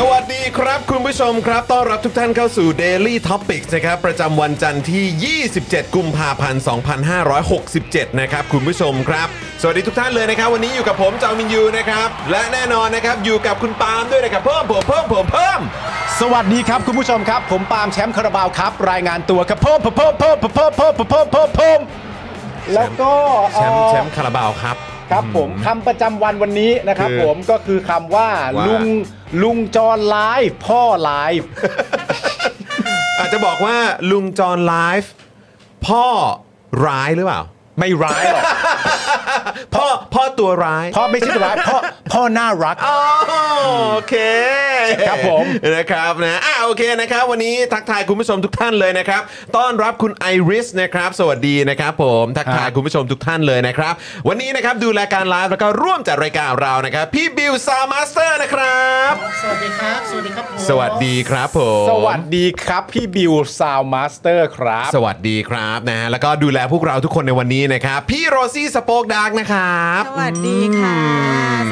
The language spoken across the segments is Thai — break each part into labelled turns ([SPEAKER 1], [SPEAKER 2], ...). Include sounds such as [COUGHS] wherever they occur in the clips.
[SPEAKER 1] สวัสดีครับคุณผู้ชมครับ ต้อนรับทุกท่านเข้าสู่ Daily Topics นะครับ ประจำวันจันทร์ที่ 27 กุมภาพันธ์ 2567 นะครับ คุณผู้ชมครับ สวัสดีทุกท่านเลยนะครับ วันนี้อยู่กับผมจอมินยูนะครับ และแน่นอนนะครับ อยู่กับคุณปาล์มด้วยนะครับ เพิ่มผมเพิ่มผมเพิ่ม
[SPEAKER 2] สวัสดีครับคุณผู้ชมครับ ผมปาล์มแชมป์คาราบาวครับ รายงานตัวครับเพิ่มเพิ่มเพิ่มเพิ่มเพิ่มเพิ่มเพิ่มเพิ่มเพิ่มเพิ่ม
[SPEAKER 3] แล้วก็
[SPEAKER 1] แชมป์
[SPEAKER 3] เอ่อ
[SPEAKER 1] แชมป์คาราบาวครับ
[SPEAKER 3] ครับผมคำประจำวันวันนี้นะครับ
[SPEAKER 1] คือ
[SPEAKER 3] ผมก็คือคำว่า
[SPEAKER 1] ว่า
[SPEAKER 3] ลุงลุงจอนไลฟ์พ่อไลฟ์
[SPEAKER 1] [LAUGHS] อาจจะบอกว่าลุงจอนไลฟ์พ่อร้ายหรือเปล่า
[SPEAKER 3] ไม่ร้ายหรอก
[SPEAKER 1] พ่อพ่อตัวร้าย
[SPEAKER 3] [LAUGHS] พ่อไม่ใช่ร้ายพ่อพ่อน่ารัก
[SPEAKER 1] อ๋อโอเค
[SPEAKER 3] ครับผม
[SPEAKER 1] นะครับนะอ่ะโอเคนะครับ วันนี้ทักทายคุณผู้ชมทุกท่านเลยนะครับต้อนรับคุณไอริสนะครับ สวัสดีนะครับ ผมทักทาย
[SPEAKER 3] ครับ
[SPEAKER 1] คุณผู้ชมทุกท่านเลยนะครับ วันนี้นะครับดูแลการไลฟ์แล้วก็ร่วมจัดรายการเรานะครับ พี่บิวซาวมาสเตอร์นะครับ สวัสดีครับ ส
[SPEAKER 3] ส
[SPEAKER 1] วั
[SPEAKER 3] วั
[SPEAKER 1] ส
[SPEAKER 3] ส
[SPEAKER 1] ดีครับผม
[SPEAKER 3] ดีครับพี่บิวซาวมาสเตอร์ครับ
[SPEAKER 1] สวัสดีครับนะฮะแล้วก็ดูแลพวกเราทุกคนในวันนี้นะครับ พี่โรซี่สโปกดาร์กนะครับ
[SPEAKER 4] สวัสดีค่ะ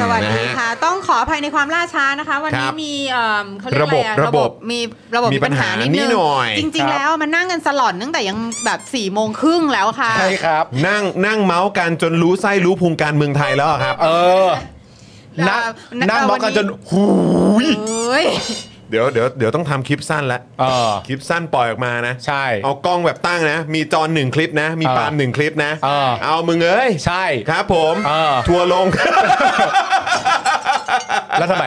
[SPEAKER 4] สวัสดี
[SPEAKER 1] นะฮะ
[SPEAKER 4] ค่ะ ต้องขออภัยในความล่าช้านะคะ วัน
[SPEAKER 1] ครั
[SPEAKER 4] นี้
[SPEAKER 1] บ
[SPEAKER 4] มีเอิ่มเขาเรียก
[SPEAKER 1] ระ
[SPEAKER 4] อะ
[SPEAKER 1] บบ
[SPEAKER 4] ไรอะ
[SPEAKER 1] ระบบ
[SPEAKER 4] มีระบบ
[SPEAKER 1] มี
[SPEAKER 4] มีปัญหา
[SPEAKER 1] ปัญหานิ
[SPEAKER 4] นิ
[SPEAKER 1] ด
[SPEAKER 4] ดนึง
[SPEAKER 1] หน่อย
[SPEAKER 4] จริง
[SPEAKER 3] ครั
[SPEAKER 4] ๆ
[SPEAKER 3] บ
[SPEAKER 4] แล้วมานั่งกันสลอนตั้งแต่ยังแบบ4ี่โมงครึ่งแล้วค่ะ
[SPEAKER 3] ใช่ครับ
[SPEAKER 1] นั่งนั่งเมาส์กันจนรู้ไส้รู้พุงการเมืองไทยแล้วอะครับ
[SPEAKER 3] เออ
[SPEAKER 4] เราเรา
[SPEAKER 3] นั่งนั่งมองกัน
[SPEAKER 4] วั
[SPEAKER 3] จ
[SPEAKER 4] น
[SPEAKER 3] น
[SPEAKER 4] นี้
[SPEAKER 3] หูย
[SPEAKER 4] เอ้ย
[SPEAKER 1] เดี๋ยวเดี๋ยวเดี๋ยวต้องทำคลิปสั้นแล้ว
[SPEAKER 3] เออ
[SPEAKER 1] คลิปสั้นปล่อยออกมานะ
[SPEAKER 3] ใช่
[SPEAKER 1] เอากล้องแบบตั้งนะ มีจอหนึ่งคลิปนะ มี
[SPEAKER 3] เออ
[SPEAKER 1] ปาล์มหนึ่งคลิปนะ
[SPEAKER 3] เออ
[SPEAKER 1] เอามึงเอ้ย
[SPEAKER 3] ใช่
[SPEAKER 1] ครับผม
[SPEAKER 3] เออ
[SPEAKER 1] ทัวร์ลง
[SPEAKER 3] แล้วทำไม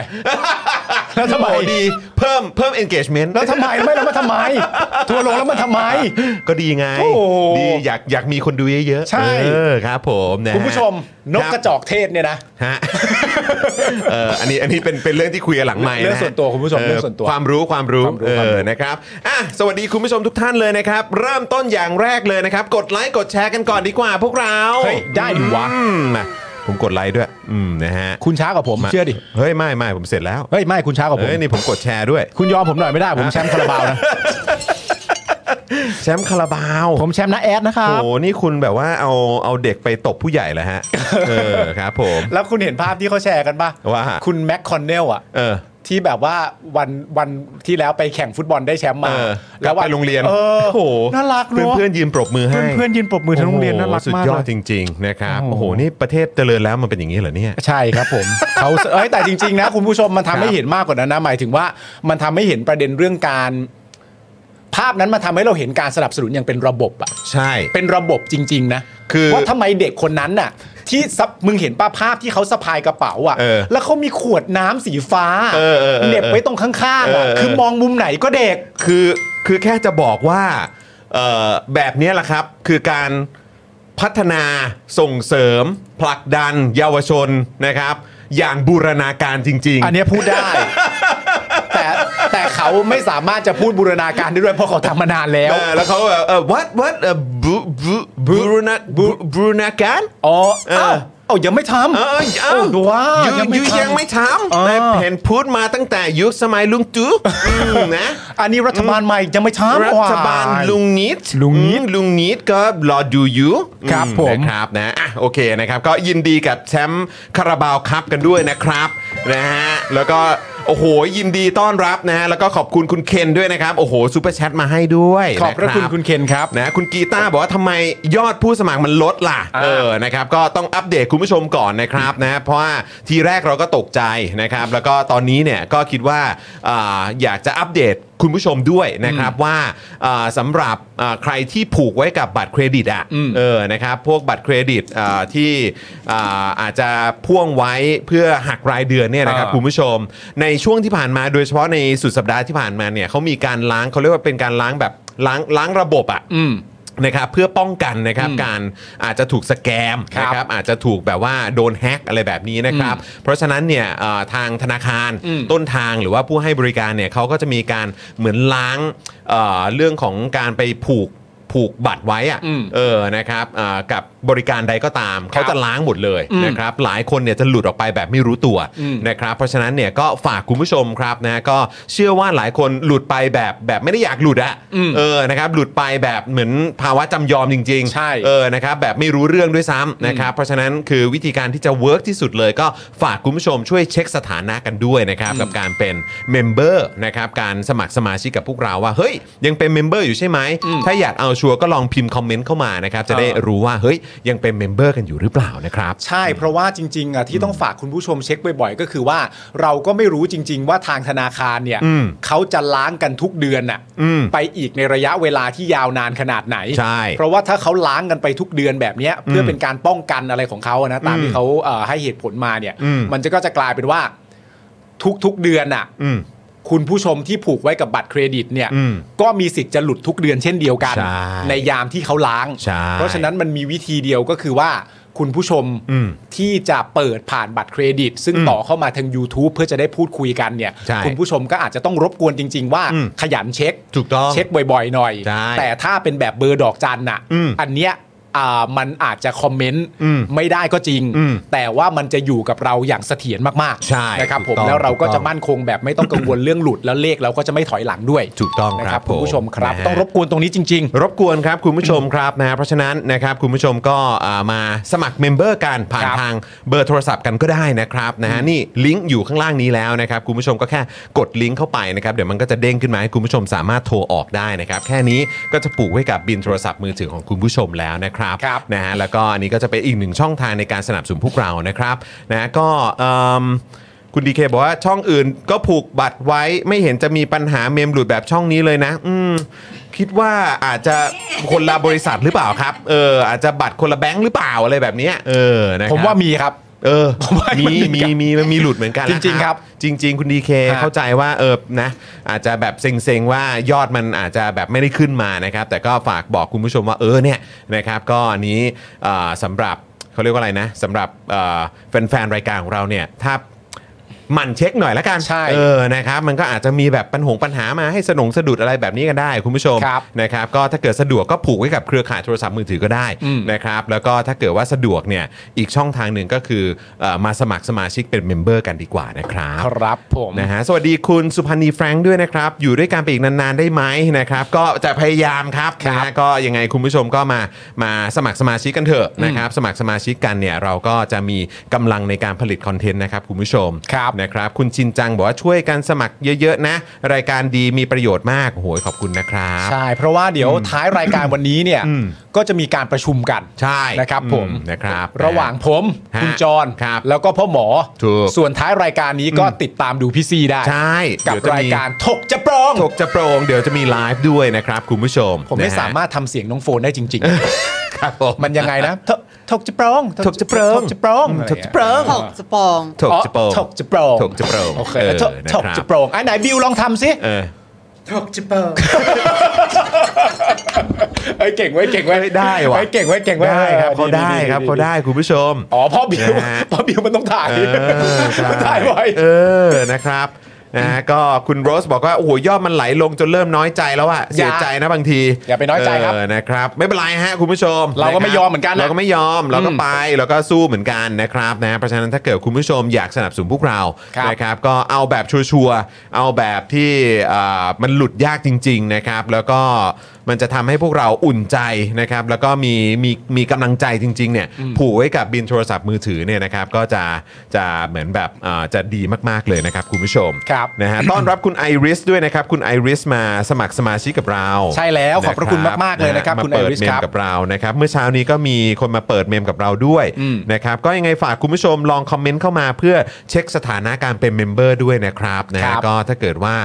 [SPEAKER 3] แล้วทำไม
[SPEAKER 1] [LAUGHS] โอ้ดี เพิ่มเพิ่ม engagement
[SPEAKER 3] [LAUGHS] แล้วทำไมไม่แล้วมาทำไม ทัวร์ลงแล้วมาทำไม
[SPEAKER 1] ก็ดีไง
[SPEAKER 3] โอ้
[SPEAKER 1] ดีอยากอยากมีคนดูเยอะๆ
[SPEAKER 3] ใช่
[SPEAKER 1] เออครับผมนะฮะ
[SPEAKER 3] คุณผู้ชมนกกระจอกเทศเนี่ยนะ
[SPEAKER 1] ฮะ [LAUGHS] เอออันนี้อันนี้เป็นเป็นเรื่องที่คุยกันหลังไมค์ะ
[SPEAKER 3] เรื่องส่วนตัวคุณผู้ชมเรื่องส่วนตัว
[SPEAKER 1] ความรู้ความรู้
[SPEAKER 3] ความรู้
[SPEAKER 1] เอ
[SPEAKER 3] ความรู้
[SPEAKER 1] อนะครับอ่ะสวัสดีคุณผู้ชมทุกท่านเลยนะครับ เริ่มต้นอย่างแรกเลยนะครับ กดไลค์กดแชร์กันก่อนดีกว่าพวกเรา
[SPEAKER 3] เฮ้ยได้ดิวะ
[SPEAKER 1] อืมมาผมกดไลค์ด้วย อืมนะฮะ
[SPEAKER 3] คุณช้ากว่าผม
[SPEAKER 1] มา
[SPEAKER 3] เชื่อดิ
[SPEAKER 1] เฮ้ย ไม่ไม่ผมเสร็จแล้ว
[SPEAKER 3] เฮ้ย ไม่คุณช้ากว่าผม
[SPEAKER 1] เฮ้ย นี่ผมกดแชร์ด้วย
[SPEAKER 3] คุณยอมผมหน่อยไม่ได้ ผมแชมป์คาราบาวนะ
[SPEAKER 1] แชมป์คาราบาว
[SPEAKER 3] ผมแชมป์นะแอดนะค
[SPEAKER 1] โอ้
[SPEAKER 3] รับ
[SPEAKER 1] โหนี่คุณแบบว่าเอาเอาเด็กไปตบผู้ใหญ่แล้วฮะ เออครับผม
[SPEAKER 3] แล้วคุณเห็นภาพที่เขาแชร์กันป่ะ
[SPEAKER 1] ว่า
[SPEAKER 3] คุณแม็กคอนเนลอะ
[SPEAKER 1] เออ
[SPEAKER 3] ที่แบบว่าวันวันที่แล้วไปแข่งฟุตบอลได้แชมป์มา
[SPEAKER 1] เออ
[SPEAKER 3] วั
[SPEAKER 1] ไปโรงเรียน
[SPEAKER 3] เออ
[SPEAKER 1] โอ้โห
[SPEAKER 3] น่ารัก
[SPEAKER 1] เพื่อน
[SPEAKER 3] เนาะ
[SPEAKER 1] เพื่อนยืนปรบมือให้
[SPEAKER 3] เพื่อนเพื่อนยืนปรบมือทั้งโรงเรียนน่ารัก
[SPEAKER 1] โอ้โหสุด
[SPEAKER 3] มาก
[SPEAKER 1] ยอด
[SPEAKER 3] เลย
[SPEAKER 1] จริง ๆ นะครับ
[SPEAKER 3] โอ้
[SPEAKER 1] โอ้โห
[SPEAKER 3] โห
[SPEAKER 1] นี่ประเทศเจริญแล้วมันเป็นอย่างนี้เหรอเนี่ย
[SPEAKER 3] ใช่ครับ
[SPEAKER 1] [LAUGHS]
[SPEAKER 3] ผมเขาเอ้ยแต่จริง ๆ นะ คุณผู้ชมมันทำให้เห็นมากกว่านั้นนะหมายถึงว่ามันทำให้เห็นประเด็นเรื่องการ ภาพนั้นมาทำให้เราเห็นการสนับสนุนอย่างเป็นระบบอะ
[SPEAKER 1] ใช่
[SPEAKER 3] เป็นระบบจริง ๆ นะ
[SPEAKER 1] คือ
[SPEAKER 3] ว่าทำไมเด็กคนนั้นน่ะ ที่ซับมึงเห็นป้าภาพที่เขาสะพายกระเป๋าอ่ะ
[SPEAKER 1] เออ
[SPEAKER 3] แล้วเขามีขวดน้ำสีฟ้า
[SPEAKER 1] เออเออเออ
[SPEAKER 3] เหน็บไว้ตรงข้างๆอ่ะ
[SPEAKER 1] เออเออ
[SPEAKER 3] คือมองมุมไหนก็เด็ก
[SPEAKER 1] คือคือแค่จะบอกว่าเอ่อแบบเนี้ยแหละครับ คือการพัฒนาส่งเสริม ผลักดัน เยาวชนนะครับ อย่างบูรณาการจริง ๆ
[SPEAKER 3] อันเนี้ยพูดได้ แต่แต่เขาไม่สามารถจะพูดบูรณาการได้ด้วยเพราะเขาทำมานานแล้ว
[SPEAKER 1] เออแล้วเขาแบบเออ what what เออบูบูบูรณาบูบูรณาการ
[SPEAKER 3] อ๋อ
[SPEAKER 1] เออ
[SPEAKER 3] เอ้า เอายังไม่ทำ
[SPEAKER 1] เออเอ้า
[SPEAKER 3] โอ้ว้า
[SPEAKER 1] ยู
[SPEAKER 3] ยังไม่
[SPEAKER 1] ยู
[SPEAKER 3] ทำ
[SPEAKER 1] ยังไม่ท
[SPEAKER 3] อ่า
[SPEAKER 1] ำแต่เห็นพูดมาตั้งแต่ยุคสมัยลุงจุ๊
[SPEAKER 3] [LAUGHS]
[SPEAKER 1] อืมนะ
[SPEAKER 3] อันนี้รัฐบาลใหม่ยังไม่ทำ
[SPEAKER 1] รัฐบาล
[SPEAKER 3] ว้ย
[SPEAKER 1] ลุงนิด
[SPEAKER 3] ลุงนิด
[SPEAKER 1] อืมลุงนิดก็รอดูอยู่
[SPEAKER 3] ครับ
[SPEAKER 1] อื
[SPEAKER 3] ผม
[SPEAKER 1] นะครับนะอ่ะโอเคนะครับ ก็ยินดีกับแชมป์คาราบาวครับกันด้วยนะครับนะฮะแล้วก็โอ้โหยินดีต้อนรับนะฮะแล้วก็ขอบคุณคุณเคนด้วยนะครับโอ้โหซูเปอร์แชทมาให้ด้วย
[SPEAKER 3] ขอบพระ
[SPEAKER 1] น
[SPEAKER 3] คุณคุณเคนครับ
[SPEAKER 1] นะคุณกีตาร์บอกว่าทำไมยอดผู้สมัครมันลดล่ะ เออนะครับก็ต้องอัปเดตคุณผู้ชมก่อนนะครับนะเพราะว่าทีแรกเราก็ตกใจนะครับ แล้วก็ตอนนี้เนี่ยก็คิดว่าอ่าอยากจะอัปเดต คุณผู้ชมด้วยนะครับว่าอ่าสำหรับอ่าใครที่ผูกไว้กับบัตรเครดิตอ่ะเออนะครับพวกบัตรเครดิตอ่าที่อ่าอาจจะพ่วงไว้เพื่อหักรายเดือนเนี่ยนะครับ
[SPEAKER 3] อ่า
[SPEAKER 1] คุณผู้ชม ในช่วงที่ผ่านมาโดยเฉพาะในสุดสัปดาห์ที่ผ่านมาเนี่ยเขามีการล้างเขาเรียกว่าเป็นการล้างแบบล้างล้างระบบอ่ะ
[SPEAKER 3] อืม
[SPEAKER 1] นะครับเพื่อป้องกันนะครับการอาจจะถูกสแกม
[SPEAKER 3] ครับ
[SPEAKER 1] นะครับอาจจะถูกแบบว่าโดนแฮกอะไรแบบนี้นะครับ เพราะฉะนั้นเนี่ยเอ่อทางธนาคาร
[SPEAKER 3] อืม
[SPEAKER 1] ต้นทางหรือว่าผู้ให้บริการเนี่ยเขาก็จะมีการเหมือนล้างเอ่อเรื่องของการไปผูกผูกบัตรไว้อะ
[SPEAKER 3] อืม
[SPEAKER 1] เออนะครับเอ่อกับบริการใดก็ตาม เขาจะล้างหมดเลย
[SPEAKER 3] อืม
[SPEAKER 1] นะครับหลายคนเนี่ยจะหลุดออกไปแบบไม่รู้ตัว
[SPEAKER 3] อืม
[SPEAKER 1] นะครับเพราะฉะนั้นเนี่ยก็ฝากคุณผู้ชมครับนะก็เชื่อว่าหลายคนหลุดไปแบบแบบไม่ได้อยากหลุดอะ
[SPEAKER 3] อืม
[SPEAKER 1] เออนะครับหลุดไปแบบเหมือนภาวะจำยอมจริงๆ
[SPEAKER 3] ใช่
[SPEAKER 1] เออ นะครับ แบบไม่รู้เรื่องด้วยซ้ำนะครับ เพราะฉะนั้นคือวิธีการที่จะเวิร์กที่สุดเลยก็ฝากคุณผู้ชมช่วยเช็คสถานะกันด้วยนะครับ กับการเป็นเมมเบอร์นะครับ การสมัครสมาชิกกับพวกเราว่า เฮ้ย ยังเป็นเมมเบอร์อยู่ใช่ไหม ถ้าอยากเอาชัวร์ก็ลองพิมพ์คอมเมนต์เข้ามานะครับ จะได้รู้ว่า เฮ้ย ยังเป็นเมมเบอร์กันอยู่หรือเปล่านะครับ
[SPEAKER 3] ใช่ เพราะว่าจริงๆอ่ะที่ต้องฝากคุณผู้ชมเช็คบ่อยๆ ก็คือว่าเราก็ไม่รู้จริง ๆ ว่าทางธนาคารเนี่ย
[SPEAKER 1] อืม
[SPEAKER 3] เขาจะล้างกันทุกเดือนน่ะ
[SPEAKER 1] อืม
[SPEAKER 3] ไปอีกในระยะเวลาที่ยาวนานขนาดไหน
[SPEAKER 1] ใช่
[SPEAKER 3] เพราะว่าถ้าเขาล้างกันไปทุกเดือนแบบเนี้ยเพื่ออ
[SPEAKER 1] ม
[SPEAKER 3] เป็นการป้องกันอะไรของเขาอะนะตามที่เขาเอ่อให้เหตุผลมาเนี่ย
[SPEAKER 1] อืม
[SPEAKER 3] นจะก็จะกลายเป็นว่าทุกๆเดือนน่ะ
[SPEAKER 1] อืม
[SPEAKER 3] คุณผู้ชมที่ผูกไว้กับบัตรเครดิตเนี่ย
[SPEAKER 1] อืม
[SPEAKER 3] ก็มีสิทธิ์จะหลุดทุกเดือนเช่นเดียวกัน
[SPEAKER 1] ใช่
[SPEAKER 3] ยามที่เขาล้าง
[SPEAKER 1] ใช่
[SPEAKER 3] เพราะฉะนั้นมันมีวิธีเดียวก็คือว่าคุณผู้ชม
[SPEAKER 1] อืม
[SPEAKER 3] ที่จะเปิดผ่านบัตรเครดิต ซึ่ง
[SPEAKER 1] อืม
[SPEAKER 3] ต่อเข้ามาทาง YouTube เพื่อจะได้พูดคุยกันเนี่ย
[SPEAKER 1] ใช่
[SPEAKER 3] คุณผู้ชมก็อาจจะต้องรบกวนจริง ๆ ว่า
[SPEAKER 1] อืม
[SPEAKER 3] ขยันเช็ค
[SPEAKER 1] ถูกต้อง
[SPEAKER 3] เช็คบ่อยๆ หน่อย
[SPEAKER 1] ใช่
[SPEAKER 3] แต่ถ้าเป็นแบบเบอร์ดอกจันน่ะ
[SPEAKER 1] อืม
[SPEAKER 3] อันเนี้ยอ่ามันอาจจะคอมเมนต์
[SPEAKER 1] อืม
[SPEAKER 3] ไม่ได้ก็จริง
[SPEAKER 1] อืม
[SPEAKER 3] แต่ว่ามันจะอยู่กับเราอย่างเสถียรมาก
[SPEAKER 1] ใช่
[SPEAKER 3] ๆนะครับผ
[SPEAKER 1] ถู
[SPEAKER 3] ม
[SPEAKER 1] กต้อง
[SPEAKER 3] แล้วเราก็
[SPEAKER 1] ถูกต้
[SPEAKER 3] จะ
[SPEAKER 1] อง
[SPEAKER 3] มั่น มั่นคงแบบไม่ต้องกังวล เรื่องหลุดแล้วเลขเราก็จะไม่ถอยหลังด้วย
[SPEAKER 1] ถูกต้อง
[SPEAKER 3] นะครับ คุณผู้ชมครับ
[SPEAKER 1] นะฮะ
[SPEAKER 3] ต้องรบกวนตรงนี้จริง
[SPEAKER 1] รบกวนครับคุณผู้ชมครับนะฮะเพราะฉะนั้นนะครับคุณผู้ชมก็อ่ามาสมัครเมมเบอร์กันผ่าน
[SPEAKER 3] ครับ
[SPEAKER 1] ทางเบอร์โทรศัพท์กันก็ได้นะครับนะฮะนี่ลิงก์อยู่ข้างล่างนี้แล้วนะครับคุณผู้ชมก็แค่กดลิงก์เข้าไปนะครับเดี๋ยวมันก็จะเด้งขึ้นมาให้คุณผู้ชมสามารถโทรออกได้นะครับแค่นี้ก็จะปลูกไว้กับบินโทรศัพท์มือถือของคุณผู้ชมแล้วนะครับ
[SPEAKER 3] ครับ
[SPEAKER 1] นะฮะแล้วก็อันนี้ก็จะเป็นอีกหนึ่งช่องทางในการสนับสนุนพวกเรานะครับนะฮะก็เอิ่มคุณดีเคบอกว่าช่องอื่นก็ผูกบัตรไว้ไม่เห็นจะมีปัญหาเมมหลุดแบบช่องนี้เลยนะ อืม คิดว่าอาจจะคนละบริษัทหรือเปล่าครับ เออ อาจจะบัตรคนละแบงค์หรือเปล่าอะไรแบบเนี้ยเออนะครับ
[SPEAKER 3] ๆผมว่ามีครับ
[SPEAKER 1] เออ
[SPEAKER 3] ผมว่ามี
[SPEAKER 1] มีมีมีมันมีหลุดเหมือนกันนะ
[SPEAKER 3] จริงๆครับ
[SPEAKER 1] จริง ๆ คุณดีเค
[SPEAKER 3] ฮะ
[SPEAKER 1] เข้าใจว่าเออนะ อาจจะแบบเซ็งๆว่ายอดมันอาจจะแบบไม่ได้ขึ้นมานะครับ แต่ก็ฝากบอกคุณผู้ชมว่าเออเนี่ยนะครับก็อันนี้เอ่อสำหรับเขาเรียกว่าอะไรนะสำหรับเอ่อแฟนๆรายการของเราเนี่ยถ้า หมั่นเช็คหน่อยละกัน
[SPEAKER 3] ใช่
[SPEAKER 1] เออนะครับ มันก็อาจจะมีแบบปัญหงปัญหามาให้สนงสะดุดอะไรแบบนี้กันได้คุณผู้ชม
[SPEAKER 3] ครับ
[SPEAKER 1] นะครับ ก็ถ้าเกิดสะดวกก็ผูกไว้กับเครือข่ายโทรศัพท์มือถือก็ได้
[SPEAKER 3] อืม
[SPEAKER 1] นะครับ แล้วก็ถ้าเกิดว่าสะดวกเนี่ยอีกช่องทางหนึ่งก็คือเอ่อมาสมัครสมาชิกเป็นเมมเบอร์กันดีกว่านะครับ
[SPEAKER 3] ครับผม
[SPEAKER 1] นะฮะสวัสดีคุณสุพันธ์นีแฟรงค์ด้วยนะครับ อยู่ด้วยกันไปอีกนานๆได้ไหมนะครับ ก็จะพยายามครับนะฮะก็ยังไงคุณผู้ชมก็มามาสมัครสมาชิกกันเถอะนะครับ สมัครสมาชิกกันเนี่ยเราก็จะมีกำลังในการผลิตคอนเทนต์นะครับคุณผู้ชม
[SPEAKER 3] ครับ
[SPEAKER 1] นะครับ คุณชินจังบอกว่าช่วยกันสมัครเยอะๆนะ รายการดีมีประโยชน์มากโอ้โหขอบคุณนะครับ
[SPEAKER 3] ใช่เพราะว่าเดี๋ยวท้ายรายการวันนี้เนี่ยก็จะมีการประชุมกัน
[SPEAKER 1] ใช่
[SPEAKER 3] นะครับผม
[SPEAKER 1] อืมนะครับ
[SPEAKER 3] ระหว่างผม
[SPEAKER 1] ฮะ
[SPEAKER 3] คุณจร
[SPEAKER 1] ครับ
[SPEAKER 3] แล้วก็พ่อหมอ
[SPEAKER 1] ถูก
[SPEAKER 3] ส่วนท้ายรายการนี้ก็ติดตามดูพี่ซีได้
[SPEAKER 1] ใช่
[SPEAKER 3] กับ
[SPEAKER 1] เดี๋วจะ
[SPEAKER 3] ราย
[SPEAKER 1] มี
[SPEAKER 3] การถกจะปรอง
[SPEAKER 1] ถกจะโปรงเดี๋ยวจะมีไลฟ์ด้วยนะครับคุณผู้ชม
[SPEAKER 3] ผมไม่
[SPEAKER 1] นะฮะ
[SPEAKER 3] สามารถทำเสียงน้องโฟนได้จริง
[SPEAKER 1] ครับผม
[SPEAKER 3] ๆ มันยังไงนะถกถกจะปรอง
[SPEAKER 1] ถกจะโปรง
[SPEAKER 3] ถกจะปรอง
[SPEAKER 1] ถกจะโปรง
[SPEAKER 4] ถกสปอง
[SPEAKER 1] ถกจะโปรง
[SPEAKER 3] อ๋อถกจะปรอง
[SPEAKER 1] ถกจะโปรง
[SPEAKER 3] โอเค
[SPEAKER 1] เออ
[SPEAKER 3] ถก
[SPEAKER 1] นะ
[SPEAKER 3] ถก
[SPEAKER 1] ครับ
[SPEAKER 3] จะปรองอ่ะไหนบิวลองทำสิ
[SPEAKER 1] เออ
[SPEAKER 3] [LAUGHS] เอ้ยเก่งไว้ยเก่งไว้ย
[SPEAKER 1] เอ้ยได้ว่ะ
[SPEAKER 3] เอ้ยเก่งไว้ยเก่งไว้ย
[SPEAKER 1] ได้ครับ
[SPEAKER 3] ออ
[SPEAKER 1] เขาได้ครับเขาได้คุณผู้ชม
[SPEAKER 3] อ๋อพ่อบิว
[SPEAKER 1] นะฮะ
[SPEAKER 3] พ่อบิวมันต้องถ่าย
[SPEAKER 1] เออใช่
[SPEAKER 3] ถ่ายไว้
[SPEAKER 1] เออนะครับ นะฮะก็คุณโรสบอกว่า โอ้โห ยอดมันไหลลงจนเริ่มน้อยใจแล้วอะเสียใจนะบางที
[SPEAKER 3] อย่าไปน้อยใจครับ
[SPEAKER 1] เนะครับ ไม่เป็นไรฮะคุณผู้ชม
[SPEAKER 3] เราก็ไม่
[SPEAKER 1] ะคบ
[SPEAKER 3] ยอมเหมือนกันนะ
[SPEAKER 1] เราก็ไม่ยอมเราก็ไปเราก็สู้เหมือนกันนะครับนะเพราะฉะนั้นถ้าเกิดคุณผู้ชมอยากสนับสนุนพวกเรา
[SPEAKER 3] ครับ
[SPEAKER 1] นะครับก็เอาแบบชัวร์ๆเอาแบบที่อ่ามันหลุดยากจริง ๆนะครับ แล้วก็มันจะทำให้พวกเราอุ่นใจนะครับ แล้วก็มีมีมีกำลังใจจริงๆเนี่ยผูกไว้กับบินโทรศัพท์มือถือเนี่ยนะครับ ก็จะจะเหมือนแบบอ่าจะดีมากๆเลยนะครับคุณผู้ชม
[SPEAKER 3] ครับ
[SPEAKER 1] นะ
[SPEAKER 3] [COUGHS]
[SPEAKER 1] ฮะต้อนรับคุณไอริสด้วยนะครับ คุณไอริสมาสมัครสมาชิกกับเรา
[SPEAKER 3] ใช่แล้วขอบพระคุณ
[SPEAKER 1] น
[SPEAKER 3] มากๆเลยนะครับ
[SPEAKER 1] ฮ
[SPEAKER 3] คุณไอริส
[SPEAKER 1] มาเปิดเม
[SPEAKER 3] ครั
[SPEAKER 1] ม
[SPEAKER 3] บ
[SPEAKER 1] กับเรานะครับเมื่อเช้านี้ก็มีคนมาเปิดเมมกับเราด้วย
[SPEAKER 3] อืม
[SPEAKER 1] นะครับก็ยังไงฝากคุณผู้ชมลองคอมเมนต์เข้ามาเพื่อเช็คสถานะการเป็นเมมเบอร์ด้วยนะครับนะ
[SPEAKER 3] ครั
[SPEAKER 1] ฮะ
[SPEAKER 3] บ
[SPEAKER 1] ก็ถ้าเกิดว่า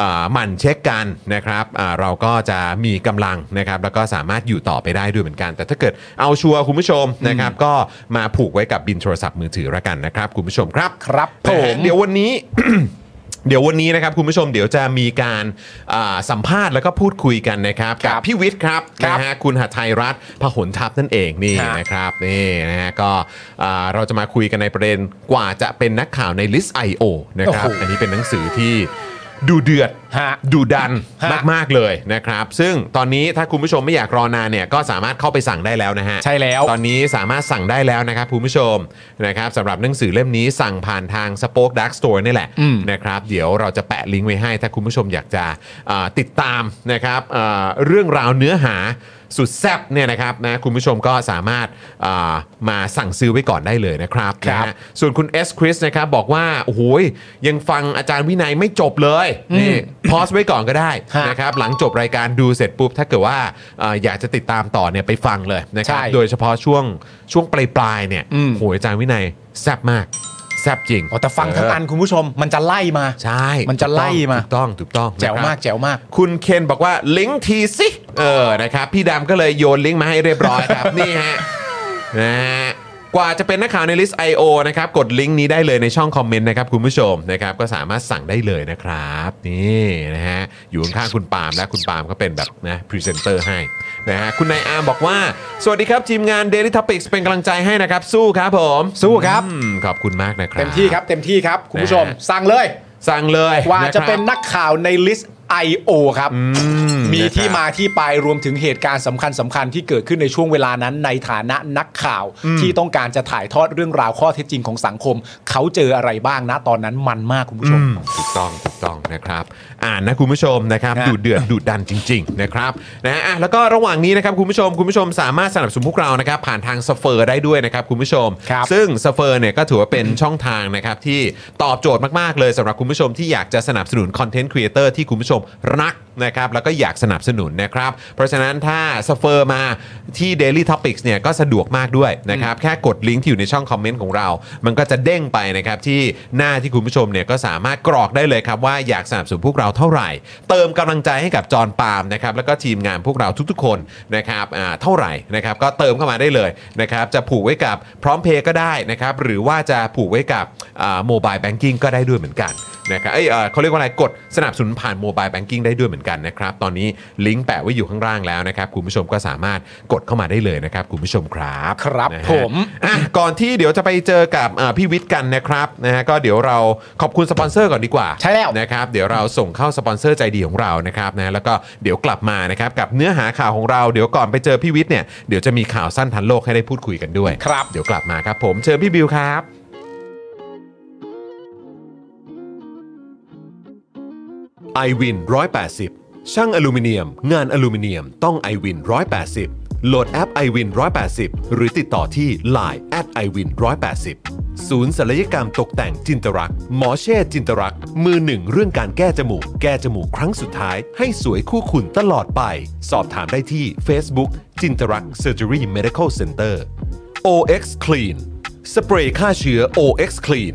[SPEAKER 1] อ่าหมั่นเช็คกันนะครับอ่าเราก็จะมีกำลังนะครับแล้วก็สามารถอยู่ต่อไปได้ด้วยเหมือนกัน แต่ถ้าเกิดเอาชัวร์คุณผู้ชมนะครับก็มาผูกไว้กับบินโทรศัพท์มือถือละกันนะครับคุณผู้ชมครับ
[SPEAKER 3] ครับผ
[SPEAKER 1] นะฮะ
[SPEAKER 3] ม
[SPEAKER 1] เดี๋ยววันนี้ [COUGHS] เดี๋ยววันนี้นะครับคุณผู้ชมเดี๋ยวจะมีการอ่าสัมภาษณ์แล้วก็พูดคุยกันนะครับ
[SPEAKER 3] ครั
[SPEAKER 1] กับ พี่วิทย์ครับ
[SPEAKER 3] ครับ
[SPEAKER 1] นะฮะคุณหัทไทยรัฐพหลทัพนั่นเองนี่
[SPEAKER 3] ครับ
[SPEAKER 1] นะครับนี่นะฮะก็อ่าเราจะมาคุยกันในประเด็นกว่าจะเป็นนักข่าวในลิสต์ I.O. นะครับ
[SPEAKER 3] โอ้โห
[SPEAKER 1] อันนี้เป็นหนังสือที่ดูเดือด
[SPEAKER 3] ฮะ
[SPEAKER 1] ดูดัน
[SPEAKER 3] ฮะ
[SPEAKER 1] มากๆเลยนะครับ ซึ่งตอนนี้ถ้าคุณผู้ชมไม่อยากรอนานเนี่ยก็สามารถเข้าไปสั่งได้แล้วนะฮะ
[SPEAKER 3] ใช่แล้ว
[SPEAKER 1] ตอนนี้สามารถสั่งได้แล้วนะครับคุณผู้ชมนะครับสำหรับหนังสือเล่มนี้สั่งผ่านทาง Spoke Dark Store นี่แหละ
[SPEAKER 3] อืม
[SPEAKER 1] นะครับเดี๋ยวเราจะแปะลิงก์ไว้ให้ ถ้าคุณผู้ชมอยากจะอ่าติดตามนะครับอ่าเรื่องราวเนื้อหาสุดแซ่บเนี่ยนะครับนะคุณผู้ชมก็สามารถอ่ามาสั่งซื้อไว้ก่อนได้เลยนะครับ
[SPEAKER 3] ครั
[SPEAKER 1] นะ
[SPEAKER 3] บ
[SPEAKER 1] ฮะ ส่วนคุณ S อสคริสนะครับบอกว่า โอ้โหยยังฟังอาจารย์วินัยไม่จบเลยนี่พอสไว้ก่อนก็ได้
[SPEAKER 3] ฮะ
[SPEAKER 1] นะครับหลังจบรายการดูเสร็จปุ๊บ ถ้าเกิดว่าเอ่ออยากจะติดตามต่อเนี่ยไปฟังเลยนะครับ
[SPEAKER 3] ใช่
[SPEAKER 1] โดยเฉพาะช่วงช่วงปลายปลายๆเนี่ย
[SPEAKER 3] อืม
[SPEAKER 1] โหยอาจารย์วินัยแซ่บมากแซ่บจริง
[SPEAKER 3] อ๋อแต่ฟังทั้งอัน
[SPEAKER 1] เ
[SPEAKER 3] คุณผู้ชมมันจะไล่มา
[SPEAKER 1] ใช่
[SPEAKER 3] มันจะไล่มา
[SPEAKER 1] ถูกต้องถูกต้อง
[SPEAKER 3] แจ๋ว
[SPEAKER 1] นะครับ
[SPEAKER 3] มากแจ๋วมาก
[SPEAKER 1] คุณเคนบอกว่าลิงก์ทีสิ เออนะครับพี่ดำก็เลยโยนลิงก์มาให้เรียบร้อยครับ [LAUGHS] นี่ฮะนะฮะกว่าจะเป็นนักข่าวในลิสต์ I.O. นะครับ กดลิงก์นี้ได้เลยในช่องคอมเมนต์นะครับคุณผู้ชมนะครับก็สามารถสั่งได้เลยนะครับนี่นะฮะอยู่ข้างๆคุณปาล์มและคุณปาล์มก็เป็นแบบนะพรีเซนเตอร์ให้นะฮะคุณนายอาร์มบอกว่า สวัสดีครับทีมงาน Daily Topics เป็นกำลังใจให้นะครับ สู้ครับผม
[SPEAKER 3] สู้ครับ
[SPEAKER 1] อืมขอบคุณมากนะครับ
[SPEAKER 3] เต็มที่ครับเต็มที่ครับคุณผู้ชม
[SPEAKER 1] นะฮะ
[SPEAKER 3] สั่งเลย
[SPEAKER 1] สั่งเลย
[SPEAKER 3] กว่าจะ
[SPEAKER 1] ครับ
[SPEAKER 3] เป็นนักข่าวในลิสต์ I.O. ครับ
[SPEAKER 1] ม
[SPEAKER 3] มีที่
[SPEAKER 1] นะครับ
[SPEAKER 3] มาที่ไปรวมถึงเหตุการณ์สำคัญสำคัญๆที่เกิดขึ้นในช่วงเวลานั้นในฐานะนักข่าว ที่ต้องการจะถ่ายทอดเรื่องราวข้อเท็จจริงของสังคม เขาเจออะไรบ้างนะตอนนั้นมันมากคุณผู้ชม
[SPEAKER 1] อืมถูกต้องถูกต้องนะครับ อ่านนะคุณผู้ชมนะครับ
[SPEAKER 3] ครับ
[SPEAKER 1] ดูเดือดดูดันจริง ๆ นะครับนะอ่ะแล้วก็ระหว่างนี้นะครับคุณผู้ชมคุณผู้ชมสามารถสนับสนุนพวกเรานะครับ ผ่านทางสเฟอร์ได้ด้วยนะครับคุณผู้ชม
[SPEAKER 3] ครับ
[SPEAKER 1] ซึ่งสเฟอร์เนี่ยก็ถือว่าเป็นช่องทางนะครับที่ตอบโจทย์มากๆเลยสำหรับคุณผู้ชมที่อยากจะสนับสนุนคอนเทนต์ครีเอเตอร์ที่คุณผู้ชมรักนะครับแล้วก็อยากสนับสนุนนะครับ เพราะฉะนั้นถ้าสเฟอร์มาที่ Daily Topics เนี่ยก็สะดวกมากด้วยนะครับ แค่กดลิงก์ที่อยู่ในช่องคอมเมนต์ของเรา มันก็จะเด้งไปนะครับที่หน้าที่คุณผู้ชมเนี่ยก็สามารถกรอกได้เลยครับว่าอยากสนับสนุนพวกเราเท่าไหร่ เติมกำลังใจให้กับจอห์นปาล์มนะครับแล้วก็ทีมงานพวกเราทุกๆคนนะครับอ่าเท่าไหร่นะครับก็เติมเข้ามาได้เลยนะครับจะผูกไว้กับพร้อมเพย์ก็ได้นะครับหรือว่าจะผูกไว้กับโมบายแบงกิ้งก็ได้ด้วยเหมือนกันนะครับเอ้ยเอ่อเขาเรียกว่าอะไรกดสนับสนุนผ่านโมบายแบงกิ้งได้ด้วยเหมือนกันนะครับตอนนี้ลิงก์แปะไว้อยู่ข้างล่างแล้วนะครับคุณผู้ชมก็สามารถกดเข้ามาได้เลยนะครับคุณผู้ชมครับ
[SPEAKER 3] ครับ
[SPEAKER 1] นะฮะ
[SPEAKER 3] ผม
[SPEAKER 1] อ่ะก่อนที่เดี๋ยวจะไปเจอกับอ่าพี่วิทย์กันนะครับนะฮะก็เดี๋ยวเราขอบคุณสปอนเซอร์ก่อนดีกว่า
[SPEAKER 3] ใช่แล้ว
[SPEAKER 1] นะครับเดี๋ยวเราส่งเข้าสปอนเซอร์ใจดีของเรานะครับนะแล้วก็เดี๋ยวกลับมานะครับกับเนื้อหาข่าวของเราเดี๋ยวก่อนไปเจอพี่วิทย์เนี่ยเดี๋ยวจะมีข่าวสั้นทันโลกให้ได้พูดคุยกันด้วย
[SPEAKER 3] ครับ
[SPEAKER 1] เดี๋ยวกลับมาครับผมเชิญพี่บิวครับ i w วิน180 ช่างอลูมิเนียม งานอลูมิเนียมต้อง i w วิน180 โหลดแอป i w วิน180 หรือติดต่อที่ Line at i w วิน180 ศูนย์ศัลยกรรมตกแต่งจินตรักษ์หมอเช่จินตรักษ์มือหนึ่งเรื่องการแก้จมูก แก้จมูกครั้งสุดท้าย ให้สวยคู่คุณตลอดไป สอบถามได้ที่ Facebook จินตรักษ์ Surgery Medical Center OX Clean สเปรย์ฆ่าเชื้อ OX Clean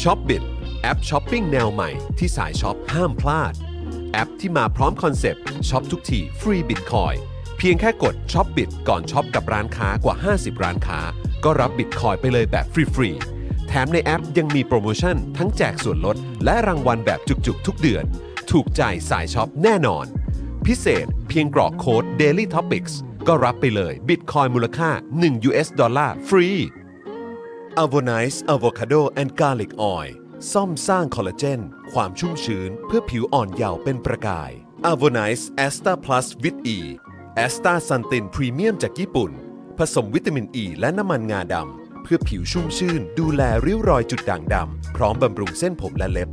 [SPEAKER 1] s h o p b i t แอปช้อปปิ้งแนวใหม่ที่สายช้อปห้ามพลาด แอปที่มาพร้อมคอนเซปต์ช็อปทุกทีฟรีบิตคอยเพียงแค่กดช็อปบิตก่อนช็อปกับร้านค้ากว่า 50 ร้านค้า ก็รับบิตคอยไปเลยแบบฟรีๆแถมในแอปยังมีโปรโมชั่นทั้งแจกส่วนลด และรางวัลแบบจุกๆ ทุกเดือน ถูกใจสายช็อปแน่นอน พิเศษเพียงกรอกโค้ด daily topics ก็รับไปเลยบิตคอยมูลค่า 1 US ดอลลาร์ฟรี a v o n i c e Avocado and Garlic Oil ซ่อมสร้างคอลลาเจน ความชุ่มชื้นเพื่อผิวอ่อนเยาว์เป็นประกาย a v o n i c e a s t a Plus with E a s t a s u n t i n Premium จากญี่ปุ่น ผสมวิตามินอ e ีและน้ำมันงาดำเพื่อผิวชุ่มชื่น ดูแลริ้วรอยจุดด่างดำ พร้อมบำรุงเส้นผมและเล็บ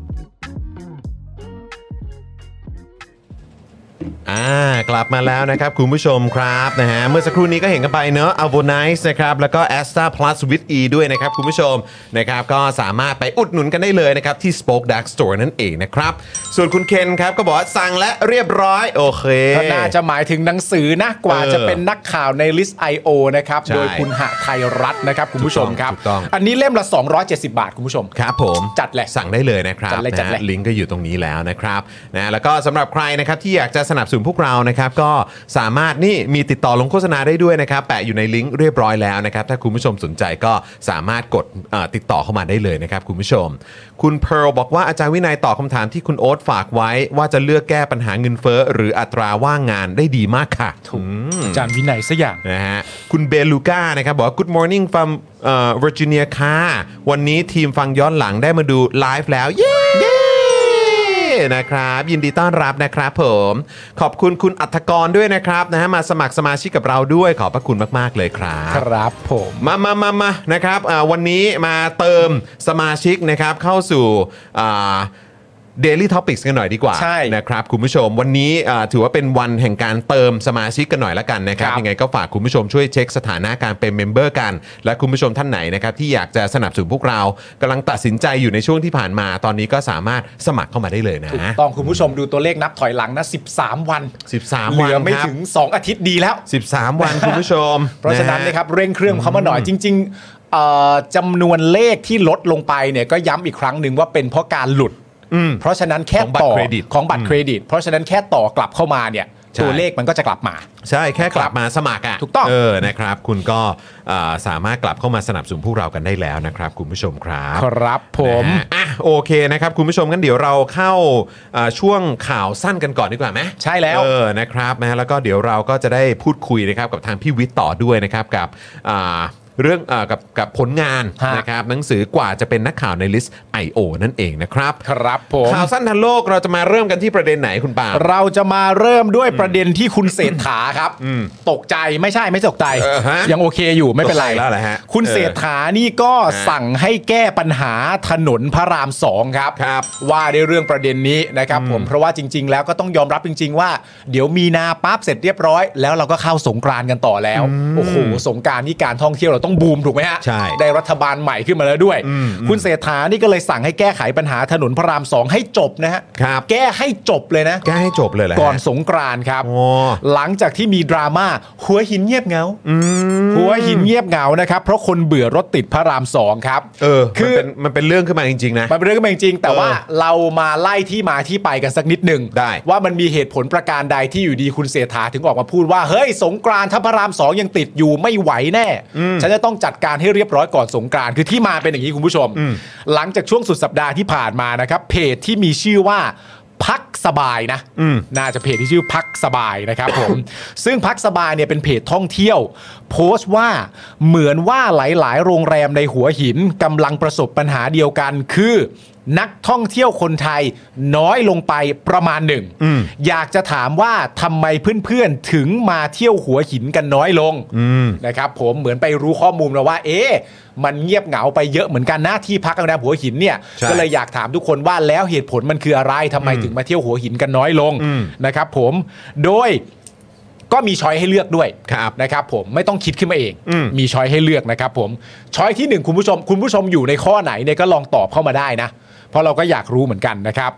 [SPEAKER 1] อ่ากลับมาแล้วนะครับ คุณผู้ชมครับนะฮะเมื่อสักครู่นี้ก็เห็นกันไปเนอะ a v o n i c e นะครับแล้วก็ a s t a Plus with E ด้วยนะครับ คุณผู้ชมนะครับก็สามารถไปอุดหนุนกันได้เลยนะครับ ที่ Spoke Dark Store นั่นเองนะครับ ส่วนคุณเคนครับก็บอกว่าสั่งและเรียบร้อย โอเค
[SPEAKER 3] ก็น่าจะหมายถึงหนังสือนะกว่า
[SPEAKER 1] เออ
[SPEAKER 3] จะเป็นนักข่าวในลิสต์ I.O. นะครับ
[SPEAKER 1] ใช่
[SPEAKER 3] โดยคุณหะไทยรัฐนะครับ คุณผู้ชมครับ
[SPEAKER 1] ถูกต้อง
[SPEAKER 3] อันนี้เล่มละ 270 บาท คุณผู้ชม
[SPEAKER 1] ครับผม
[SPEAKER 3] จัดแหละ
[SPEAKER 1] สั่งได้เลยนะครับ
[SPEAKER 3] จัดเลยจัดเลย
[SPEAKER 1] นะฮะลิงก์ก็อยู่ตรงนี้แล้วนะครับนะแล้วก็สำหรับใครนะครับที่อยากจะสนับสนุนพวกเรานะครับก็สามารถนี่มีติดต่อลงโฆษณาได้ด้วยนะครับแปะอยู่ในลิงก์เรียบร้อยแล้วนะครับถ้าคุณผู้ชมสนใจก็สามารถกดเอ่อติดต่อเข้ามาได้เลยนะครับคุณผู้ชม คุณเพร์ลบอกว่าอาจารย์วินัยตอบคำถามที่คุณโอ๊ตฝากไว้ ว่าจะเลือกแก้ปัญหาเงินเฟ้อหรืออัตราว่างงานได้ดีมากค่ะ
[SPEAKER 3] อาจารย์วินัยสักอย่าง
[SPEAKER 1] นะฮะคุณเบลูก้านะครับ บอกว่า Good morning from เอ่อ Virginia ค่ะ วันนี้ทีมฟังย้อนหลังได้มาดูไลฟ์แล้ว เย้นะครับ ยินดีต้อนรับนะครับผม ขอบคุณคุณอัธกรด้วยนะครับนะฮะมาสมัครสมาชิกกับเราด้วยขอบพระคุณมาก ๆ เลยครับ
[SPEAKER 3] ครับผม
[SPEAKER 1] มามามามานะครับอ่าวันนี้มาเติมสมาชิกนะครับเข้าสู่เดลี่ท็อปิกกันหน่อยดีกว่า
[SPEAKER 3] ใช่
[SPEAKER 1] นะครับคุณผู้ชมวันนี้อ่าถือว่าเป็นวันแห่งการเติมสมาชิกกันหน่อยละกันนะครับ
[SPEAKER 3] ครับ
[SPEAKER 1] ยังไงก็ฝากคุณผู้ชมช่วยเช็คสถานะการเป็นเมมเบอร์กัน และคุณผู้ชมท่านไหนนะครับที่อยากจะสนับสนุนพวกเรากำลังตัดสินใจอยู่ในช่วงที่ผ่านมา ตอนนี้ก็สามารถสมัครเข้ามาได้เลยนะ
[SPEAKER 3] ถูกต้องคุณผู้ชมดูตัวเลขนับถอยหลังนะ 13 วัน
[SPEAKER 1] 13
[SPEAKER 3] เหลือไม่
[SPEAKER 1] วันครับ
[SPEAKER 3] ถึง 2 อาทิตย์ดีแล้ว
[SPEAKER 1] 13 วันคุณผู้ชม
[SPEAKER 3] เพราะฉะนั้นนะครับเร่งเครื่องเขามาหน่อยจริงๆเอ่อจำนวนเลขที่ลดลงไปเนี่ยก็ย้ำอีกครั้งหนึ่งว่าเป็นเพราะการหลุด เพราะฉะนั้นแค่
[SPEAKER 1] ของบัตร
[SPEAKER 3] ต่อ
[SPEAKER 1] เครดิต
[SPEAKER 3] ของบัตรเครดิต เพราะฉะนั้นแค่ต่อกลับเข้ามาเนี่ย
[SPEAKER 1] ใช่
[SPEAKER 3] ตัวเลขมันก็จะกลับมา
[SPEAKER 1] ใช่แค่กลับมาสมัครอ่ะ
[SPEAKER 3] ถูกต้อง
[SPEAKER 1] เออนะครับ คุณก็อ่าสามารถกลับเข้ามาสนับสนุนพวกเรากันได้แล้วนะครับ คุณผู้ชมครับ
[SPEAKER 3] ครับผม
[SPEAKER 1] นะฮะอ่ะโอเคนะครับ คุณผู้ชมงั้นเดี๋ยวเราเข้าอ่าช่วงข่าวสั้นกันก่อนดีกว่าไหม
[SPEAKER 3] ใช่แล้ว
[SPEAKER 1] เออนะครับนะฮะแล้วก็เดี๋ยวเราก็จะได้พูดคุยนะครับกับทางพี่วิทย์ต่อด้วยนะครับกับอ่าเรื่องอากับกับผลงาน
[SPEAKER 3] ฮะ
[SPEAKER 1] นะครับหนังสือกว่าจะเป็นนักข่าวในลิสต์ I.O. นั่นเองนะครับ
[SPEAKER 3] ครับผม
[SPEAKER 1] ข่าวสั้นทันโลกเราจะมาเริ่มกันที่ประเด็นไหนคุณปาล์ม
[SPEAKER 3] เราจะมาเริ่มด้วยประเด็นที่คุณเศรษฐาครับ ตกใจไม่ใช่ไม่ตกใจ
[SPEAKER 1] เออฮะ
[SPEAKER 3] ยังโอเคอยู่ไม่เป็น
[SPEAKER 1] ต
[SPEAKER 3] ไร
[SPEAKER 1] กใจแล้วเหรอฮะ
[SPEAKER 3] คุณเศรษฐานี่ก็
[SPEAKER 1] เออ
[SPEAKER 3] สั่งให้แก้ปัญหาถนนพระรามสองครับ
[SPEAKER 1] ครับ
[SPEAKER 3] ว่าในเรื่องประเด็นนี้นะครับผมเพราะว่าจริง ๆ แล้วก็ต้องยอมรับจริง ๆ ว่า เดี๋ยวมีนาปั๊บเสร็จเรียบร้อย แล้วเราก็เข้าสงกรานต์กันต่อแล้วโอ้โหสงกรานต์นี่การท่องเที่ยวเราต้องบูมถูกไหมฮะ
[SPEAKER 1] ใช่
[SPEAKER 3] ได้รัฐบาลใหม่ขึ้นมาแล้วด้วย คุณเศรษฐานี่ก็เลยสั่งให้แก้ไขปัญหาถนนพระรามสองให้จบนะฮะ
[SPEAKER 1] ครับ
[SPEAKER 3] แก้ให้จบเลยนะ
[SPEAKER 1] แก้ให้จบเลยแหละ
[SPEAKER 3] ก่อนสงกรานต์ครับ
[SPEAKER 1] โอ้
[SPEAKER 3] หลังจากที่มีดราม่าหัวหินเงียบเหงาหัวหินเงียบเหงานะครับ เพราะคนเบื่อรถติดพระรามสองครับ
[SPEAKER 1] เออ
[SPEAKER 3] คือ
[SPEAKER 1] มันเป็นมันเป็นเรื่องขึ้นมาจริง ๆ นะ
[SPEAKER 3] มันเป็นเรื่องก็เป็นจริง แต่
[SPEAKER 1] เออ
[SPEAKER 3] ว่าเรามาไล่ที่มาที่ไปกันสักนิดหนึ่ง
[SPEAKER 1] ได้
[SPEAKER 3] ว่ามันมีเหตุผลประการใดที่อยู่ดีคุณเสถาถึงออกมาพูดว่า เฮ้ยสงกรานต์ถ้าพระรามสองยังติดอยู่ไม่ไหวแน่ ฉันจะต้องจัดการให้เรียบร้อยก่อนสงกรานต์คือที่มาเป็นอย่างนี้คุณผู้ชม หลังจากช่วงสุดสัปดาห์ที่ผ่านมานะครับ เพจที่มีชื่อว่าพักสบายนะ น่าจะเพจที่ชื่อพักสบายนะครับผม [COUGHS] ซึ่งพักสบายเนี่ยเป็นเพจท่องเที่ยว โพสต์ว่าเหมือนว่าหลาย ๆ โรงแรมในหัวหินกำลังประสบปัญหาเดียวกัน คือ นักท่องเที่ยวคนไทยน้อยลงไปประมาณหนึ่ง อยากจะถามว่าทำไมเพื่อน ๆ ถึงมาเที่ยวหัวหินกันน้อยลงนะครับผมเหมือนไปรู้ข้อมูลแล้วว่า เอ๊ะมันเงียบเหงาไปเยอะเหมือนกันนะที่พักโรงแรมหัวหินเนี่ย
[SPEAKER 1] ใช่
[SPEAKER 3] ก็เลยอยากถามทุกคนว่าแล้วเหตุผลมันคืออะไรทำไมถึงมาเที่ยวหัวหินกันน้อยลงนะครับผมโดยก็มีช้อยให้เลือกด้วย
[SPEAKER 1] ครับ
[SPEAKER 3] นะครับผมไม่ต้องคิดขึ้นมาเอง
[SPEAKER 1] อืม
[SPEAKER 3] มีช้อยให้เลือกนะครับผมช้อยที่หนึ่งคุณผู้ชม คุณผู้ชมอยู่ในข้อไหนเนี่ยก็ลองตอบเข้ามาได้นะ เพราะเราก็อยากรู้เหมือนกันนะครับ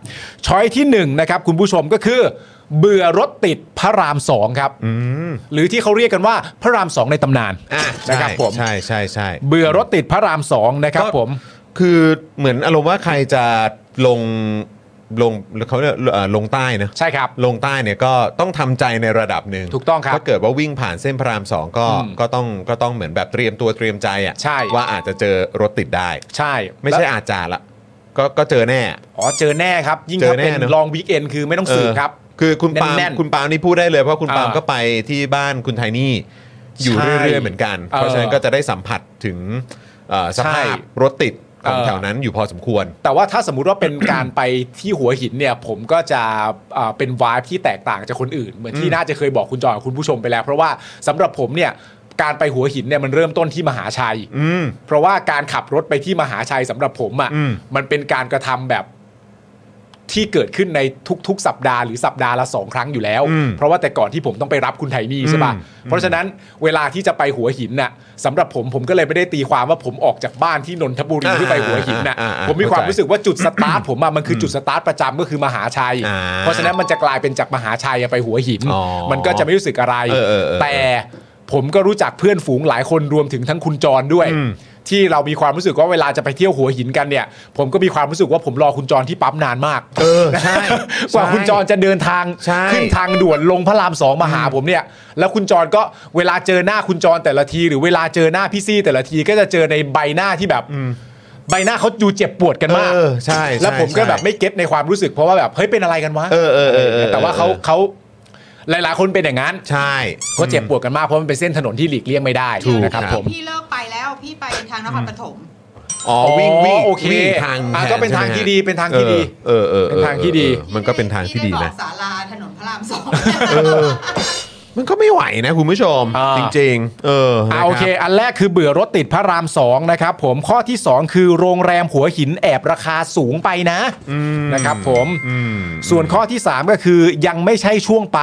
[SPEAKER 3] ช้อยที่หนึ่งนะครับคุณผู้ชมก็คือ เบื่อรถติดพระรามสองครับหรือที่เขาเรียกกันว่าพระรามสองในตำนาน
[SPEAKER 1] อ่ะใช่
[SPEAKER 3] นะครับผม
[SPEAKER 1] ใช่ใช่ใช่
[SPEAKER 3] เบื่อรถติดพระรามสองนะครับ
[SPEAKER 1] ก็
[SPEAKER 3] ผม
[SPEAKER 1] คือเหมือนอารมณ์ว่าใครจะ ลงลงเขาเรียกเอ่อลงใต้นะ
[SPEAKER 3] ใช่ครับ
[SPEAKER 1] ลงใต้เนี่ยก็ต้องทำใจในระดับหนึ่ง
[SPEAKER 3] ถูกต้องครับ
[SPEAKER 1] ถ้าเกิดว่าวิ่งผ่านเส้นพระรามสองก็
[SPEAKER 3] อืม
[SPEAKER 1] ก็ต้องก็ต้องเหมือนแบบเตรียมตัวเตรียมใจอ่ะ
[SPEAKER 3] ใช่
[SPEAKER 1] ว่าอาจจะเจอรถติดได้
[SPEAKER 3] ใช่
[SPEAKER 1] ไม่ใช่
[SPEAKER 3] แล้ว
[SPEAKER 1] อาจจะละก็ก็เจอแน่
[SPEAKER 3] อ๋อเจอแน่ครับ ยิ่ง
[SPEAKER 1] เจอ
[SPEAKER 3] ถ้า
[SPEAKER 1] แน่
[SPEAKER 3] เป็น
[SPEAKER 1] เนอะ
[SPEAKER 3] ลองวีคเอนคือไม่ต้องสืบครับ
[SPEAKER 1] เออคือคุณปาล์ม
[SPEAKER 3] แน่นๆ
[SPEAKER 1] คุณปาล์มนี่พูดได้เลยเพราะคุณ
[SPEAKER 3] เออ
[SPEAKER 1] ปาล์มก็ไปที่บ้านคุณไทนี่อยู่
[SPEAKER 3] ใช่
[SPEAKER 1] เรื่อยๆเหมือนกัน เพราะ
[SPEAKER 3] เออ
[SPEAKER 1] ฉะนั้นก็จะได้สัมผัสถึงเอ่อสภาพ
[SPEAKER 3] ใช่
[SPEAKER 1] รถติดของ
[SPEAKER 3] เออ
[SPEAKER 1] แถวนั้นอยู่พอสมควร
[SPEAKER 3] แต่ว่าถ้าสมมุติว่าเป็น [COUGHS] การไปที่หัวหินเนี่ย ผมก็จะเอ่อเป็นวายที่แตกต่างจากคนอื่น เหมือนที่น่าจะเคยบอกคุณจอยกับคุณผู้ชมไปแล้ว เพราะว่าสำหรับผมเนี่ยการไปหัวหินเนี่ยมันเริ่มต้นที่มหาชัย
[SPEAKER 1] อืม
[SPEAKER 3] เพราะว่าการขับรถไปที่มหาชัยสำหรับผมอะ่ะ
[SPEAKER 1] อืม
[SPEAKER 3] มันเป็นการกระทำแบบที่เกิดขึ้นในทุกๆ สัปดาห์หรือสัปดาห์ละสองครั้งอยู่แล้ว
[SPEAKER 1] อืม
[SPEAKER 3] เพราะว่าแต่ก่อนที่ผมต้องไปรับคุณไทนี่ใช่ป่ะ
[SPEAKER 1] อืม
[SPEAKER 3] เพราะฉะนั้นเวลาที่จะไปหัวหินน่ะสำหรับผมผมก็เลยไม่ได้ตีความว่าผมออกจากบ้านที่นนทบุรีที่ไปหัวหินน่ะ
[SPEAKER 1] อ่อ่อ่
[SPEAKER 3] ผมมีความ
[SPEAKER 1] เข้ใจ
[SPEAKER 3] รู้สึกว่าจุดสตาร์ทผมอะมันคือจุดสตาร์ทประจำก็คือมหาชัย
[SPEAKER 1] อ่า
[SPEAKER 3] เพราะฉะนั้นมันจะกลายเป็นจากมหาชัยอะไปหัวหิน
[SPEAKER 1] อ๋อ
[SPEAKER 3] มันก็จะไม่รู้สึกอะไร
[SPEAKER 1] เออเออเออ
[SPEAKER 3] แต่ ผมก็รู้จักเพื่อนฝูงหลายคนรวมถึงทั้งคุณจรด้วย
[SPEAKER 1] อืม
[SPEAKER 3] ที่เรามีความรู้สึกว่าเวลาจะไปเที่ยวหัวหินกันเนี่ย ผมก็มีความรู้สึกว่าผมรอคุณจรที่ปั๊มนานมาก
[SPEAKER 1] เออ ใช่
[SPEAKER 3] กว่าคุณจรจะเดินทาง
[SPEAKER 1] ใช่
[SPEAKER 3] ขึ้นทางด่วนลงพระรามสองมาหาผมเนี่ย แล้วคุณจรก็เวลาเจอหน้าคุณจรแต่ละที หรือเวลาเจอหน้าพี่ซี่แต่ละทีก็จะเจอในใบหน้าที่แบบ ใบหน้าเขาดูเจ็บปวดกันมาก
[SPEAKER 1] เออใช่ใช่
[SPEAKER 3] แล้วผมก็แบบ
[SPEAKER 1] ใช่
[SPEAKER 3] ไม่เก็ตในความรู้สึกเพราะว่าแบบเฮ้ยเป็นอะไรกันวะ
[SPEAKER 1] เออเออเออเออ
[SPEAKER 3] แต่ว่าเขาเขาหลาย ๆ คนเป็นอย่างนั้น
[SPEAKER 1] ใช่
[SPEAKER 3] ก็เจ็บปวดกันมากเพราะมันเป็นเส้นถนนที่หลีกเลี่ยงไม่ได้
[SPEAKER 1] ถูก
[SPEAKER 3] นะครับผม
[SPEAKER 4] พี่เลิกไปแล้วพี่ไปทางนครปฐม
[SPEAKER 1] อ๋อวิ่งวิ่ง
[SPEAKER 3] โอเค
[SPEAKER 1] วิ่งทาง
[SPEAKER 3] อ่ะ
[SPEAKER 1] แท
[SPEAKER 3] ก็เป็น
[SPEAKER 1] ใช่
[SPEAKER 3] ทาง
[SPEAKER 1] ไหม
[SPEAKER 3] ที่ดีเป็นทาง
[SPEAKER 1] เอ
[SPEAKER 3] ที่
[SPEAKER 1] อ
[SPEAKER 3] ดี
[SPEAKER 1] เออเออออ
[SPEAKER 3] เป็นทางที่ดี
[SPEAKER 1] เออมันก็เป็นทางที่ดี
[SPEAKER 4] ที่ไบอ
[SPEAKER 1] นะ
[SPEAKER 4] กศาลาถนนพระรามสอง
[SPEAKER 1] มันก็ไม่ไหวนะคุณผู้ชม
[SPEAKER 3] อ่า
[SPEAKER 1] จริงๆ เออนะค
[SPEAKER 3] อ่ะ
[SPEAKER 1] รับ
[SPEAKER 3] โอเค อันแรกคือเบื่อรถติดพระรามสองนะครับผมข้อที่สองคือโรงแรมหัวหินแอบราคาสูงไปนะนะครับผม
[SPEAKER 1] อืม
[SPEAKER 3] ส่วนข้อที่สามก็คือยังไม่ใช่ช่วงไป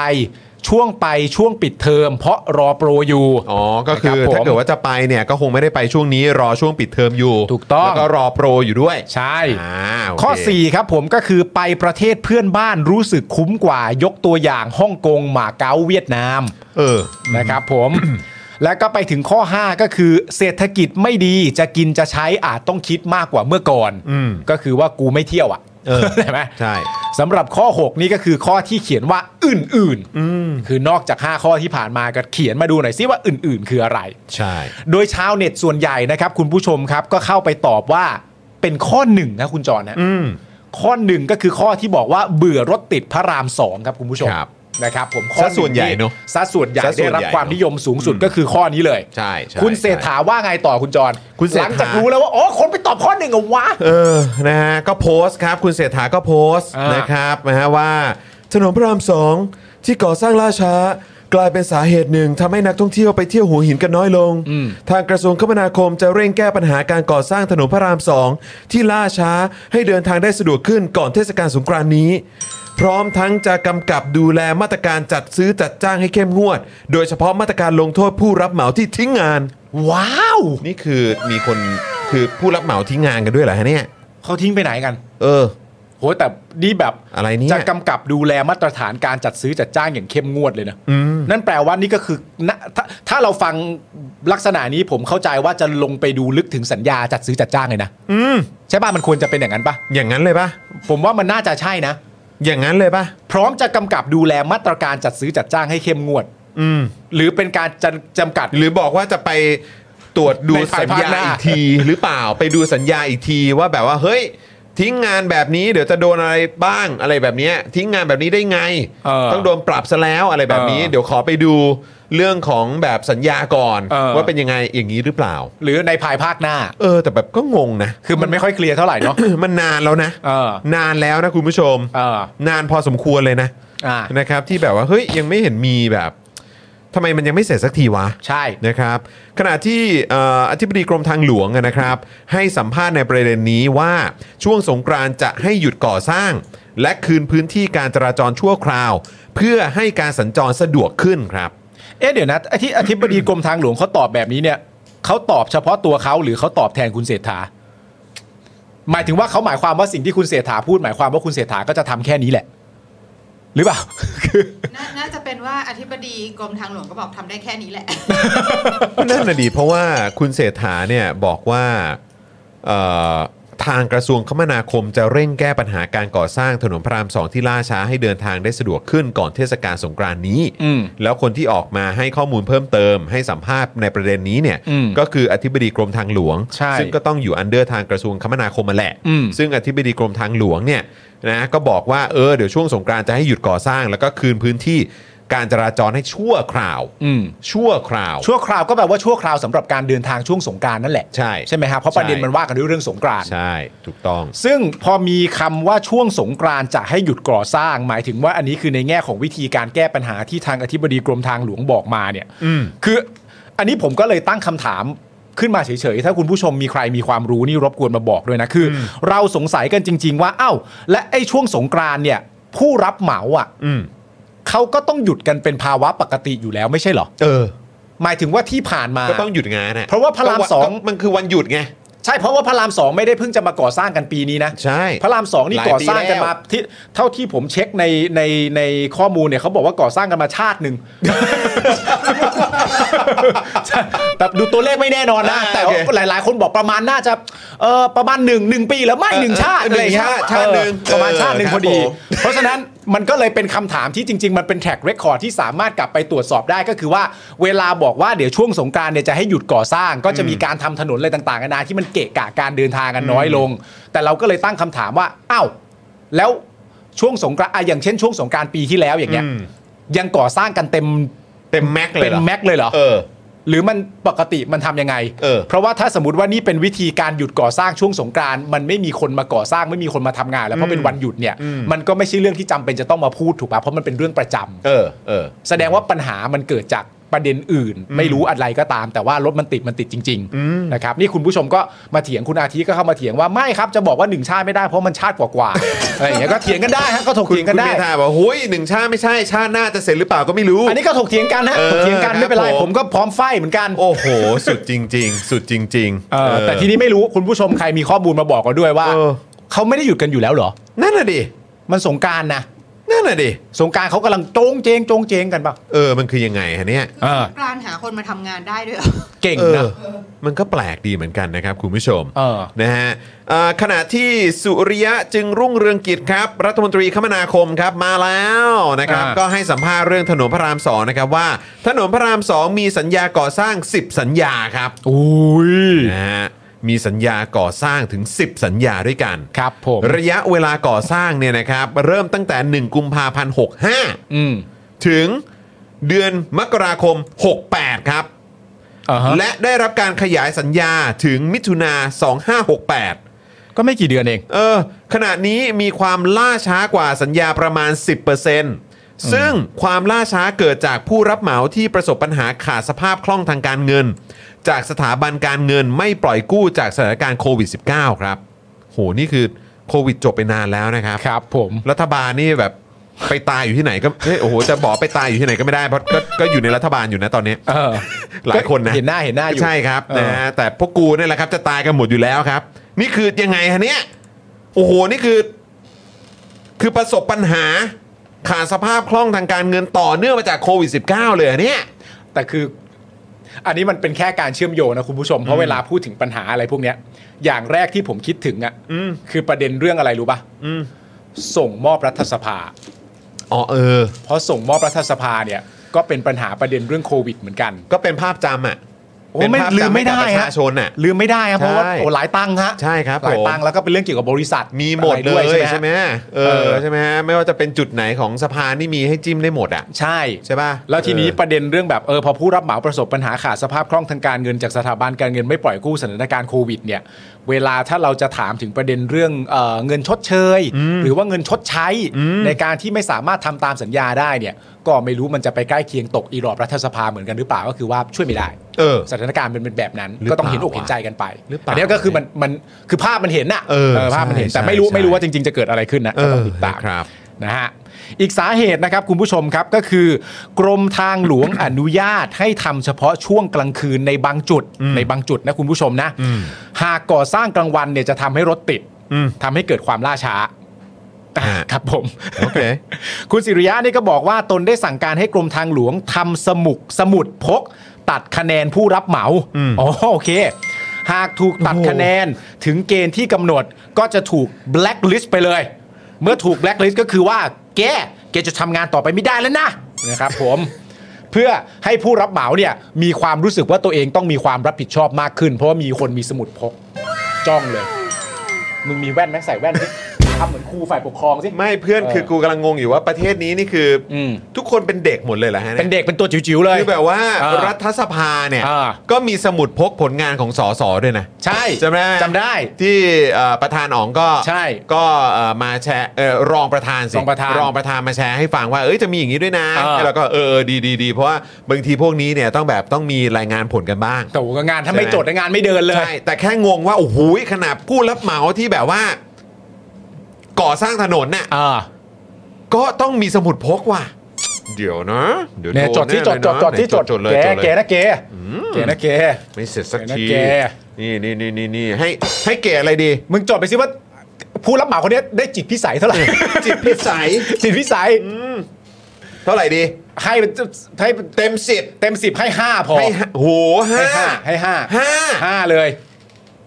[SPEAKER 3] ช่วงไปช่วงปิดเทอม เพราะรอโปรอยู่
[SPEAKER 1] อ๋อ ก็คือ
[SPEAKER 3] นะครับผม
[SPEAKER 1] ถ้าเกิดว่าจะไปเนี่ยก็คงไม่ได้ไปช่วงนี้รอช่วงปิดเทอมอยู่
[SPEAKER 3] ถูกต้อง
[SPEAKER 1] แล้วก็รอโปรอยู่ด้วย
[SPEAKER 3] ใช่
[SPEAKER 1] อ่าโเค
[SPEAKER 3] ข้อ 4 ครับผมก็คือไปประเทศเพื่อนบ้านรู้สึกคุ้มกว่ายกตัวอย่างฮ่องกงหมาเก๊าเวียดนาม
[SPEAKER 1] เออ
[SPEAKER 3] นะครับผม [COUGHS] แล้วก็ไปถึงข้อ 5 ก็คือเศรษฐกิจไม่ดีจะกินจะใช้อาจต้องคิดมากกว่าเมื่อก่อน
[SPEAKER 1] อืม
[SPEAKER 3] ก็คือว่ากูไม่เที่ยวอ่ะ
[SPEAKER 1] เอ
[SPEAKER 3] [LAUGHS]
[SPEAKER 1] อ
[SPEAKER 3] ใช่ไหม
[SPEAKER 1] ใช่
[SPEAKER 3] สำหรับข้อ 6 นี่ก็คือข้อที่เขียนว่าอื่นๆคือนอกจาก 5 ข้อที่ผ่านมาก็เขียนมาดูหน่อยซิว่าอื่นๆ คืออะไร
[SPEAKER 1] ใช่
[SPEAKER 3] โดยชาวเน็ตส่วนใหญ่นะครับ คุณผู้ชมครับก็เข้าไปตอบว่าเป็นข้อหนึ่งนะคุณจรนะ
[SPEAKER 1] อืม
[SPEAKER 3] ข้อหนึ่งก็คือข้อที่บอกว่าเบื่อรถติดพระรามสองครับคุณผู้ชม
[SPEAKER 1] ครับ
[SPEAKER 3] นะครับ ผมข้อ
[SPEAKER 1] ซะส่วนใหญ่เนอะ
[SPEAKER 3] ซะส่วนใหญ่
[SPEAKER 1] ซะส่
[SPEAKER 3] ได้
[SPEAKER 1] วนใหญ่
[SPEAKER 3] รับความนิยมสูงสุด
[SPEAKER 1] อืม
[SPEAKER 3] ก็คือข้อนี้เลย
[SPEAKER 1] ใช่ใช่
[SPEAKER 3] คุณเศรษฐา
[SPEAKER 1] ใช่
[SPEAKER 3] ว่าไงต่อคุณจร
[SPEAKER 1] คุณเศรษ
[SPEAKER 3] ห
[SPEAKER 1] ฐา
[SPEAKER 3] ลังจากรู้แล้วว่าอ๋อคนไปตอบข้อหนึ่งเหรอวะ
[SPEAKER 1] เออ นะฮะ ก็โพสต์ครับ คุณเศรษฐาก็โพสต์
[SPEAKER 3] อ่าน
[SPEAKER 1] นะครับนะฮะว่า ถนนพระรามสองที่ก่อสร้างล่าช้า กลายเป็นสาเหตุหนึ่งทำให้นักท่องเที่ยวไปเที่ยวหัวหินกันน้อยลง ทางกระทรวงคมนาคมจะเร่งแก้ปัญหาการก่อสร้างถนนพระรามสองที่ล่าช้าให้เดินทางได้สะดวกขึ้นก่อนเทศกาลสงกรานต์นี้ พร้อมทั้งจะกำกับดูแลมาตรการจัดซื้อจัดจ้างให้เข้มงวด โดยเฉพาะมาตรการลงโทษผู้รับเหมาที่ทิ้งงาน
[SPEAKER 3] ว้าว
[SPEAKER 1] นี่คือมีคนคือผู้รับเหมาทิ้งงานกันด้วยเหรอฮะเนี่ย
[SPEAKER 3] เขาทิ้งไปไหนกัน
[SPEAKER 1] เออ
[SPEAKER 3] โหแต่นี่แบบ
[SPEAKER 1] อะไรเนี่ย
[SPEAKER 3] จะกำกับดูแลมาตรฐานการจัดซื้อจัดจ้างอย่างเข้มงวดเลยนะนั่นแปลว่านี่ก็คือณถ้าถ้าเราฟังลักษณะนี้ผมเข้าใจว่าจะลงไปดูลึกถึงสัญญาจัดซื้อจัดจ้างเลยนะ
[SPEAKER 1] อืม
[SPEAKER 3] ใช่ป่ะมันควรจะเป็นอย่างนั้นป่ะ
[SPEAKER 1] อย่างนั้นเลยปะ
[SPEAKER 3] ผมว่ามันน่าจะใช่นะ
[SPEAKER 1] อย่างนั้นเลยปะ
[SPEAKER 3] พร้อมจะกำกับดูแลมาตรการจัดซื้อจัดจ้างให้เข้มงวด
[SPEAKER 1] อืม
[SPEAKER 3] หรือเป็นการจำจำกัด
[SPEAKER 1] หรือบอกว่าจะไปตรวจดู
[SPEAKER 3] ในภา
[SPEAKER 1] สั
[SPEAKER 3] ย
[SPEAKER 1] ญ
[SPEAKER 3] ภาค
[SPEAKER 1] ญา
[SPEAKER 3] หน้า
[SPEAKER 1] อีกที
[SPEAKER 3] [LAUGHS]
[SPEAKER 1] หรือเปล่า ไปดูสัญญาอีกทีว่าแบบว่าเฮ้ย ทิ้งงานแบบนี้เดี๋ยวจะโดนอะไรบ้างอะไรแบบเนี้ยทิ้งงานแบบนี้ได้ไง
[SPEAKER 3] เออ
[SPEAKER 1] ต้องโดนปรับซะแล้วอะไรแบบนี้
[SPEAKER 3] เออ
[SPEAKER 1] เดี๋ยวขอไปดูเรื่องของแบบสัญญาก่อน
[SPEAKER 3] เออ
[SPEAKER 1] ว่าเป็นยังไงอย่างนี้หรือเปล่า
[SPEAKER 3] หรือในภายภาคหน้า
[SPEAKER 1] เออ แต่แบบก็งงนะ
[SPEAKER 3] คือมันไม่ค่อยเคลียร์เท่าไหร่เนาะ [COUGHS]
[SPEAKER 1] มันนานแล้วนะ
[SPEAKER 3] เออ
[SPEAKER 1] นานแล้วนะคุณผู้ชม
[SPEAKER 3] เออน
[SPEAKER 1] านพอสมควรเลยนะ
[SPEAKER 3] อ่า
[SPEAKER 1] นะครับที่แบบว่าเฮ้ยยังไม่เห็นมีแบบทำไมมันยังไม่เสร็จสักทีวะ
[SPEAKER 3] ใช่
[SPEAKER 1] นะครับขณะที่เอ่ออธิบดีกรมทางหลวงอะนะครับ ให้สัมภาษณ์ในประเด็นนี้ว่าช่วงสงกรานต์จะให้หยุดก่อสร้าง และคืนพื้นที่การจราจรชั่วคราว เพื่อให้การสัญจรสะดวกขึ้นครับ
[SPEAKER 3] เอ๊ะเดี๋ยวนะอธิอธิบดีกรมทางหลวงเขาตอบแบบนี้เนี่ยเขาตอบเฉพาะตัวเขาหรือเขาตอบแทนคุณเศรษฐา หมายถึงว่าเขาหมายความว่าสิ่งที่คุณเศรษฐาพูดหมายความว่าคุณเศรษฐาก็จะทำแค่นี้แหละ ห [COUGHS] รือเปล่า คือ
[SPEAKER 4] น่าน่าจะเป็นว่าอธิบดีกรมทางหลวงก็บอกทำได้แค่นี้แหละ
[SPEAKER 1] นั่นน่ะดีเพราะว่าคุณเศรษฐาเนี่ยบอกว่าเอ่อ ทางกระทรวงคมนาคมจะเร่งแก้ปัญหาการก่อสร้างถนนพระรามสองที่ล่าช้าให้เดินทางได้สะดวกขึ้นก่อนเทศกาลสงกรานต์นี้ แล้วคนที่ออกมาให้ข้อมูลเพิ่มเติม ให้สัมภาษณ์ในประเด็นนี้เนี่ย
[SPEAKER 3] อืม
[SPEAKER 1] ก็คืออธิบดีกรมทางหลวง
[SPEAKER 3] ใช่
[SPEAKER 1] ซึ่งก็ต้องอยู่อันเดอร์ทางกระทรวงคมนาคมมาแหละ
[SPEAKER 3] อืม
[SPEAKER 1] ซึ่งอธิบดีกรมทางหลวงเนี่ยนะก็บอกว่าเออเดี๋ยวช่วงสงกรานต์จะให้หยุดก่อสร้าง แล้วก็คืนพื้นที่การจราจรให้ชั่วคราว
[SPEAKER 3] อืม
[SPEAKER 1] ชั่วคราว
[SPEAKER 3] ชั่วคราวก็แปลว่าชั่วคราวสำหรับการเดินทางช่วงสงกรารนั่นแหละ
[SPEAKER 1] ใช่
[SPEAKER 3] ใช่ไหมครับเพราะประเด็น
[SPEAKER 1] ใช่
[SPEAKER 3] มันว่ากันด้วยเรื่องสงกรานต์
[SPEAKER 1] ใช่ถูกต้อง
[SPEAKER 3] ซึ่งพอมีคำว่าช่วงสงกรานต์จะให้หยุดก่อสร้าง หมายถึงว่าอันนี้คือในแง่ของวิธีการแก้ปัญหาที่ทางอธิบดีกรมทางหลวงบอกมาเนี่ย
[SPEAKER 1] อืม
[SPEAKER 3] คืออันนี้ผมก็เลยตั้งคำถามขึ้นมาเฉยๆ ถ้าคุณผู้ชมมีใครมีความรู้นี่รบกวนมาบอกด้วยนะคืออเราสงสัยกันจริง ๆ ว่าเอ้า และไอ้ช่วงสงกรานต์เนี่ย ผู้รับเหมาอ่ะ
[SPEAKER 1] อืม
[SPEAKER 3] เขาก็ต้องหยุดกันเป็นภาวะปกติอยู่แล้วไม่ใช่เหรอ
[SPEAKER 1] เออ
[SPEAKER 3] หมายถึงว่าที่ผ่านมา
[SPEAKER 1] ก็ต้องหยุดงานน่
[SPEAKER 3] เพราะว่าพระราม
[SPEAKER 1] ก็วัน
[SPEAKER 3] สอง
[SPEAKER 1] ก็มันคือวันหยุดไง
[SPEAKER 3] ใช่เพราะว่าพระรามสองไม่ได้เพิ่งจะมาก่อสร้างกันปีนี้นะ
[SPEAKER 1] ใช่
[SPEAKER 3] พระรามสองนี่
[SPEAKER 1] หลาย
[SPEAKER 3] ก่อสร้างกัน
[SPEAKER 1] ปีแล้ว
[SPEAKER 3] มาที่เท่าที่ผมเช็คในในในข้อมูลเนี่ยเขาบอกว่าก่อสร้างกันมาชาติหนึ่ง ใช่ [LAUGHS] แต่ดูตัวเลขไม่แน่นอนนะ
[SPEAKER 1] อ่า
[SPEAKER 3] แต่
[SPEAKER 1] โอเค
[SPEAKER 3] หลายหลายๆ คนบอกประมาณน่าจะเอ่อประมาณหนึ่งหนึ่งปีแล้วไม่หนึ่งชาติ
[SPEAKER 1] ห
[SPEAKER 3] อะไรอ
[SPEAKER 1] นึ่ง
[SPEAKER 3] ย่างเงี้ย
[SPEAKER 1] ชาติชาติหนึ่ง
[SPEAKER 3] เออประมาณชาติหนึ่ง
[SPEAKER 1] เ
[SPEAKER 3] พอดี
[SPEAKER 1] รับผม
[SPEAKER 3] เพราะฉะนั้นมันก็เลยเป็นคำถามที่จริง ๆ มันเป็นแท็กเรคคอร์ดที่สามารถกลับไปตรวจสอบได้ก็คือว่าเวลาบอกว่าเดี๋ยวช่วงสงกรารเนี่ยจะให้หยุดก่อสร้าง ก็จะมีการทำถนนอะไรต่างๆกันานาที่มันเกะกะการเดินทางกันน้อยลง แต่เราก็เลยตั้งคำถามว่าอ้าวแล้วช่วงสงกรานต์อ่ะอย่างเช่นช่วงสงกรารปีที่แล้วอย่างเงี้ยยังก่อสร้างกันเต็ม
[SPEAKER 1] เต็มแม็กซ์เล
[SPEAKER 3] เป็
[SPEAKER 1] ย
[SPEAKER 3] น
[SPEAKER 1] หรอ
[SPEAKER 3] แม็กเลยเหรอ
[SPEAKER 1] เออ
[SPEAKER 3] หรือมันปกติมันทำยังไง
[SPEAKER 1] เออ
[SPEAKER 3] ราะว่าถ้าสมมติว่านี่เป็นวิธีการหยุดก่อสร้างช่วงสงกรานต์มันไม่มีคนมาก่อสร้างไม่มีคนมาทำงาน แล้วเพราะเป็นวันหยุดเนี่ย มันก็ไม่ใช่เรื่องที่จำเป็นจะต้องมาพูดถูกป่ะเพราะมันเป็นเรื่องประจำ
[SPEAKER 1] เออเออ
[SPEAKER 3] แสดงว่าปัญหามันเกิดจากประเด็นอื่น ไม่รู้อะไรก็ตาม แต่ว่ารถมันติดมันติดจริงๆนะครับนี่คุณผู้ชมก็มาเถียงคุณอาทิก็เข้ามาเถียงว่าไม่ครับจะบอกว่าหนึ่งชาติไม่ได้เพราะมันชาติกว่า [LAUGHS] ๆ อะไรอย่างเงี้ยก็เถียงกันได้ฮะก็ถก
[SPEAKER 1] คุณ
[SPEAKER 3] เถียงกันได้
[SPEAKER 1] คุณเมธาบอกหุ้ยหนึ่งชาติไม่ใช่ ชาติหน้าจะเสร็จหรือเปล่าก็ไม่รู้
[SPEAKER 3] อันนี้ก็ถกเถียงกันนะ
[SPEAKER 1] เออ
[SPEAKER 3] ถกเถียงกันไม่เป็นไร
[SPEAKER 1] ครับผม
[SPEAKER 3] ผมก็พร้อมไฟเหมือนกัน
[SPEAKER 1] โอ้โห สุดจริง ๆ สุดจริงๆ
[SPEAKER 3] เออ
[SPEAKER 1] เออ
[SPEAKER 3] แต่ทีนี้ไม่รู้คุณผู้ชมใครมีข้อมูลมาบอกกันด้วยว่า
[SPEAKER 1] เออ
[SPEAKER 3] เขาไม่ได้หยุดกันอยู่แล้วเหรอ
[SPEAKER 1] นั่นน่ะดิ
[SPEAKER 3] มันสงกรารนะ
[SPEAKER 1] นั่นน่ะดิ
[SPEAKER 3] สงกรารเขากำลังโจงเจงโจงเจงกันเปล่ะ
[SPEAKER 1] เออ มันคือยังไงฮะเนี่ย
[SPEAKER 4] กลานหาคนมาทำงานได้ด้วยเหรอ
[SPEAKER 3] เก่ง
[SPEAKER 1] เอ
[SPEAKER 3] นะ
[SPEAKER 1] อ มันก็แปลกดีเหมือนกันนะครับคุณผู้ชม
[SPEAKER 3] เออ
[SPEAKER 1] นะฮะเอ่อขณะที่สุริยะจึงรุ่งเรืองกิจครับ รัฐมนตรีคมนาคมครับมาแล้วนะครับ
[SPEAKER 3] อ่า
[SPEAKER 1] ก็ให้สัมภาษณ์เรื่องถนนพระรามสองนะครับว่า ถนนพระรามสองมีสัญญาก่อสร้าง 10 สัญญาครับ
[SPEAKER 3] อุ้ย
[SPEAKER 1] นะฮะมีสัญญาก่อสร้างถึง 10 สัญญาด้วยกัน
[SPEAKER 3] ครับผม
[SPEAKER 1] ระยะเวลาก่อสร้างเนี่ยนะครับ เริ่มตั้งแต่ 1 กุมภาพันธ์65
[SPEAKER 3] อืม
[SPEAKER 1] ถึงเดือนมกราคม 68 ครับ
[SPEAKER 3] อ่าฮะ
[SPEAKER 1] และได้รับการขยายสัญญาถึงมิถุนา2568
[SPEAKER 3] ก็ไม่กี่เดือนเอง
[SPEAKER 1] เออขณะนี้มีความล่าช้ากว่าสัญญาประมาณ 10%ซึ่งความล่าช้าเกิดจากผู้รับเหมาที่ประสบปัญหาขาดสภาพคล่องทางการเงิน จากสถาบันการเงินไม่ปล่อยกู้จากสถานการณ์โควิด -19 ครับ โห นี่คือโควิดจบไปนานแล้วนะครับ
[SPEAKER 3] ครับผม
[SPEAKER 1] รัฐบาลนี่แบบไปตายอยู่ที่ไหนก็เอ้ยโอ้โห จะบอกไปตายอยู่ที่ไหนก็ไม่ได้เพราะก็ก็อยู่ในรัฐบาลอยู่นะตอนนี้
[SPEAKER 3] เออ
[SPEAKER 1] หลายคนนะ
[SPEAKER 3] เห็นหน้าเห็นหน้าอยู่
[SPEAKER 1] ใช่ครับ
[SPEAKER 3] เออ
[SPEAKER 1] นะฮะแต่พวกกูเนี่ยแหละครับจะตายกันหมดอยู่แล้วครับ นี่คือยังไงฮะเนี่ยโอ้โหนี่คือ คือประสบปัญหาขาดสภาพคล่องทางการเงินต่อเนื่องมาจากโควิด -19 เลยเหรอเนี่ย
[SPEAKER 3] แต่คือ อันนี้มันเป็นแค่การเชื่อมโยงนะคุณผู้ชมเพราะเวลาพูดถึงปัญหาอะไรพวกเนี้ย อย่างแรกที่ผมคิดถึงอ่ะ
[SPEAKER 1] อืม
[SPEAKER 3] คือประเด็นเรื่องอะไรรู้ป่ะ
[SPEAKER 1] อืม
[SPEAKER 3] ส่งมอบรัฐสภา
[SPEAKER 1] อ๋อเออ
[SPEAKER 3] เพราะส่งมอบรัฐสภาเนี่ยก็เป็นปัญหาประเด็นเรื่องโควิดเหมือนกัน
[SPEAKER 1] ก็เป็นภาพจำอ่ะ
[SPEAKER 3] โอ้
[SPEAKER 1] เป็น
[SPEAKER 3] ไม่
[SPEAKER 1] ภาพ
[SPEAKER 3] ลืม
[SPEAKER 1] จำ
[SPEAKER 3] ไม่
[SPEAKER 1] ให้กับ
[SPEAKER 3] ได้
[SPEAKER 1] ประ
[SPEAKER 3] ฮะ
[SPEAKER 1] ชาชนอ่ะ
[SPEAKER 3] ลืมไม่ได้ครับเพราะว่า
[SPEAKER 1] ใช่
[SPEAKER 3] โอ้หลายตังค์ฮะ
[SPEAKER 1] ใช่ครับ
[SPEAKER 3] หลาย
[SPEAKER 1] ผม
[SPEAKER 3] ตังค์แล้วก็เป็นเรื่องเกี่ยวกับบริษัท
[SPEAKER 1] มีหมดเลย
[SPEAKER 3] อะรด้ว
[SPEAKER 1] ใช่ไหม
[SPEAKER 3] ฮะ
[SPEAKER 1] เอ
[SPEAKER 3] เอ
[SPEAKER 1] อ
[SPEAKER 3] อ
[SPEAKER 1] ใช่ไหมฮะไม่ว่าจะเป็นจุดไหนของสภานี่มีให้จิ้มได้หมดอ่ะ
[SPEAKER 3] ใช่
[SPEAKER 1] ใช่ป่ะ
[SPEAKER 3] แล้วทีนี้
[SPEAKER 1] เออ
[SPEAKER 3] ประเด็นเรื่องแบบเออพอผู้รับเหมาประสบปัญหาขาดสภาพคล่องทางการเงินจากสถาบันการเงินไม่ปล่อยกู้สถานการณ์โควิดเนี่ยเวลาถ้าเราจะถามถึงประเด็นเรื่องเออเงินชดเชย หรือว่าเงินชดใช้ในการที่ไม่สามารถทำตามสัญญาได้เนี่ยก็ไม่รู้มันจะไปใกล้เคียงตกอีรอบรัฐสภาเหมือนกันหรือเปล่าก็คือว่าช่วยไม่ได้
[SPEAKER 1] เออ
[SPEAKER 3] สถานการณ์มันเป็นแบบนั้น
[SPEAKER 1] หรือ
[SPEAKER 3] ก็ต้องเห็นอกเห็นใจกันไป
[SPEAKER 1] หรือเปล่า
[SPEAKER 3] อันนี้ก็คือมันมันคือภาพมันเห็นน่ะ
[SPEAKER 1] เออ
[SPEAKER 3] ภาพมันเห็น
[SPEAKER 1] ใช่
[SPEAKER 3] แต่ไม่รู้
[SPEAKER 1] ใช่
[SPEAKER 3] ไม่รู้ว่าจริง ๆ จะเกิดอะไรขึ้นนะก็ต้องติดตาม
[SPEAKER 1] เออครับ
[SPEAKER 3] นะฮะอีกสาเหตุนะครับคุณผู้ชมครับก็คือกรมทางหลวง อนุญาตให้ทำเฉพาะช่วงกลางคืนในบางจุดในบางจุดนะคุณผู้ชมนะ
[SPEAKER 1] อืม
[SPEAKER 3] หากก่อสร้างกลางวันเนี่ยจะทำให้รถติด
[SPEAKER 1] อืม
[SPEAKER 3] ทำให้เกิดความล่าช้า
[SPEAKER 1] อ่า
[SPEAKER 3] ครับผม
[SPEAKER 1] โอเค
[SPEAKER 3] คุณสิริยะนี่ก็บอกว่าตนได้สั่งการให้กรมทางหลวงทำสมุกสมุดพก ตัดคะแนนผู้รับเหมา
[SPEAKER 1] อืม
[SPEAKER 3] อ๋อโอเค หากถูกตัดคะแนนถึงเกณฑ์ที่กำหนดก็จะถูกแบล็คลิสต์ไปเลย เมื่อถูกแบล็คลิสต์ก็คือว่าแกแกจะทำงานต่อไปไม่ได้แล้วนะนะครับผม เพื่อให้ผู้รับเหมาเนี่ยมีความรู้สึกว่าตัวเองต้องมีความรับผิดชอบมากขึ้น เพราะว่ามีคนมีสมุดพกจ้องเลย มึงมีแว่นไหมใส่แว่นสิทำเหมือนครูฝ่ายปกครองสิ
[SPEAKER 1] ไม่เพื่อนคือกูกำลังงงอยู่ว่าประเทศนี้นี่คืออ
[SPEAKER 3] ม
[SPEAKER 1] ทุกคนเป็นเด็กหมดเลยเหรอฮะ
[SPEAKER 3] เป็น
[SPEAKER 1] ย
[SPEAKER 3] เด็กเป็นตัวจิ๋วๆเลย
[SPEAKER 1] คือแบบว่า
[SPEAKER 3] อ่า
[SPEAKER 1] รัฐสภาเนี่ย
[SPEAKER 3] อ่า
[SPEAKER 1] ก็มีสมุดพกผลงานของสสด้วยนะ
[SPEAKER 3] ใช่
[SPEAKER 1] จำได้หม
[SPEAKER 3] จำได้
[SPEAKER 1] ที่เอ่อประธานอ๋องก็
[SPEAKER 3] ใช่
[SPEAKER 1] ก็เอ่อมาแชร์เอ่อรองประธานสิ
[SPEAKER 3] รองประธาน
[SPEAKER 1] รองประธานมาแชร์ให้ฟังว่าเอ้ยจะมีอย่างนี้ด้วยนะ
[SPEAKER 3] เออ
[SPEAKER 1] แล้วก็เออดีดีดีเพราะว่าบางทีพวกนี้เนี่ยต้องแบบต้องมีรายงานผลกันบ้าง
[SPEAKER 3] แต่ว่างานถ้า
[SPEAKER 1] ใช่
[SPEAKER 3] ไม่
[SPEAKER 1] ไหม
[SPEAKER 3] จดงานไม่เดินเลย
[SPEAKER 1] ใช่แต่แค่งงว่าโอ้โหขนาดผู้รับเหมาที่แบบว่า ก่อสร้างถนนน่ะ
[SPEAKER 3] อ่า
[SPEAKER 1] ก็ต้องมีสมุดพกว่ะเดี๋ยวนะเดี๋ยว
[SPEAKER 3] เนี่ย
[SPEAKER 1] โ
[SPEAKER 3] จดที่จด
[SPEAKER 1] แน่
[SPEAKER 3] จ
[SPEAKER 1] เลย
[SPEAKER 3] ด
[SPEAKER 1] เนอะ
[SPEAKER 3] จดที่จด
[SPEAKER 1] จดเลย
[SPEAKER 3] แก
[SPEAKER 1] จดเลย
[SPEAKER 3] แกนะแกแกนะแก
[SPEAKER 1] ไม่เสร็จสัก
[SPEAKER 3] แกนะ
[SPEAKER 1] ที
[SPEAKER 3] แก
[SPEAKER 1] นี่นี่นี่นี่นี่ให้ให้เก๋อะไรดี
[SPEAKER 3] มึงจดไปสิว่า ผู้รับเหมาคนเนี้ยได้จิตพิสัยเท่าไหร่
[SPEAKER 1] จิตพิสัย
[SPEAKER 3] จิตพิสัย
[SPEAKER 1] เท่าไหร่ดี
[SPEAKER 3] ให้เป็นให้เป็น
[SPEAKER 1] เต็มสิบ
[SPEAKER 3] เต็มสิบให้ห้าพอ
[SPEAKER 1] ให้ห้าโหห้า
[SPEAKER 3] ให้ห้าให้
[SPEAKER 1] ห้า
[SPEAKER 3] ห้าเลย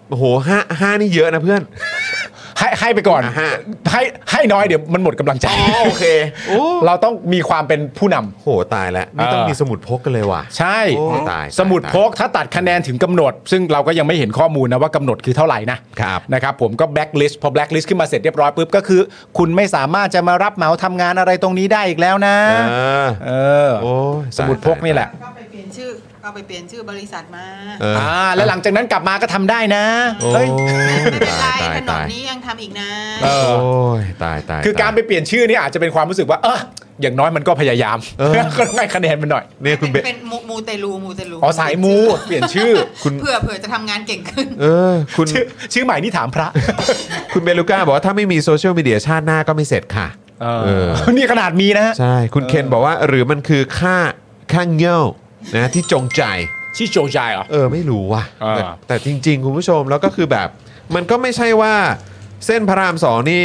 [SPEAKER 1] โอ้โหห้าห้านี่เยอะนะเพื่อน
[SPEAKER 3] ให้ให้ไปก่อน
[SPEAKER 1] อ่ะห้า
[SPEAKER 3] ให้ให้น้อยเดี๋ยวมันหมดกำลังใจ
[SPEAKER 1] อ๋อโอเคโอ้
[SPEAKER 3] เราต้องมีความเป็นผู้นำ
[SPEAKER 1] โหตายแล้วนี่ต้อง
[SPEAKER 3] เออ
[SPEAKER 1] มีสมุดพกกันเลยว่ะ
[SPEAKER 3] ใช่
[SPEAKER 1] โอ้ตาย
[SPEAKER 3] สมุด
[SPEAKER 1] ตาย
[SPEAKER 3] พกถ้าตัดคะแนนถึงกำหนด ซึ่งเราก็ยังไม่เห็นข้อมูลนะว่ากำหนดคือเท่าไหร่นะครับ นะครับผมก็แบล็คลิสต์พอแบล็คลิสต์ขึ้นมาเสร็จเรียบร้อยปุ๊บก็คือ คุณไม่สามารถจะมารับเหมาทำงานอะไรตรงนี้ได้อีกแล้วนะ
[SPEAKER 1] เออ
[SPEAKER 3] เออ
[SPEAKER 1] โอ้ย
[SPEAKER 3] สมุดพก
[SPEAKER 1] ตาย
[SPEAKER 3] นี่แหละ
[SPEAKER 4] ก็ไปเปลี่ยนชื่อก็ไปเปลี่ยนชื่อบริษัทมา
[SPEAKER 1] เออ
[SPEAKER 3] อ่าแล้วหลังจากนั้นกลับมาก็ทำได้นะ
[SPEAKER 1] โอ้
[SPEAKER 3] เฮ้ย
[SPEAKER 4] ไม่เป็นไร
[SPEAKER 1] ตายตาย
[SPEAKER 4] ถนน
[SPEAKER 1] ตาย
[SPEAKER 4] นี้ยังทำอีกนะ
[SPEAKER 3] เอ
[SPEAKER 1] โอ้
[SPEAKER 3] อย
[SPEAKER 1] ตายตาย
[SPEAKER 3] คือการไปเปลี่ยนชื่อนี่อาจจะเป็นความรู้สึกว่าเอออย่างน้อยมันก็พยายามก็ต้องให้คะแนนมันหน่อย
[SPEAKER 1] เนี่ยคุณเบ
[SPEAKER 4] เป็นมูมูเตลูมูเตลู
[SPEAKER 3] อ๋อสายมูเปลี่ยนชื่อ
[SPEAKER 1] คุณ
[SPEAKER 4] เผื่อเผื่อจะทำงานเก่งขึ้น
[SPEAKER 1] เออคุณ
[SPEAKER 3] ชื่อชื่อใหม่นี่ถามพระ
[SPEAKER 1] คุณเบลูก้าบอกว่าถ้าไม่มีโซเชียลมีเดียชาติหน้าก็ไม่เสร็จค่ะ
[SPEAKER 3] เอ
[SPEAKER 1] เออ
[SPEAKER 3] อนี่ขนาดมีนะฮะ
[SPEAKER 1] ใช่ คุณเคนบอกว่าหรือมันคือค่าค่าเงี้ยวนะที่จงใจ
[SPEAKER 3] ชื่อโจจายเหรอ
[SPEAKER 1] เออไม่รู้ว่ะ
[SPEAKER 3] อ่า
[SPEAKER 1] แต่แต่จริง ๆ คุณผู้ชมแล้วก็คือแบบ มันก็ไม่ใช่ว่าเส้นพระรามสองนี่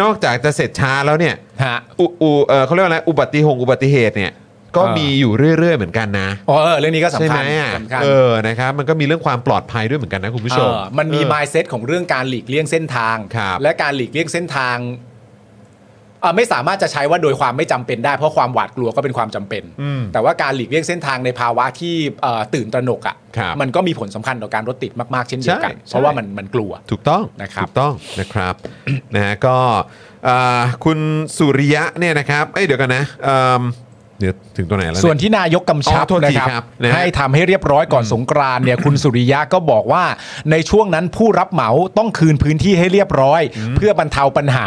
[SPEAKER 1] นอกจากจะเสร็จช้าแล้วเนี่ย
[SPEAKER 3] ฮะ
[SPEAKER 1] อุอุเออเขาเรียกว่าอะไรอุบัติหงอุบัติเหตุเนี่ย ก็
[SPEAKER 3] อ่ามี
[SPEAKER 1] มีอยู่เรื่อย ๆ เหมือนกันนะ
[SPEAKER 3] อ๋อเออเรื่องนี้ก็
[SPEAKER 1] ใช่
[SPEAKER 3] สำ
[SPEAKER 1] ไหม
[SPEAKER 3] คัญ
[SPEAKER 1] อ่ะ
[SPEAKER 3] สำคัญ
[SPEAKER 1] เออนะครับมันก็มีเรื่องความปลอดภัยด้วยเหมือนกันนะคุณผู้ชม
[SPEAKER 3] เออมันมี mindset ของเรื่องการหลีกเลี่ยงเส้นทาง
[SPEAKER 1] ครับ
[SPEAKER 3] และการหลีกเลี่ยงเส้นทางเอ่อไม่สามารถจะใช้ว่าโดยความไม่จำเป็นได้เพราะความหวาดกลัวก็เป็นความจำเป็น
[SPEAKER 1] อืม
[SPEAKER 3] แต่ว่าการหลีกเลี่ยงเส้นทางในภาวะที่เอ่อตื่นตระหนกอ่ะ
[SPEAKER 1] ครับ
[SPEAKER 3] มันก็มีผลสำคัญต่อการรถติดมากๆเช่นเดียวกัน
[SPEAKER 1] ใช่ใช่
[SPEAKER 3] เพราะว่ามันมันกลัว
[SPEAKER 1] ถูกต้อง
[SPEAKER 3] นะครับ
[SPEAKER 1] ถูกต้องนะครับ นะฮะก็เอ่อคุณสุริยะเนี่ยนะครับเอ้ยเดี๋ยวกันนะเอิ่มเดี๋ยวถึงตัวไหนแล้วเย
[SPEAKER 3] ส่วนที่นายกกำชับ
[SPEAKER 1] อ๋อโทษ
[SPEAKER 3] นะ
[SPEAKER 1] ที
[SPEAKER 3] ค
[SPEAKER 1] ครั
[SPEAKER 3] รั
[SPEAKER 1] บบ นะฮะ
[SPEAKER 3] ให้ทำให้เรียบร้อยก่อนสงกรานต์เนี่ยคุณสุริยะก็บอกว่า ในช่วงนั้นผู้รับเหมาต้องคืนพื้นที่ให้เรียบร้อย เพื่อบรรเทาปัญหา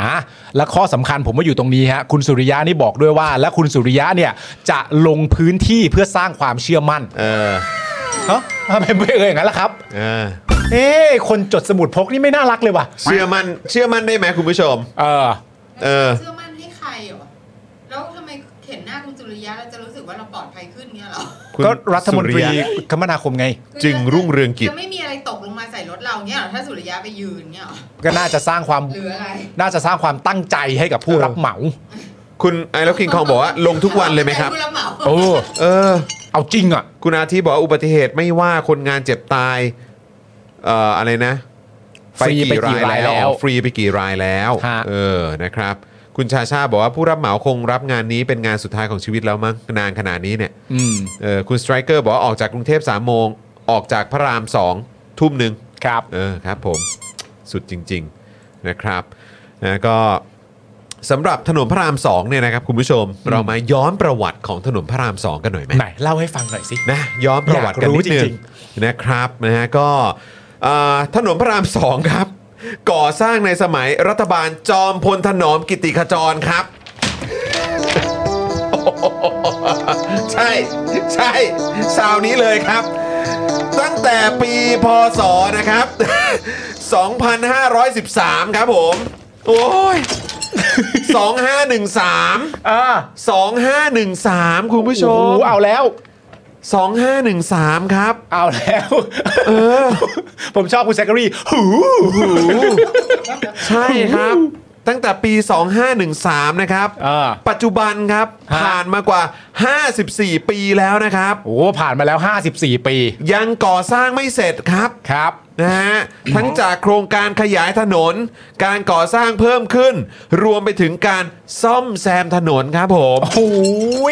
[SPEAKER 3] และข้อสำคัญผมว่าอยู่ตรงนี้ฮะคุณสุริยะนี่บอกด้วยว่า และคุณสุริยะเนี่ยจะลงพื้นที่เพื่อสร้างความเชื่อมั่น
[SPEAKER 1] เออ
[SPEAKER 3] ฮะทำไมไม่เอ่ยอย่างนั้นล่ะครับ
[SPEAKER 1] เออ
[SPEAKER 3] เอ้คนจดสมุดพกนี่ไม่น่ารักเลยว่ะ
[SPEAKER 1] เชื่อมันเชื่อมันได้ไหมคุณผู้ชม
[SPEAKER 3] เออ
[SPEAKER 1] เออ
[SPEAKER 4] เชื่อมั่นให้ใครเหรอ แล้วทำไมเห็นหน้าคุณจุริยะเราจะรู้สึกว่าเราปลอดภัยขึ้นเงี้ยเหรอ
[SPEAKER 1] คุณ
[SPEAKER 3] ก็รัฐมนตรี
[SPEAKER 1] สุยะ
[SPEAKER 3] คมนาคมไง
[SPEAKER 1] จึงรุ่งเรืองกิจ
[SPEAKER 4] จะไม่มีอะไรตกลงมาใส่รถเราเงี้ยเหรอถ้าสุริยะไปยืนเงี้ยเหรอ
[SPEAKER 3] ก็น่าจะสร้างความ
[SPEAKER 4] หรืออะไร
[SPEAKER 3] น่าจะสร้างความตั้งใจให้กับผู้รับเหมา
[SPEAKER 1] คุณไอ้แล้วคิงคองบอกว่าลงทุกวันเลยไหมครับ
[SPEAKER 4] ผู้รับเหมา
[SPEAKER 3] โอ้
[SPEAKER 1] เออ
[SPEAKER 3] เอาจริงอ่ะ
[SPEAKER 1] คุณอาทิตย์บอกว่าอุบัติเหตุไม่ว่าคนงานเจ็บตาย เอ่ออะไรนะ
[SPEAKER 3] ฟรีไปกี่รายแล้ว
[SPEAKER 1] ฟรีไปกี่รายแล้ว
[SPEAKER 3] ฮะ
[SPEAKER 1] เออนะครับ คุณชาชาบอกว่าผู้รับเหมาคงรับงานนี้เป็นงานสุดท้ายของชีวิตแล้วมั้งนานขนาดนี้เนี่ย
[SPEAKER 3] อืม
[SPEAKER 1] เออคุณสไตรเกอร์บอกว่าออกจากกรุงเทพ3ามโมง ออกจากพระรามสองทุ่มหนึ่ง
[SPEAKER 3] ครับ
[SPEAKER 1] เออครับผมสุดจริง ๆนะครับนะก็สำหรับถนนพระราม2เนี่ยนะครับคุณผู้ชม เรามาย้อนประวัติของถนนพระราม 2 กันหน่อยไหม
[SPEAKER 3] ไหนเล่าให้ฟังหน่อยสิ
[SPEAKER 1] นะย้อนประวัติกันนิด
[SPEAKER 3] อยา
[SPEAKER 1] นึ
[SPEAKER 3] กรู้จริ
[SPEAKER 1] ง
[SPEAKER 3] ง
[SPEAKER 1] นะครับนะฮะก็เอ่อถนนพระราม 2 ครับ ก่อสร้างในสมัยรัฐบาลจอมพลถนอมกิติขจรครับ [LAUGHS] ใช่ใช่ซาวนี้เลยครับ ตั้งแต่ปีพศนะครับ [LAUGHS] 2513 ครับผม โอ้ย 2513
[SPEAKER 3] อ่า
[SPEAKER 1] 2513 คุณผู้ช
[SPEAKER 3] โอ้
[SPEAKER 1] ม
[SPEAKER 3] โหเอาแล้ว
[SPEAKER 1] 2513 ครับ
[SPEAKER 3] เอาแล้ว เอ [LAUGHS] อ ผมชอบคุณแซคเกอรี่ หู
[SPEAKER 1] ใช่ครับ ตั้งแต่ปี 2513 นะครับ
[SPEAKER 3] เออ
[SPEAKER 1] ปัจจุบันครับ
[SPEAKER 3] ฮะ
[SPEAKER 1] ผ่านมากว่า 54 ปีแล้วนะครับ
[SPEAKER 3] [LAUGHS] โอ้โหผ่านมาแล้ว 54 ปี
[SPEAKER 1] ยังก่อสร้างไม่เสร็จครับ
[SPEAKER 3] ครับ
[SPEAKER 1] นะฮะทั้งจากโครงการขยายถนน การก่อสร้างเพิ่มขึ้น รวมไปถึงการซ่อมแซมถนนครับผม
[SPEAKER 3] โอ้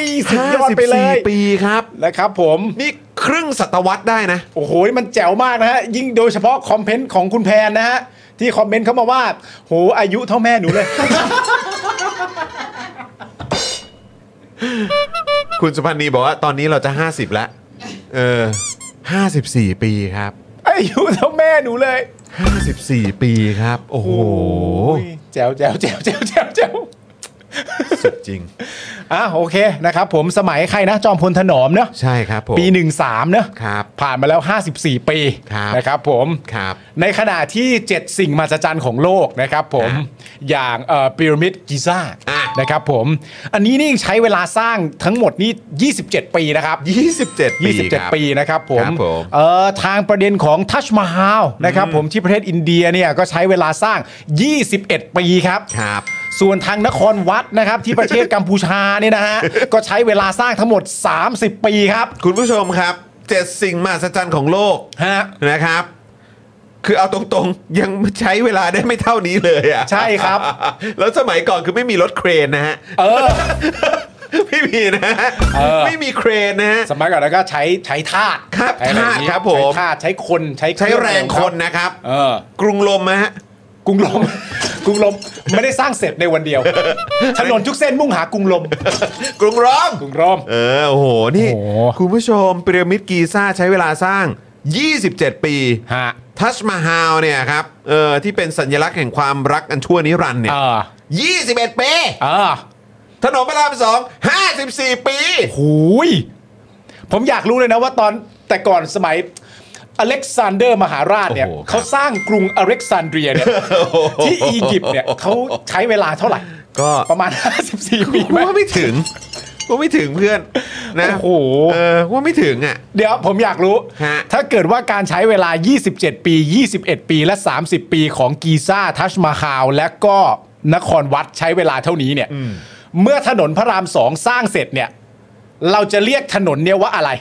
[SPEAKER 3] ยสุดยอดไปเลย
[SPEAKER 1] 54 ปีครับ
[SPEAKER 3] นะครับผม
[SPEAKER 1] นี่ครึ่งศตวรรษได้นะ
[SPEAKER 3] โอ้โหนี่มันแจ๋วมากนะฮะ ยิ่งโดยเฉพาะคอมเมนต์ของคุณแพนนะฮะ ที่คอมเมนต์เข้ามาว่า โห อายุเท่าแม่หนูเลย [LAUGHS]
[SPEAKER 1] คุณสุพันธ์นีบอกว่าตอนนี้เราจะ 50 แล้ว เออ 54 ปีครับ
[SPEAKER 3] อายุเท่าแม่หนูเลย
[SPEAKER 1] 54 ปีครับ โอ้โห
[SPEAKER 3] โอ้ยแจ๋วแจ๋วแจ๋วแจ๋วแจ๋วแจ๋ว
[SPEAKER 1] สุดจริง
[SPEAKER 3] อ่ะโอเคนะครับผมสมัยใครนะจอมพลถนอมเนอะ
[SPEAKER 1] ใช่ครับผม
[SPEAKER 3] ปี 13 เนอะ
[SPEAKER 1] ครับ
[SPEAKER 3] ผ่านมาแล้ว 54 ปี
[SPEAKER 1] ครับ
[SPEAKER 3] นะครับผม
[SPEAKER 1] ครับ
[SPEAKER 3] ในขณะที่ 7 สิ่งมหัศจรรย์ของโลกนะครับผม
[SPEAKER 1] อ่ะ
[SPEAKER 3] อย่างพีระมิดกิซ่า
[SPEAKER 1] อ่ะ
[SPEAKER 3] นะครับผม อันนี้นี่ใช้เวลาสร้างทั้งหมดนี่ 27 ปีนะครับ
[SPEAKER 1] 27 ปีครับ
[SPEAKER 3] 27 ปีนะครับผม
[SPEAKER 1] ครับผม
[SPEAKER 3] เอ่อทางประเด็นของทัชมาฮาลนะครับผมที่ประเทศอินเดียเนี่ยก็ใช้เวลาสร้าง 21 ปีครับ
[SPEAKER 1] ครับ
[SPEAKER 3] ส่วนทางนครวัดนะครับที่ประเทศกัมพูชาเนี่ยนะฮ [LAUGHS] ะ ก็ใช้เวลาสร้างทั้งหมด 30 ปีครับ
[SPEAKER 1] คุณผู้ชมครับ 7 สิ่งมหัศจรรย์ของโลก
[SPEAKER 3] ฮะ
[SPEAKER 1] นะครับ คือเอาตรงๆ ยังใช้เวลาได้ไม่เท่านี้เลยอ่ะ
[SPEAKER 3] ใช่ครับ
[SPEAKER 1] [LAUGHS] แล้วสมัยก่อนคือไม่มีรถเครนนะฮะ
[SPEAKER 3] เออ
[SPEAKER 1] [LAUGHS] ไม่มีนะฮะ
[SPEAKER 3] เออ
[SPEAKER 1] ไม่มีเครนนะฮะ
[SPEAKER 3] สมัยก่อนแล้วก็ใช้ใช้ธาตุ
[SPEAKER 1] ครับ
[SPEAKER 3] ใช้อะไอ
[SPEAKER 1] ธา
[SPEAKER 3] ย่ง
[SPEAKER 1] ตุ
[SPEAKER 3] นี้
[SPEAKER 1] ครับผม
[SPEAKER 3] ใช้ธาตุใช้คนใช้
[SPEAKER 1] ใช้แรงคนนะครับ
[SPEAKER 3] เออก
[SPEAKER 1] รุงลมนะฮะ
[SPEAKER 3] กรุงลม [LAUGHS] กรุงลมไม่ได้สร้างเสร็จในวัน
[SPEAKER 1] [LAUGHS]
[SPEAKER 3] เดียว ถนนทุกเส้นมุ่งหากรุงลม
[SPEAKER 1] กรุงรอม
[SPEAKER 3] กรุงรอม
[SPEAKER 1] เออ โอ้โห นี่
[SPEAKER 3] โอ้โห
[SPEAKER 1] คุณผู้ชมพีระมิดกีซ่าใช้เวลาสร้าง 27 ปี
[SPEAKER 3] ฮะ
[SPEAKER 1] ทัชมาฮาลเนี่ยครับ เออ ที่เป็นสัญลักษณ์แห่งความรักอันชั่วนิรันดร์เนี่ย
[SPEAKER 3] เออ
[SPEAKER 1] 21 ปี
[SPEAKER 3] เออ
[SPEAKER 1] ถนนพระรามสอง54 ปี
[SPEAKER 3] หูยผมอยากรู้เลยนะว่าตอนแต่ก่อนสมัยอเล็กซานเดอร์มหาราชเนี่ย
[SPEAKER 1] โอ้โหครับ
[SPEAKER 3] เขาสร้างกรุงอเล็กซานเดรีย
[SPEAKER 1] [LAUGHS]
[SPEAKER 3] เนี่ยที่อียิปต์เนี่ยเขาใช้เวลาเท่าไหร่
[SPEAKER 1] ก็
[SPEAKER 3] ประมาณ [LAUGHS] 54 ปี
[SPEAKER 1] กู
[SPEAKER 3] ไหม
[SPEAKER 1] ว่าไม่ถึงกูว่าไม่ถึงเพื่อนนะ
[SPEAKER 3] โอ้โห
[SPEAKER 1] เออกูว่าไม่ถึงอ่ะ
[SPEAKER 3] เดี๋ยวผมอยากรู้
[SPEAKER 1] ฮะ
[SPEAKER 3] ถ้าเกิดว่าการใช้เวลา 27 ปี 21 ปี และ 30 ปีของกีซ่า ทัชมาฮาล และก็นครวัดใช้เวลาเท่านี้เนี่ย เมื่อถนนพระรามสองสร้างเสร็จเนี่ย เราจะเรียกถนนเนี่ยว่าอะไร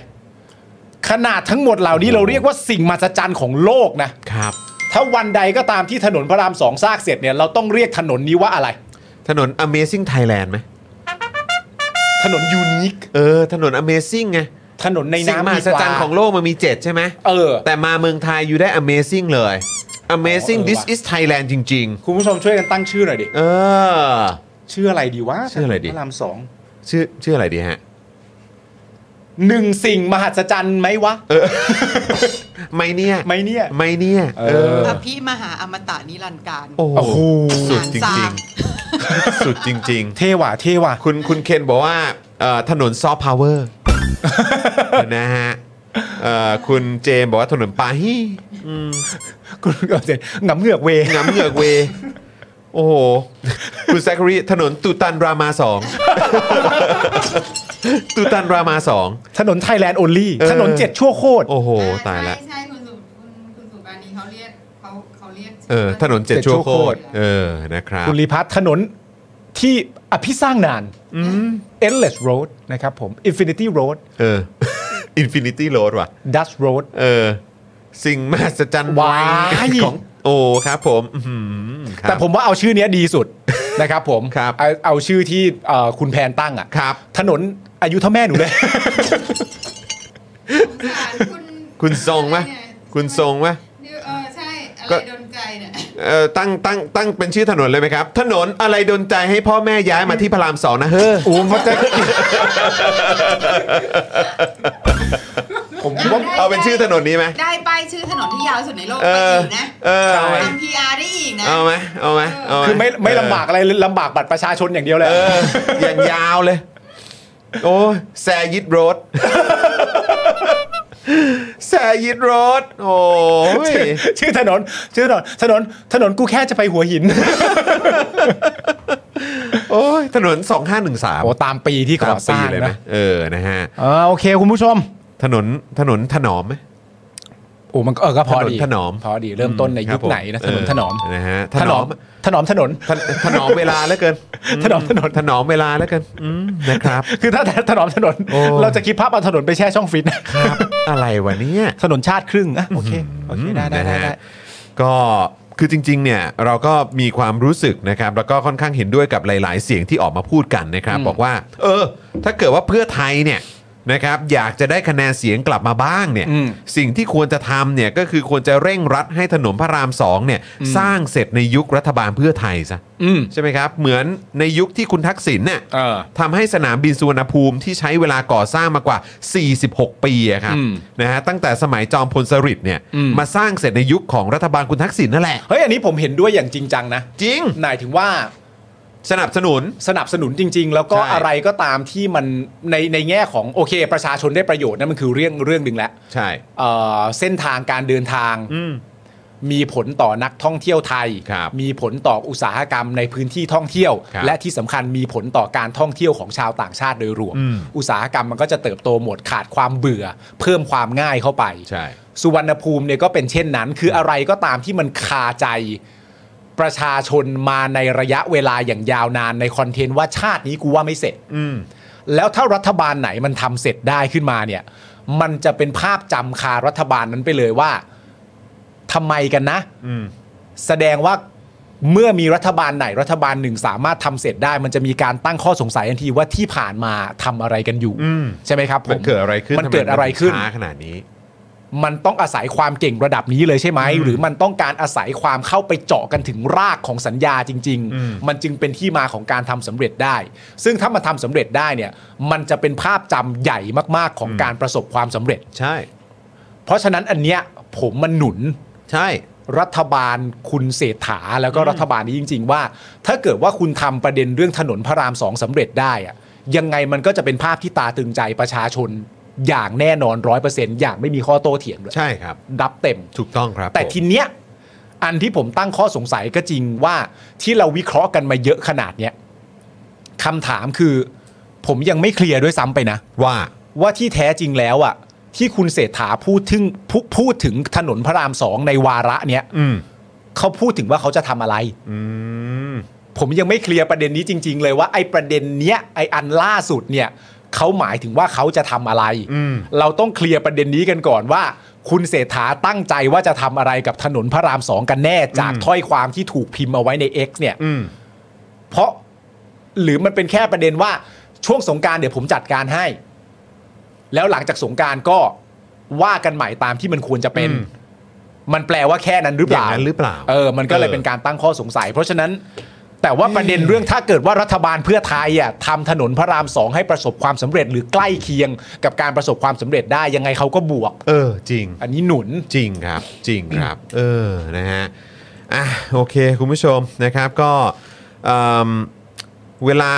[SPEAKER 3] ขนาดทั้งหมดเหล่านี้เราเรียกว่าสิ่งมหัศจรรย์ของโลกนะ
[SPEAKER 1] ครับ
[SPEAKER 3] ถ้าวันใดก็ตามที่ถนนพระรามสองสร้างเสร็จเนี่ย เราต้องเรียกถนนนี้ว่าอะไร
[SPEAKER 1] ถนน Amazing Thailand ไหม
[SPEAKER 3] ถนนยูนิค
[SPEAKER 1] เออ ถนน Amazing ไง
[SPEAKER 3] ถนนใน
[SPEAKER 1] สิ่งม
[SPEAKER 3] น้ำ
[SPEAKER 1] หั
[SPEAKER 3] มี
[SPEAKER 1] ศ
[SPEAKER 3] ป
[SPEAKER 1] จร
[SPEAKER 3] ลาร
[SPEAKER 1] ย์ของโลกมันมี 7 ใช่ไหม
[SPEAKER 3] เออ
[SPEAKER 1] แต่มาเมืองไทยอยู่ได้ Amazing เลย Amazing
[SPEAKER 3] อ๋อเออ
[SPEAKER 1] this
[SPEAKER 3] ว่ะ
[SPEAKER 1] is Thailand จริง
[SPEAKER 3] คุณผู้ชมช่วยกันตั้งชื่อหน่อยดิ
[SPEAKER 1] ๆ เออ
[SPEAKER 3] ชื่ออะไรดีวะ
[SPEAKER 1] ชื่ออะไรดี
[SPEAKER 3] พระรามสอง
[SPEAKER 1] ชื่อชื่ออะไรดีฮะ
[SPEAKER 3] หนึ่งสิ่งมหัศจรรย์ไหมวะ
[SPEAKER 1] [LAUGHS] ไม่เนี่ย
[SPEAKER 3] ไหมเนี่ย
[SPEAKER 1] ไม่เนี่ย
[SPEAKER 3] เออ
[SPEAKER 1] เออ
[SPEAKER 4] อภิมหาอมตะนิรันดร์การ
[SPEAKER 1] โอ้โห สุดจริง ๆ [LAUGHS] สุดจริง ๆ
[SPEAKER 3] เทว่ะเทว่ะ [LAUGHS]
[SPEAKER 1] คุณคุณเคนบอกว่าเอ่อถนนซอฟต์พาวเวอร์ นะฮะเอ่อคุณเจมส์บอกว่าถนนปาฮี่
[SPEAKER 3] คุณก็เจนหงำเหงือกเว
[SPEAKER 1] งำเหงือกเว โอ้โห คุณแซคครีถนนตูตันรามาสอง ตูตันรามาสอง
[SPEAKER 3] ถนนไทยแลนด์โอลี่
[SPEAKER 1] เออ
[SPEAKER 3] ถนนเจ็ดชั่วโคตร
[SPEAKER 1] โอ้โห
[SPEAKER 4] ใช่
[SPEAKER 1] ตายละ
[SPEAKER 4] ใช่ใช่คุณสุคุณคุณสุปรานีเขาเรียกเขาเขาเรียก
[SPEAKER 1] เออ ถนนเจ็ดชั่วโคตร เอ
[SPEAKER 4] เออ
[SPEAKER 1] อ นะครับ
[SPEAKER 3] คุณรีพัฒน์ถนนที่อภิสร้างนาน endless road นะครับผม infinity road
[SPEAKER 1] เออ อินฟินิตี้โรดว่ะ
[SPEAKER 3] dust road
[SPEAKER 1] เออ สิ่งมหัศจรรย์
[SPEAKER 3] ว้าย
[SPEAKER 1] ของ โอ้ ครับผม อื้อหือครับ
[SPEAKER 3] แต่ผมว่าเอาชื่อเนี้ยดี
[SPEAKER 1] [LAUGHS]
[SPEAKER 3] สุด นะครับผม
[SPEAKER 1] ครับ
[SPEAKER 3] เอาเอาชื่อที่เอ่อคุณแพนตั้งอ่ะ
[SPEAKER 1] ครับ
[SPEAKER 3] ถนนอายุเท่าแม่หนู
[SPEAKER 1] [LAUGHS]
[SPEAKER 3] เลย
[SPEAKER 4] สงสารคุณ
[SPEAKER 1] คุณทรงไหม
[SPEAKER 4] ใช่
[SPEAKER 1] คุณทรงไหม
[SPEAKER 4] นี่เออใช่ อะ
[SPEAKER 1] ก็
[SPEAKER 4] ไรโดนใจเนี่ย
[SPEAKER 1] เอ่อตั้งตั้งตั้งเป็นชื่อถนนเลยไหมครับ ถนนอะไรดนใจให้พ่อแม่ย้ายมาที่พระรามสองนะเฮ้อ
[SPEAKER 3] [LAUGHS] โอ้มันจะ ผมว่า
[SPEAKER 4] ได้
[SPEAKER 1] เอาเป็นชื่อถนนนี้ไหม
[SPEAKER 4] ได้ป้ายชื่อถนนที่ยาวสุดในโลก
[SPEAKER 1] เออ
[SPEAKER 4] ไปอีกนะ
[SPEAKER 1] เออเอาไหม
[SPEAKER 4] ทำพีอาร์ได้อีกนะ
[SPEAKER 1] เอาไหมเอาไหมเอาห
[SPEAKER 3] คือไม่ไม่ลำบากอะไรเลยลำบากบัตรประชาชนอย่างเดียวแหละ
[SPEAKER 1] เอออย่างยาวเลย โอ้ยแซยิดโร [LAUGHS] ดแซยิดโรดโอ้ย
[SPEAKER 3] [LAUGHS] ชื่อถนน ชื่อถนนถนนถนนกูแค่จะไปหัวหิน
[SPEAKER 1] โอ้ยถนน 2513
[SPEAKER 3] โอ้ตามปีที่ก่
[SPEAKER 1] ตา
[SPEAKER 3] อ
[SPEAKER 1] ม
[SPEAKER 3] ส
[SPEAKER 1] ปี
[SPEAKER 3] ร้าง
[SPEAKER 1] เลยไหม
[SPEAKER 3] นะ
[SPEAKER 1] เออนะฮะ
[SPEAKER 3] อ่าโอเคคุณผู้ชม
[SPEAKER 1] ถนนถนนถนอมไหม
[SPEAKER 3] โอ้มันก็เออก็พอ
[SPEAKER 1] ถนน
[SPEAKER 3] ดี
[SPEAKER 1] ถนอม
[SPEAKER 3] พอดีเริ่มต้นใน
[SPEAKER 1] ครั
[SPEAKER 3] ยุ
[SPEAKER 1] บ
[SPEAKER 3] ค
[SPEAKER 1] ผม
[SPEAKER 3] ไหนนะถนน
[SPEAKER 1] เ
[SPEAKER 3] ถนอม
[SPEAKER 1] นะฮะ
[SPEAKER 3] ถนอมถนอมถนน
[SPEAKER 1] ถนถนอมเวลาแล้วเกิน
[SPEAKER 3] ถนอมถนน
[SPEAKER 1] ถนอมเวลาแล้วเกินอืมนะครับ
[SPEAKER 3] คือถ้าถนอมถนน
[SPEAKER 1] โอ้
[SPEAKER 3] เราจะคิดภาพเอาถนนไปแช่ช่องฟิตนะครับ
[SPEAKER 1] อะไรวะเนี่ย
[SPEAKER 3] ถนนชาติครึ่งอ่ะโอเคโอเคได้ได้
[SPEAKER 1] นะ
[SPEAKER 3] ได้
[SPEAKER 1] ฮะ
[SPEAKER 3] ได้
[SPEAKER 1] ก็คือจริงๆเนี่ยเราก็มีความรู้สึกนะครับ แล้วก็ค่อนข้างเห็นด้วยกับหลายๆ เสียงที่ออกมาพูดกันนะครับ บอกว่า เออ ถ้าเกิดว่าเพื่อไทยเนี่ยนะครับอยากจะได้คะแนนเสียงกลับมาบ้างเนี่ย
[SPEAKER 3] อืม
[SPEAKER 1] สิ่งที่ควรจะทำเนี่ยก็คือควรจะเร่งรัดให้ถนนพระรามสองเนี่ยสร้างเสร็จในยุครัฐบาลเพื่อไทยซะ
[SPEAKER 3] อืม
[SPEAKER 1] ใช่ไหมครับ เหมือนในยุคที่คุณทักษิณเนี่ย
[SPEAKER 3] เออ
[SPEAKER 1] ทำให้สนามบินสุวรรณภูมิที่ใช้เวลาก่อสร้างมากว่า 46 ปีอะครับ
[SPEAKER 3] อืม
[SPEAKER 1] นะฮะตั้งแต่สมัยจอมพลสฤษดิ์เนี่ย
[SPEAKER 3] อืม
[SPEAKER 1] มาสร้างเสร็จในยุคของรัฐบาลคุณทักษิณนั่นแหละ
[SPEAKER 3] เฮ้ยอันนี้ผมเห็นด้วยอย่างจริงจังนะ
[SPEAKER 1] จริง
[SPEAKER 3] หมายถึงว่า
[SPEAKER 1] สนับสนุน
[SPEAKER 3] สนับสนุนจริง ๆ แล้วก็
[SPEAKER 1] ใช่
[SPEAKER 3] อะไรก็ตามที่มันในในแง่ของโอเค ประชาชนได้ประโยชน์นั่นมันคือเรื่องเรื่องหนึ่งแล้ว
[SPEAKER 1] ใช่
[SPEAKER 3] เอ่อเส้นทางการเดินทาง
[SPEAKER 1] อืม
[SPEAKER 3] มีผลต่อนักท่องเที่ยวไทย
[SPEAKER 1] ครับ
[SPEAKER 3] มีผลต่ออุตสาหกรรมในพื้นที่ท่องเที่ยว
[SPEAKER 1] ครับ
[SPEAKER 3] และที่สำคัญมีผลต่อการท่องเที่ยวของชาวต่างชาติโดยรวม
[SPEAKER 1] อืม
[SPEAKER 3] อุตสาหกรรมมันก็จะเติบโตหมดขาดความเบื่อ เพิ่มความง่ายเข้าไป
[SPEAKER 1] ใช่
[SPEAKER 3] สุวรรณภูมิเนี่ยก็เป็นเช่นนั้น คืออะไรก็ตามที่มันคาใจประชาชนมาในระยะเวลาอย่างยาวนานในคอนเทนต์ว่าชาตินี้กูว่าไม่เสร็จ
[SPEAKER 1] อืม
[SPEAKER 3] แล้วถ้ารัฐบาลไหนมันทำเสร็จได้ขึ้นมาเนี่ย มันจะเป็นภาพจำคารัฐบาลนั้นไปเลยว่าทำไมกันนะ
[SPEAKER 1] อืม
[SPEAKER 3] แสดงว่าเมื่อมีรัฐบาลไหนรัฐบาลหนึ่งสามารถทำเสร็จได้ มันจะมีการตั้งข้อสงสัยทันทีว่าที่ผ่านมาทำอะไรกันอยู่
[SPEAKER 1] อืม
[SPEAKER 3] ใช่ไหมครับผม
[SPEAKER 1] มันเกิดอะไรขึ้น
[SPEAKER 3] มันเกิดอะไรขึ้น
[SPEAKER 1] ทำมมัถึงช้าขนาดนี้
[SPEAKER 3] มันต้องอาศัยความเก่งระดับนี้เลยใช่ไหม หรือมันต้องการอาศัยความเข้าไปเจาะกันถึงรากของสัญญาจริง
[SPEAKER 1] อืม
[SPEAKER 3] ๆ มันจึงเป็นที่มาของการทำสำเร็จได้ ซึ่งถ้ามันทำสำเร็จได้เนี่ย มันจะเป็นภาพจำใหญ่มากๆของการประสบความสำเร็จ
[SPEAKER 1] ใช่
[SPEAKER 3] เพราะฉะนั้นอันเนี้ยผมมันหนุน
[SPEAKER 1] ใช่
[SPEAKER 3] รัฐบาลคุณเศรษฐาแล้วก็รัฐบาลนี้จริง ๆ ว่า ถ้าเกิดว่าคุณทำประเด็นเรื่องถนนพระรามสองสำเร็จได้อะยังไงมันก็จะเป็นภาพที่ตาตึงใจประชาชน อย่างแน่นอนร้อยเปอร์เซ็นต์อย่างไม่มีข้อโต้เถียงเลย
[SPEAKER 1] ใช่ครับ
[SPEAKER 3] รับเต็ม
[SPEAKER 1] ถูกต้องครับ
[SPEAKER 3] แต่ทีเนี้ยอันที่ผมตั้งข้อสงสัยก็จริงว่าที่เราวิเคราะห์กันมาเยอะขนาดเนี้ยคำถามคือ ผมยังไม่เคลียร์ด้วยซ้ำไปนะ
[SPEAKER 1] ว่า
[SPEAKER 3] ว่าที่แท้จริงแล้วอะที่คุณเศรษฐาพูดถึงพูพูดถึงถนนพระรามสองในวาระเนี้ย
[SPEAKER 1] อืม
[SPEAKER 3] เขาพูดถึงว่าเขาจะทำอะไร
[SPEAKER 1] อืม
[SPEAKER 3] ผมยังไม่เคลียร์ประเด็นนี้จริง ๆ เลยว่าไอ้ประเด็นเนี้ยไอ้อันล่าสุดเนี่ยเขาหมายถึงว่าเขาจะทำอะไร
[SPEAKER 1] อืม
[SPEAKER 3] เราต้องเคลียร์ประเด็นนี้กันก่อนว่า คุณเศรษฐาตั้งใจว่าจะทำอะไรกับถนนพระรามสองกันแน่จากถ้อยความที่ถูกพิมพ์เอาไว้ใน X เนี่ย
[SPEAKER 1] อืม
[SPEAKER 3] เพราะหรือมันเป็นแค่ประเด็นว่าช่วงสงกรารเดี๋ยวผมจัดการให้ แล้วหลังจากสงกรารก็ว่ากันใหม่ตามที่มันควรจะเป็น
[SPEAKER 1] อืม
[SPEAKER 3] มันแปลว่าแค่นั้นหรือเปล่า
[SPEAKER 1] อย่างนั้นหรือเปล่า
[SPEAKER 3] เออ มันก็เลย
[SPEAKER 1] เออ
[SPEAKER 3] เป็นการตั้งข้อสงสัย เพราะฉะนั้น แต่ว่าประเด็นเรื่องถ้าเกิดว่ารัฐบาลเพื่อไทยอ่ะทำถนนพระรามสองให้ประสบความสำเร็จหรือใกล้เคียง กับการประสบความสำเร็จได้ยังไงเขาก็บวก
[SPEAKER 1] เออ จริง
[SPEAKER 3] อันนี้หนุน
[SPEAKER 1] จริงครับจริงครับ เออนะฮะอ่ะโอเค คุณผู้ชมนะครับก็เอิ่มเวลา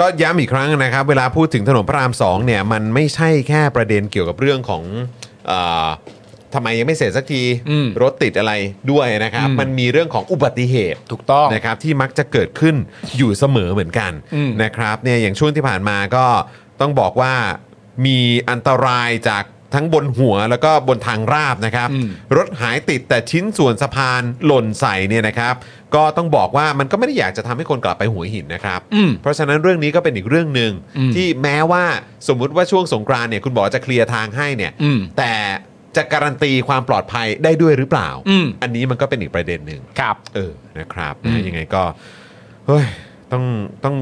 [SPEAKER 1] ก็ย้ำอีกครั้งนะครับ เวลาพูดถึงถนนพระราม2เนี่ยมันไม่ใช่แค่ประเด็นเกี่ยวกับเรื่องของเออทำไมยังไม่เสร็จสักที
[SPEAKER 3] อืม
[SPEAKER 1] รถติดอะไรด้วยนะครับ
[SPEAKER 3] อืม
[SPEAKER 1] มันมีเรื่องของอุบัติเหตุ
[SPEAKER 3] ถูกต้อง
[SPEAKER 1] นะครับที่มักจะเกิดขึ้นอยู่เสมอเหมือนกัน
[SPEAKER 3] อืม
[SPEAKER 1] นะครับเนี่ยอย่างช่วงที่ผ่านมาก็ต้องบอกว่ามีอันตรายจากทั้งบนหัวแล้วก็บนทางราบนะครับ
[SPEAKER 3] อืม
[SPEAKER 1] รถหายติดแต่ชิ้นส่วนสะพานหล่นใส่เนี่ยนะครับ ก็ต้องบอกว่ามันก็ไม่ได้อยากจะทำให้คนกลับไปหัวหินนะครับ
[SPEAKER 3] อืม
[SPEAKER 1] เพราะฉะนั้นเรื่องนี้ก็เป็นอีกเรื่องหนึ่ง
[SPEAKER 3] อืม
[SPEAKER 1] ที่แม้ว่าสมมุติว่าช่วงสงกรานต์เนี่ยคุณบอกจะเคลียร์ทางให้เนี่ย
[SPEAKER 3] อืม
[SPEAKER 1] แต่จะการันตีความปลอดภัยได้ด้วยหรือเปล่า
[SPEAKER 3] อืม
[SPEAKER 1] อันนี้มันก็เป็นอีกประเด็นหนึ่ง
[SPEAKER 3] ครับ
[SPEAKER 1] เออ นะครับ
[SPEAKER 3] อืม
[SPEAKER 1] นะยังไงก็เฮ้ยต้อง ต้อง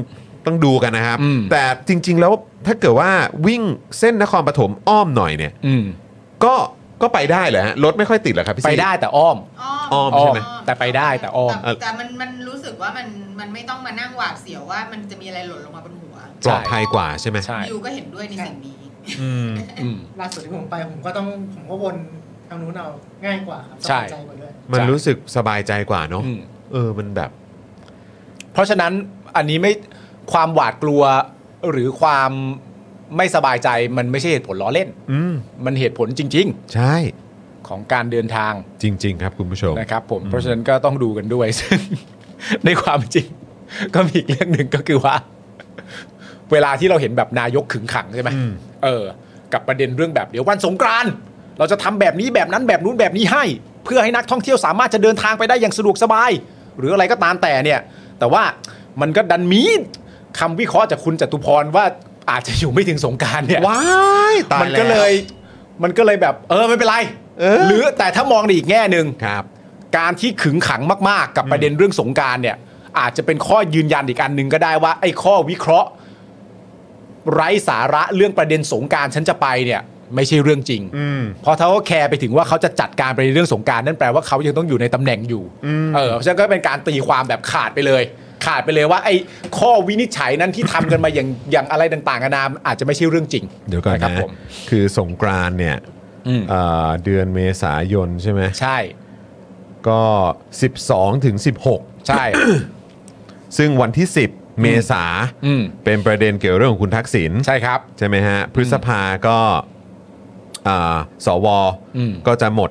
[SPEAKER 1] ต้องดูกันนะครับ
[SPEAKER 3] อืม
[SPEAKER 1] แต่จริง ๆ แล้วถ้าเกิดว่าวิ่งเส้นนครปฐมอ้อมหน่อยเนี่ย
[SPEAKER 3] อืม
[SPEAKER 1] ก็ ก็ไปได้เหรอฮะ รถไม่ค่อยติดเหรอครับพี่
[SPEAKER 3] ไป
[SPEAKER 1] ซี่
[SPEAKER 3] ได้แต่อ้อม
[SPEAKER 4] อ้อม
[SPEAKER 1] อ้อมใช่ไหม
[SPEAKER 3] แต่ไปได้แต่อ้อม
[SPEAKER 4] แต่แต่มันมันรู้สึกว่ามันมันไม่ต้องมานั่งหวาดเสียวว่ามันจะมีอะไรหล่นลงมาบนหัว
[SPEAKER 1] ปลอดภัยกว่าใช่ไหม
[SPEAKER 3] ใช่
[SPEAKER 4] ยูก็เห็นด้วยในสิ่งนี้
[SPEAKER 1] อืม
[SPEAKER 3] อืม
[SPEAKER 5] ล่าสุดที่ผมไปผมก็ต้องผมก็วนทางนู้นเอาง่ายกว่าครับส
[SPEAKER 3] ใช่
[SPEAKER 5] บายใจกว่าด้วย
[SPEAKER 1] มันรู้สึกสบายใจกว่าเนอะ
[SPEAKER 3] อืม
[SPEAKER 1] เออ มันแบบ
[SPEAKER 3] เพราะฉะนั้นอันนี้ไม่ความหวาดกลัวหรือความไม่สบายใจมันไม่ใช่เหตุผลล้อเล่น
[SPEAKER 1] อืม
[SPEAKER 3] มันเหตุผลจริง
[SPEAKER 1] ใช่
[SPEAKER 3] ๆ ของการเดินทาง
[SPEAKER 1] จริง ๆ ครับคุณผู้ชม
[SPEAKER 3] นะครับ ผมเพราะฉะนั้นก็ต้องดูกันด้วย [LAUGHS] ซึ่งในความจริง ก็มีอีกเรื่องหนึ่งก็คือว่า เวลาที่เราเห็นแบบนายกขึงขังใช่ไหม
[SPEAKER 1] อืม
[SPEAKER 3] เออ กับประเด็นเรื่องแบบเดี๋ยววันสงกรานต์ เราจะทำแบบนี้แบบนั้นแบบนู้นแบบนี้ให้ เพื่อให้นักท่องเที่ยวสามารถจะเดินทางไปได้อย่างสะดวกสบาย หรืออะไรก็ตามแต่เนี่ย แต่ว่ามันก็ดันมีคำวิเคราะห์จากคุณจตุพรว่าอาจจะอยู่ไม่ถึงสงกรารเนี่ย
[SPEAKER 1] ว้ายตาย
[SPEAKER 3] มันก็
[SPEAKER 1] แว
[SPEAKER 3] เลยมันก็เลยแบบ เออไม่เป็นไร
[SPEAKER 1] เออ
[SPEAKER 3] หรือแต่ถ้ามองในอีกแง่หนึ่ง
[SPEAKER 1] ครับ
[SPEAKER 3] การที่ขึงขังมาก ๆ กับประเด็นเรื่องสงกรารเนี่ย อาจจะเป็นข้อยืนยันอีกอันหนึ่งก็ได้ว่าไอ้ข้อวิเคราะห์ ไร้สาระเรื่องประเด็นสงกรารฉันจะไปเนี่ย ไม่ใช่เรื่องจริง
[SPEAKER 1] อืม
[SPEAKER 3] เพราะถ้าเขาแคร์ไปถึงว่าเขาจะจัดการประเด็นเรื่องสงกรารนั่นแปลว่าเขายังต้องอยู่ในตำแหน่งอยู่เออเพราะฉะนั้นก็เป็นการตีความแบบขาดไปเลย ขาดไปเลยว่า ไอ้ข้อวินิจฉัยนั้นที่ทำกันมาอย่างอย่างอะไรต่างๆนานาอาจจะไม่ใช่เรื่องจริง
[SPEAKER 1] เดี๋ยวก่อน
[SPEAKER 3] ครั
[SPEAKER 1] นะ
[SPEAKER 3] ผม
[SPEAKER 1] คือสงกรานต์เนี่ย
[SPEAKER 3] อืม
[SPEAKER 1] เอ่อเดือนเมษายนใช่ไหม
[SPEAKER 3] ใช่
[SPEAKER 1] ก็ 12 ถึง 16
[SPEAKER 3] ใช่
[SPEAKER 1] ซึ่งวันที่ 10 เมษา
[SPEAKER 3] อืม
[SPEAKER 1] เป็นประเด็นเกี่ยวเรื่องของคุณทักษิณ
[SPEAKER 3] ใช่ครับ
[SPEAKER 1] ใช่ไหมฮะ พฤษภาก็เอ่อสว
[SPEAKER 3] อืม
[SPEAKER 1] ก็จะหมด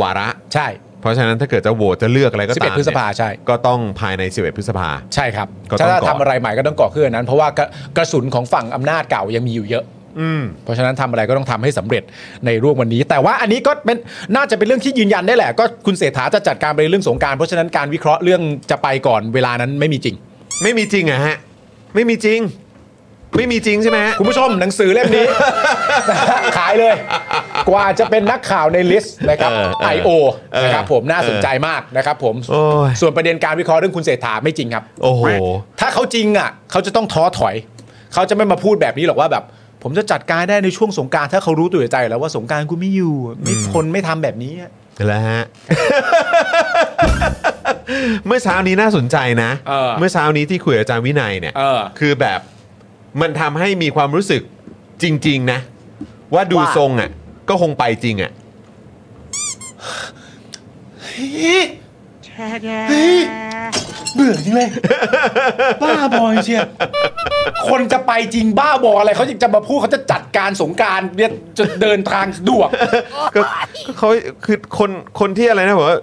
[SPEAKER 1] วาระ
[SPEAKER 3] ใช่
[SPEAKER 1] เพราะฉะนั้นถ้าเกิดจะโหวตจะเลือกอะไรก็ตาม
[SPEAKER 3] 11พฤษภาใช่
[SPEAKER 1] เนี่ยก็ต้องภายใน 11 พฤษภา
[SPEAKER 3] ใช่ครับ
[SPEAKER 1] ก็ต้อง
[SPEAKER 3] ถ้า
[SPEAKER 1] ก่อ
[SPEAKER 3] ทำอะไรใหม่ก็ต้องก่อขึ้นอันนั้น เพราะว่ากระกระสุนของฝั่งอำนาจเก่ายังมีอยู่เยอะ
[SPEAKER 1] อืม
[SPEAKER 3] เพราะฉะนั้นทำอะไรก็ต้องทำให้สำเร็จในร่วมวันนี้ แต่ว่าอันนี้ก็เป็นน่าจะเป็นเรื่องที่ยืนยันได้แหละ ก็คุณเศรษฐาจะจัดการไปเรื่องสงกราร เพราะฉะนั้นการวิเคราะห์เรื่องจะไปก่อนเวลานั้นไม่มีจริง
[SPEAKER 1] ไม่มีจริงเหรอะฮะ ไม่มีจริง ไม่มีจริงใช่ไหมฮะ
[SPEAKER 3] คุณผู้ชมหนังสือเล่มนี้ [LAUGHS] ขายเลย กว่าจะเป็นนักข่าวในลิสต์นะครับ
[SPEAKER 1] เออเออ
[SPEAKER 3] I.O. นะครับผมน่าสนใจมากนะครับผม
[SPEAKER 1] โอ้ย
[SPEAKER 3] ส่วนประเด็นการวิเคราะห์เรื่องคุณเศรษฐาไม่จริงครับ
[SPEAKER 1] โอ้โห
[SPEAKER 3] ถ้าเขาจริงอ่ะเขาจะต้องท้อถอย เขาจะไม่มาพูดแบบนี้หรอกว่าแบบ ผมจะจัดการได้ในช่วงสงกรารถ้าเขารู้ตัวอยู่ใจแล้วว่าสงกรารกูไม่อยู่ไม่ทนไม่ทำแบบนี้อะ
[SPEAKER 1] แล้วฮะ [LAUGHS] เมื่อเช้านี้น่าสนใจนะ
[SPEAKER 3] เออ
[SPEAKER 1] อเช้านี้ที่คุยกับอาจารย์วินัยเนี่ย
[SPEAKER 3] เออ
[SPEAKER 1] คือแบบมันทำให้มีความรู้สึกจริง ๆ นะ ว่าดู
[SPEAKER 3] ว่า
[SPEAKER 1] ทรงอ่ะ ก็คงไปจริงอ่ะ
[SPEAKER 3] เบื่อจริงเลย [LAUGHS] บ้าบอเชียคนจะไปจริงบ้าบออะไรเขาจะมาพูดเขาจะจัดการสงกรารเนี่ยจะเดินทาง [LAUGHS] สะดวก
[SPEAKER 1] ก็เขาคือคนคนที่อะไรนะบอกว่า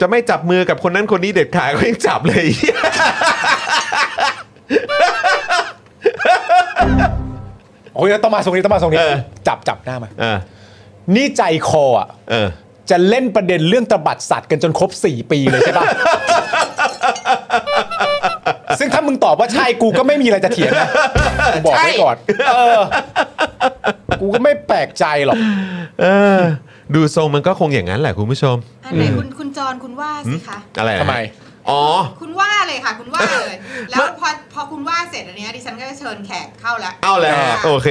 [SPEAKER 1] จะไม่จับมือกับคนนั้นคนนี้เด็ดขาดก็ยังจับเลย
[SPEAKER 3] โอ้ยต้องมาตรงนี้ต้องมาตรงนี้
[SPEAKER 1] เออ
[SPEAKER 3] จับจับหน้ามา
[SPEAKER 1] เออ
[SPEAKER 3] นี่ใจคออ่ะ
[SPEAKER 1] เออ
[SPEAKER 3] จะเล่นประเด็นเรื่องตบัดสัตว์กันจนครบ 4 ปีเลยใช่ปะ ซึ่งถ้ามึงตอบว่าใช่กูก็ไม่มีอะไรจะเถียงนะกูบอกไว้ก่อนเออกูก็ไม่แปลกใจหรอก
[SPEAKER 1] เออ ดูทรงมันก็คงอย่างนั้นแหละคุณผู้ชม
[SPEAKER 4] อันไหนคุณคุณจรคุณว่าสิคะ
[SPEAKER 1] อะไรนะ
[SPEAKER 3] ทำไม
[SPEAKER 1] อ๋อ
[SPEAKER 4] คุณว่าเลยค่ะ คุณว่า
[SPEAKER 1] [LAUGHS]
[SPEAKER 4] เลย แล้วพอพอคุณว่าเสร็จอันเนี้ยดิฉันก็จะเชิญแขกเข้าละ
[SPEAKER 1] เอาแล้ว
[SPEAKER 4] ค่ะ
[SPEAKER 1] โอเค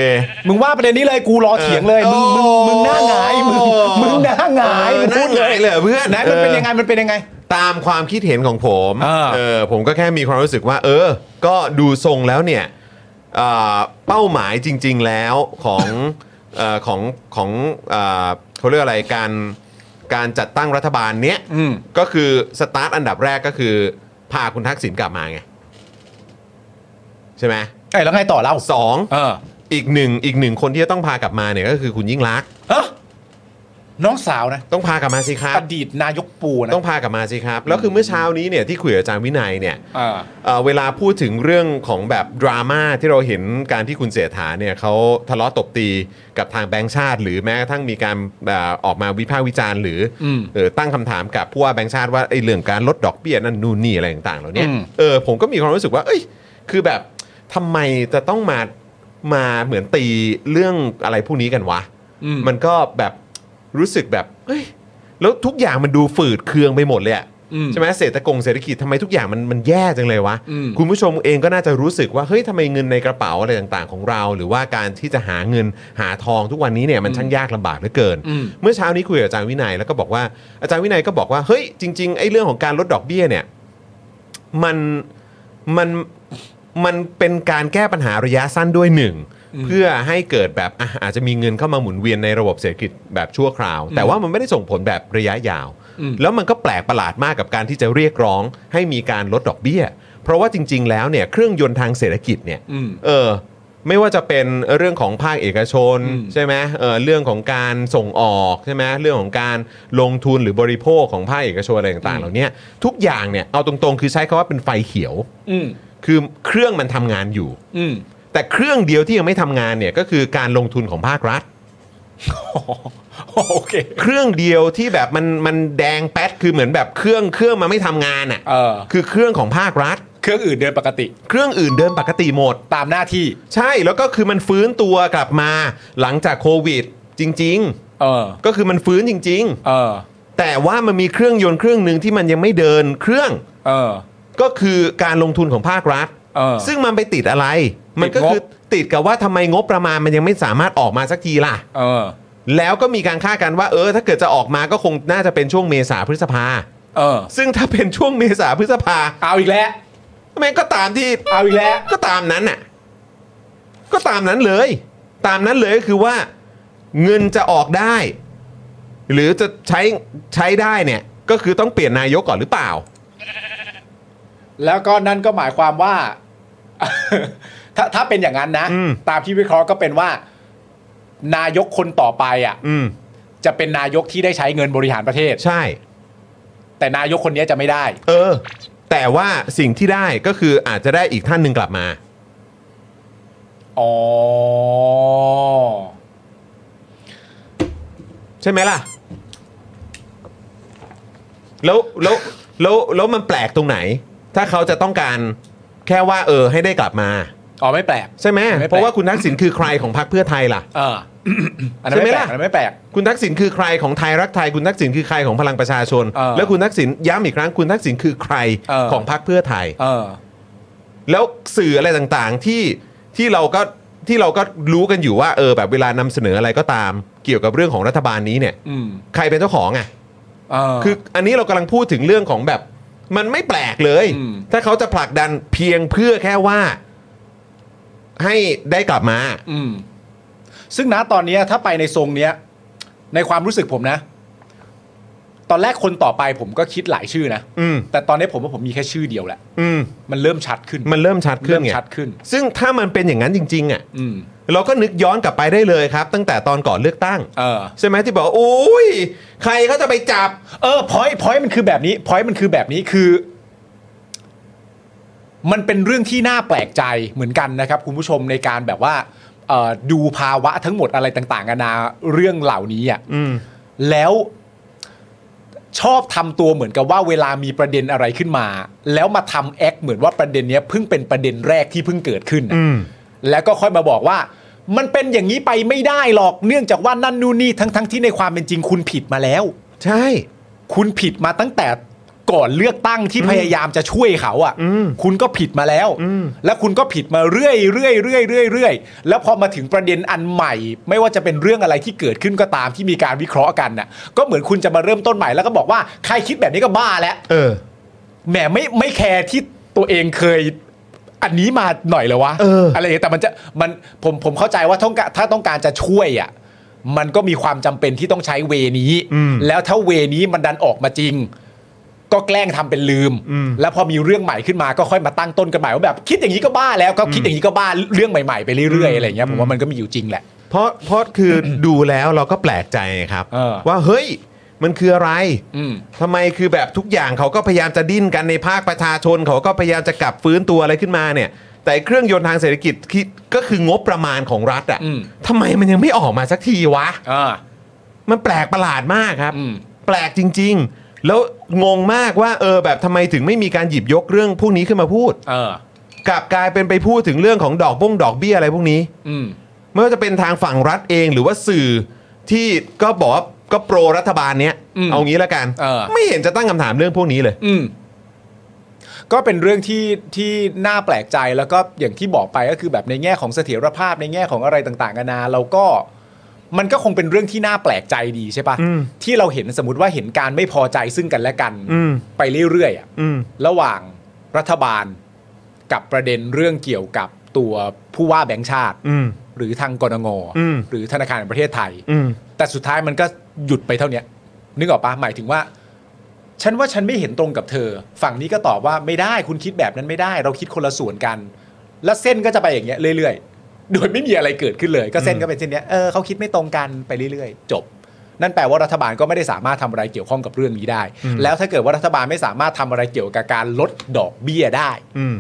[SPEAKER 3] มึงว่าประเด็นนี้เลยกูรอเถียงเลยมึงมึงมึงหน้าหงายมึงมึงหน้าหงาย
[SPEAKER 1] เออ
[SPEAKER 3] มึงพูดเลย
[SPEAKER 1] หน้าหงายเลยเหรอเพื่อน
[SPEAKER 3] ไหนมันเป็น
[SPEAKER 1] เออ
[SPEAKER 3] ยังไงมันเป็นยังไง
[SPEAKER 1] ตามความคิดเห็นของผม
[SPEAKER 3] อ่า
[SPEAKER 1] เออผมก็แค่มีความรู้สึกว่า เออ ก็ดูทรงแล้วเนี่ยเอ่อเป้าหมายจริง ๆแล้วของเอ่อของของเอ่อเขาเรียกอะไรการการจัดตั้งรัฐบาลเนี้ย
[SPEAKER 3] อืม
[SPEAKER 1] ก็คือสตาร์ทอันดับแรกก็คือ พาคุณทักษิณกลับมาไง ใช่ไหม
[SPEAKER 3] ไอ้ยแล้วไงต่อเล่า
[SPEAKER 1] สอง
[SPEAKER 3] เออ
[SPEAKER 1] อีกหนึ่งอีกหนึ่งคนที่จะต้องพากลับมาเนี่ยก็คือคุณยิ่งลักษณ์
[SPEAKER 3] ฮะน้องสาวนะ
[SPEAKER 1] ต้องพากลับมาสิครับ
[SPEAKER 3] อดีตนายกปูนะ
[SPEAKER 1] ต้องพากลับมาสิครับ แล้วคือเมื่อเช้านี้เนี่ยที่คุยกับอาจารย์วินัยเนี่ย
[SPEAKER 3] อ่า
[SPEAKER 1] เอ่อเวลาพูดถึงเรื่องของแบบดราม่าที่เราเห็นการที่คุณเสถาเนี่ยเขาทะเลาะตบตีกับทางแบงค์ชาติ หรือแม้กระทั่งมีการแบบออกมาวิพากษ์วิจารณ์หรืออ
[SPEAKER 3] ม
[SPEAKER 1] เออตั้งคำถามกับผู้ว่าแบงค์ชาติว่าไอ้เรื่องการลดดอกเบี้ยนั่นนู่นนี่อะไรต่างๆเหล่าเนี้ย
[SPEAKER 3] อืม
[SPEAKER 1] เออผมก็มีความรู้สึกว่า เอ้ย คือแบบทำไมจะต้องมามาเหมือนตีเรื่องอะไรพวกนี้กันวะ มันก็แบบรู้สึกแบบเอ้ยแล้วทุกอย่างมันดูฝืดเคืองไปหมดเลยอะ
[SPEAKER 3] อืม
[SPEAKER 1] ใช่ไหมเศรษฐกงเศรษฐกิจทำไมทุกอย่างมันมันแย่จังเลยวะ
[SPEAKER 3] อืม
[SPEAKER 1] คุณผู้ชมเองก็น่าจะรู้สึกว่าเฮ้ยทำไมเงินในกระเป๋าอะไรต่างๆของเรา หรือว่าการที่จะหาเงินหาทองทุกวันนี้เนี่ยมันช่างยากลำบากเหลือเกิน เมื่อเช้านี้คุยกับอาจารย์วินัยแล้วก็บอกว่าอาจารย์วินัยก็บอกว่าเฮ้ยจริงๆไอ้เรื่องของการลดดอกเบี้ยเนี่ยมันมันมันเป็นการแก้ปัญหาระยะสั้นด้วยหนึ่งเพื่อให้เกิดแบบอ่ะอาจจะมีเงินเข้ามาหมุนเวียนในระบบเศรษฐกิจแบบชั่วคราว แต่ว่ามันไม่ได้ส่งผลแบบระยะยาว แล้วมันก็แปลกประหลาดมากกับการที่จะเรียกร้องให้มีการลดดอกเบี้ย เพราะว่าจริง ๆ แล้วเนี่ยเครื่องยนต์ทางเศรษฐกิจเนี่ย
[SPEAKER 3] อืม
[SPEAKER 1] เออไม่ว่าจะเป็นเรื่องของภาคเอกชนใช่ไหมเออเรื่องของการส่งออกใช่ไหมเรื่องของการลงทุนหรือบริโภคของภาคเอกชนอะไรต่างๆ เหล่าเนี้ยทุกอย่างเนี่ยเอาตรงๆ คือใช้คำว่าเป็นไฟเขียว
[SPEAKER 3] อืม
[SPEAKER 1] คือเครื่องมันทำงานอยู่
[SPEAKER 3] อืม
[SPEAKER 1] แต่เครื่องเดียวที่ยังไม่ทำงานเนี่ยก็คือการลงทุนของภาครัฐ
[SPEAKER 3] โอเค
[SPEAKER 1] เครื่องเดียวที่แบบมันมันแดงแป๊ดคือเหมือนแบบเครื่องเครื่องมันไม่ทำงานอ่ะ
[SPEAKER 3] เออ
[SPEAKER 1] คือเครื่องของภาครัฐ
[SPEAKER 3] เครื่องอื่นเดินปกติ
[SPEAKER 1] เครื่องอื่นเดินปกติหมด
[SPEAKER 3] ตามหน้าที่
[SPEAKER 1] ใช่แล้วก็คือมันฟื้นตัวกลับมาหลังจากโควิด จริง
[SPEAKER 3] เออ
[SPEAKER 1] ๆ ก็คือมันฟื้นจริง
[SPEAKER 3] เออ
[SPEAKER 1] ๆ แต่ว่ามันมีเครื่องยนต์เครื่องหนึ่งที่มันยังไม่เดินเครื่อง
[SPEAKER 3] เออ
[SPEAKER 1] ก็คือการลงทุนของภาครัฐ
[SPEAKER 3] เออ
[SPEAKER 1] ซึ่งมันไปติดอะไร มันก็
[SPEAKER 3] ติดงบ
[SPEAKER 1] คือติดกับว่าทำไมงบประมาณมันยังไม่สามารถออกมาสักทีล่ะ
[SPEAKER 3] เออ
[SPEAKER 1] แล้วก็มีการคาดการณ์ว่าเออ ถ้าเกิดจะออกมาก็คงน่าจะเป็นช่วงเมษาพฤษภา
[SPEAKER 3] เออ
[SPEAKER 1] ซึ่งถ้าเป็นช่วงเมษาพฤษภา
[SPEAKER 3] เอาอีกแล้ว
[SPEAKER 1] แม่งก็ตามที่
[SPEAKER 3] เอาอีกแล้ว
[SPEAKER 1] ก็ตามนั้นน่ะ ก็ตามนั้นเลย ตามนั้นเลยก็คือว่า เงินจะออกได้ หรือจะใช้ใช้ได้เนี่ย ก็คือต้องเปลี่ยนนายกก่อนหรือเปล่า
[SPEAKER 3] แล้วก็นั่นก็หมายความว่า [LAUGHS] ถ้าถ้าเป็นอย่างนั้นนะ
[SPEAKER 1] อืม
[SPEAKER 3] ตามที่วิเคราะห์ก็เป็นว่า นายกคนต่อไปอ่ะ
[SPEAKER 1] อืม
[SPEAKER 3] จะเป็นนายกที่ได้ใช้เงินบริหารประเทศ
[SPEAKER 1] ใช่
[SPEAKER 3] แต่นายกคนนี้จะไม่ได้
[SPEAKER 1] เออ แต่ว่าสิ่งที่ได้ก็คืออาจจะได้อีกท่านหนึ่งกลับมา
[SPEAKER 3] อ๋อ
[SPEAKER 1] ใช่ไหมล่ะ แล้วแล้วแล้วแล้วมันแปลกตรงไหน ถ้าเขาจะต้องการแค่ว่าเออ ให้ได้กลับมา
[SPEAKER 3] อ๋อไม่แปลก
[SPEAKER 1] ใช่ไหม
[SPEAKER 3] ไม่แปลก
[SPEAKER 1] เพราะว่าคุณทักษิณคือใครของพรรคเพื่อไทยล่ะ
[SPEAKER 3] เออ [COUGHS] อันนั้นไม่แป
[SPEAKER 1] ใช่ไหม
[SPEAKER 3] ลก
[SPEAKER 1] ล่ะ
[SPEAKER 3] อันนั้นไม่แปลก
[SPEAKER 1] คุณทักษิณคือใครของไทยรักไทย คุณทักษิณคือใครของพลังประชาชน
[SPEAKER 3] เออ
[SPEAKER 1] แล้วคุณทักษิณย้ำอีกครั้งคุณทักษิณคือใคร
[SPEAKER 3] เออ
[SPEAKER 1] ของพรรคเพื่อไทย
[SPEAKER 3] เออ
[SPEAKER 1] แล้วสื่ออะไรต่างๆที่ที่เราก็ที่เราก็รู้กันอยู่ว่าเออ แบบเวลานำเสนออะไรก็ตาม เกี่ยวกับเรื่องของรัฐบาลนี้เนี่ย
[SPEAKER 3] อืม
[SPEAKER 1] ใครเป็นเจ้าของอ่ะ
[SPEAKER 3] เออ
[SPEAKER 1] คืออันนี้เรากำลังพูดถึงเรื่องของแบบ มันไม่แปลกเลย
[SPEAKER 3] อืม
[SPEAKER 1] ถ้าเขาจะผลักดันเพียงเพื่อแค่ว่า ให้ได้กลับมา
[SPEAKER 3] อืม ซึ่งนะตอนเนี้ยถ้าไปในทรงเนี้ย ในความรู้สึกผมนะ ตอนแรกคนต่อไปผมก็คิดหลายชื่อนะ
[SPEAKER 1] อืม
[SPEAKER 3] แต่ตอนนี้ผมว่าผมมีแค่ชื่อเดียวแหละ
[SPEAKER 1] อืม
[SPEAKER 3] มันเริ่มชัดขึ้น
[SPEAKER 1] มันเริ่มชัดขึ้น
[SPEAKER 3] เริ่ม
[SPEAKER 1] ไง
[SPEAKER 3] ชัดขึ้น
[SPEAKER 1] ซึ่งถ้ามันเป็นอย่างนั้นจริง ๆ อ่ะ
[SPEAKER 3] อืม
[SPEAKER 1] เราก็นึกย้อนกลับไปได้เลยครับ ตั้งแต่ตอนก่อนเลือกตั้ง
[SPEAKER 3] เออ
[SPEAKER 1] ใช่ไหมที่บอกว่าอุ้ยใครเขาจะไปจับ
[SPEAKER 3] เออพอยพอยมันคือแบบนี้พอยมันคือแบบนี้คือ มันเป็นเรื่องที่น่าแปลกใจเหมือนกันนะครับ คุณผู้ชมในการแบบว่าเอ่อดูภาวะทั้งหมดอะไรต่างๆนานาเรื่องเหล่านี้อ่ะ
[SPEAKER 1] อืม
[SPEAKER 3] แล้วชอบทำตัวเหมือนกับว่าเวลามีประเด็นอะไรขึ้นมา แล้วมาทำแอคเหมือนว่าประเด็นเนี้ยเพิ่งเป็นประเด็นแรกที่เพิ่งเกิดขึ้นน่ะ
[SPEAKER 1] อืม
[SPEAKER 3] แล้วก็ค่อยมาบอกว่า มันเป็นอย่างนี้ไปไม่ได้หรอกเนื่องจากว่านั่นนู่นนี่ทั้งทั้งๆที่ในความเป็นจริงคุณผิดมาแล้ว
[SPEAKER 1] ใช่
[SPEAKER 3] คุณผิดมาตั้งแต่ก่อนเลือกตั้งที่พยายามจะช่วยเขาอะ่ะ
[SPEAKER 1] อืม
[SPEAKER 3] คุณก็ผิดมาแล้ว
[SPEAKER 1] อืม
[SPEAKER 3] และคุณก็ผิดมาเรื่อยเรื่อยเรื่อยเรื่อยเรื่อยแล้วพอมาถึงประเด็นอันใหม่ ไม่ว่าจะเป็นเรื่องอะไรที่เกิดขึ้นก็ตามที่มีการวิเคราะห์กันน่ะ ก็เหมือนคุณจะมาเริ่มต้นใหม่แล้วก็บอกว่าใครคิดแบบนี้ก็บ้าแล้ว
[SPEAKER 1] เออ
[SPEAKER 3] แหมไม่ไม่แคร์ที่ตัวเองเคยอันนี้มาหน่อยเลยวะ
[SPEAKER 1] เอออ
[SPEAKER 3] ไรย่างเงี้ยแต่มันจะมันผมผมเข้าใจว่าต้องการถ้าต้องการจะช่วยอ่ะมันก็มีความจำเป็นที่ต้องใช้เวนี้ แล้วถ้าเวนี้มันดันออกมาจริง ก็แกล้งทำเป็นลืม แล้วพอมีเรื่องใหม่ขึ้นมาก็ค่อยมาตั้งต้นกันใหม่ว่าแบบคิดอย่างนี้ก็บ้าแล้วก็คิดอย่างนี้ก็บ้าเรื่องใหม่ๆไปเรื่อยๆอะไรอย่างเงี้ยผมว่ามันก็มีอยู่จริงแหละ
[SPEAKER 1] เพราะเพราะคือ ดูแล้วเราก็แปลกใจครับ
[SPEAKER 3] เออ
[SPEAKER 1] ว่าเฮ้ย มันคืออะไร
[SPEAKER 3] อืม
[SPEAKER 1] ทำไมคือแบบทุกอย่างเขาก็พยายามจะดิ้นกันในภาคประชาชนเขาก็พยายามจะกลับฟื้นตัวอะไรขึ้นมาเนี่ย แต่เครื่องยนต์ทางเศรษฐกิจคิดก็คืองบประมาณของรัฐอะ
[SPEAKER 3] อืม
[SPEAKER 1] ทำไมมันยังไม่ออกมาสักทีวะ
[SPEAKER 3] อ่า
[SPEAKER 1] มันแปลกประหลาดมากครับ
[SPEAKER 3] อืม
[SPEAKER 1] แปลกจริง ๆ แล้วงงมากว่าเออแบบทำไมถึงไม่มีการหยิบยกเรื่องพวกนี้ขึ้นมาพูด
[SPEAKER 3] เออก
[SPEAKER 1] ลับกลายเป็นไปพูดถึงเรื่องของดอกบ้งดอกเบี้ยอะไรพวกนี้
[SPEAKER 3] อืม
[SPEAKER 1] ไม่ว่าจะเป็นทางฝั่งรัฐเองหรือว่าสื่อที่ก็บอกว่าก็โปรรัฐบาลเนี้ย
[SPEAKER 3] อืม
[SPEAKER 1] เอางี้ละกัน
[SPEAKER 3] เออ
[SPEAKER 1] ไม่เห็นจะตั้งคำถามเรื่องพวกนี้เลย
[SPEAKER 3] อืมก็เป็นเรื่องที่ที่น่าแปลกใจแล้วก็อย่างที่บอกไปก็คือแบบในแง่ของเสถียรภาพในแง่ของอะไรต่างๆนานาเราก็มันก็คงเป็นเรื่องที่น่าแปลกใจดีใช่ปะ
[SPEAKER 1] อืม
[SPEAKER 3] ที่เราเห็นสมมติว่าเห็นการไม่พอใจซึ่งกันและกัน
[SPEAKER 1] อืม
[SPEAKER 3] ไปเรื่อยๆอะ
[SPEAKER 1] อืม
[SPEAKER 3] ระหว่างรัฐบาลกับประเด็นเรื่องเกี่ยวกับตัวผู้ว่าแบงค์ชาติ
[SPEAKER 1] อืม
[SPEAKER 3] หรือทางกรง
[SPEAKER 1] อืม
[SPEAKER 3] หรือธนาคารแห่งประเทศไทย
[SPEAKER 1] อืม
[SPEAKER 3] แต่สุดท้ายมันก็หยุดไปเท่าเนี้ยนึกออกปะหมายถึงว่า ฉันว่าฉันไม่เห็นตรงกับเธอ ฝั่งนี้ก็ตอบว่าไม่ได้คุณคิดแบบนั้นไม่ได้ เราคิดคนละส่วนกัน แล้วเส้นก็จะไปอย่างเงี้ยเรื่อยๆ โดยไม่มีอะไรเกิดขึ้นเลย ก็เส้นก็เป็นเส้นเนี้ยเออเขาคิดไม่ตรงกันไปเรื่อยๆ จบ นั่นแปลว่ารัฐบาลก็ไม่ได้สามารถทำอะไรเกี่ยวข้องกับเรื่องนี้ได้ แล้วถ้าเกิดว่ารัฐบาลไม่สามารถทำอะไรเกี่ยวกับการลดดอกเบี้ยได้
[SPEAKER 1] อืม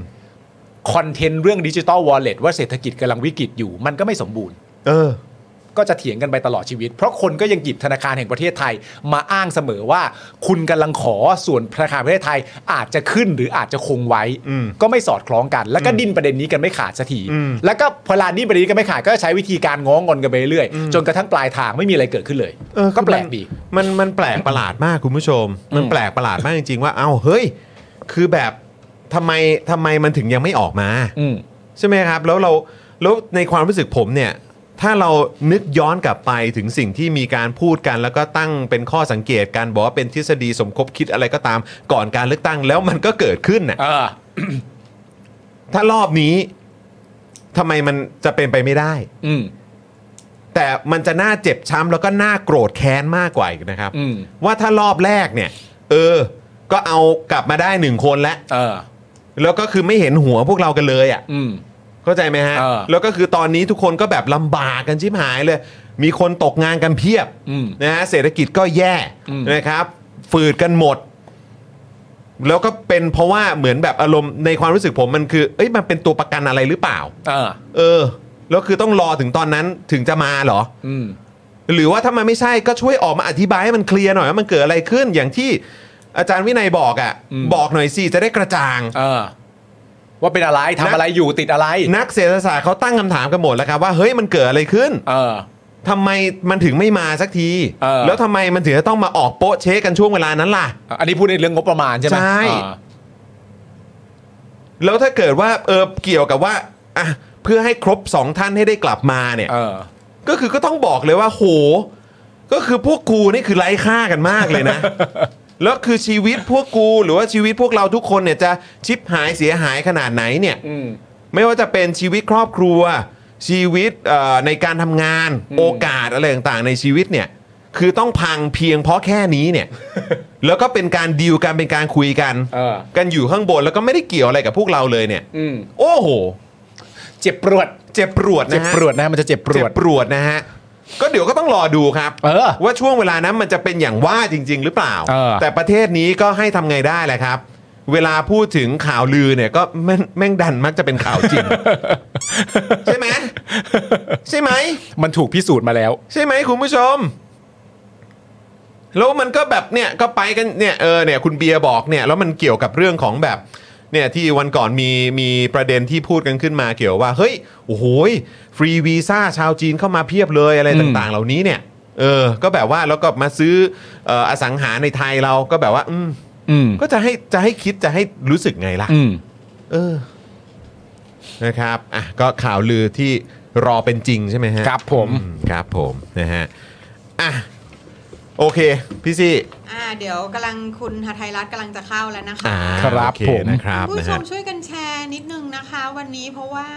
[SPEAKER 3] คอนเทนต์เรื่องดิจิตอลวอลเล็ตว่าเศรษฐกิจกำลังวิกฤตอยู่ มันก็ไม่สมบูรณ์
[SPEAKER 1] เออ
[SPEAKER 3] ก็จะเถียงกันไปตลอดชีวิต เพราะคนก็ยังหยิบธนาคารแห่งประเทศไทย มาอ้างเสมอว่า คุณกำลังขอส่วนธนาคารแห่งประเทศไทยอาจจะขึ้นหรืออาจจะคงไว้
[SPEAKER 1] อืม
[SPEAKER 3] ก็ไม่สอดคล้องกัน แล้วก็ดิ้นประเด็นนี้กันไม่ขาดสักที
[SPEAKER 1] อืม
[SPEAKER 3] แล้วก็พอลาดิ้นประเด็นนี้กันไม่ขาดก็ใช้วิธีการง้องอนกันไปเรื่อยจนกระทั่งปลายทางไม่มีอะไรเกิดขึ้นเลย
[SPEAKER 1] เออ
[SPEAKER 3] ก็แปลก
[SPEAKER 1] มัน
[SPEAKER 3] ดี
[SPEAKER 1] มันมันแปลกประหลาดมากคุณผู้ชม มัน
[SPEAKER 3] อืม
[SPEAKER 1] แปลกประหลาดมากจริงๆว่าเอ้าเฮ้ย คือแบบทำไมทำไมมันถึงยังไม่ออกมา
[SPEAKER 3] อืม
[SPEAKER 1] ใช่ไหมครับ แล้วเราแล้วในความรู้สึกผมเนี่ย ถ้าเรานึกย้อนกลับไปถึงสิ่งที่มีการพูดกันแล้วก็ตั้งเป็นข้อสังเกตการบอกว่าเป็นทฤษฎีสมคบคิดอะไรก็ตาม ก่อนการเลือกตั้งแล้วมันก็เกิดขึ้นน่ะ
[SPEAKER 3] เออ
[SPEAKER 1] ถ้ารอบนี้ทำไมมันจะเป็นไปไม่ได้
[SPEAKER 3] อืม
[SPEAKER 1] แต่มันจะน่าเจ็บช้ำแล้วก็น่าโกรธแค้นมากกว่าอีกนะครับ
[SPEAKER 3] อืม
[SPEAKER 1] ว่าถ้ารอบแรกเนี่ย เออ ก็เอากลับมาได้หนึ่งคนแล้ว
[SPEAKER 3] เออ
[SPEAKER 1] แล้วก็คือไม่เห็นหัวพวกเรากันเลยอ่ะ
[SPEAKER 3] อืม
[SPEAKER 1] เข้าใจไหมฮะ
[SPEAKER 3] เออ
[SPEAKER 1] แล้วก็คือตอนนี้ทุกคนก็แบบลำบากกันชิบหายเลย มีคนตกงานกันเพียบ
[SPEAKER 3] อืม
[SPEAKER 1] นะฮะเศรษฐกิจก็แย่
[SPEAKER 3] อืม
[SPEAKER 1] นะครับ ฝืดกันหมด แล้วก็เป็นเพราะว่าเหมือนแบบอารมณ์ในความรู้สึกผมมันคือ เอ้ยมันเป็นตัวประกันอะไรหรือเปล่า
[SPEAKER 3] เออ
[SPEAKER 1] เออ แล้วคือต้องรอถึงตอนนั้นถึงจะมาเหรอ
[SPEAKER 3] อืม
[SPEAKER 1] หรือว่าถ้ามันไม่ใช่ก็ช่วยออกมาอธิบายให้มันเคลียร์หน่อยว่ามันเกิดอะไรขึ้นอย่างที่อาจารย์วินัยบอกอะ่ะ
[SPEAKER 3] อืม
[SPEAKER 1] บอกหน่อยสิจะได้กระจ่าง
[SPEAKER 3] เออ ว่าเป็นอะไรทำอะไรอยู่ติดอะไร
[SPEAKER 1] นักเศรษฐศาสตร์เขาตั้งคำถามกันหมดแล้วครับว่าเฮ้ยมันเกิดอะไรขึ้น
[SPEAKER 3] เออ
[SPEAKER 1] ทำไมมันถึงไม่มาสักที
[SPEAKER 3] เออ
[SPEAKER 1] แล้วทำไมมันถึงจะต้องมาออกโป๊ะเช๊กันช่วงเวลานั้นล่ะ
[SPEAKER 3] อันนี้พูดในเรื่องงบประมาณใช่ไหม
[SPEAKER 1] ใช่
[SPEAKER 3] เออ
[SPEAKER 1] แล้วถ้าเกิดว่าเออเกี่ยวกับว่าอ่ะเพื่อให้ครบสองท่านให้ได้กลับมาเนี่ย
[SPEAKER 3] เออ
[SPEAKER 1] ก็คือก็ต้องบอกเลยว่าโห ก็คือพวกกูนี่คือไร้ค่ากันมากเลย
[SPEAKER 3] [LAUGHS]
[SPEAKER 1] นะ แล้วคือชีวิตพวกกูหรือว่าชีวิตพวกเราทุกคนเนี่ยจะชิบหายเสียหายขนาดไหนเนี่ย
[SPEAKER 3] อืม
[SPEAKER 1] ไม่ว่าจะเป็นชีวิตครอบครัว ชีวิตเอ่อในการทำงาน
[SPEAKER 3] อืม
[SPEAKER 1] โอกาสอะไรต่างๆ ในชีวิตเนี่ย คือต้องพังเพียงเพราะแค่นี้
[SPEAKER 3] [LAUGHS]
[SPEAKER 1] เนี่ย แล้วก็เป็นการดีลกันเป็นการคุยกัน
[SPEAKER 3] เออ
[SPEAKER 1] กันอยู่ข้างบนแล้วก็ไม่ได้เกี่ยวอะไรกับพวกเราเลยเนี่ย
[SPEAKER 3] อืม
[SPEAKER 1] โอ้โห
[SPEAKER 3] เจ็บปวด
[SPEAKER 1] เจ็บปวด
[SPEAKER 3] เจ็บ
[SPEAKER 1] นะฮะ
[SPEAKER 3] ปวดนะ มันจะเจ็บป
[SPEAKER 1] เจ็บ
[SPEAKER 3] วด [LAUGHS]
[SPEAKER 1] ปวดนะฮะก็เดี๋ยวก็ต้องรอดูครับ
[SPEAKER 3] เออ
[SPEAKER 1] ว่าช่วงเวลานั้นมันจะเป็นอย่างว่าจริง ๆ หรือเปล่า
[SPEAKER 3] เออ
[SPEAKER 1] แต่ประเทศนี้ก็ให้ทำไงได้แหละครับ เวลาพูดถึงข่าวลือเนี่ยก็แม่งแม่งดันมักจะเป็นข่าวจ
[SPEAKER 3] [LAUGHS]
[SPEAKER 1] ริง ใช่ไหมใช่ไหม
[SPEAKER 3] มันถูกพิสูจน์มาแล้ว
[SPEAKER 1] ใช่ไหมคุณผู้ชม แล้วมันก็แบบเนี่ยก็ไปกันเนี่ยเออเนี่ยคุณเบียร์บอกเนี่ยแล้วมันเกี่ยวกับเรื่องของแบบเนี่ยที่วันก่อนมีมีประเด็นที่พูดกันขึ้นมาเกี่ยวว่า เฮ้ยโอ้โหยฟรีวีซ่าชาวจีนเข้ามาเพียบเลยอะไร
[SPEAKER 3] อืม
[SPEAKER 1] ต่างๆ เหล่านี้เนี่ย เออ ก็แบบว่าแล้วก็มาซื้อเอ่ออสังหาในไทยเราก็แบบว่า อืม
[SPEAKER 3] อืม
[SPEAKER 1] ก็จะให้จะให้คิดจะให้รู้สึกไงล่ะ
[SPEAKER 3] อืม
[SPEAKER 1] เออนะครับอ่ะก็ข่าวลือที่รอเป็นจริงใช่ไหมฮะ
[SPEAKER 3] ครับผม
[SPEAKER 1] อืครับผมนะฮะอ่ะโอเค พี่ซี่
[SPEAKER 4] อ่าเดี๋ยวกำลังคุณหทัยรัฐกำลังจะเข้าแล้วนะคะ
[SPEAKER 1] อ่า
[SPEAKER 3] ครับ
[SPEAKER 1] โอเ
[SPEAKER 3] ผม
[SPEAKER 1] นะครับ
[SPEAKER 4] คุณ
[SPEAKER 1] นะ
[SPEAKER 4] ผู้ช
[SPEAKER 1] ฮะ
[SPEAKER 4] มช่วยกันแชร์นิดนึงนะคะ วันนี้เพราะว่า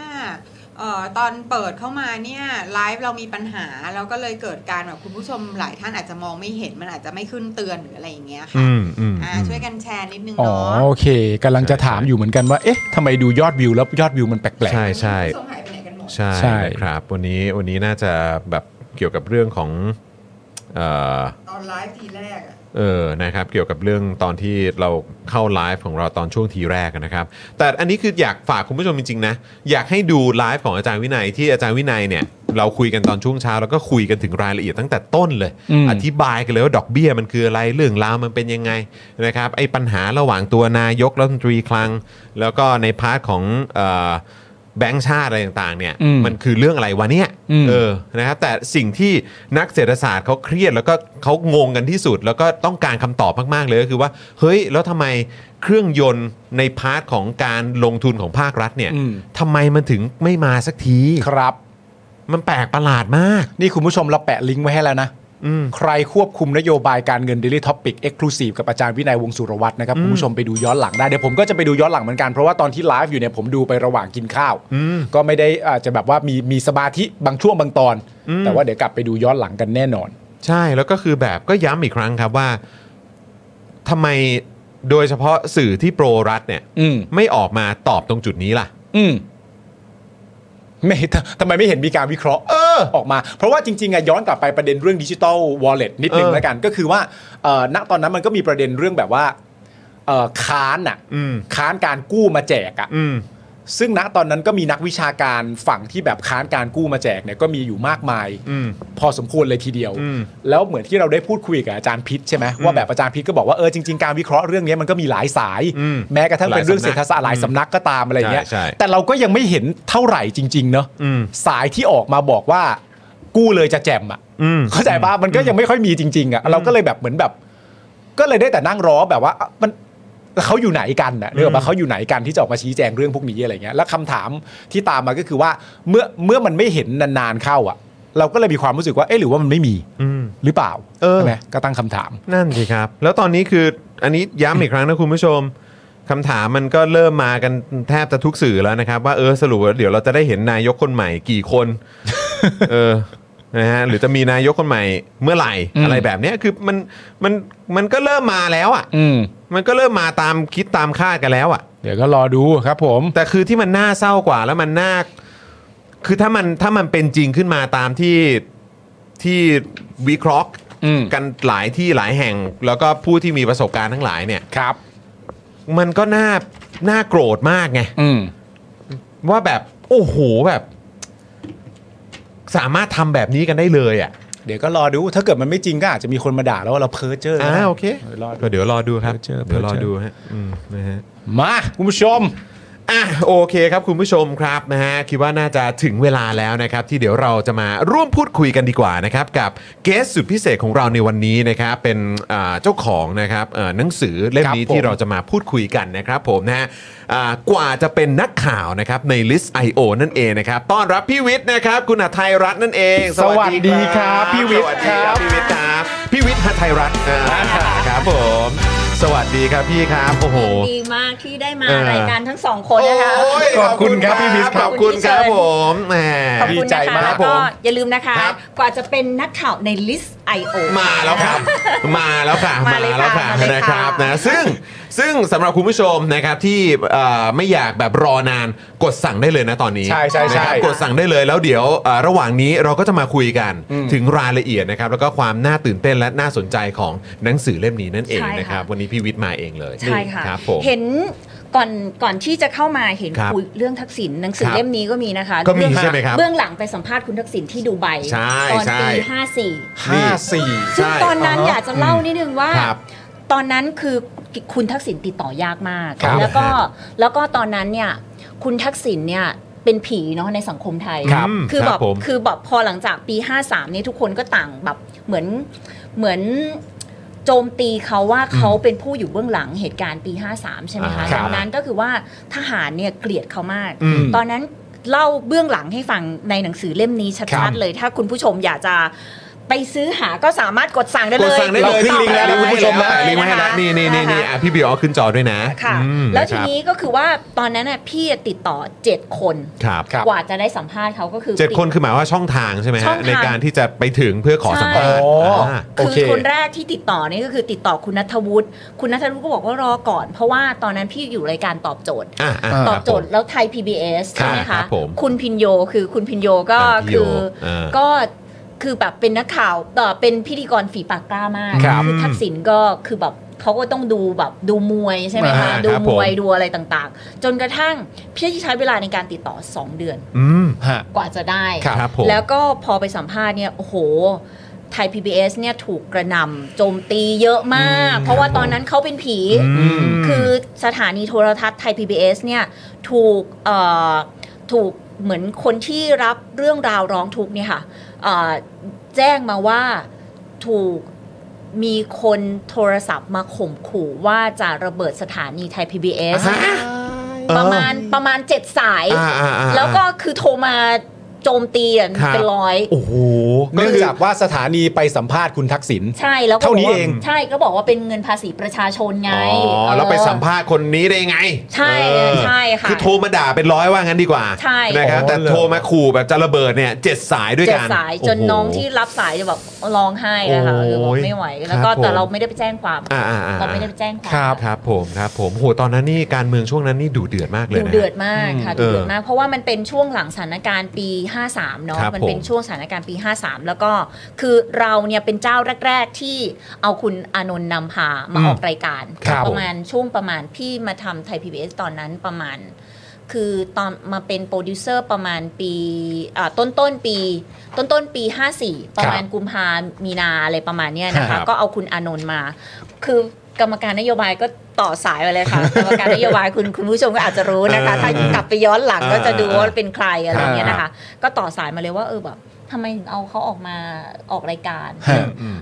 [SPEAKER 4] เออตอนเปิดเข้ามาเนี่ยไลฟ์เรามีปัญหาแล้วก็เลยเกิดการแบบคุณผู้ชมหลายท่านอาจจะมองไม่เห็นมันอาจจะไม่ขึ้นเตือนหรืออะไรอย่างเงี้ยค่ะ
[SPEAKER 1] อืมอืม
[SPEAKER 4] อ่า
[SPEAKER 1] อืม
[SPEAKER 4] ช่วยกันแชร์นิดนึง
[SPEAKER 3] อ๋อ
[SPEAKER 4] เนาะ
[SPEAKER 3] โอเคกำลังจะถามอยู่เหมือนกันว่า เอ๊ะทำไมดูยอดวิวแล้วยอดวิวมันแปลก
[SPEAKER 1] ใช่ใช่
[SPEAKER 4] คุณผู้ชมหายไปไหนกันหมด
[SPEAKER 1] ใช่
[SPEAKER 3] ใช่
[SPEAKER 1] นะครับวันนี้วันนี้น่าจะแบบเกี่ยวกับเรื่องของเอ่อ
[SPEAKER 4] ตอนไลฟ์ทีแรกอะ
[SPEAKER 1] เออนะครับ เกี่ยวกับเรื่องตอนที่เราเข้าไลฟ์ของเราตอนช่วงทีแรกนะครับ แต่อันนี้คืออยากฝากคุณผู้ชมจริงๆนะอยากให้ดูไลฟ์ของอาจารย์วินัยที่อาจารย์วินัยเนี่ย เราคุยกันตอนช่วงเช้าแล้วก็คุยกันถึงรายละเอียดตั้งแต่ต้นเลย
[SPEAKER 3] อืม
[SPEAKER 1] อธิบายกันเลยว่าดอกเบี้ยมันคืออะไรเรื่องราวมันเป็นยังไงนะครับไอ้ปัญหาระหว่างตัวนายกรัฐมนตรีคลัง แล้วก็ในพาร์ทของเอ่อแบงค์ชาติอะไรต่างๆเนี่ย
[SPEAKER 3] อืม
[SPEAKER 1] นคือเรื่องอะไรวะเนี่ย
[SPEAKER 3] อืม
[SPEAKER 1] เออนะครับแต่สิ่งที่นักเศรษฐศาสตร์เขาเครียดแล้วก็เขางงกันที่สุด แล้วก็ต้องการคำตอบมากๆเลยก็คือว่าเฮ้ยแล้วทำไมเครื่องยนต์ในพาร์ทของการลงทุนของภาครัฐเนี่ย
[SPEAKER 3] อืม
[SPEAKER 1] ทำไมมันถึงไม่มาสักที
[SPEAKER 3] ๆครับ
[SPEAKER 1] มันแปลกประหลาดมาก
[SPEAKER 3] นี่คุณผู้ชมเราแปะลิงก์ไว้ให้แล้วนะ
[SPEAKER 1] อืม
[SPEAKER 3] ใครควบคุมนโยบายการเงิน Daily Topic Exclusive กับอาจารย์วินัยวงศ์สุรวัตรนะครับ คุณผู้ชมไปดูย้อนหลังได้ เดี๋ยวผมก็จะไปดูย้อนหลังเหมือนกัน เพราะว่าตอนที่ไลฟ์อยู่เนี่ยผมดูไประหว่างกินข้าว
[SPEAKER 1] อืม
[SPEAKER 3] ก็ไม่ได้อาจจะแบบว่ามีมีสมาธิบางช่วงบางตอน
[SPEAKER 1] อืม
[SPEAKER 3] แต่ว่าเดี๋ยวกลับไปดูย้อนหลังกันแน่นอน
[SPEAKER 1] ใช่แล้วก็คือแบบก็ย้ำอีกครั้งครับว่าทำไมโดยเฉพาะสื่อที่โปรรัฐเนี่ย
[SPEAKER 3] อืม
[SPEAKER 1] ไม่ออกมาตอบตรงจุดนี้ล่ะ
[SPEAKER 3] อืมไม่ [LAUGHS] ทำทำไมไม่เห็นมีการวิเคราะห์
[SPEAKER 1] เออ
[SPEAKER 3] ออกมา เพราะว่าจริงๆอะย้อนกลับไปประเด็นเรื่องดิจิ t a ลวอลเล็ตนิดนึง
[SPEAKER 1] เออ
[SPEAKER 3] แล้วกัน ก็คือว่าเอ่อณตอนนั้นมันก็มีประเด็นเรื่องแบบว่าเอ่อค้านอะ
[SPEAKER 1] อืม
[SPEAKER 3] ค้านการกู้มาแจกอะ
[SPEAKER 1] อืม
[SPEAKER 3] ซึ่งณตอนนั้นก็มีนักวิชาการฝั่งที่แบบค้านการกู้มาแจกเนี่ยก็มีอยู่มากมาย
[SPEAKER 1] อืม
[SPEAKER 3] พอสมควรเลยทีเดียว
[SPEAKER 1] อืม
[SPEAKER 3] แล้วเหมือนที่เราได้พูดคุยกับอาจารย์พิษใช่ไหมว่าแบบอาจารย์พิษก็บอกว่าเออจริงๆการวิเคราะห์เรื่องนี้มันก็มีหลายสาย
[SPEAKER 1] อืม
[SPEAKER 3] แม้กระทั่งเป็นเรื่องเศรษฐศาสตร์หลายสำนักก็ตามอะไรเงี้ย
[SPEAKER 1] ใช่ใช่
[SPEAKER 3] แต่เราก็ยังไม่เห็นเท่าไหร่จริง ๆ เนาะ
[SPEAKER 1] อืม
[SPEAKER 3] สายที่ออกมาบอกว่ากู้เลยจะแจมอ่ะ
[SPEAKER 1] อืม
[SPEAKER 3] เข้าใจป่ะมันก็ยังไม่ค่อยมีจริงๆอ่ะเราก็เลยแบบเหมือนแบบ ก็เลยได้แต่นั่งรอแบบว่าอ่ะมันแล้วเขาอยู่ไหนกันน่ะเรื่องว่าเขาอยู่ไหนกันที่จะออกมาชี้แจงเรื่องพวกนี้อะไรเงี้ยแล้วคำถามที่ตามมาก็คือว่าเมื่อเมื่อมันไม่เห็นนานๆเข้าอ่ะ เราก็เลยมีความรู้สึกว่าเอ๊ะหรือว่ามันไม่มี
[SPEAKER 1] อืม
[SPEAKER 3] หรือเปล่า
[SPEAKER 1] เออ
[SPEAKER 3] ใช่ไหมก็ตั้งคำถาม
[SPEAKER 1] นั่นสิครับ แล้วตอนนี้คืออันนี้ย้ำอีกครั้งนะคุณผู้ชมคำถามมันก็เริ่มมากันแทบจะทุกสื่อแล้วนะครับ ว่าเออสรุปว่าเดี๋ยวเราจะได้เห็นนายกคนใหม่กี่คน [LAUGHS] เออนะฮะหรือจะมีนายกคนใหม่เมื่อไหร่
[SPEAKER 3] อืม
[SPEAKER 1] อะไรแบบเนี้ยคือมันมันมันก็เริ่มมาแล้วอ่ะ
[SPEAKER 3] อืม
[SPEAKER 1] มันก็เริ่มมาตามคิดตามคาดกันแล้วอ่ะ
[SPEAKER 3] เดี๋ยวก็รอดูครับผม
[SPEAKER 1] แต่คือที่มันน่าเศร้ากว่าแล้วมันน่าคือถ้ามันถ้ามันเป็นจริงขึ้นมาตามที่ที่วิเคราะห์
[SPEAKER 3] อืม
[SPEAKER 1] กันหลายที่หลายแห่ง แล้วก็ผู้ที่มีประสบการณ์ทั้งหลายเนี่ย
[SPEAKER 3] ครับ
[SPEAKER 1] มันก็น่าน่าโกรธมากไง
[SPEAKER 3] อืม
[SPEAKER 1] ว่าแบบโอ้โหแบบ สามารถทำแบบนี้กันได้เลยอ่ะ
[SPEAKER 3] เดี๋ยวก็รอดูถ้าเกิดมันไม่จริงก็อาจจะมีคนมาด่าแล้วว่าเราเพ้อเจ้อ
[SPEAKER 1] อ่า
[SPEAKER 3] นะ
[SPEAKER 1] โอเค
[SPEAKER 3] รอดู
[SPEAKER 1] ก็เดี๋ยวรอดูครับ
[SPEAKER 3] เจอเจอ
[SPEAKER 1] ยวรอดูฮะอืมนะฮะ
[SPEAKER 3] มาคุณผู้ชม
[SPEAKER 1] อ่ะโอเคครับคุณผู้ชมครับนะฮะคิดว่าน่าจะถึงเวลาแล้วนะครับ ที่เดี๋ยวเราจะมาร่วมพูดคุยกันดีกว่านะครับ กับเกสสุดพิเศษของเราในวันนี้นะครับ เป็นอ่าเจ้าของนะครับเอ่อหนังสือเล่มนี้
[SPEAKER 3] ครับผม
[SPEAKER 1] ที่เราจะมาพูดคุยกันนะครับผมนะฮะอ่ากว่าจะเป็นนักข่าวนะครับในลิสต์ I.O. นั่นเองนะครับ ต้อนรับพี่วิทย์นะครับ คุณหทัยรัตน์นั่นเอง
[SPEAKER 3] สวัสดีครับพี่วิทย์
[SPEAKER 1] สสดี
[SPEAKER 3] ครับ
[SPEAKER 1] พี่วิทย์ครับพี่วิทย์หทัยรัตน์อ่าครับผมสวัสดีครับพี่ครับโอ้โห
[SPEAKER 6] ดีมากที่ได้มา
[SPEAKER 1] เออ
[SPEAKER 6] รายการทั้งสองคนนะคะ
[SPEAKER 1] โอ้ย
[SPEAKER 3] ขอบคุณครับพี่วิทย์ค
[SPEAKER 1] ข
[SPEAKER 3] รับ
[SPEAKER 1] อบคุณครับผมแหม
[SPEAKER 6] ขอบคุณ
[SPEAKER 3] ดีใจมา
[SPEAKER 6] นะคะ
[SPEAKER 3] ก
[SPEAKER 6] แล้วก็อย่าลืมนะคะ
[SPEAKER 1] ครับ
[SPEAKER 6] กว่าจะเป็นนักข่าวในลิสต์ I.O.
[SPEAKER 1] มาแล้วครับ มาแล้วค่ะ
[SPEAKER 6] มาเลย
[SPEAKER 1] แล้ว
[SPEAKER 6] ค่ะมาเลยค่ะ
[SPEAKER 1] นะครับนะซึ่งซึ่งสำหรับคุณผู้ชมนะครับที่เอ่อไม่อยากแบบรอนานกดสั่งได้เลยนะตอนนี้
[SPEAKER 3] ใช่ใช่ใช่
[SPEAKER 1] นะครับกดสั่งได้เลยแล้วเดี๋ยวเอ่อระหว่างนี้เราก็จะมาคุยกันถึงรายละเอียดนะครับ แล้วก็ความน่าตื่นเต้นและน่าสนใจของหนังสือเล่มนี้นั่นเอง
[SPEAKER 6] ใช่ค่ะ
[SPEAKER 1] นะครับ วันนี้พี่วิทย์มาเองเลย
[SPEAKER 6] ใช่ค่ะ
[SPEAKER 1] ครับผม
[SPEAKER 6] เห็นก่อนก่อนที่จะเข้ามาเห็น
[SPEAKER 1] ครับ
[SPEAKER 6] คุยเรื่องทักษิณหนังสือ
[SPEAKER 1] ครับ
[SPEAKER 6] เล่มนี้ก็มีนะคะ
[SPEAKER 1] ก็มี
[SPEAKER 6] เอง
[SPEAKER 1] ใช่ไหมครับ
[SPEAKER 6] เบื้องหลังไปสัมภาษณ์คุณทักษิณที่ดูไบ
[SPEAKER 1] ใช่
[SPEAKER 6] ตอน
[SPEAKER 1] ใช่
[SPEAKER 6] ปีห้าสี่
[SPEAKER 3] ห้าสี่
[SPEAKER 6] ซึ่งตอนนั้น
[SPEAKER 3] อ่าฮะ
[SPEAKER 6] อยากจะเล่านิดนึงว่า
[SPEAKER 1] ครับ
[SPEAKER 6] ตอนนั้นคือคุณทักษิณติดต่อยากมาก
[SPEAKER 3] ครับ
[SPEAKER 6] แล้วก็แล้วก็ตอนนั้นเนี่ยคุณทักษิณเนี่ยเป็นผีเนาะในสังคมไทย
[SPEAKER 1] ครับ
[SPEAKER 6] อ
[SPEAKER 1] ค
[SPEAKER 6] แบ
[SPEAKER 1] รั
[SPEAKER 6] บบ
[SPEAKER 1] ผม
[SPEAKER 6] คือแบบพอหลังจากปี 53เนี่ยทุกคนก็ต่างแบบเหมือนเหมือนโจมตีเขาว่าเขาเป็นผู้อยู่เบื้องหลังเหตุการณ์ปี 53 ใช่ไหมคะ
[SPEAKER 1] อ่าครับ
[SPEAKER 6] ดังนั้นก็คือว่าทหารเนี่ยเกลียดเขามาก
[SPEAKER 1] อืม
[SPEAKER 6] ตอนนั้นเล่าเบื้องหลังให้ฟังในหนังสือเล่มนี้
[SPEAKER 3] ครั
[SPEAKER 6] ชั
[SPEAKER 3] บ
[SPEAKER 6] ดๆเลย ถ้าคุณผู้ชมอยากจะไปซื้อหาก็สามารถกดสั่งได้
[SPEAKER 1] ก
[SPEAKER 6] เล
[SPEAKER 1] ด
[SPEAKER 6] ย
[SPEAKER 1] สั่งได้เลย
[SPEAKER 6] ติต่อ
[SPEAKER 1] ลิงก์แล้วนะ
[SPEAKER 6] ไป
[SPEAKER 1] คุณผู้ชมนะ
[SPEAKER 6] เลย
[SPEAKER 1] ลิงก์ไว้ให้แล้ว
[SPEAKER 6] ค
[SPEAKER 1] นี่นี่นี่นี่อ่ะพี่บิวเอาขึ้นจอด้วยนะ
[SPEAKER 6] ค่ะ
[SPEAKER 1] อืม
[SPEAKER 6] แล้วที
[SPEAKER 1] ะครับ
[SPEAKER 6] นี้ก็คือว่าตอนนั้นน่ะพี่ติดต่อ 7 คน
[SPEAKER 1] ครับ
[SPEAKER 3] ครับ
[SPEAKER 6] กว่าจะได้สัมภาษณ์เขาก็คือ
[SPEAKER 1] เจ็ด
[SPEAKER 6] ติ
[SPEAKER 1] คนคือหมายว่าช่องทางใช่ไหม
[SPEAKER 6] ช่
[SPEAKER 1] ฮะ
[SPEAKER 6] องทาง
[SPEAKER 1] ในการที่จะไปถึงเพื่อขอสัมภาษณ์
[SPEAKER 3] ใช่
[SPEAKER 1] อ่า
[SPEAKER 3] โอ
[SPEAKER 6] คือ
[SPEAKER 3] เค
[SPEAKER 6] คนแรกที่ติดต่อนี่ก็คือติดต่อคุณนัทวุฒิคุณนัทวุฒิก็บอกว่ารอก่อน เพราะว่าตอนนั้นพี่อยู่รายการตอบโจทย์
[SPEAKER 1] อ่ะะ
[SPEAKER 6] ตอบโจทย์
[SPEAKER 1] ค
[SPEAKER 6] แล้วไทย PBS
[SPEAKER 1] ครับ
[SPEAKER 6] ใช่ไหม
[SPEAKER 1] ครั
[SPEAKER 6] คะ
[SPEAKER 1] บผม
[SPEAKER 6] คุณพินโยคือคุณพินโยก็
[SPEAKER 1] อ่าพินโย
[SPEAKER 6] คืออา ก็คือแบบเป็นนักข่าวเอ่อเป็นพิธีกรฝีปากกล้ามาก
[SPEAKER 1] ครับ
[SPEAKER 6] อทักษิณก็คือแบบเขาก็ต้องดูแบบดูมวยใช่ไหมคะ
[SPEAKER 1] อ่า
[SPEAKER 6] ดู
[SPEAKER 1] ครับผม
[SPEAKER 6] มวยดูอะไรต่างๆ จนกระทั่งพี่ใช้เวลาในการติดต่อ 2 เดือน
[SPEAKER 1] อืม
[SPEAKER 3] ฮะ
[SPEAKER 6] กว่าจะได้
[SPEAKER 3] ครับ
[SPEAKER 1] ครับผม
[SPEAKER 6] แล้วก็พอไปสัมภาษณ์เนี่ย โอ้โห ไทย PBS เนี่ยถูกกระหนำโจมตีเยอะมาก เพราะว่าตอนนั้นเขาเป็นผี
[SPEAKER 1] อืม
[SPEAKER 6] คือสถานีโทรทัศน์ไทย PBS เนี่ยถูกเอ่อถูกเหมือนคนที่รับเรื่องราวร้องทุกข์เนี่ยค่ะเอ่อแจ้งมาว่าถูกมีคนโทรศัพท์มาข่มขู่ว่าจะระเบิดสถานีไทย PBS
[SPEAKER 1] ฮะ
[SPEAKER 6] ประมาณประมาณเจ็ดสาย
[SPEAKER 1] อ่าอ่าอ่า
[SPEAKER 6] แล้วก็คือโทรมาโจมตีอ่ะ
[SPEAKER 1] ครับ
[SPEAKER 6] เป็นร้อย
[SPEAKER 1] โอ้โห
[SPEAKER 3] เนื่องจากว่าสถานีไปสัมภาษณ์คุณทักษิณ
[SPEAKER 6] ใช่แล้วก็
[SPEAKER 3] เท่านี้
[SPEAKER 6] บอกว่
[SPEAKER 3] เอง
[SPEAKER 6] ใช่ก็บอกว่าเป็นเงินภาษีประชาชนไง
[SPEAKER 1] อ๋อแล้วไป
[SPEAKER 6] เออ
[SPEAKER 1] สัมภาษณ์คนนี้ได้ไง
[SPEAKER 6] ใช่
[SPEAKER 1] เออ
[SPEAKER 6] ใช่ค่ะ
[SPEAKER 1] คือโทรมาด่าเป็นร้อยว่างั้นดีกว่า
[SPEAKER 6] ใช่
[SPEAKER 1] นะครับ
[SPEAKER 3] อ๋อ
[SPEAKER 1] แต่
[SPEAKER 3] เหรอ
[SPEAKER 1] โทรมาขู่แบบจะระเบิดเนี่ยเจ็ดสายด้วย
[SPEAKER 6] เจ็
[SPEAKER 1] กั
[SPEAKER 6] ด
[SPEAKER 1] น
[SPEAKER 6] สายจน
[SPEAKER 1] โโห
[SPEAKER 6] น้องที่รับสายจะแบบร้องไห้เลยค่ะ
[SPEAKER 1] โอ้
[SPEAKER 6] เอย อบอกไม่ไหว แล้ว
[SPEAKER 1] ค
[SPEAKER 6] ก็
[SPEAKER 1] รับผม
[SPEAKER 6] แต่เราไม่ได้ไปแจ้งความ
[SPEAKER 1] อ่าอ่าอ่า
[SPEAKER 6] เราไม่ได้ไปแจ้งความ
[SPEAKER 1] ครับผมครับผมโหตอนนั้นนี่การเมืองช่วงนั้นนี่ดูเดือดมากเลย
[SPEAKER 6] ดู
[SPEAKER 1] นะ
[SPEAKER 6] เดือดมากค่ะ
[SPEAKER 1] อืม
[SPEAKER 6] ดูเดือด
[SPEAKER 1] เออ
[SPEAKER 6] มากเพราะว่ามันเป็นช่วงหลังสถานการณ์ปี 53 เนาะ
[SPEAKER 1] ครับ
[SPEAKER 6] มัน
[SPEAKER 1] ผม
[SPEAKER 6] เป็นช่วงสถานการณ์ปี 53 แล้วก็คือเราเนี่ยเป็นเจ้าแรก ๆ ที่เอาคุณอานนท์นำพามาออกรายการ
[SPEAKER 3] ครับ
[SPEAKER 6] ประมาณช่วงประมาณพี่มาทำไทยพีบีตอนนั้นประมาณ คือตอนมาเป็นโปรดิวเซอร์ประมาณปีอ่าต้นต้นปี ต้นต้นปี 54 ประมาณกุมภามีนาอะไรประมาณเนี้ยนะ
[SPEAKER 1] ครั
[SPEAKER 6] คะ
[SPEAKER 1] บ
[SPEAKER 6] ก็เอาคุณอานนท์มา คือกรรมการนโยบายก็ต่อสายไปเลย
[SPEAKER 1] [LAUGHS]
[SPEAKER 6] ค่ะ กรรมการนโยบายคุณคุณผู้ชมก็อาจจะรู้นะคะ ถ้ากลับไปย้อนหลังก็จะดูว่าเป็นใครอะไรเงี้ยนะคะ ก็ต่อสายมาเลยว่าเออแบบทำไมถึงเอาเขาออกมาออกรายการ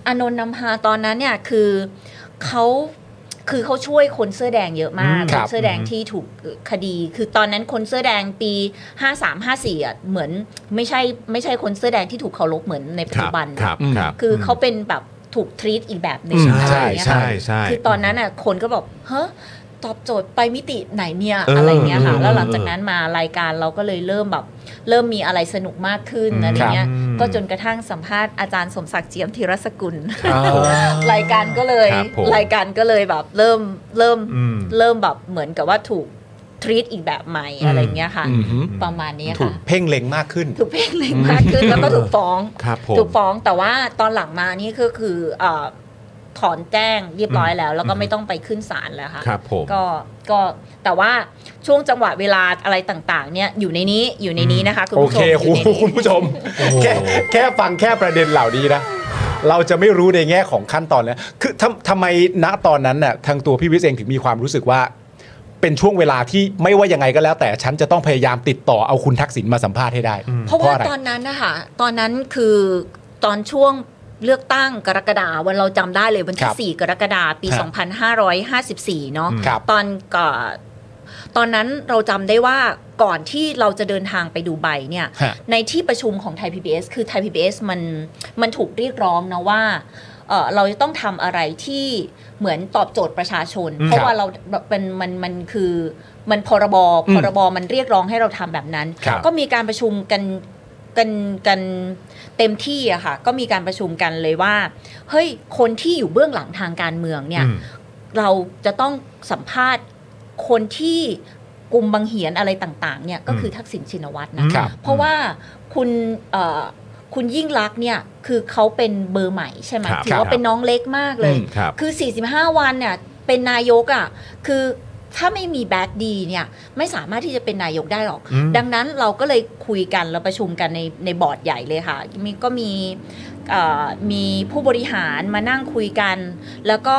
[SPEAKER 6] อานนท์นำพาตอนนั้นเนี่ยคือเขาคือเขาช่วยคนเสื้อแดงเยอะมาก
[SPEAKER 1] อืม
[SPEAKER 6] ค
[SPEAKER 1] ครั
[SPEAKER 6] น
[SPEAKER 1] บ
[SPEAKER 6] เสื้อแดงที่ถูกคดี คือตอนนั้นคนเสื้อแดงปี 53 54อ่ะเหมือนไม่ใช่ไม่ใช่คนเสื้อแดงที่ถูกเคารพเหมือนในปัจจุบัน
[SPEAKER 1] ครับครับ
[SPEAKER 6] คือเขาเป็นแบบถูกทรีตอีกแบบหนึ่ง
[SPEAKER 3] อืม
[SPEAKER 6] อะไร
[SPEAKER 1] ใช่
[SPEAKER 6] อย่างเงี้ย
[SPEAKER 1] ใช่
[SPEAKER 6] ค่ะ
[SPEAKER 1] ใช่
[SPEAKER 6] คือตอนนั้นอ่ะคนก็บอกเฮ้อตอบโจทย์ไปมิติไหนเนี่ย
[SPEAKER 1] เอออ
[SPEAKER 6] อะไรเงี้ยค่ะ
[SPEAKER 1] เออ
[SPEAKER 6] แล้วหลังจากนั้นมารายการเราก็เลยเริ่มแบบเริ่มมีอะไรสนุกมากขึ้น
[SPEAKER 1] อืม
[SPEAKER 6] อะไรเงี้ย
[SPEAKER 1] ครับ
[SPEAKER 6] ก็จนกระทั่งสัมภาษณ์อาจารย์สมศักดิ์เจียมธีรสกุล
[SPEAKER 3] อ่า
[SPEAKER 6] รายการก็เลย
[SPEAKER 1] ครับผม
[SPEAKER 6] รายการก็เลยแบบเริ่มเริ่ม
[SPEAKER 1] อืม
[SPEAKER 6] เริ่มแบบเหมือนกับว่าถูกทรีตอีกแบบใหม่
[SPEAKER 1] อืม
[SPEAKER 6] อะไรเงี้ยค่ะ
[SPEAKER 3] อืม
[SPEAKER 6] ประมาณนี้
[SPEAKER 3] ถูก
[SPEAKER 6] ค่ะ
[SPEAKER 3] เพ่งเล็งมากขึ้น
[SPEAKER 6] ถูกเพ่งเล็งมากขึ้นแล้วก็ถูกฟ้อง
[SPEAKER 1] ครับผม
[SPEAKER 6] ถูกฟ้องแต่ว่าตอนหลังมานี่ก็คือเอ่อถอนแจ้งเรียบร้อยแล้ว แล้วก็
[SPEAKER 1] อืม
[SPEAKER 6] ไม่ต้องไปขึ้นศาลแล้วค่ะ
[SPEAKER 1] ครับผม
[SPEAKER 6] ก็ก็แต่ว่าช่วงจังหวะเวลาอะไรต่างๆ เนี่ยอยู่ในนี้อยู่ในนี้นะคะคุณ
[SPEAKER 3] โอ
[SPEAKER 6] ผู้ช
[SPEAKER 3] เค
[SPEAKER 6] มอยู่ในนี้
[SPEAKER 3] คุณผู้ชม แค่แค่ฟังแค่ประเด็นเหล่านี้นะ เราจะไม่รู้ในแง่ของขั้นตอนแล้ว คือทำทำไมณตอนนั้นน่ะทางตัวพี่วิศเองถึงมีความรู้สึกว่า เป็นช่วงเวลาที่ไม่ว่ายังไงก็แล้ว แต่ฉันจะต้องพยายามติดต่อเอาคุณทักษิณมาสัมภาษณ์ให้ได้
[SPEAKER 6] เพราะว่า
[SPEAKER 3] อะไร
[SPEAKER 6] ตอนนั้นนะคะตอนนั้นคือตอนช่วงเลือกตั้งกรกฎาวันเราจำได้เลยวัน
[SPEAKER 3] ค
[SPEAKER 6] ที่
[SPEAKER 3] รับ
[SPEAKER 6] สี่กรกฎาปี
[SPEAKER 3] ฮะ
[SPEAKER 6] 2554 เนาะ
[SPEAKER 3] ครับ
[SPEAKER 6] ตอนก่อตอนนั้นเราจำได้ว่าก่อนที่เราจะเดินทางไปดูใบเนี่ย
[SPEAKER 3] ฮะ
[SPEAKER 6] ในที่ประชุมของไทย PBS คือไทย PBS มันมันถูกเรียกร้องนะว่าเอ่อเราจะต้องทำอะไรที่เหมือนตอบโจทย์ประชาชน เพราะว่าเราเป็นมันมันคือมันพรบ
[SPEAKER 3] อืม
[SPEAKER 6] พรบมันเรียกร้องให้เราทำแบบนั้น
[SPEAKER 3] ครับ
[SPEAKER 6] ก็มีการประชุมกันกันกันเต็มที่อะค่ะ ก็มีการประชุมกันเลยว่าเฮ้ยคนที่อยู่เบื้องหลังทางการเมืองเนี่ย เราจะต้องสัมภาษณ์คนที่กลุ่มบังเหียนอะไรต่างๆเนี่ยก็คือทักษิณชินวัตรนะครับ เพราะว่าคุณเอ่อคุณยิ่งรักษณ์เนี่ยคือเขาเป็นเบอร์ใหม่ใช่ไหม
[SPEAKER 1] ครับ
[SPEAKER 6] ถือ
[SPEAKER 1] ครั
[SPEAKER 6] ว่า
[SPEAKER 1] บ
[SPEAKER 6] เป็นน้องเล็กมากเลย
[SPEAKER 3] อืม
[SPEAKER 1] ครับ
[SPEAKER 6] คือ 45 วันเนี่ยเป็นนายกอะ่ะคือถ้าไม่มีแบ็กดีเนี่ยไม่สามารถที่จะเป็นนายกได้หรอก
[SPEAKER 1] อืม
[SPEAKER 6] ดังนั้นเราก็เลยคุยกันเราประชุมกันในในบอร์ดใหญ่เลยค่ะ มีก็มีเอ่อมีผู้บริหารมานั่งคุยกัน แล้วก็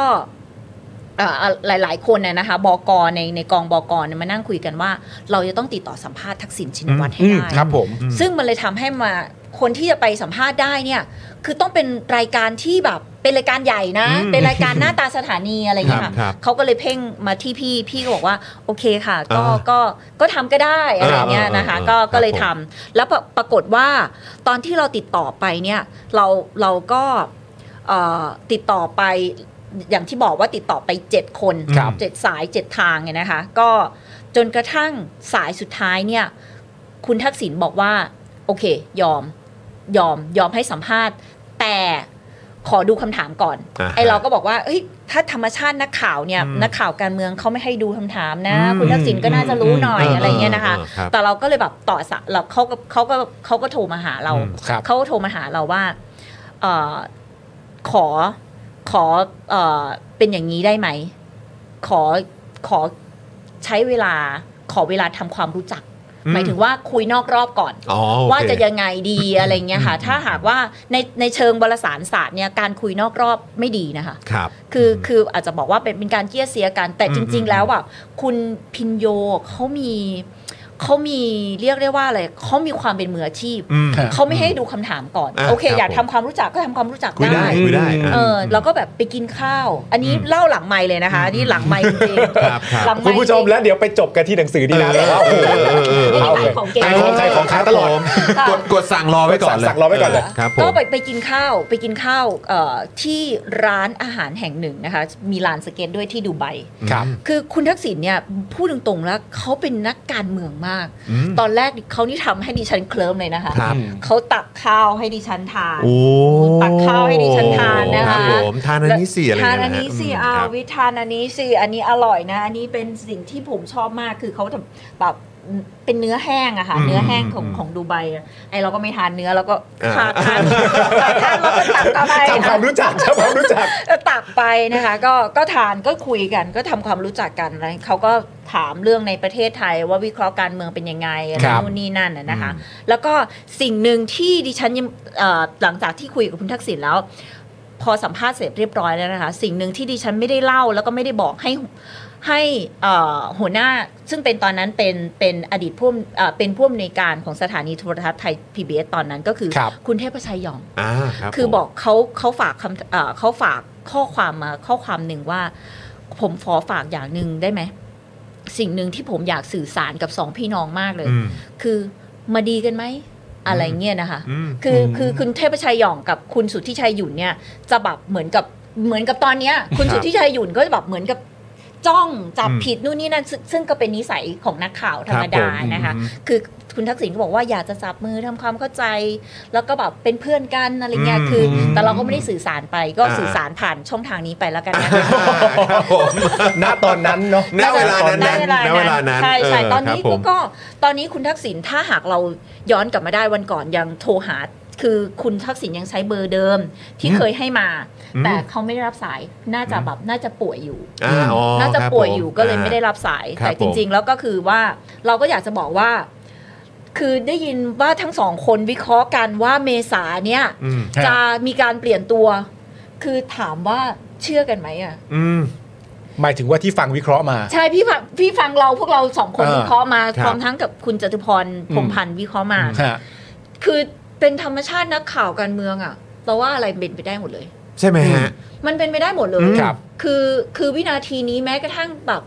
[SPEAKER 6] เอ่อหลาย ๆ คนน่ยนะคะบกในในกองบกเนี่ยมานั่งคุยกันว่า เราจะต้องติดต่อสัมภาษณ์ทักษิณชินวัตรให้ได้
[SPEAKER 3] ครับผม
[SPEAKER 6] ซึ่งมันเลยทำให้มาคนที่จะไปสัมภาษณ์ได้เนี่ยคือต้องเป็นรายการที่แบบเป็นรายการใหญ่นะ
[SPEAKER 1] อืม
[SPEAKER 6] เป็นรายการหน้าตาสถานีอะไรอย่างเงี้ย
[SPEAKER 1] ครับค
[SPEAKER 6] ค่ะ
[SPEAKER 1] รับ
[SPEAKER 6] เขาก็เลยเพ่งมาที่พี่พี่ก็บอกว่าโอเคค่ะ ก็
[SPEAKER 1] อ่า
[SPEAKER 6] ก็ก็ทำก็ได้อะไรอย่างเงี้ย
[SPEAKER 1] อ่าอ่า
[SPEAKER 6] นะคะ
[SPEAKER 1] อ่า
[SPEAKER 6] ก็
[SPEAKER 1] ครับ
[SPEAKER 6] ก็เลย
[SPEAKER 1] ผ
[SPEAKER 6] ทำ
[SPEAKER 1] ม
[SPEAKER 6] แล้วปรปรากฏว่าตอนที่เราติดต่อไปเนี่ยเราเราก็เอ่อติดต่อไปอย่างที่บอกว่าติดต่อไปเจ็ดคน
[SPEAKER 3] ครับ
[SPEAKER 6] เจ็ดสายเจ็ดทางเนี่ยนะคะ ก็จนกระทั่งสายสุดท้ายเนี่ย คุณทักษิณบอกว่า โอเค ยอมยอมยอมให้สัมภาษณ์ แต่ขอดูคำถามก่อน
[SPEAKER 1] อ่าฮะ
[SPEAKER 6] ไอเราก็บอกว่าเอ้ยถ้าธรรมชาตินักข่าวเนี่ย
[SPEAKER 1] อืม
[SPEAKER 6] นักข่าวการเมืองเขาไม่ให้ดูคำถามนะ
[SPEAKER 1] อืม
[SPEAKER 6] คุณทักษิณก็น่าจะรู้หน่อย
[SPEAKER 1] อืม
[SPEAKER 6] อะไรเงี้ยนะคะ
[SPEAKER 1] อ่าครับ
[SPEAKER 6] แต่เราก็เลยแบบต่อสะเราเขาก็เขาก็เขาก็โทรมาหาเรา
[SPEAKER 1] อืม
[SPEAKER 3] ครับ
[SPEAKER 6] เขาก็โทรมาหาเราว่าเออขอขอเออเป็นอย่างนี้ได้ไหม ขอขอใช้เวลาขอเวลาทำความรู้จัก หมายถึงว่าคุยนอกรอบก่อน
[SPEAKER 1] อ๋อโอเค
[SPEAKER 6] ว่าจะยังไงดี อะไรเงี้ยค่ะ ถ้าหากว่าในในเชิงวารสารศาสตร์เนี่ยการคุยนอกรอบไม่ดีนะคะ
[SPEAKER 1] ครับ
[SPEAKER 6] คือคืออาจจะบอกว่าเป็นเป็นการเกี้ยเสียกันแต่
[SPEAKER 1] อืม
[SPEAKER 6] จริง
[SPEAKER 1] อืม
[SPEAKER 6] ๆ แล้วแบบคุณพินโยเขามีเขามีเรียกได้ว่าอะไรเขามีความเป็นมืออาชีพ
[SPEAKER 1] อืม
[SPEAKER 6] เขาไม่ให้ดูคำถามก่อน
[SPEAKER 1] อ่ะ
[SPEAKER 6] โอเค
[SPEAKER 1] ครับ
[SPEAKER 6] อยาก
[SPEAKER 1] ผม
[SPEAKER 6] ทำความรู้จักก็ทำความรู้จัก
[SPEAKER 1] คุยได้
[SPEAKER 6] ได้
[SPEAKER 1] คุยได้ะ
[SPEAKER 6] เออแล้วก็แบบไปกินข้าว อันนี้
[SPEAKER 1] อืม
[SPEAKER 6] เล่าหลังไมค์เลยนะคะอันนี่หลังไมค์จริงๆ
[SPEAKER 1] ครับครับ
[SPEAKER 6] หลังไม
[SPEAKER 3] คุณ
[SPEAKER 6] ค์
[SPEAKER 3] ผู้ชมแล้วเดี๋ยวไปจบกันที่หนังสือดีนะแต่ว่าโอ้โห
[SPEAKER 1] เออเออเออเออ
[SPEAKER 3] เอา
[SPEAKER 6] จ
[SPEAKER 3] เล
[SPEAKER 6] ริ
[SPEAKER 3] ย
[SPEAKER 6] งๆของเก่
[SPEAKER 3] ขาย
[SPEAKER 6] ง
[SPEAKER 3] ของขายของขายตลอด
[SPEAKER 6] ค่ะ
[SPEAKER 1] กดกดสั่งรอไว้ก่อนเลย
[SPEAKER 3] สั่งรอไว้ก่อนเลย
[SPEAKER 1] ครับผ
[SPEAKER 6] ก็
[SPEAKER 1] ม
[SPEAKER 6] ไปไปกินข้าวไปกินข้าวเอ่อที่ร้านอาหารแห่งหนึ่งนะคะ มีลานสเก็ตด้วยที่ดูไบ
[SPEAKER 3] ครับ
[SPEAKER 6] คือคุณทักษิณเนี่ยพูดตรงๆแล้วเขาเป็นนักการเมืองมาก ตอนแรกเขานี่ทำให้ดิฉันเคลิ้มเลยนะคะ
[SPEAKER 1] ครับ
[SPEAKER 6] เขาตักข้าวให้ดิฉันทาน
[SPEAKER 1] โอ้
[SPEAKER 6] ตักข้าวให้ดิฉันทานนะคะ
[SPEAKER 1] รับผมทานอันนี้สิอะไร
[SPEAKER 6] ทา
[SPEAKER 1] เงี้
[SPEAKER 6] น
[SPEAKER 1] ยะ
[SPEAKER 6] อันนี้สิ
[SPEAKER 1] ม
[SPEAKER 6] อา
[SPEAKER 1] ครับ
[SPEAKER 6] วิทานอันนี้สิอันนี้อร่อยนะ อันนี้เป็นสิ่งที่ผมชอบมากคือเขาแบบ เป็นเนื้อแห้งอะค่ะ
[SPEAKER 1] อืม
[SPEAKER 6] เนื้อแห้งของ
[SPEAKER 1] อืม
[SPEAKER 6] ของดูไบอะไอเราก็ไม่ทานเนื้อเราก็ขาด
[SPEAKER 1] อ่า
[SPEAKER 6] ทานขาดทานเราก็ตักไป
[SPEAKER 3] จำความรู้จักจำความรู้
[SPEAKER 6] [LAUGHS]
[SPEAKER 3] จัก
[SPEAKER 6] ตักไปนะคะ ก็ก็ทานก็คุยกัน ก็ทำความรู้จักกันอะไรเขาก็ถามเรื่องในประเทศไทยว่าวิเคราะห์การเมืองเป็นยังไงอะไร
[SPEAKER 3] ครับ
[SPEAKER 6] นู่นนี่นั่นอะนะคะ แล้วก็สิ่งหนึ่งที่ดิฉันยังเอ่อหลังจากที่คุยกับคุณทักษิณแล้ว พอสัมภาษณ์เสร็จเรียบร้อยแล้วนะคะ สิ่งหนึ่งที่ดิฉันไม่ได้เล่าแล้วก็ไม่ได้บอกให้ให้เอ่อหัวหน้าซึ่งเป็นตอนนั้นเป็นเป็นอดีตผู้อำเอ่อเป็นผู้อำนวยการของสถานีโทรทัศน์ไทย PBS ตอนนั้นก็คือ
[SPEAKER 3] ครับ
[SPEAKER 6] คุณเทพชัยหยอง
[SPEAKER 1] อ่าครับ
[SPEAKER 6] คือ
[SPEAKER 1] ผม
[SPEAKER 6] บอกเขาเขาฝากคำเอ่อเขาฝากข้อความมาข้อความหนึ่งว่า ผมขอฝากอย่างหนึ่งได้ไหม สิ่งหนึ่งที่ผมอยากสื่อสารกับสองพี่น้องมากเลย
[SPEAKER 1] อืม
[SPEAKER 6] คือมาดีกันไหมอะไรเงี้ยนะคะ
[SPEAKER 1] อืม
[SPEAKER 6] คือคือคุณเทพชัยหย่องกับคุณสุทธิชัยหยุ่นเนี่ยจะแบบเหมือนกับเหมือนกับตอนเนี้ยคุณ
[SPEAKER 1] ครับ
[SPEAKER 6] สุทธิชัยหยุ่นก็จะแบบเหมือนกับจ้องจับ
[SPEAKER 1] อืม
[SPEAKER 6] ผิดนู่นนี่นั่นซึ่งซึ่งก็เป็นนิสัยของนักข่าวธรร
[SPEAKER 1] ค
[SPEAKER 6] ม
[SPEAKER 1] รับ
[SPEAKER 6] ดา
[SPEAKER 1] ผม
[SPEAKER 6] นะคะ
[SPEAKER 1] อืม
[SPEAKER 6] คือคุณทักษิณก็บอกว่าอยากจะจับมือทำความเข้าใจ แล้วก็แบบเป็นเพื่อนกันอะไรเงี้ยคืออ
[SPEAKER 3] ม
[SPEAKER 6] แต่เราก็ไม่ได้สื่อสารไปก็
[SPEAKER 1] อ่า
[SPEAKER 6] สื่อสารผ่านช่องทางนี้ไปแล้วกันนะคะ
[SPEAKER 1] ครับผม
[SPEAKER 3] ณตอนนั้นเนาะ
[SPEAKER 1] ณเวลานั้น
[SPEAKER 6] ณเวลา
[SPEAKER 1] ณเวลานั้น
[SPEAKER 6] ใช่ใช่
[SPEAKER 1] เออ
[SPEAKER 6] ตอนนี้
[SPEAKER 1] ครับผม
[SPEAKER 6] ก็ตอนนี้คุณทักษิณถ้าหากเราย้อนกลับมาได้วันก่อนยังโทรหา คือคุณทักษิณยังใช้เบอร์เดิมที่เคยให้มา
[SPEAKER 1] อืม
[SPEAKER 6] แต่เขาไม่ได้รับสายน่าจะแบบน่าจะป่วยอยู่
[SPEAKER 1] อ่อ๋อ
[SPEAKER 6] น่าจะ
[SPEAKER 1] ครับ
[SPEAKER 6] ป่วย
[SPEAKER 1] ผม
[SPEAKER 6] อยู่ก็เลยไม่ได้
[SPEAKER 1] อ่า
[SPEAKER 6] รับสาย
[SPEAKER 1] ครับ
[SPEAKER 6] แต่จ
[SPEAKER 1] ผ
[SPEAKER 6] ริง
[SPEAKER 1] ม
[SPEAKER 6] ๆ แล้วก็คือว่าเราก็อยากจะบอกว่า คือได้ยินว่าทั้งสองคนวิเคราะห์กันว่าเมษาเนี่ย
[SPEAKER 1] อืม
[SPEAKER 6] จะมีการเปลี่ยนตัว คือถามว่าเชื่อกันไหมอ่ะ
[SPEAKER 1] อืม
[SPEAKER 3] หมายถึงว่าที่ฟังวิเคราะห์มา
[SPEAKER 6] ใช่พี่ฟังพี่ฟังเราพวกเราสองคน
[SPEAKER 3] เออ
[SPEAKER 6] วิเคราะห์มา
[SPEAKER 1] ครับ
[SPEAKER 6] พร้อมทั้งกับคุณจตุพรพรหมพันธ์วิเคราะห์มา
[SPEAKER 3] ฮะ
[SPEAKER 6] คือเป็นธรรมชาตินักข่าวการเมืองอะเราว่าอะไรเป็นไปได้หมดเลย
[SPEAKER 1] ใช่ไหมฮะ
[SPEAKER 6] มันเป็นไปได้หมดเลย
[SPEAKER 1] อืมครับ
[SPEAKER 6] คือคือวินาทีนี้แม้กระทั่งแบบ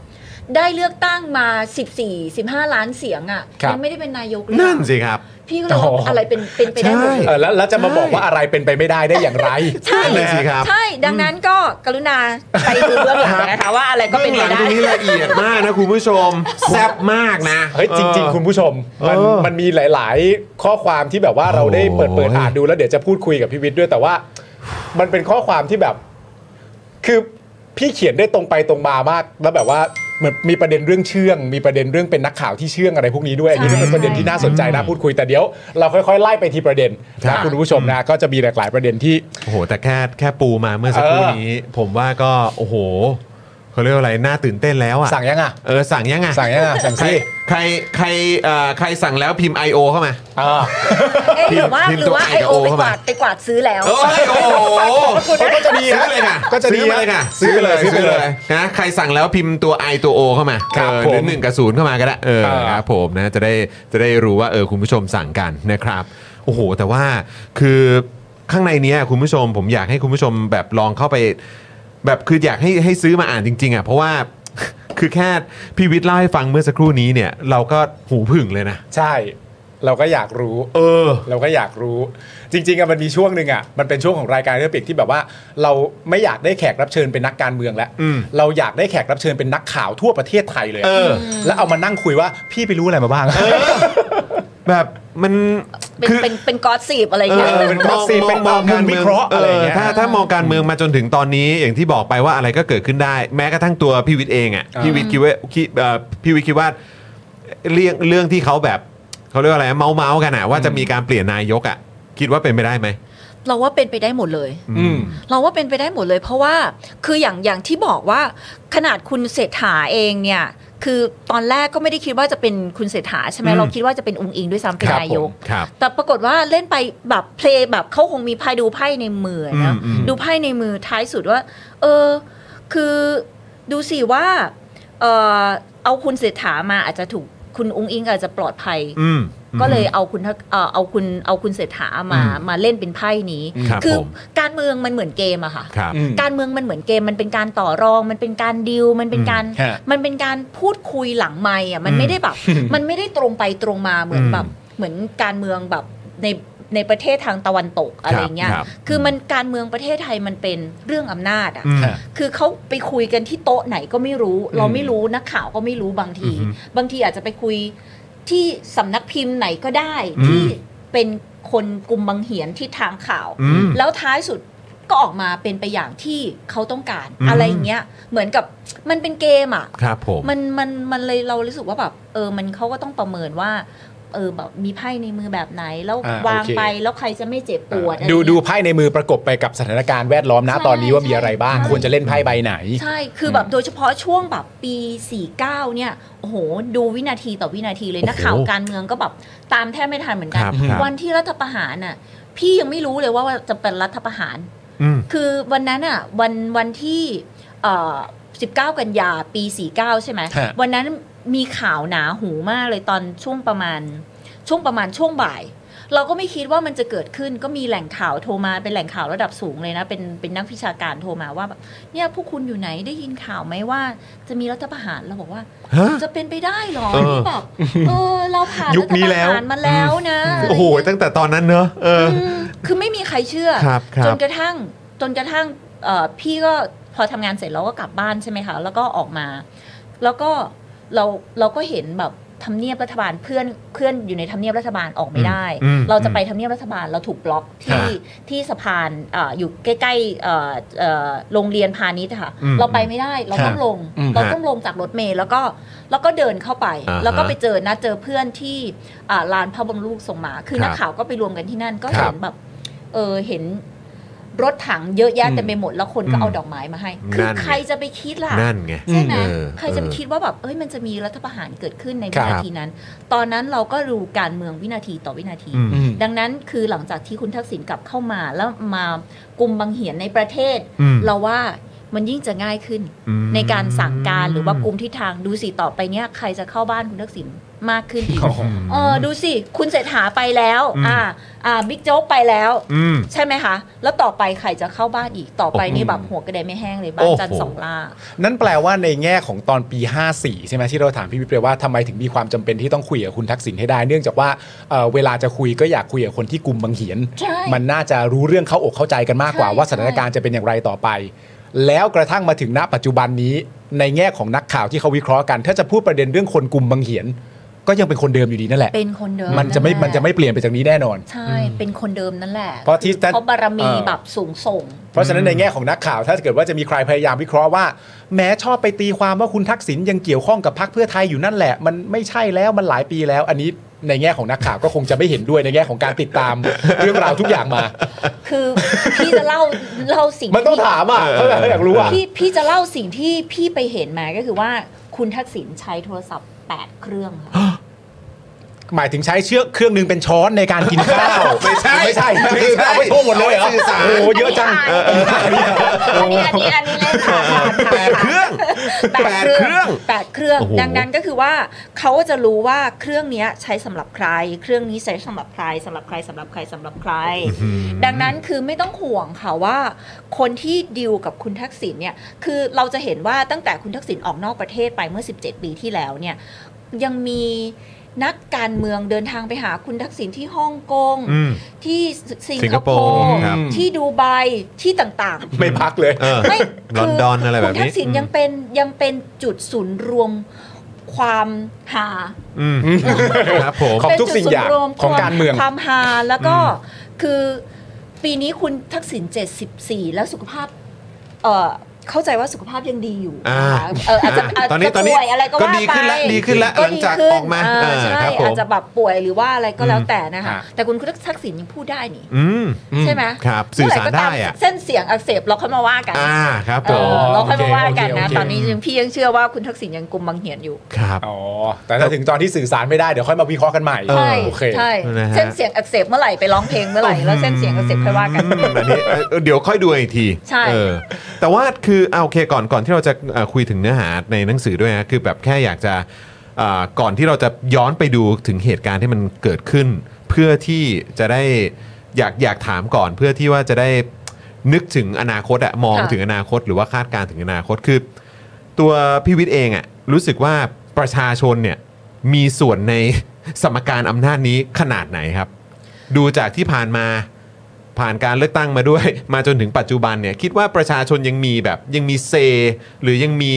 [SPEAKER 6] ได้เลือกตั้งมา 14 15 ล้านเสียงอะ
[SPEAKER 3] ครับ
[SPEAKER 6] ยังไม่ได้เป็นนายกเลย
[SPEAKER 1] นั่น
[SPEAKER 6] อะ
[SPEAKER 1] สิครับ
[SPEAKER 6] พี่ก็เลย
[SPEAKER 3] อ๋อ
[SPEAKER 6] ว่า
[SPEAKER 3] อ
[SPEAKER 6] อะไรเป็นเป็นไปได้หมดเลย
[SPEAKER 3] เออแล้วแล้วจะมาบอกว่าอะไรเป็นไปไม่ได้ได้อย่างไร
[SPEAKER 6] ใช่
[SPEAKER 1] นั่นสิครับ
[SPEAKER 6] ใช่ดังนั้นก็กรุณาไปดูเรื่องหลังนะคะว่าอะไรก็
[SPEAKER 1] เบื้
[SPEAKER 6] เป็
[SPEAKER 1] อน งห
[SPEAKER 6] ไป
[SPEAKER 1] ลัง
[SPEAKER 6] ได้
[SPEAKER 1] ตรงนี้ละเอียดมากนะคุณผู้ช
[SPEAKER 6] [LAUGHS]
[SPEAKER 1] ม แซ่บมากนะ
[SPEAKER 3] เฮ้ยจริง ๆ คุณผู้ชม มัน
[SPEAKER 1] เออ
[SPEAKER 3] มันมีหลาย ๆ ข้อความที่แบบว่าเราได้เปิด
[SPEAKER 1] โอ้ย
[SPEAKER 3] เปิดอ่านดูแล้วเดี๋ยวจะพูดคุยกับพี่วิทย์ด้วยแต่ว่า มันเป็นข้อความที่แบบ คือพี่เขียนได้ตรงไปตรงมามาก แล้วแบบว่าเหมือนมีประเด็นเรื่องเชื่อง มีประเด็นเรื่องเป็นนักข่าวที่เชื่องอะไรพวกนี้ด้วยอันนี้ก็เป็นประเด็นที่น่าสนใจน่าพูดคุยแต่เดี๋ยวเราค่อยๆไล่ไปทีประเด็นนะคุณผู้ชมนะก็จะมีหลากหลายประเด็นที่
[SPEAKER 1] โอ้โห แต่แค่แค่ปูมาเมื่อสักครู่
[SPEAKER 3] เออ
[SPEAKER 1] นี้ ผมว่าก็โอ้โหเขาเรียกว่าอะไรน่าตื่นเต้นแล้วอ่ะ
[SPEAKER 3] สั่งยังอ่ะ
[SPEAKER 1] เออสั่งยังไง
[SPEAKER 3] สั่งยังอ่ะสั่ง
[SPEAKER 1] ใคร
[SPEAKER 3] ซิ
[SPEAKER 1] ใครใครเอ่อใครสั่งแล้วพิมพ์ I.O. เข้ามา
[SPEAKER 3] อ่า
[SPEAKER 6] เอ๊ะหรือว่า
[SPEAKER 1] พิมพ์
[SPEAKER 6] หรือว่า
[SPEAKER 1] ตัว
[SPEAKER 6] ไอโอ
[SPEAKER 1] IO
[SPEAKER 6] ไป
[SPEAKER 1] เข้ากมา
[SPEAKER 6] วาดไปกวาดซื้อแล้ว
[SPEAKER 1] โอ้ยโอ้โห
[SPEAKER 3] ก็จะดี
[SPEAKER 1] ซื้อเลยค่ะ
[SPEAKER 3] ก็จะดี
[SPEAKER 1] ซื้อมาเลยค่ะ
[SPEAKER 3] ซื้อไปเลยซื้อไปเลย
[SPEAKER 1] นะใครสั่งแล้วพิมพ์ตัว I ตัว O เข้ามา
[SPEAKER 3] ครับ
[SPEAKER 1] เออ
[SPEAKER 3] ผ
[SPEAKER 1] ห
[SPEAKER 3] ม
[SPEAKER 1] รือหนึ่งกับศูนย์เข้ามาก็ได้เออ
[SPEAKER 3] เออ
[SPEAKER 1] ครับผมนะจะได้จะได้รู้ว่าเออคุณผู้ชมสั่งกันนะครับโอ้โห แต่ว่าคือข้างในเนี้ยคุณผู้ชม ผมอยากให้คุณผู้ชมแบบลองเข้าไป แบบคืออยากให้ให้ซื้อมาอ่านจริง ๆอ่ะเพราะว่า [LAUGHS] คือแค่พี่วิทย์เล่าให้ฟังเมื่อสักครู่นี้เนี่ย เราก็หูผึ่งเลยนะ
[SPEAKER 3] ใช่ เราก็อยากรู้
[SPEAKER 1] เออ
[SPEAKER 3] เราก็อยากรู้ จริงๆอะมันมีช่วงหนึ่งอะมันเป็นช่วงของรายการเรื่องปิกที่แบบว่า เราไม่อยากได้แขกรับเชิญเป็นนักการเมืองแล้ว
[SPEAKER 1] อืม
[SPEAKER 3] เราอยากได้แขกรับเชิญเป็นนักข่าวทั่วประเทศไทยเลยะ
[SPEAKER 1] เออ
[SPEAKER 3] แล้วเอามานั่งคุยว่าพี่ไปรู้อะไรมาบ้าง
[SPEAKER 1] แบบมัน
[SPEAKER 6] เป็น
[SPEAKER 1] คือ
[SPEAKER 6] เป็นเป็นกอสซีบอะไรอย่าง
[SPEAKER 1] เอ
[SPEAKER 6] เงี้ย
[SPEAKER 1] อ
[SPEAKER 3] เป็นวัคซีนเป็นตามการวิเคราะห์อะไรอย่างเงี้ย
[SPEAKER 1] ถ้าถ้ามองการเมืองมาจนถึงตอนนี้อย่างที่บอกไปว่าอะไรก็เกิดขึ้นได้ แม้กระทั่งตัวพี่วิทย์เองอ่ะ
[SPEAKER 3] อ่า
[SPEAKER 1] พี่วิทย์คิดว่าคิดเอ่อพี่วิทย์คิดว่าเรื่องเรื่องที่เขาแบบเขาเรียกว่าอะไรเมาเมาๆกันอะว่าจะมีการเปลี่ยนนายกอ่ะคิดว่าเป็นไปได้ไหม
[SPEAKER 6] เราว่าเป็นไปได้หมดเลย
[SPEAKER 3] อืม
[SPEAKER 6] เราว่าเป็นไปได้หมดเลย เพราะว่าคืออย่างอย่างที่บอกว่าขนาดคุณเศรษฐาเองเนี่ย คือตอนแรกก็ไม่ได้คิดว่าจะเป็นคุณเศรษฐาใช่ไหม
[SPEAKER 1] อืม
[SPEAKER 6] เราคิดว่าจะเป็นองค์อิงด้วยซ้ำเป็น
[SPEAKER 3] ครับ
[SPEAKER 6] นายก
[SPEAKER 3] ผม
[SPEAKER 1] ครับ
[SPEAKER 6] แต่ปรากฏว่าเล่นไปแบบเพลงแบบเขาคงมีไพ่ดูไพ่ในมืออะนะ
[SPEAKER 1] อืมอืม
[SPEAKER 6] ดูไพ่ในมือท้ายสุดว่า เออ คือดูสิว่าเออเอาคุณเศรษฐามาอาจจะถูกคุณอุ้งอิงอาจจะปลอดภัย
[SPEAKER 1] อืม
[SPEAKER 6] ก็เลยเอาคุณทักเอ่อเอาคุณเอาคุณเศรษฐามา
[SPEAKER 1] อืม
[SPEAKER 6] มาเล่นเป็นไพ่นี้
[SPEAKER 1] ครับ
[SPEAKER 6] อ
[SPEAKER 1] ผม
[SPEAKER 6] การเมืองมันเหมือนเกมอะค่ะ
[SPEAKER 1] ครับ
[SPEAKER 3] อืม
[SPEAKER 6] การเมืองมันเหมือนเกมมันเป็นการต่อรอง มันเป็นการดิวมันเป็น
[SPEAKER 1] อืม
[SPEAKER 6] การ
[SPEAKER 3] ฮะ
[SPEAKER 6] มันเป็นการพูดคุยหลังไมค์อะมัน
[SPEAKER 1] อืม
[SPEAKER 6] ไม่ได้แบบ มันไม่ได้ตรงไปตรงมาเหมือน
[SPEAKER 1] อืม
[SPEAKER 6] แบบเหมือนการเมืองแบบในในประเทศทางตะวันตกอะไรเงี้ย
[SPEAKER 1] ครับ
[SPEAKER 6] คือมันการเมืองประเทศไทยมันเป็นเรื่องอำนาจอะ
[SPEAKER 1] อืม
[SPEAKER 6] คือเขาไปคุยกันที่โต๊ะไหนก็ไม่รู้ เราไม่รู้นักข่าวก็ไม่รู้บางที บางทีอาจจะไปคุย ที่สำนักพิมพ์ไหนก็ได้
[SPEAKER 1] อืม
[SPEAKER 6] ที่เป็นคนกลุ่มบังเหียนที่ทางข่าว
[SPEAKER 1] อืม
[SPEAKER 6] แล้วท้ายสุด ก็ออกมาเป็นไปอย่างที่เขาต้องการ
[SPEAKER 1] อืม
[SPEAKER 6] อะไรอย่างเงี้ยเหมือนกับมันเป็นเกมอ่ะ
[SPEAKER 1] ครับผม
[SPEAKER 6] มันมันมันเลยเรารู้สึกว่าแบบเออมันเขาก็ต้องประเมินว่า เออแบบมีไพ่ในมือแบบไหน แล้ว
[SPEAKER 3] อ่าว
[SPEAKER 6] าง
[SPEAKER 3] โอเค
[SPEAKER 6] ไปแล้วใครจะไม่เจ็บปวดอะไร
[SPEAKER 3] ดูดู
[SPEAKER 6] เงี้ย
[SPEAKER 3] ไพ่ในมือประกบไปกับสถานการณ์แวดล้อมนะ
[SPEAKER 6] ใช่
[SPEAKER 3] ตอนนี้ว่ามีอะไรบ้าง
[SPEAKER 6] ใช่
[SPEAKER 3] ควรจะเล่นไพ่ใบไหน
[SPEAKER 6] ใช่ คือแบบโดยเฉพาะช่วงแบบปี 49 เนี่ย โอ้โห ดูวินาทีต่อวินาทีเลยนักข่าวการเมืองก็แบบตามแทบไม่ทันเหมือนกั
[SPEAKER 1] ครับ
[SPEAKER 3] ครับ
[SPEAKER 6] วันที่รัฐประหารน่ะ พี่ยังไม่รู้เลยว่าว่าจะเป็นรัฐประหาร
[SPEAKER 1] อืม
[SPEAKER 6] คือวันนั้นอ่ะวันวันที่เอ่อ19 กันยาปี 49 ใช่ไหม
[SPEAKER 3] ฮะ
[SPEAKER 6] วันนั้นมีข่าวหนาหูมากเลยตอนช่วงประมาณ ช่วงประมาณช่วงบ่าย เราก็ไม่คิดว่ามันจะเกิดขึ้นก็มีแหล่งข่าวโทรมาเป็นแหล่งข่าวระดับสูงเลยนะ เป็นเป็นนักวิชาการโทรมาว่าแบบเนี่ยพวกคุณอยู่ไหนได้ยินข่าวไหมว่า จะมีรัฐประหารเราบอกว่า
[SPEAKER 1] ฮะ
[SPEAKER 6] จะเป็นไปได้เหรอ
[SPEAKER 1] เออ
[SPEAKER 6] นี่แบบเออเราผ่าน
[SPEAKER 1] ยุคนี้แล้ว
[SPEAKER 6] รัฐประหารมาแล้วนะ
[SPEAKER 1] โอ้โห ตั้งแต่ตอนนั้นเนอะเออ
[SPEAKER 6] มคือไม่มีใครเชื่อ
[SPEAKER 1] ครับค
[SPEAKER 6] จ
[SPEAKER 1] รั
[SPEAKER 6] น
[SPEAKER 1] บ
[SPEAKER 6] กระทั่งจนกระทั่งเอ่อพี่ก็พอทำงานเสร็จเราก็กลับบ้านใช่ไหมคะ แล้วก็ออกมา แล้วก็เราเราก็เห็นแบบทำเนียบรัฐบาลเพื่อนเพื่อนอยู่ในทำเนียบรัฐบาลออกไม่ได้
[SPEAKER 1] อืม
[SPEAKER 6] เราจะ
[SPEAKER 1] อืม
[SPEAKER 6] ไปทำเนียบรัฐบาลเราถูกบล็อก
[SPEAKER 1] ครั
[SPEAKER 6] ที่
[SPEAKER 1] บ
[SPEAKER 6] ที่สะพานเอออยู่ใกล้ๆเอ่อเอ่อโรงเรียนพาณิชย์อะค่ะ
[SPEAKER 1] อืม
[SPEAKER 6] เราไปไม่ได้เราต้องลง
[SPEAKER 3] อืม
[SPEAKER 6] เราต้องลงจากรถเมล์แล้วก็แล้วก็เดินเข้าไป
[SPEAKER 1] อ่าฮะ
[SPEAKER 6] แล้วก็ไปเจอนะเจอเพื่อนที่อ่าลานพระบรมรูปทรงมา คือนัก
[SPEAKER 1] ครับ
[SPEAKER 6] ข่าวก็ไปรวมกันที่นั่นก็
[SPEAKER 3] ครั
[SPEAKER 6] เห็
[SPEAKER 3] บ
[SPEAKER 6] นแบบ เออเห็นรถถังเยอะแยะ
[SPEAKER 3] อืม
[SPEAKER 6] เต็มไปหมดแล้วคน
[SPEAKER 1] อื
[SPEAKER 6] ก็
[SPEAKER 1] ม
[SPEAKER 6] เอาดอกไม้มาให้ คื
[SPEAKER 1] นั่
[SPEAKER 6] อน
[SPEAKER 1] ไง
[SPEAKER 6] ใครจะไปคิดล่ะ
[SPEAKER 1] นั่นไง
[SPEAKER 6] ใช่ไหม
[SPEAKER 1] เออ
[SPEAKER 6] ใครจะไป
[SPEAKER 1] เออ
[SPEAKER 6] คิดว่าแบบเอ้ยมันจะมีรัฐประหารเกิดขึ้นใน
[SPEAKER 3] ค
[SPEAKER 6] วิ
[SPEAKER 3] รับ
[SPEAKER 6] นาทีนั้น ตอนนั้นเราก็ดูการเมืองวินาทีต่อวินาที
[SPEAKER 1] อืม
[SPEAKER 3] อืม
[SPEAKER 6] ดังนั้นคือหลังจากที่คุณทักษิณกลับเข้ามาแล้วมากุมบังเหียนในประเทศ
[SPEAKER 1] อืม
[SPEAKER 6] เราว่ามันยิ่งจะง่ายขึ้น
[SPEAKER 1] อืม
[SPEAKER 6] ในการสั่งการหรือว่ากุมทิศทางดูสิต่อไปเนี้ยใครจะเข้าบ้านคุณทักษิณมากขึ้นอีกเออดูสิคุณเศรษฐาไปแล้ว
[SPEAKER 1] อืม
[SPEAKER 6] อ่าอ่าบิ๊กโจ๊กไปแล้ว
[SPEAKER 1] อืม
[SPEAKER 6] ใช่ไหมคะ แล้วต่อไปใครจะเข้าบ้านอีก ต่อไป
[SPEAKER 1] โอ้โห
[SPEAKER 6] นี่แบบหัวกระไดไม่แห้งเลย บ้านจันทร์
[SPEAKER 1] โอ้โห
[SPEAKER 6] สองล่า
[SPEAKER 3] นั่นแปลว่าในแง่ของตอนปี 54 ใช่ไหมที่เราถามพี่วิเปรว่าทำไมถึงมีความจำเป็นที่ต้องคุยกับคุณทักษิณให้ได้ เนื่องจากว่าเอ่อเวลาจะคุยก็อยากคุยกับคนที่กลุ่มบังเหียน
[SPEAKER 6] ใช่
[SPEAKER 3] มันน่าจะรู้เรื่องเข้าอกเข้าใจกันมากกว่า
[SPEAKER 6] ใช่
[SPEAKER 3] ว่าสถานการณ์จะเป็นอย่างไรต่อไป แล้วกระทั่งมาถึงณปัจจุบันนี้ในแง่ของนักข่าวที่เขาวิเคราะห์กัน ถ้าจะพูดประเด็นเรื่องคนกลุ่มบังเหียน ก็ยังเป็นคนเดิมอยู่ดีนั่นแหละ
[SPEAKER 6] เป็นคนเดิม
[SPEAKER 3] มันจะไม่
[SPEAKER 6] แหล
[SPEAKER 3] มันจะไม่เปลี่ยนไปจากนี้แน่นอน
[SPEAKER 6] ใช่ เป็นคนเดิมนั่นแหละ
[SPEAKER 3] เพราะที่ท่าน
[SPEAKER 6] เขาบารมีแบบสูงส่ง
[SPEAKER 3] เพราะฉะนั้นในแง่ของนักข่าวถ้าเกิดว่าจะมีใครพยายามวิเคราะห์ว่า แม้ชอบไปตีความว่าคุณทักษิณยังเกี่ยวข้องกับพรรคเพื่อไทยอยู่นั่นแหละ มันไม่ใช่แล้วมันหลายปีแล้ว อันนี้ในแง่ของนักข่าวก็คงจะไม่เห็นด้วยในแง่ของการติดตาม เรื่องราวทุกอย่างมา
[SPEAKER 6] คือพี่จะเล่าเล่าสิ่ง
[SPEAKER 3] มันต้องถามอ่ะเขาอยากเขาอยากรู้อ่ะ
[SPEAKER 6] พี่พี่จะเล่าสิ่งที่พี่ไปเห็นมาก็คือว่าคุณทักษิณใช้โทรศัพท์ 8 เครื่องค่ะ
[SPEAKER 3] หมายถึงใช้เชือกเครื่องหนึงเป็นช้อนในการกินข้าว
[SPEAKER 1] ไม่ใช่
[SPEAKER 3] ไม่ใช่
[SPEAKER 1] ไม่ใช่
[SPEAKER 3] เอาไปทั่วหมดเลยเหรอ
[SPEAKER 1] เอาไปสื่อสาร
[SPEAKER 3] โอ้โหเยอะจัง
[SPEAKER 6] อันนี้อ่านอันนี้อันนี้อันนี้เล่นค่ะค่ะ
[SPEAKER 1] แปดเครื่อง
[SPEAKER 6] ค่ะ
[SPEAKER 1] แปดเครื่อง
[SPEAKER 6] แปดเครื่อง
[SPEAKER 1] โอ้โห
[SPEAKER 6] ดังนั้นก็คือว่าเขาก็จะรู้ว่าเครื่องเนี้ยใช้สำหรับใคร เครื่องนี้ใช้สำหรับใครสำหรับใครสำหรับใครสำหรับใคร
[SPEAKER 1] อืม
[SPEAKER 6] ดังนั้นคือไม่ต้องห่วงค่ะว่า คนที่ดิวกับคุณทักษิณเนี่ยคือเราจะเห็นว่าตั้งแต่คุณทักษิณออกนอกประเทศไปเมื่อ 17 ปีที่แล้วเนี่ยยังมีนักการเมืองเดินทางไปหาคุณทักษิณที่ฮ่องกง
[SPEAKER 1] อืม
[SPEAKER 6] ที่สิง
[SPEAKER 1] สิงค
[SPEAKER 6] ค
[SPEAKER 1] โป
[SPEAKER 6] โป
[SPEAKER 1] ร์
[SPEAKER 6] ร์
[SPEAKER 1] ครับ
[SPEAKER 6] ที่ดูไบที่ต่าง
[SPEAKER 3] ไม่พักเลย
[SPEAKER 1] เออ
[SPEAKER 6] ๆ ไม่
[SPEAKER 1] [LAUGHS] ลอนดอนอะไรแบบนี้
[SPEAKER 6] คุณทักษิณยังเป็นยังเป็นจุดศูนย์รวมความหา
[SPEAKER 1] อืมครับผม
[SPEAKER 3] ของทุกสิ่งอย่าง
[SPEAKER 6] เป็นจุดศูนย์รวม
[SPEAKER 3] ของการเมือง
[SPEAKER 6] ความหาแล้วก็คือปีนี้คุณทักษิณ74 แล้วสุขภาพเอ่อเข้าใจว่าสุขภาพยังดีอยู่
[SPEAKER 1] อ่า
[SPEAKER 6] นะคะเอออาจจะ
[SPEAKER 1] อ่า
[SPEAKER 6] อาจ
[SPEAKER 1] ตอนนี้
[SPEAKER 6] จะ
[SPEAKER 1] ตอนนี้
[SPEAKER 6] ป่วยอะไรก็
[SPEAKER 1] ก็
[SPEAKER 6] ว่า
[SPEAKER 1] ดีขึ้นละ
[SPEAKER 6] ไป
[SPEAKER 1] ดีขึ้นละหลังจาก
[SPEAKER 6] ดีขึ้น
[SPEAKER 1] ออกมา
[SPEAKER 6] เออ
[SPEAKER 1] เออ
[SPEAKER 6] ใช่
[SPEAKER 1] ครับผม
[SPEAKER 6] อาจจะแบบป่วยหรือว่าอะไรก็แล้ว
[SPEAKER 1] อืม
[SPEAKER 6] แต่นะคะ
[SPEAKER 3] ฮะ
[SPEAKER 6] แต่คุณคุณทักษิณยังพูดได้นี่
[SPEAKER 1] อืม
[SPEAKER 6] ใช่ไหม
[SPEAKER 1] ครับสื่อสารได้อะ
[SPEAKER 6] เมื่หร่ก็ตมเส้นเสียงอักเสบเราค่อยมาว่ากัน
[SPEAKER 1] อ่าครับ
[SPEAKER 6] เอ
[SPEAKER 1] ผ
[SPEAKER 6] อ
[SPEAKER 1] ม
[SPEAKER 6] เราค่อยมาว่ากันนะ
[SPEAKER 3] โอเคโอเค
[SPEAKER 6] ตอนนี้ยังพี่ยังเชื่อว่าคุณทักษิณยังกลุมบังเหียนอยู่
[SPEAKER 1] ครับ
[SPEAKER 3] อ๋อแต่ถ้าถึงตอนที่สื่อสารไม่ได้เดี๋ยวค่อยมาวิเคราะห์กันใหม่
[SPEAKER 1] เออ
[SPEAKER 6] ใช่
[SPEAKER 3] โอเค
[SPEAKER 6] ใช่
[SPEAKER 1] นะฮะ
[SPEAKER 6] เส้นเสียงอักเสบเมื่อไหร่ไปร้องเพลงเมื่อไหร่แล้วเส้นเสียงอักเสบค่อยว่ากัน
[SPEAKER 1] อืมอันนี้เอ่อเดี๋ยวค่อยดูอีกที
[SPEAKER 6] ใช่
[SPEAKER 1] เออแต่ว่าคือเอาโอเคก่อนก่อนที่เราจะเอ่อคุยถึงเนื้อหาในหนังสือด้วยนะคือแบบแค่อยากจะเอ่อก่อนที่เราจะย้อนไปดูถึงเหตุการณ์ที่มันเกิดขึ้น เพื่อที่จะได้อยากอยากถามก่อนเพื่อที่ว่าจะได้นึกถึงอนาคตอะมองถึงอนาคต หรือว่าคาดการณ์ถึงอนาคตคือ ตัวพี่วิทย์เองอะรู้สึกว่าประชาชนเนี่ยมีส่วน [LAUGHS] ในสมการอำนาจนี้ขนาดไหนครับ ดูจากที่ผ่านมาผ่านการเลือกตั้งมาด้วย [LAUGHS] มาจนถึงปัจจุบันเนี่ยคิดว่าประชาชนยังมีแบบยังมีเซ หรือยังมี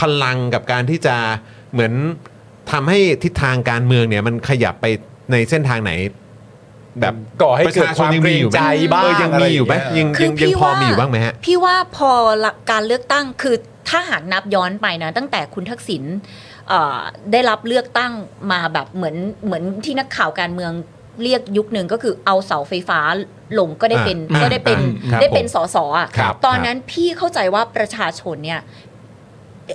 [SPEAKER 1] พลังกับการที่จะเหมือนทำให้ทิศทางการเมืองเนี่ยมันขยับไปในเส้นทางไหน แบบ
[SPEAKER 3] ก่อให้
[SPEAKER 1] ประ
[SPEAKER 3] เกิด
[SPEAKER 1] ชาช
[SPEAKER 3] คน วาม
[SPEAKER 1] ยัง
[SPEAKER 3] เกร
[SPEAKER 1] มีอง ยู่ไหม
[SPEAKER 3] ใจบ้าง
[SPEAKER 1] เออยังมีอยู่ไหม
[SPEAKER 3] ะไรางเงี้
[SPEAKER 1] ยัง
[SPEAKER 6] คือ
[SPEAKER 1] ยัง
[SPEAKER 6] พี่
[SPEAKER 1] ยังพอ
[SPEAKER 6] ว่า
[SPEAKER 1] มีอยู่บ้างไหมฮะ
[SPEAKER 6] พี่ว่าพอหลักการเลือกตั้งคือถ้าหากนับย้อนไปนะ ตั้งแต่คุณทักษิณเอ่อได้รับเลือกตั้งมาแบบเหมือนเหมือนที่นักข่าวการเมืองเรียกยุคหนึ่งก็คือเอาเสาไฟฟ้าลงก็ได้เป็น
[SPEAKER 1] อ่า
[SPEAKER 6] ก็ได้เป็น
[SPEAKER 1] อ่าครับ
[SPEAKER 6] ได้เป็นสสอ่ะ
[SPEAKER 1] ครับ
[SPEAKER 6] ตอนนั้นพี่เข้าใจว่าประชาชนเนี่ย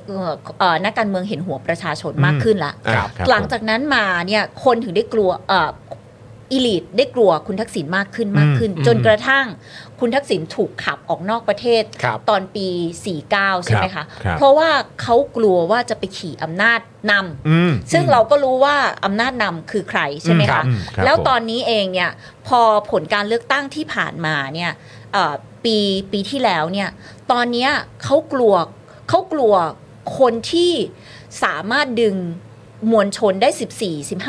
[SPEAKER 6] เอ่อเอ่อนักการเมืองเห็นหัวประชาชนมาก
[SPEAKER 1] อืม
[SPEAKER 6] ขึ้นละ
[SPEAKER 1] อ่ะครับ
[SPEAKER 6] หลังจากนั้นมาเนี่ยคนถึงได้กลัวเอ่ออีลีทได้กลัวคุณทักษิณมากขึ้นมากขึ้น จนกระทั่งคุณทักษิณถูกขับออกนอกประเทศ
[SPEAKER 3] ครับ
[SPEAKER 6] ตอนปี 49 ใช่ไหมคะ
[SPEAKER 1] ครับ
[SPEAKER 6] เพราะว่าเขากลัวว่าจะไปขี่อำนาจน
[SPEAKER 1] อืม
[SPEAKER 6] ำซึ่งเราก็รู้ว่าอำนาจนำคือใครใช่ไหม
[SPEAKER 1] ครั
[SPEAKER 6] คะ
[SPEAKER 1] บอืมครับ
[SPEAKER 6] แล้ว
[SPEAKER 1] ผม
[SPEAKER 6] ตอนนี้เองเนี่ยพอผลการเลือกตั้งที่ผ่านมาเนี่ยเอ่อปีปีที่แล้วเนี่ยตอนเนี้ยเขากลัวเขากลัวคนที่สามารถดึงมวลชนได้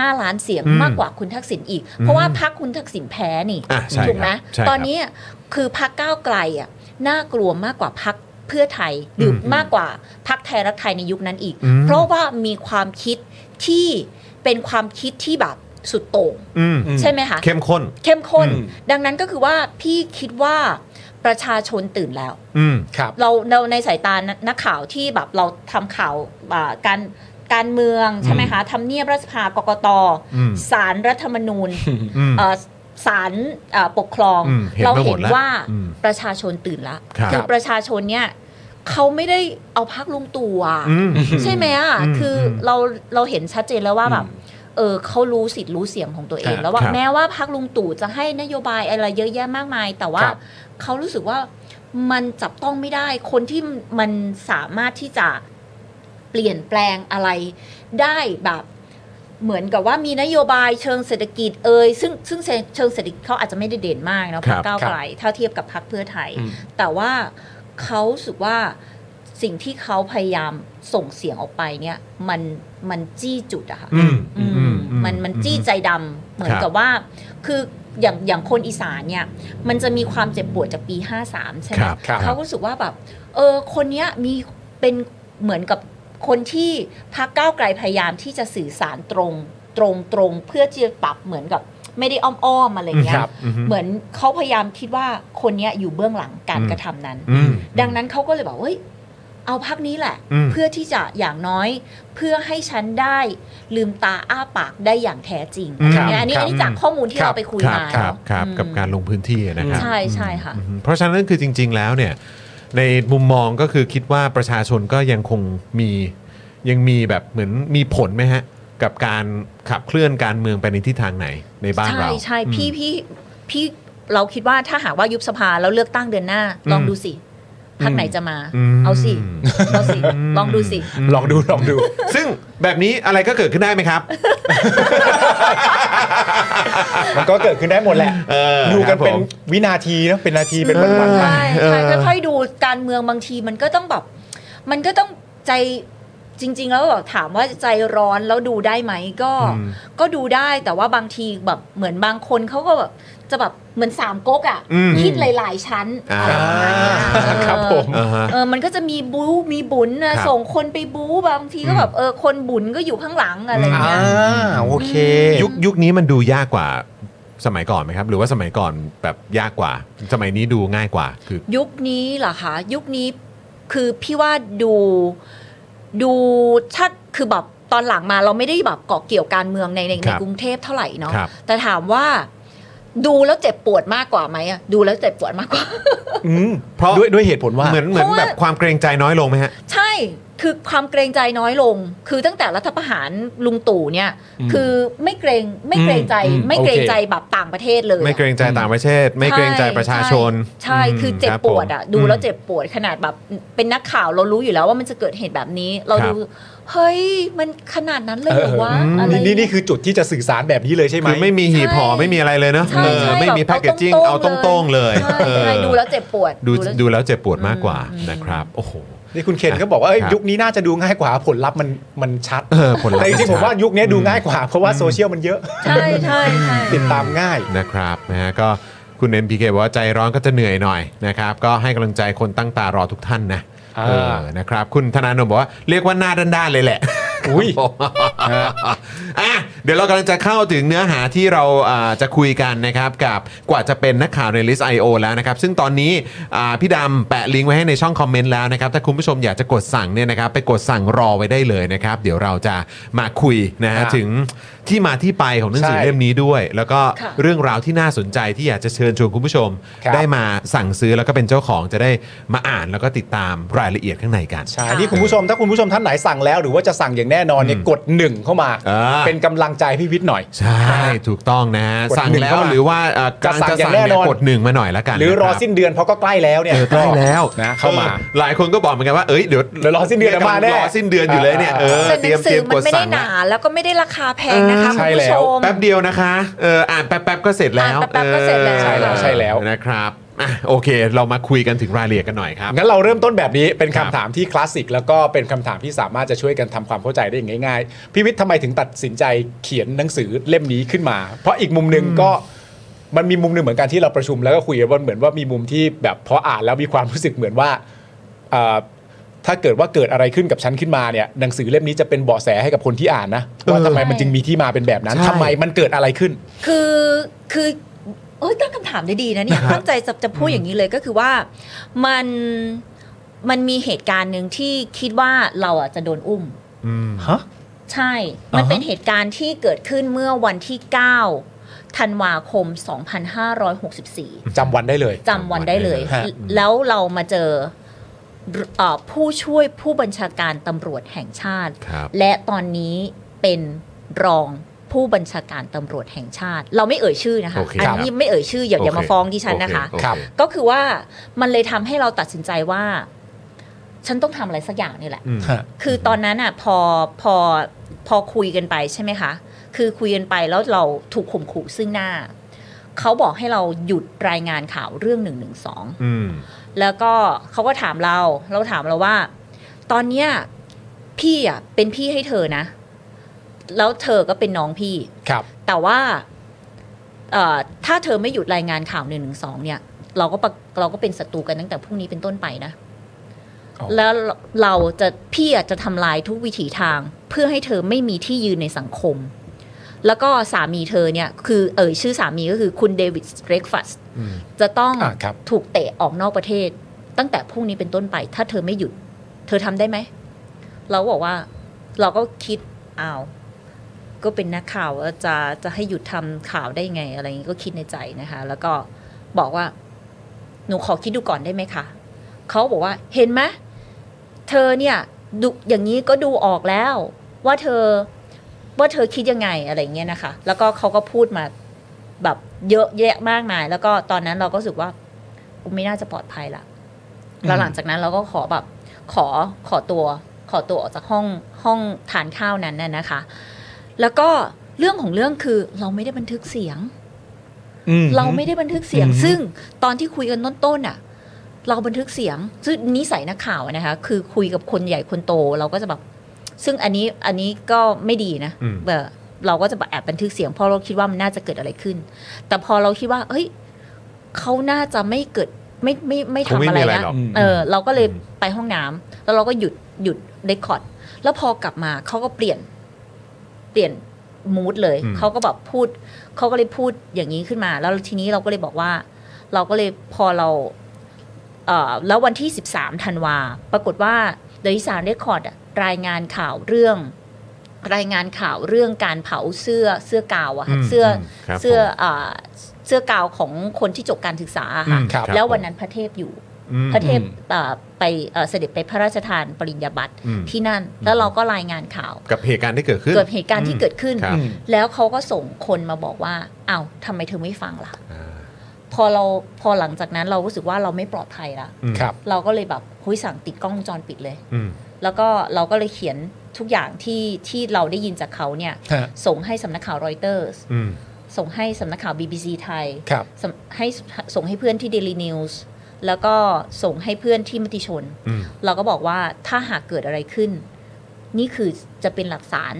[SPEAKER 6] 14 15 ล้านเสียง
[SPEAKER 1] อืม
[SPEAKER 6] มากกว่าคุณทักษิณอีก เพราะว่าพรรคคุณทักษิณแพ้นี่
[SPEAKER 1] อ่ะใช่
[SPEAKER 6] ถูกไหม
[SPEAKER 1] ครับใช่ครับ
[SPEAKER 6] ตอนนี้คือพรรคก้าวไกลอ่ะน่ากลัวมากกว่าพรรคเพื่อไทยหรืออ
[SPEAKER 1] ม
[SPEAKER 6] มากกว่าพรรคไทยรักไทยในยุคนั้นอีก
[SPEAKER 1] อืม
[SPEAKER 6] เพราะว่ามีความคิดที่เป็นความคิดที่แบบสุดโต่ง
[SPEAKER 1] อืม
[SPEAKER 6] ใช่ไหมคะ
[SPEAKER 1] เข้มข้น
[SPEAKER 6] เข้มข้น
[SPEAKER 1] อืม
[SPEAKER 6] ดังนั้นก็คือว่าพี่คิดว่าประชาชนตื่นแล้ว
[SPEAKER 1] อืม
[SPEAKER 3] ครับ
[SPEAKER 6] เราเราในสายตานักข่าวที่แบบเราทำข่าวอ่าการการเมืองใช่ไหมคะทำเนียบรัฐสภากกต
[SPEAKER 1] อืม
[SPEAKER 6] สารรัฐธรรมนูญ
[SPEAKER 1] อืม
[SPEAKER 6] เอ่อสารเอ่อปกครอง
[SPEAKER 1] อืมเห็น
[SPEAKER 6] เรา
[SPEAKER 1] มาหม
[SPEAKER 6] เห็
[SPEAKER 1] ด
[SPEAKER 6] น
[SPEAKER 1] แล้ว
[SPEAKER 6] ว่า
[SPEAKER 1] อืม
[SPEAKER 6] ประชาชนตื่นละ
[SPEAKER 1] ครับ
[SPEAKER 6] อประชาชนเนี่ยเขาไม่ได้เอาพักลุงตู่อะ
[SPEAKER 1] อืม
[SPEAKER 6] ใช่ไหมอ่ะ
[SPEAKER 1] อืม
[SPEAKER 6] คืออ
[SPEAKER 1] ม
[SPEAKER 6] เราเราเห็นชัดเจนแล้วว่าแบบ เออเขารู้สิทธิ์รู้เสียงของตัวเอง
[SPEAKER 3] อ่า
[SPEAKER 6] แล้วว่า
[SPEAKER 1] ครับ
[SPEAKER 6] แม้ว่าพักลุงตู่จะให้นโยบายอะไรเยอะแยะมากมาย แต่ว่า
[SPEAKER 3] ครับ
[SPEAKER 6] เขารู้สึกว่ามันจับต้องไม่ได้ คนที่มันสามารถที่จะเปลี่ยนแปลงอะไรได้แบบ เหมือนกับว่ามีนโยบายเชิงเศรษฐกิจเอ่ยซึ่งซึ่งเชิงเศรษฐกิจเขาอาจจะไม่ได้เด่นมากเนาะพรร
[SPEAKER 1] ครับ
[SPEAKER 6] คก้าวไกลถ้าเทียบกับพรรคเพื่อไทย แต่ว่าเขารู้สึกว่าสิ่งที่เขาพยายามส่งเสียงออกไปเนี่ย มันมันจี้จุดอะค่ะ
[SPEAKER 1] อืม
[SPEAKER 6] อืม
[SPEAKER 1] อืมอื
[SPEAKER 6] มันมันจี้ใจดำเหมือน
[SPEAKER 1] ครับ
[SPEAKER 6] กับว่า คืออย่างอย่างคนอีสานเนี่ย มันจะมีความเจ็บปวดจากปี 53 ใช่ไห
[SPEAKER 1] ค
[SPEAKER 6] ม
[SPEAKER 1] รับครับ
[SPEAKER 6] เขาก็รู้สึกว่าแบบ เออคนเนี้ยมีเป็นเหมือนกับคนที่พักก้าวไกลพยายามที่จะสื่อสารตรงตรงตรงเพื่อที่จะปรับเหมือนกับไม่ได้อ้อมอ้อมๆอะไรเงี้
[SPEAKER 3] ค
[SPEAKER 6] ย
[SPEAKER 3] รับ
[SPEAKER 1] อืม
[SPEAKER 6] เหมือนเขาพยายามคิดว่าคนเนี้ยอยู่เบื้องหลังการ
[SPEAKER 1] อืม
[SPEAKER 6] กระทำนั้น
[SPEAKER 1] อืม
[SPEAKER 6] ดังนั้นเขาก็เลยบอกเฮ้ยเอาพักนี้แหละ
[SPEAKER 1] อืม
[SPEAKER 6] เพื่อที่จะอย่างน้อย เพื่อให้ฉันได้ลืมตาอ้าปากได้อย่างแท้จริง
[SPEAKER 3] ครับ
[SPEAKER 6] เนี่ยอันนี้
[SPEAKER 3] ครับ
[SPEAKER 6] อันนี้จากข้อมูลที่
[SPEAKER 3] ครับ
[SPEAKER 6] เราไปคุย
[SPEAKER 1] ครับ
[SPEAKER 6] มา
[SPEAKER 1] ครับครับ
[SPEAKER 6] อืม
[SPEAKER 1] กับการลงพื้นที่นะครับ
[SPEAKER 6] ใช่ใช่ค่ะ
[SPEAKER 1] อืมเพราะฉะนั้นคือจริง ๆ แล้วเนี่ยในมุมมองก็คือคิดว่าประชาชนก็ยังคงมียังมีแบบเหมือนมีผลไหมฮะ กับการขับเคลื่อนการเมืองไปในทิศทางไหนในบ้าน
[SPEAKER 6] ใช่
[SPEAKER 1] เรา
[SPEAKER 6] ใช่
[SPEAKER 1] อืม
[SPEAKER 6] พี่พี่พี่เราคิดว่าถ้าหากว่ายุบสภาแล้วเลือกตั้งเดือนหน้า ลองดูสิพักไหนจะมา
[SPEAKER 1] อืม
[SPEAKER 6] เอาสิเอาสิลองดูสิ
[SPEAKER 3] ลองดู [LAUGHS] ลองดู
[SPEAKER 1] ซึ่งแบบนี้อะไรก็เกิดขึ้นได้ไหมครับ
[SPEAKER 3] มันก็เกิดขึ้นได้หมดแหละ
[SPEAKER 1] เออ
[SPEAKER 3] ดู
[SPEAKER 1] ค
[SPEAKER 3] กัน
[SPEAKER 1] รับผม
[SPEAKER 3] เป็นวินาทีเนอะเป็นนาทีเป็นวันๆไป
[SPEAKER 6] ใช่
[SPEAKER 1] เออ
[SPEAKER 6] ใช่ค่อยๆดูการเมืองบางทีมันก็ต้องแบบมันก็ต้องใจจริง ๆ แล้วแบบถามว่าใจร้อนแล้วดูได้ไหมก็
[SPEAKER 1] อืม
[SPEAKER 6] ก็ดูได้แต่ว่าบางทีแบบเหมือนบางคนเขาก็แบบจะแบบเหมือนสามก๊กอ่ะ
[SPEAKER 1] อืม
[SPEAKER 6] คิดหลาย ๆ ชั้น
[SPEAKER 1] อ่า
[SPEAKER 6] อะไรประมาณเนี้ยเออ
[SPEAKER 3] ครับผม
[SPEAKER 1] อ่าฮะ
[SPEAKER 6] เออมันก็จะมีบู๊มีบุญนะครับส่งคนไปบู๊บางทีก็แบบเออคนบุญก็อยู่ข้างหลังอะไรอย่าง
[SPEAKER 3] อ่า
[SPEAKER 6] เงี้ย
[SPEAKER 3] โอเค
[SPEAKER 6] อืม
[SPEAKER 1] ยุคยุคนี้มันดูยากกว่าสมัยก่อนไหมครับ หรือว่าสมัยก่อนแบบยากกว่า สมัยนี้ดูง่ายกว่าคือ
[SPEAKER 6] ยุคนี้เหรอคะยุคนี้คือพี่ว่าดูดูชัดคือแบบตอนหลังมาเราไม่ได้แบบเกาะเกี่ยวการเมืองในใน
[SPEAKER 1] ค
[SPEAKER 6] ใน
[SPEAKER 1] รับ
[SPEAKER 6] กรุงเทพเท่าไหร่เนาะ
[SPEAKER 1] ครับ
[SPEAKER 6] แต่ถามว่าดูแล้วเจ็บปวดมากกว่าไหมอะดูแล้วเจ็บปวดมากกว่า
[SPEAKER 3] อืม
[SPEAKER 1] เพราะ
[SPEAKER 3] ด้วยด้วยเหตุผลว่า
[SPEAKER 1] เหมือนเหมือน
[SPEAKER 6] เพราะว่า
[SPEAKER 1] แบบความเกรงใจน้อยลงไหมฮะ
[SPEAKER 6] ใช่คือความเกรงใจน้อยลง คือตั้งแต่รัฐประหารลุงตู่เนี่ย
[SPEAKER 3] อืม
[SPEAKER 6] คือไม่เกรงไม่เกรงใจ
[SPEAKER 3] อืมอืม
[SPEAKER 6] ไม่เกรง
[SPEAKER 3] โอเค
[SPEAKER 6] ใจแบบต่างประเทศเลยอะ
[SPEAKER 1] ไม่เกรงใจต่างประเทศ ไม่เกรงใจประชาชน
[SPEAKER 6] ใช่
[SPEAKER 1] ม
[SPEAKER 6] ใช่คือเจ็บ
[SPEAKER 1] รับ
[SPEAKER 6] ป
[SPEAKER 1] ผม
[SPEAKER 6] วดอ่ะดูแล้วเจ็บปวดขนาดแบบเป็นนักข่าวเรารู้อยู่แล้วว่ามันจะเกิดเหตุแบบนี้ เรา
[SPEAKER 1] ครับ
[SPEAKER 6] ดูเฮ้ยมันขนาดนั้นเลยเหรอวะ
[SPEAKER 3] อื
[SPEAKER 6] อะ
[SPEAKER 3] ม
[SPEAKER 6] ไร
[SPEAKER 3] นี่นี่คือจุดที่จะสื่อสารแบบนี้เลยใช่ไหม
[SPEAKER 1] คือไม่มีหีบห่อ
[SPEAKER 6] ใช่
[SPEAKER 1] ไม่มีอะไรเลยเนอะ
[SPEAKER 6] ใช่
[SPEAKER 1] เออ
[SPEAKER 6] ใช่
[SPEAKER 1] ไม่มี
[SPEAKER 6] แบบ
[SPEAKER 1] แพคเกจจิ้งเอา
[SPEAKER 6] เอา
[SPEAKER 1] ต
[SPEAKER 6] ต
[SPEAKER 1] ร
[SPEAKER 6] รง งๆ
[SPEAKER 1] ๆเลย
[SPEAKER 6] ใช่
[SPEAKER 1] เออ
[SPEAKER 6] ใช่ดูแล้วเจ็บปวด
[SPEAKER 1] ดู
[SPEAKER 6] แล้ว
[SPEAKER 1] ดูแล้วเจ็บปวดมากกว่า
[SPEAKER 6] อืม
[SPEAKER 1] นะครับ โอ้โห
[SPEAKER 3] นี่คุณเคนก็บอกว่าเอ้ย
[SPEAKER 1] ครับ
[SPEAKER 3] ยุคนี้น่าจะดูง่ายกว่าผลลัพธ์มันมันชัด
[SPEAKER 1] เออผลลัพ
[SPEAKER 3] แต่
[SPEAKER 1] ธ์
[SPEAKER 3] จริงๆผมว่ายุคนี้ดูง่ายกว่า เพราะว่าโซเชียลมันเยอะ
[SPEAKER 6] ใช่ใช่ใช่
[SPEAKER 3] ติดตามง่าย
[SPEAKER 1] นะครับนะฮะก็คุณ MPK บอกว่าใจร้อนก็จะเหนื่อยหน่อยนะครับก็ให้กำลังใจคนตั้งตารอทุกท่านนะ
[SPEAKER 3] อ่า
[SPEAKER 1] เออนะครับคุณธนาโนมบอกว่าเรียกว่าหน้าด้านๆเลยแหละ
[SPEAKER 3] อุ้ย
[SPEAKER 1] ผม [LAUGHS] อ่ะเดี๋ยวเรากำลังจะเข้าถึงเนื้อหาที่เราอ่าจะคุยกันนะครับกับกว่าจะเป็นนักข่าวใน List IO แล้วนะครับ ซึ่งตอนนี้อ่าพี่ดำแปะลิงก์ไว้ให้ในช่องคอมเมนต์แล้วนะครับ ถ้าคุณผู้ชมอยากจะกดสั่งเนี่ยนะครับไปกดสั่งรอไว้ได้เลยนะครับ เดี๋ยวเราจะมาคุยนะฮะ
[SPEAKER 3] อ่า
[SPEAKER 1] ถึงที่มาที่ไปของหนังสือ
[SPEAKER 3] ใช่
[SPEAKER 1] เล่มนี้ด้วย แล้วก็
[SPEAKER 6] ค่ะ
[SPEAKER 1] เรื่องราวที่น่าสนใจที่อยากจะเชิญชวนคุณผู้ชม
[SPEAKER 3] ครับ
[SPEAKER 1] ได้มาสั่งซื้อแล้วก็เป็นเจ้าของจะได้มาอ่านแล้วก็ติดตามรายละเอียดข้างในกัน
[SPEAKER 3] ใช่นี่คุณผู้ชมถ้าคุณผู้ชมท่านไหนสั่งแล้ว หรือว่าจะสั่งอย่างแน่นอนเนี่ยกดหนึ่งเข้ามา
[SPEAKER 1] อ่า
[SPEAKER 3] เป็นกำลังใจพี่วิทย์หน่อย
[SPEAKER 1] ใช่ ถูกต้องนะฮะ
[SPEAKER 3] กด
[SPEAKER 1] สั่ง
[SPEAKER 3] หนึ่ง
[SPEAKER 1] แล้ว
[SPEAKER 3] เข้ามา
[SPEAKER 1] หรือว่าเอ่อกำลังจะ
[SPEAKER 3] จะสั่
[SPEAKER 1] สั่ง
[SPEAKER 3] งอย่าง
[SPEAKER 1] เนี่
[SPEAKER 3] แน่น
[SPEAKER 1] ย
[SPEAKER 3] อน
[SPEAKER 1] กดหนึ่งมาหน่อยแล้วกัน
[SPEAKER 3] หรือรอ
[SPEAKER 1] นะคบ
[SPEAKER 3] สิ้นเดือนเพราะก็ใกล้แล้วเนี่ย
[SPEAKER 1] เออใกล้แล้ว
[SPEAKER 3] นะเข้ามา
[SPEAKER 1] ออหลายคนก็บอกเหมือนกันว่าเอ้ยเดี๋ยว
[SPEAKER 3] เดี๋ยวรอสิ้นเดือนมาแน่
[SPEAKER 1] รอสิ้นเดือนอยู่เลยเนี่ยเออ
[SPEAKER 6] ส่วนห
[SPEAKER 1] เต
[SPEAKER 6] นั
[SPEAKER 1] รียม
[SPEAKER 6] ง
[SPEAKER 1] เตรีย
[SPEAKER 6] สือ
[SPEAKER 1] มก
[SPEAKER 6] มัน
[SPEAKER 1] ด
[SPEAKER 6] ไม่ได้
[SPEAKER 1] สั่ง
[SPEAKER 6] หนาแล้วก็ไม่ได้ราคาแพงนะคะ
[SPEAKER 3] ใช่
[SPEAKER 6] คุณ
[SPEAKER 3] แล้
[SPEAKER 6] ผู้
[SPEAKER 3] ว
[SPEAKER 6] ชม
[SPEAKER 1] แป๊บเดียวนะคะเอออ่านแป๊บๆก็เสร็จแล้ว
[SPEAKER 6] อ่านแป๊บๆก็เสร็จแล้ว
[SPEAKER 1] ออ
[SPEAKER 3] ใช่แล้วใช่แล้ว
[SPEAKER 1] นะครับอ่ะโอเค เรามาคุยกันถึงรายละเอียดกันหน่อยครับ
[SPEAKER 3] งั้นเราเริ่มต้นแบบนี้เป็น
[SPEAKER 1] ครั
[SPEAKER 3] คำ
[SPEAKER 1] บ
[SPEAKER 3] ถามที่คลาสสิกแล้วก็เป็นคำถามที่สามารถจะช่วยกันทำความเข้าใจได้อย่างง่ายๆพี่วิทย์ทำไมถึงตัดสินใจเขียนหนังสือเล่มนี้ขึ้นมา เพราะอีกมุมหนึ่งก็มันมีมุมหนึ่งเหมือนกันที่เราประชุมแล้วก็คุยกันว่าเหมือนว่ามีมุมที่แบบพออ่านแล้วมีความรู้สึกเหมือนว่าเอ่อถ้าเกิดว่าเกิดอะไรขึ้นกับฉันขึ้นมาเนี่ยหนังสือเล่มนี้จะเป็นเบาะแสให้กับคนที่อ่านนะว่าทำไมมันจึงมีที่มาเป็นแบบนั้น
[SPEAKER 1] ใช่
[SPEAKER 3] ทำไมมันเกิดอะไรขึ้น
[SPEAKER 6] คือคือโอ้ยตั้งคำถามได้ดีนะเนี่ยตั้งใจจะจะพูดอย่างนี้เลยก็คือว่ามันมันมีเหตุการณ์หนึ่งที่คิดว่าเราอ่ะจะโดนอุ้ม
[SPEAKER 1] อืม
[SPEAKER 6] ใช่ มัน
[SPEAKER 3] อ่าฮะ
[SPEAKER 6] เป็นเหตุการณ์ที่เกิดขึ้นเมื่อวันที่ 9 ธันวาคม 2564
[SPEAKER 3] จำวันได้เลย
[SPEAKER 6] จำวันได้เลย
[SPEAKER 3] ฮะ
[SPEAKER 6] แล้วเรามาเจอเอ่อผู้ช่วยผู้บัญชาการตำรวจแห่งชาติ
[SPEAKER 1] ครับ
[SPEAKER 6] และตอนนี้เป็นรองผู้บัญชาการตำรวจแห่งชาติ เราไม่เอ่ยชื่อนะคะ
[SPEAKER 1] โอเค
[SPEAKER 6] อัน
[SPEAKER 1] ครับ
[SPEAKER 6] นี้ไม่เอ่ยชื่ออย่าอย่ามาฟ้องดิฉันนะคะ
[SPEAKER 1] โอเโอเ
[SPEAKER 3] ครับ
[SPEAKER 6] ก็คือว่ามันเลยทำให้เราตัดสินใจว่า ฉันต้องทำอะไรสักอย่างนี่แหละ
[SPEAKER 1] อืม
[SPEAKER 3] ฮะ
[SPEAKER 6] คือตอนนั้นอ่ะพอพอพอคุยกันไปใช่ไหมคะ คือคุยกันไปแล้วเราถูกข่มขู่ซึ่งหน้า เขาบอกให้เราหยุดรายงานข่าวเรื่องหนึ่งหนึ่งสอง
[SPEAKER 1] อืม
[SPEAKER 6] แล้วก็เขาก็ถามเรา เราถามเราว่า ตอนเนี้ยพี่อ่ะเป็นพี่ให้เธอนะ แล้วเธอก็เป็นน้องพี่
[SPEAKER 3] ครับ
[SPEAKER 6] แต่ว่าเอ่อถ้าเธอไม่หยุดรายงานข่าวหนึ่งหนึ่งสองเนี่ย เราก็ปะเราก็เป็นศัตรูกันตั้งแต่พรุ่งนี้เป็นต้นไปนะ
[SPEAKER 3] อ๋อ
[SPEAKER 6] แล้วเราจะพี่อาจจะทำลายทุกวิถีทาง เพื่อให้เธอไม่มีที่ยืนในสังคม แล้วก็สามีเธอเนี่ย คือเอ่ยชื่อสามีก็คือคุณเดวิดเรกฟัสจะต้อง
[SPEAKER 3] อ่าครับ
[SPEAKER 6] ถูกเตะออกนอกประเทศ ตั้งแต่พรุ่งนี้เป็นต้นไป ถ้าเธอไม่หยุด เธอทำได้ไหม เราก็บอกว่า เราก็คิดอ้าว ก็เป็นนักข่าวว่าจะจะให้หยุดทำข่าวได้ยังไง อะไรอย่างงี้ก็คิดในใจนะคะ แล้วก็บอกว่า หนูขอคิดดูก่อนได้ไหมคะเขาบอกว่าเห็นไหมเธอเนี่ยดูอย่างนี้ก็ดูออกแล้ว ว่าเธอว่าเธอคิดยังไงอะไรอย่างเงี้ยนะคะ แล้วก็เขาก็พูดมาแบบเยอะแยะมากมาย แล้วก็ตอนนั้นเราก็รู้สึกว่ากูไม่น่าจะปลอดภัยละแล้วหลังจากนั้นเราก็ขอแบบขอขอตัวขอตัวออกจากห้องห้องทานข้าวนั้นน่ะนะคะ แล้วก็เรื่องของเรื่องคือเราไม่ได้บันทึกเสียง
[SPEAKER 3] อืม
[SPEAKER 6] เราไม่ได้บันทึกเสียง
[SPEAKER 3] อืม
[SPEAKER 6] ซึ่งตอนที่คุยกันต้นๆอ่ะ เราบันทึกเสียง ซึ่งนิสัยนักข่าวอะนะคะ คือคุยกับคนใหญ่คนโตเราก็จะแบบ ซึ่งอันนี้อันนี้ก็ไม่ดีนะ
[SPEAKER 1] อืม
[SPEAKER 6] แบบเราก็จะแบบแอบบันทึกเสียงเพราะเราคิดว่ามันน่าจะเกิดอะไรขึ้น แต่พอเราคิดว่า เฮ้ยเขาน่าจะไม่เกิดไม่ไม่ไม่
[SPEAKER 1] คง
[SPEAKER 6] ทำ
[SPEAKER 1] ไม่
[SPEAKER 6] อะ
[SPEAKER 1] มี
[SPEAKER 6] ไร
[SPEAKER 1] อะไร
[SPEAKER 6] นะ
[SPEAKER 1] หรอก
[SPEAKER 6] เออเราก็เลยไปห้องน้ำแล้วเราก็หยุดหยุดเรคคอร์ดแล้วพอกลับมาเขาก็เปลี่ยนเปลี่ยนมูดเลย
[SPEAKER 1] อืม
[SPEAKER 6] เขาก็แบบพูดเขาก็เลยพูดอย่างนี้ขึ้นมา แล้วทีนี้เราก็เลยบอกว่า เราก็เลยพอเราเออแล้ววันที่ 13ธันวาปรากฏว่าเดลิสารเรคคอร์ดรายงานข่าวเรื่อง รายงานข่าวเรื่องการเผาเสื้อเสื้อกาวอะค่ะ
[SPEAKER 1] ม
[SPEAKER 6] เสื้ออ
[SPEAKER 1] มครับ
[SPEAKER 6] เสื้อ
[SPEAKER 1] ผม
[SPEAKER 6] เอ่อเสื้อกาวของคนที่จบการศึกษาอะค่ะ
[SPEAKER 1] มครับ
[SPEAKER 6] แล้ววันนั้นพระเทพอยู่
[SPEAKER 1] อืม
[SPEAKER 6] พระเทพเอ่อไปเอ่อเสด็จไปพระราชทานปริญญาบัตร
[SPEAKER 1] อืม
[SPEAKER 6] ที่นั่น แล้วเราก็รายงานข่าว
[SPEAKER 1] กับเหตุการณ์ที่เกิดขึ้น
[SPEAKER 6] เกิดเหตุการณ์ที่เกิดขึ้น
[SPEAKER 1] ครับ
[SPEAKER 6] แล้วเขาก็ส่งคนมาบอกว่าอ้าวทำไมเธอไม่ฟังล่ะ พอเราพอหลังจากนั้นเรารู้สึกว่าเราไม่ปลอดภัยละ
[SPEAKER 1] อืม
[SPEAKER 3] ครับ
[SPEAKER 6] เราก็เลยแบบคุยสั่งติดกล้องวงจรปิดเลย
[SPEAKER 1] อืม
[SPEAKER 6] แล้วก็เราก็เลยเขียนทุกอย่างที่ที่เราได้ยินจากเขาเนี่ย
[SPEAKER 3] ฮะ
[SPEAKER 6] ส่งให้สำนักข่าวรอยเตอร์
[SPEAKER 1] อืม
[SPEAKER 6] ส่งให้สำนักข่าว BBC ไทย
[SPEAKER 3] ครับ
[SPEAKER 6] ส่งให้ส่งให้เพื่อนที่ Daily News แล้วก็ส่งให้เพื่อนที่มติชน
[SPEAKER 1] อืม
[SPEAKER 6] เราก็บอกว่าถ้าหากเกิดอะไรขึ้น นี่คือจะเป็นหลักฐาน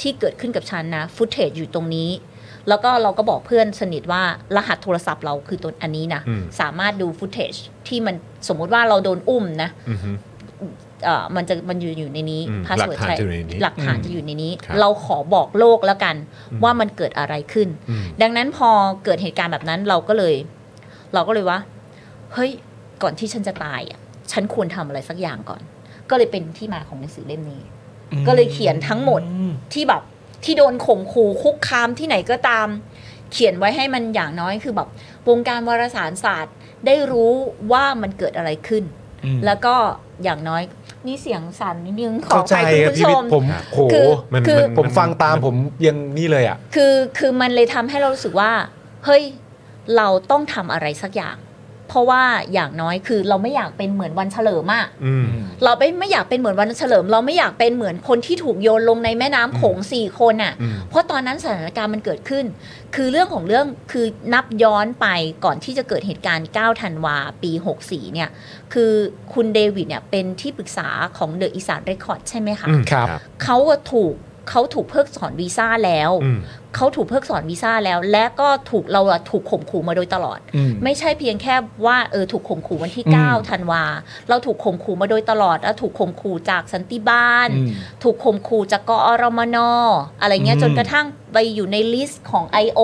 [SPEAKER 6] ที่เกิดขึ้นกับฉันนะฟุตเทจอยู่ตรงนี้ แล้วก็เราก็บอกเพื่อนสนิทว่ารหัสโทรศัพท์เราคือตัวอันนี้นะ
[SPEAKER 1] อืม
[SPEAKER 6] สามารถดูฟุตเทจที่มันสมมุติว่าเราโดนอุ้มนะ
[SPEAKER 1] อืม
[SPEAKER 6] เอ่อมันจะมันอยู่อยู่ในนี้
[SPEAKER 1] อืม
[SPEAKER 6] พาส
[SPEAKER 1] หลัก
[SPEAKER 6] เวิร์ด
[SPEAKER 1] ฐาน
[SPEAKER 6] ใช่
[SPEAKER 1] จะอยู่ในนี้
[SPEAKER 6] หลักฐานจะอยู่ในนี้
[SPEAKER 1] ครับ
[SPEAKER 6] เราขอบอกโลกแล้วกันว่ามันเกิดอะไรขึ้น
[SPEAKER 1] อืม
[SPEAKER 6] ดังนั้นพอเกิดเหตุการณ์แบบนั้นเราก็เลย เราก็เลยว่า เฮ้ยก่อนที่ฉันจะตายอ่ะฉันควรทำอะไรสักอย่างก่อน ก็เลยเป็นที่มาของหนังสือเล่มนี้ ก็เลยเขียนทั้งหมดที่แบบที่โดนข่มขู่คุกคามที่ไหนก็ตาม เขียนไว้ให้มันอย่างน้อยคือแบบวงการวารสารศาสตร์ได้รู้ว่ามันเกิดอะไรขึ้น แล้วก็อย่างน้อยนี่เสียงสั่นนิดนึงขอ
[SPEAKER 3] เข้า
[SPEAKER 6] อ
[SPEAKER 3] ใจ
[SPEAKER 6] ภัยคุณ
[SPEAKER 3] ครับพี่วิท
[SPEAKER 6] ผู้ชม
[SPEAKER 3] ย์ผมโห
[SPEAKER 6] คือ
[SPEAKER 1] มัน
[SPEAKER 6] คือ
[SPEAKER 1] น
[SPEAKER 3] ผมฟังตามผมยังนี่เลยอ่ะ
[SPEAKER 6] คือคือมันเลยทำให้เรารู้สึกว่า เฮ้ย เราต้องทำอะไรสักอย่าง เพราะว่าอย่างน้อยคือเราไม่อยากเป็นเหมือนวันเฉลิมอะ
[SPEAKER 1] อืม
[SPEAKER 6] เราไม่ไม่อยากเป็นเหมือนวันเฉลิม เราไม่อยากเป็นเหมือนคนที่ถูกโยนลงในแม่น้ำโขงสี่คนอ่ะ
[SPEAKER 1] อืม
[SPEAKER 6] เพราะตอนนั้นสถานการณ์มันเกิดขึ้น คือเรื่องของเรื่องคือนับย้อนไปก่อนที่จะเกิดเหตุการณ์ 9 ธันวาปี 64 เนี่ย คือคุณเดวิดเนี่ยเป็นที่ปรึกษาของเดอะอีสานเรคคอร์ดใช่ไหมคะ
[SPEAKER 1] อืม
[SPEAKER 3] ครับ
[SPEAKER 6] เขาอะถูกเขาถูกเพิกถอนวีซ่าแล้ว
[SPEAKER 1] อืม
[SPEAKER 6] เขาถูกเพิกถอนวีซ่าแล้ว และก็ถูกเราอะถูกข่มขู่มาโดยตลอด
[SPEAKER 3] อืม
[SPEAKER 6] ไม่ใช่เพียงแค่ว่าเออถูกข่มขู่วันที่
[SPEAKER 3] อืม
[SPEAKER 6] 9 ธันวา เราถูกข่มขู่มาโดยตลอดแล้วถูกข่มขู่จากสันติบาล
[SPEAKER 3] อืม
[SPEAKER 6] ถูกข่มขู่จากกอรมนอะไรเงี้ย
[SPEAKER 3] อืม
[SPEAKER 6] จนกระทั่งไปอยู่ในลิสต์ของ I.O.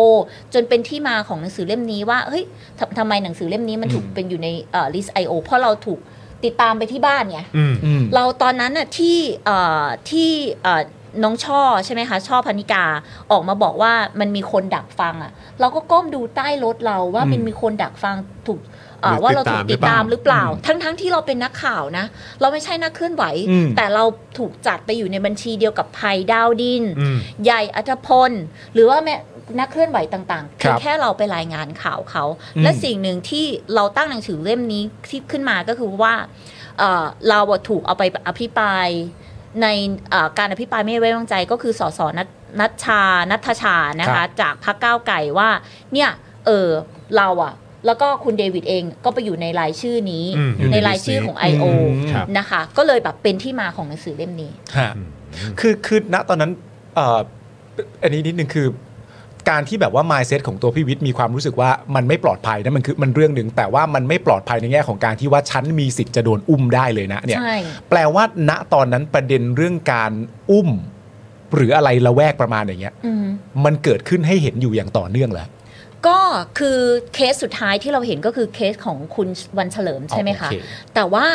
[SPEAKER 6] จนเป็นที่มาของหนังสือเล่มนี้ว่าเฮ้ยทำทำไมหนังสือเล่มนี้มันถูกเป็นอยู่ในเอ่อลิสต์ I.O. เพราะเราถูกติดตามไปที่บ้านไง
[SPEAKER 1] อืม
[SPEAKER 3] อืม
[SPEAKER 6] เราตอนนั้นน่ะที่เอ่อที่เอ่อน้องช่อใช่ไหมคะช่อพนิกาออกมาบอกว่ามันมีคนดักฟังอ่ะ เราก็ก้มดูใต้รถเราว่ามันมีคนดักฟังถูกเอ่อ
[SPEAKER 1] หรือ
[SPEAKER 6] ว่าเราถูก
[SPEAKER 1] ติ
[SPEAKER 6] ติ
[SPEAKER 1] ด
[SPEAKER 6] ด
[SPEAKER 1] ตา
[SPEAKER 6] ตาม ม
[SPEAKER 1] ห
[SPEAKER 6] ห
[SPEAKER 1] รือ
[SPEAKER 6] รือ
[SPEAKER 1] เป
[SPEAKER 6] เป
[SPEAKER 1] ล่า
[SPEAKER 6] ล่า ทั้งๆทที่เราเป็นนักข่าวนะ เราไม่ใช่นักเคลื่อนไหว
[SPEAKER 3] อืม
[SPEAKER 6] แต่เราถูกจัดไปอยู่ในบัญชีเดียวกับภัยดาวดิน
[SPEAKER 1] อืม
[SPEAKER 6] ใหญ่อัธพล หรือว่าแม้นักเคลื่อนไหวต่างๆ
[SPEAKER 3] ครับ
[SPEAKER 6] เพียงแค่เราไปรายงานข่าวเขา
[SPEAKER 3] อืม
[SPEAKER 6] และสิ่งหนึ่งที่เราตั้งหนังสือเล่มนี้ที่ขึ้นมาก็คือว่าเอ่อเราอะถูกเอาไปอภิปรายในเอ่อการอภิปรายไม่ไว้วางใจก็คือสสนัทนัทชานัทชานะคะ จากพรรคก้าวไก่ว่าเนี่ยเออเราอะแล้วก็คุณเดวิดเองก็ไปอยู่ในรายชื่อนี้
[SPEAKER 1] อืมอยู่ใน
[SPEAKER 6] ในรายชื่อของ
[SPEAKER 1] อ
[SPEAKER 6] I.O.
[SPEAKER 1] ืมครับ
[SPEAKER 6] นะคะ ก็เลยแบบเป็นที่มาของหนังสือเล่มนี้
[SPEAKER 3] ฮะคือคือณตอนนั้นเอ่ออันนี้นิดนึงคือ การที่แบบว่า mindset ของตัวพี่วิทย์มีความรู้สึกว่ามันไม่ปลอดภัยนะมันคือมันเรื่องหนึ่งแต่ว่ามันไม่ปลอดภัยในแง่ของการที่ว่าฉันมีสิทธิ์จะโดนอุ้มได้เลยนะเนี่ย
[SPEAKER 6] ใช่
[SPEAKER 3] แปลว่าณตอนนั้นประเด็นเรื่องการอุ้ม หรืออะไรละแวกประมาณอย่างเงี้ย
[SPEAKER 6] อืม
[SPEAKER 3] มันเกิดขึ้นให้เห็นอยู่อย่างต่อเนื่องแล้ว
[SPEAKER 6] ก็คือเคสสุดท้ายที่เราเห็นก็คือเคสของคุณวันเฉลิมใช่ไหมคะ
[SPEAKER 3] โอเค
[SPEAKER 6] แต่ว่า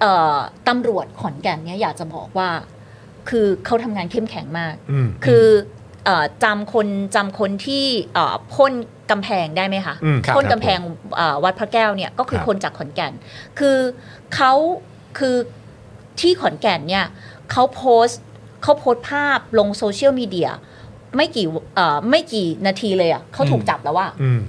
[SPEAKER 6] เอ่อตำรวจขอนแก่นเนี่ยอยากจะบอกว่า คือเขาทำงานเข้มแข็งมาก
[SPEAKER 1] อืม
[SPEAKER 6] คือเอ่อจำคนจำคนที่เอ่อพ่นกำแพงได้ไหมคะ
[SPEAKER 1] อืมครับ
[SPEAKER 6] พ่นกำแพงเอ่อวัดพระแก้วเนี่ยก็คือ
[SPEAKER 1] ครับ
[SPEAKER 6] คนจากขอนแก่น คือเขาคือที่ขอนแก่นเนี่ยเขาโพสต์เขาโพสต์ภาพลงโซเชียลมีเดียไม่กี่เอ่อไม่กี่นาทีเลยอ่ะเขาถูกจับแล้วว่า
[SPEAKER 1] อืม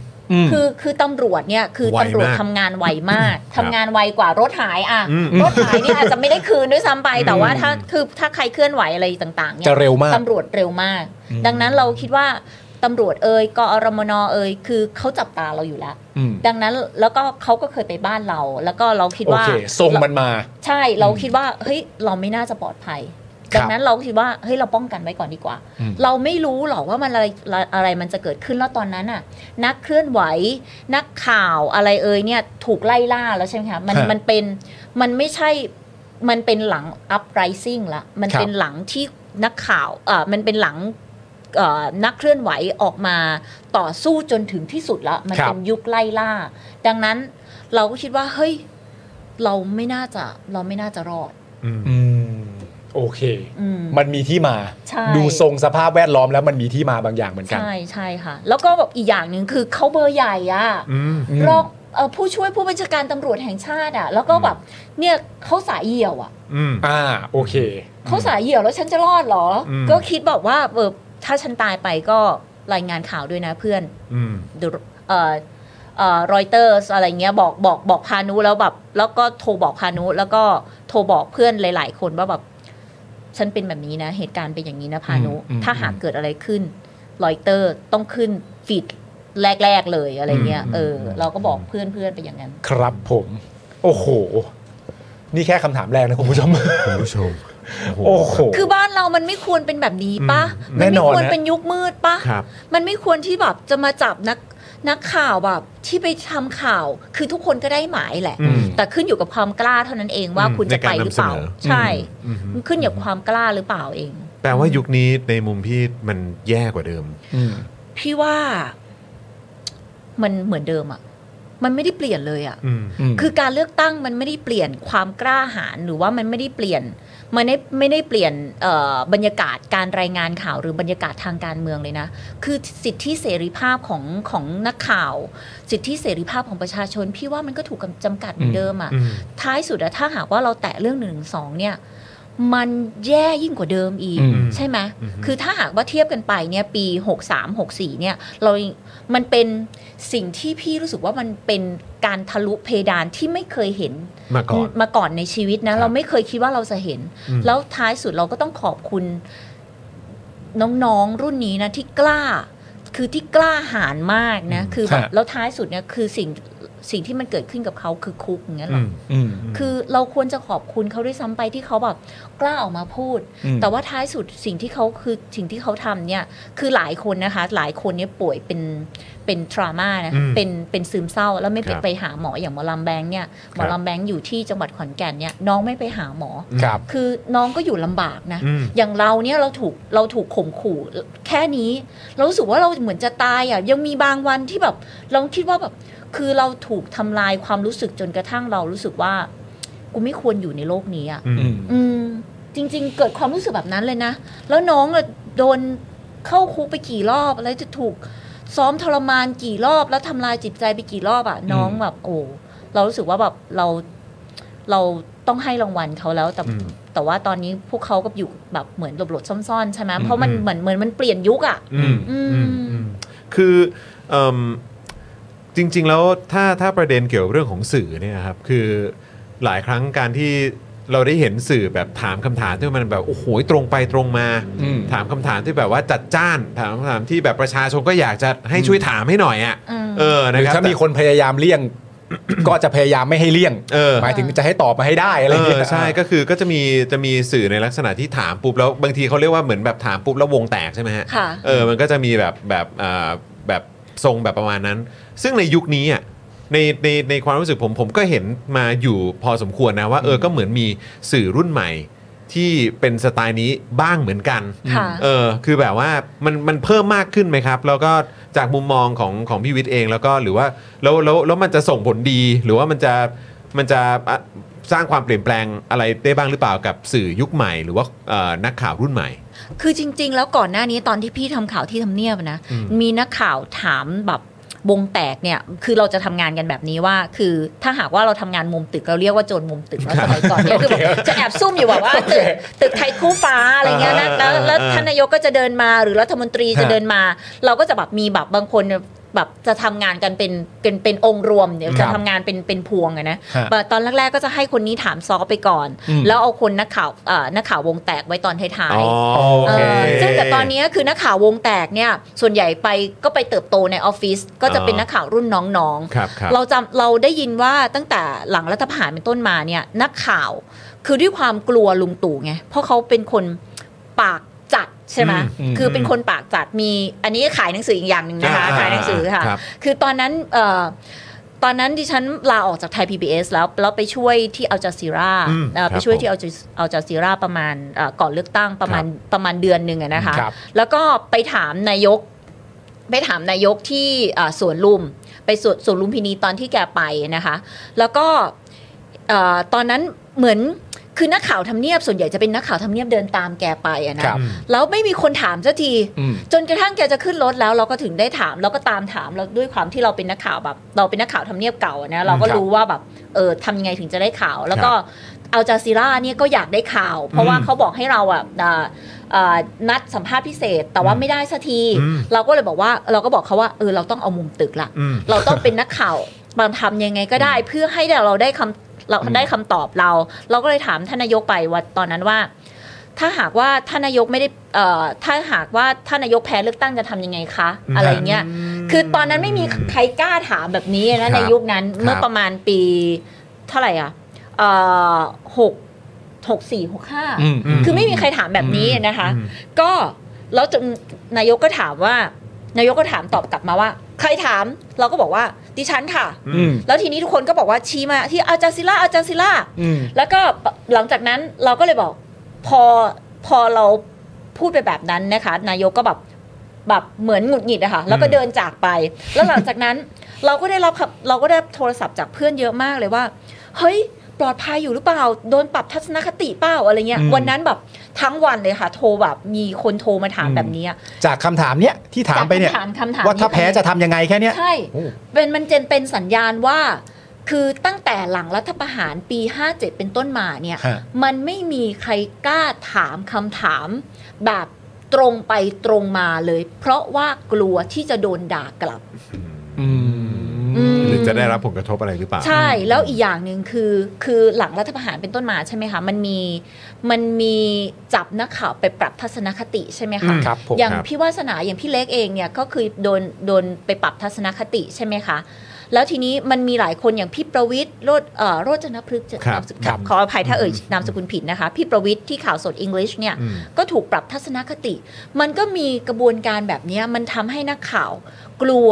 [SPEAKER 6] คือคือตำรวจเนี่ยคือ
[SPEAKER 1] ไวมาก
[SPEAKER 6] ตำรวจทำงานไวมาก
[SPEAKER 1] ครับ
[SPEAKER 6] ทำงานไวกว่ารถหายอ่ะ
[SPEAKER 1] อืม
[SPEAKER 6] รถหายเนี่ยอาจจะไม่ได้คืนด้วยซ้ำไป แต่ว่า
[SPEAKER 1] อืม
[SPEAKER 6] ถ้าคือถ้าใครเคลื่อนไหวอะไรต่างๆเนี่ย
[SPEAKER 3] จะเร็วมาก
[SPEAKER 6] ตำรวจเร็วมาก ดังนั้นเราคิดว่าตำรวจเอ่ยกอรมนเอ่ยคือเขาจับตาเราอยู่แล้ว
[SPEAKER 3] อืม
[SPEAKER 6] ดังนั้นแล้วก็เขาก็เคยไปบ้านเรา แล้วก็เราคิด
[SPEAKER 3] โอ
[SPEAKER 6] ว่า
[SPEAKER 3] เคส่งมันมา
[SPEAKER 6] ใช่เราคิดว่าเฮ้ยเราไม่น่าจะปลอดภัย
[SPEAKER 3] ครับ
[SPEAKER 6] ดังนั้นเราคิดว่าเฮ้ยเราป้องกันไว้ก่อนดีกว่า
[SPEAKER 3] อืม
[SPEAKER 6] เราไม่รู้หรอกว่ามันอะไรอะไรมันจะเกิดขึ้นแล้วตอนนั้นน่ะ นักเคลื่อนไหว นักข่าวอะไรเอ่ยเนี่ยถูกไล่ล่าแล้วใช่ไหมคะมัน
[SPEAKER 3] ฮะ
[SPEAKER 6] มันเป็นมันไม่ใช่มันเป็นหลัง uprising ละมัน
[SPEAKER 3] ครับ
[SPEAKER 6] เป็นหลังที่นักข่าวเอ่อมันเป็นหลังเอ่อนักเคลื่อนไหวออกมาต่อสู้จนถึงที่สุดละมันเป็นยุคไล่ล่า ดังนั้นเราก็คิดว่าเฮ้ยเราไม่น่าจะเราไม่น่าจะรอด
[SPEAKER 1] อืม
[SPEAKER 3] อืมโอเค
[SPEAKER 6] อืม
[SPEAKER 3] มันมีที่มา
[SPEAKER 6] ใช่
[SPEAKER 3] ดูทรงสภาพแวดล้อมแล้วมันมีที่มาบางอย่างเหมือนกัน
[SPEAKER 6] ใช่ใช่ค่ะ แล้วก็แบบอีกอย่างหนึ่งคือเขาเบอร์ใหญ่อะ
[SPEAKER 1] อืม
[SPEAKER 3] อืม
[SPEAKER 6] รองเอ่อผู้ช่วยผู้บัญชาการตำรวจแห่งชาติอ่ะ แล้วก็แบบเนี่ยเขาสายเหี่ยวอ่ะ
[SPEAKER 1] อืม
[SPEAKER 3] อ่าโอเค
[SPEAKER 6] เขาสายเหี่ยวแล้วฉันจะรอดเหรอ
[SPEAKER 1] อืม
[SPEAKER 6] ก็คิดบอกว่าเออถ้าฉันตายไปก็รายงานข่าวด้วยนะเพื่อน
[SPEAKER 1] อืม
[SPEAKER 6] ดูเอ่อเอ่อรอยเตอร์อะไรเงี้ยบอกบอกบอกพานุแล้วแบบแล้วก็โทรบอกพานุแล้วก็โทรบอกเพื่อนหลาย ๆ คนว่าแบบฉันเป็นแบบนี้นะ เหตุการณ์เป็นอย่างนี้นะพานุ
[SPEAKER 3] อืมอืม
[SPEAKER 6] ถ้าหากเกิดอะไรขึ้นรอยเตอร์ต้องขึ้นฟีดแรก ๆ เลยอะไรเงี้ยเอออเราก็บอกเพื่อนๆไปอย่างนั้น
[SPEAKER 3] ครับผม โอ้โห นี่แค่คำถามแรกนะคุณผู้ชม
[SPEAKER 1] คุณผู้ชม
[SPEAKER 3] โอ้โห
[SPEAKER 6] คือบ้านเรามันไม่ควรเป็นแบบนี้ปะ
[SPEAKER 3] แน่
[SPEAKER 6] มั
[SPEAKER 3] นอน
[SPEAKER 6] นไม่ควร
[SPEAKER 3] นะ
[SPEAKER 6] เป็นยุคมืดปะ
[SPEAKER 1] ครับ
[SPEAKER 6] มันไม่ควรที่แบบจะมาจับนัก นักข่าวแบบที่ไปทำข่าว คือทุกคนก็ได้หมายแหละ
[SPEAKER 1] อืม
[SPEAKER 6] แต่ขึ้นอยู่กับความกล้าเท่านั้นเองว่า
[SPEAKER 1] อืม
[SPEAKER 6] คุณจะไปหรือเปล่า
[SPEAKER 1] ในการนำเสนอ
[SPEAKER 6] ใช่
[SPEAKER 1] อืม
[SPEAKER 6] มันขึ้นอยู่กับความกล้าหรือเปล่าเอง
[SPEAKER 1] แปลว่ายุคนี้ในมุมพี่มันแย่กว่าเดิม
[SPEAKER 6] พี่ว่ามันเหมือนเดิมอะมันไม่ได้เปลี่ยนเลยอะ
[SPEAKER 1] อืม
[SPEAKER 6] คือการเลือกตั้งมันไม่ได้เปลี่ยนความกล้าหาญหรือว่ามันไม่ได้เปลี่ยนมันไม่ไม่ได้เปลี่ยนเอ่อบรรยากาศการรายงานข่าวหรือบรรยากาศทางการเมืองเลยนะ คือสิทธิเสรีภาพของของนักข่าว สิทธิเสรีภาพของประชาชน พี่ว่ามันก็ถูกกำจำกัดเหมือนเดิมอะ
[SPEAKER 1] อืม
[SPEAKER 6] ท้ายสุดอะถ้าหากว่าเราแตะเรื่องหนึ่งสองเนี่ย มันแย่ยิ่งกว่าเดิมอีก
[SPEAKER 3] อืม
[SPEAKER 6] ใช่ไหม
[SPEAKER 1] อือฮึ
[SPEAKER 6] คือถ้าหากว่าเทียบกันไปเนี่ยปี 63 64 เนี่ยเรา มันเป็นสิ่งที่พี่รู้สึกว่ามันเป็นการทะลุเพดานที่ไม่เคยเห็น
[SPEAKER 1] มาก่อน
[SPEAKER 6] มาก่อนในชีวิตนะ
[SPEAKER 1] ครับ
[SPEAKER 6] เราไม่เคยคิดว่าเราจะเห็น
[SPEAKER 1] อืม
[SPEAKER 6] แล้วท้ายสุดเราก็ต้องขอบคุณน้องๆรุ่นนี้นะที่กล้า คือที่กล้าหาญมากนะ คือแบบ
[SPEAKER 3] ฮะ
[SPEAKER 6] แล้วท้ายสุดเนี่ยคือสิ่งสิ่งที่มันเกิดขึ้นกับเขาคือคุกอย่างเงี้ยเหรอ
[SPEAKER 1] อืม
[SPEAKER 3] อืม
[SPEAKER 6] คือเราควรจะขอบคุณเขาด้วยซ้ำไปที่เขาแบบกล้าออกมาพูด
[SPEAKER 3] อืม
[SPEAKER 6] แต่ว่าท้ายสุดสิ่งที่เขาคือสิ่งที่เขาทำเนี่ยคือหลายคนนะคะ หลายคนเนี่ยป่วยเป็นเป็นทรามานะ
[SPEAKER 1] อืม
[SPEAKER 6] เป็นเป็นซึมเศร้าแล้วไม่ไป
[SPEAKER 1] ครับ
[SPEAKER 6] ไปหาหมออย่างหมอลำแบงค์เนี่ยหมอ
[SPEAKER 1] ครับ
[SPEAKER 6] ลำแบงค์อยู่ที่จังหวัดขอนแก่นเนี่ยน้องไม่ไปหาหมอ
[SPEAKER 3] ครับ
[SPEAKER 6] คือน้องก็อยู่ลำบากนะ
[SPEAKER 1] อืม
[SPEAKER 6] อย่างเราเนี่ยเราถูกเราถูกข่มขู่แค่นี้ เรารู้สึกว่าเราเหมือนจะตายอ่ะยังมีบางวันที่แบบ เราคิดว่าแบบ คือเราถูกทำลายความรู้สึกจนกระทั่งเรารู้สึกว่า กูไม่ควรอยู่ในโลกนี้อ่ะ
[SPEAKER 1] อืม
[SPEAKER 6] อืม จริง ๆ เกิดความรู้สึกแบบนั้นเลยนะ แล้วน้องอะโดนเข้าคุกไปกี่รอบแล้วจะถูกซ้อมทรมานกี่รอบแล้วทำลายจิตใจไปกี่รอบอ่ะ น้องแบบ โอ้เรารู้สึกว่าแบบเราเราต้องให้รางวัลเขาแล้วแต่
[SPEAKER 1] อืม
[SPEAKER 6] แต่ว่าตอนนี้พวกเขาก็อยู่แบบเหมือนหลบๆซ่อนๆใช่ไหมเพราะมันเหมือนเหมือนมันเปลี่ยนยุคอ่ะ
[SPEAKER 1] อืม
[SPEAKER 6] อื
[SPEAKER 1] อืม
[SPEAKER 6] ม
[SPEAKER 1] อืมคือเอิ่มจริง ๆ แล้วถ้าถ้าประเด็นเกี่ยวกับเรื่องของสื่อเนี่ยครับคือหลายครั้งการที่เราได้เห็นสื่อแบบถามคำถามที่มันแบบโอ้โหตรงไปตรงมา
[SPEAKER 3] อืม
[SPEAKER 1] ถามคำถามที่แบบว่าจัดจ้าน ถามคำถามที่แบบประชาชนก็อยากจะให้ช่วยถามให้หน่อยอ่ะ
[SPEAKER 6] อืม
[SPEAKER 1] เออ
[SPEAKER 3] ห
[SPEAKER 1] นะ
[SPEAKER 3] รือ
[SPEAKER 1] ครับ
[SPEAKER 3] ถ้ามี
[SPEAKER 1] แต่
[SPEAKER 3] คนพยายามเลี่ยง [COUGHS] ก็จะพยายามไม่ให้เลี่ยง
[SPEAKER 1] เออ
[SPEAKER 3] หมายถึงจะให้ตอบมาให้ได้อะไรอย่างเงี้
[SPEAKER 1] เอย อใช่ก็คือก็จะมีจะมีสื่อในลักษณะที่ถามปุ๊บแล้วบางทีเขาเรียกว่าเหมือนแบบถามปุ๊บแล้ววงแตกใช่ไหมฮะ
[SPEAKER 6] ค่ะ
[SPEAKER 1] เออมันก็จะมีแบบแบบอ่าแบบทรงแบบประมาณนั้น ซึ่งในยุคนี้อ่ะในในในความรู้สึกผมผมก็เห็นมาอยู่พอสมควรนะว่าเออก็เหมือนมีสื่อรุ่นใหม่ ที่เป็นสไตล์นี้บ้างเหมือนกัน
[SPEAKER 6] ค่ะ
[SPEAKER 1] เออคือแบบว่ามันมันเพิ่มมากขึ้นไหมครับ แล้วก็จากมุมมองของของพี่วิทย์เองแล้วก็หรือว่าแล้วแล้วแล้วมันจะส่งผลดี หรือว่ามันจะมันจะอ่ะสร้างความเปลี่ยนแปลงอะไรได้บ้างหรือเปล่ากับสื่อยุคใหม่ หรือว่าเอ่อนักข่าวรุ่นใหม่
[SPEAKER 6] คือจริง ๆ แล้วก่อนหน้านี้ตอนที่พี่ทำข่าวที่ทำเนียบนะมีนักข่าวถามแบบวงแตกเนี่ยคือเราจะทำงานกันแบบนี้ว่า คือถ้าหากว่าเราทำงานมุมตึกเราเรียกว่าโจรมุมตึกแล้วสมัยก่อนเนี่ยคือแบบจะแอบซุ่มอยู่แบบว่าตึกตึกไทยคู่ฟ้าอะไรเงี้ยนะแล้ว
[SPEAKER 1] อ่าอ่าอ่า
[SPEAKER 6] แล้วท่านนายกก็จะเดินมาหรือรัฐมนตรีจะเดินมา เราก็จะแบบมีแบบบางคนเนี่ยแบบจะทำงานกันเป็นเป็นเป็นองค์รวมเดี๋ยว
[SPEAKER 3] ค
[SPEAKER 6] จะ
[SPEAKER 3] รับ
[SPEAKER 6] ทำงานเป็นเป็นพวงอะนะ
[SPEAKER 3] ฮะ
[SPEAKER 6] ตอนแรกๆก็จะให้คนนี้ถามซอไปก่อน
[SPEAKER 3] อืม
[SPEAKER 6] แล้วเอาคนนักข่าวเอ่อนักข่าววงแตกไว้ตอนท้าย
[SPEAKER 1] อ๋อ
[SPEAKER 6] ๆ
[SPEAKER 1] โอเค
[SPEAKER 6] เออซึ่งแต่ตอนนี้คือนักข่าววงแตกเนี่ย ส่วนใหญ่ไปก็ไปเติบโตในออฟฟิศก็จะเป็น
[SPEAKER 1] อ๋อ
[SPEAKER 6] นักข่าวรุ่นน้อง
[SPEAKER 1] ครับครับ
[SPEAKER 6] ๆ เราจำเราได้ยินว่าตั้งแต่หลังรัฐประหารเป็นต้นมาเนี่ย นักข่าวคือด้วยความกลัวลุงตู่ไง เพราะเขาเป็นคนปากจัดใช่ไหม
[SPEAKER 3] อืม
[SPEAKER 6] คือเป็นคนปากจัดมีอันนี้ขายหนังสืออีกอย่างหนึ่งนะคะ
[SPEAKER 1] อ่
[SPEAKER 6] ขายหนังสือค่ะ
[SPEAKER 1] รับ
[SPEAKER 6] คือตอนนั้นเอ่อตอนนั้นดิฉันลาออกจากไทย PBS แล้วแล้วไปช่วยที่อัลจาซีรา
[SPEAKER 1] อืมครับ
[SPEAKER 6] ไปช่วย
[SPEAKER 1] ผม
[SPEAKER 6] ที่อัลจาอัลจาซีราประมาณเอ่อก่อนเลือกตั้งประมาณประมาณเดือนหนึ่งอะนะคะ
[SPEAKER 3] ครับ
[SPEAKER 6] แล้วก็ไปถามนายก ไปถามนายกที่เอ่อสวนลุม ไปสวนสวนลุมพินีตอนที่แกไปนะคะ แล้วก็เอ่อตอนนั้นเหมือนคือนักข่าวทำเนียบส่วนใหญ่จะเป็นนักข่าวทำเนียบเดินตามแกไปอะนะครับ แล้วไม่มีคนถามสักที
[SPEAKER 3] อืม
[SPEAKER 6] จนกระทั่งแกจะขึ้นรถแล้วเราก็ถึงได้ถามเราก็ตามถามเราด้วยความที่เราเป็นนักข่าวแบบ เราเป็นนักข่าวทำเนียบเก่าอะนะเราก็รู้ว่าแบบเออทำยังไงถึงจะได้ข่าว แล้วก็เอาจาซีราเนี่ยก็อยากได้ข่าว เพราะว่าเขาบอกให้เราอ่ะอ่าอ่านัดสัมภาษณ์พิเศษแต่ว่าไม่ได้สักที
[SPEAKER 1] อืม
[SPEAKER 6] เราก็เลยบอกว่าเราก็บอกเขาว่าเออเราต้องเอามุมตึกละ
[SPEAKER 1] อืม
[SPEAKER 6] เราต้องเป็นนักข่าว [LAUGHS] มาทำยังไงก็ได้ เพื่อให้เราได้คำเราได้คำตอบเรา เราก็เลยถามท่านนายกไปว่าตอนนั้นว่า ถ้าหากว่าท่านนายกไม่ได้เอ่อถ้าหากว่าท่านนายกแพ้เลือกตั้งจะทำยังไงคะ อะไรเงี้ยคือตอนนั้นไม่มีใครกล้าถามแบบนี้
[SPEAKER 1] ครั
[SPEAKER 6] นะ
[SPEAKER 1] บ
[SPEAKER 6] ในยุคนั้นเมื่อ
[SPEAKER 1] ครับ
[SPEAKER 6] ประมาณปีเท่าไหร่อ่ะเอ่อหกหกสี่หกห้า
[SPEAKER 3] อืม
[SPEAKER 6] คือไม่มีใครถามแบบนี้นะคะ
[SPEAKER 1] อืม
[SPEAKER 6] ก็แล้วจนนายกก็ถามว่า นายกก็ถามตอบกลับมาว่า ใครถามเราก็บอกว่าดิฉันค่ะ
[SPEAKER 3] อืม
[SPEAKER 6] แล้วทีนี้ทุกคนก็บอกว่าชี้มาที่อาจารย์ศิลาอาจารย์ศิลา
[SPEAKER 3] อืม
[SPEAKER 6] แล้วก็หลังจากนั้นเราก็เลยบอกพอพอเราพูดไปแบบนั้นนะคะ นายกก็แบบแบบเหมือนหงุดหงิดอะค่ะแล้วก็เดินจากไป แล้วหลังจากนั้น [LAUGHS] เราก็ได้รับคำเราก็ได้โทรศัพท์จากเพื่อนเยอะมากเลยว่า เฮ้ย ปลอดภัยอยู่หรือเปล่า โดนปรับทัศนคติเปล่าอะไรเงี้ย
[SPEAKER 3] อืม
[SPEAKER 6] วันนั้นแบบทั้งวันเลยค่ะ โทรแบบมีคนโทรมาถามแบบนี้อะ
[SPEAKER 3] จากคำถามเนี้ยที่ถามไปเนี่ย
[SPEAKER 6] จกคำถามคำถาม
[SPEAKER 3] ว่าถ้า
[SPEAKER 6] นี้
[SPEAKER 3] แพ้จะทำยังไงแค่เนี้ย
[SPEAKER 6] ใช่
[SPEAKER 3] โอ้
[SPEAKER 6] เป็นมันเจนเป็นสัญญาณว่า คือตั้งแต่หลังรัฐประหารปี 57 เป็นต้นมาเนี่ย
[SPEAKER 3] ฮะ
[SPEAKER 6] มันไม่มีใครกล้าถามคำถามแบบตรงไปตรงมาเลย เพราะว่ากลัวที่จะโดนด่ากลับ
[SPEAKER 3] อืม
[SPEAKER 6] ม
[SPEAKER 1] หรือจะได้รับผลกระทบอะไรหรือเปล่า
[SPEAKER 6] ใช่ แล้วอีกอย่างหนึ่งคือคือหลังรัฐประหารเป็นต้นมาใช่ไหมคะ มันมีมันมีจับนักข่าวไปปรับทัศนคติใช่ไหมคะ
[SPEAKER 1] อืม
[SPEAKER 3] ครับผม
[SPEAKER 6] อย่าง
[SPEAKER 1] ครับ
[SPEAKER 6] พี่วาสนาอย่างพี่เล็กเองเนี่ยก็คือโดนโดนไปปรับทัศนคติใช่ไหมคะ แล้วทีนี้มันมีหลายคนอย่างพี่ประวิทย์โรจเอ่อโรจนพฤกษ์
[SPEAKER 1] ครับ
[SPEAKER 6] นามสกุลครับขออภัยถ้าเอ่ยนามสกุลผิดนะคะ พี่ประวิทย์ที่ข่าวสดอังกฤษเนี่ย
[SPEAKER 1] อืม
[SPEAKER 6] ก็ถูกปรับทัศนคติ มันก็มีกระบวนการแบบเนี้ยมันทำให้นักข่าวกลัว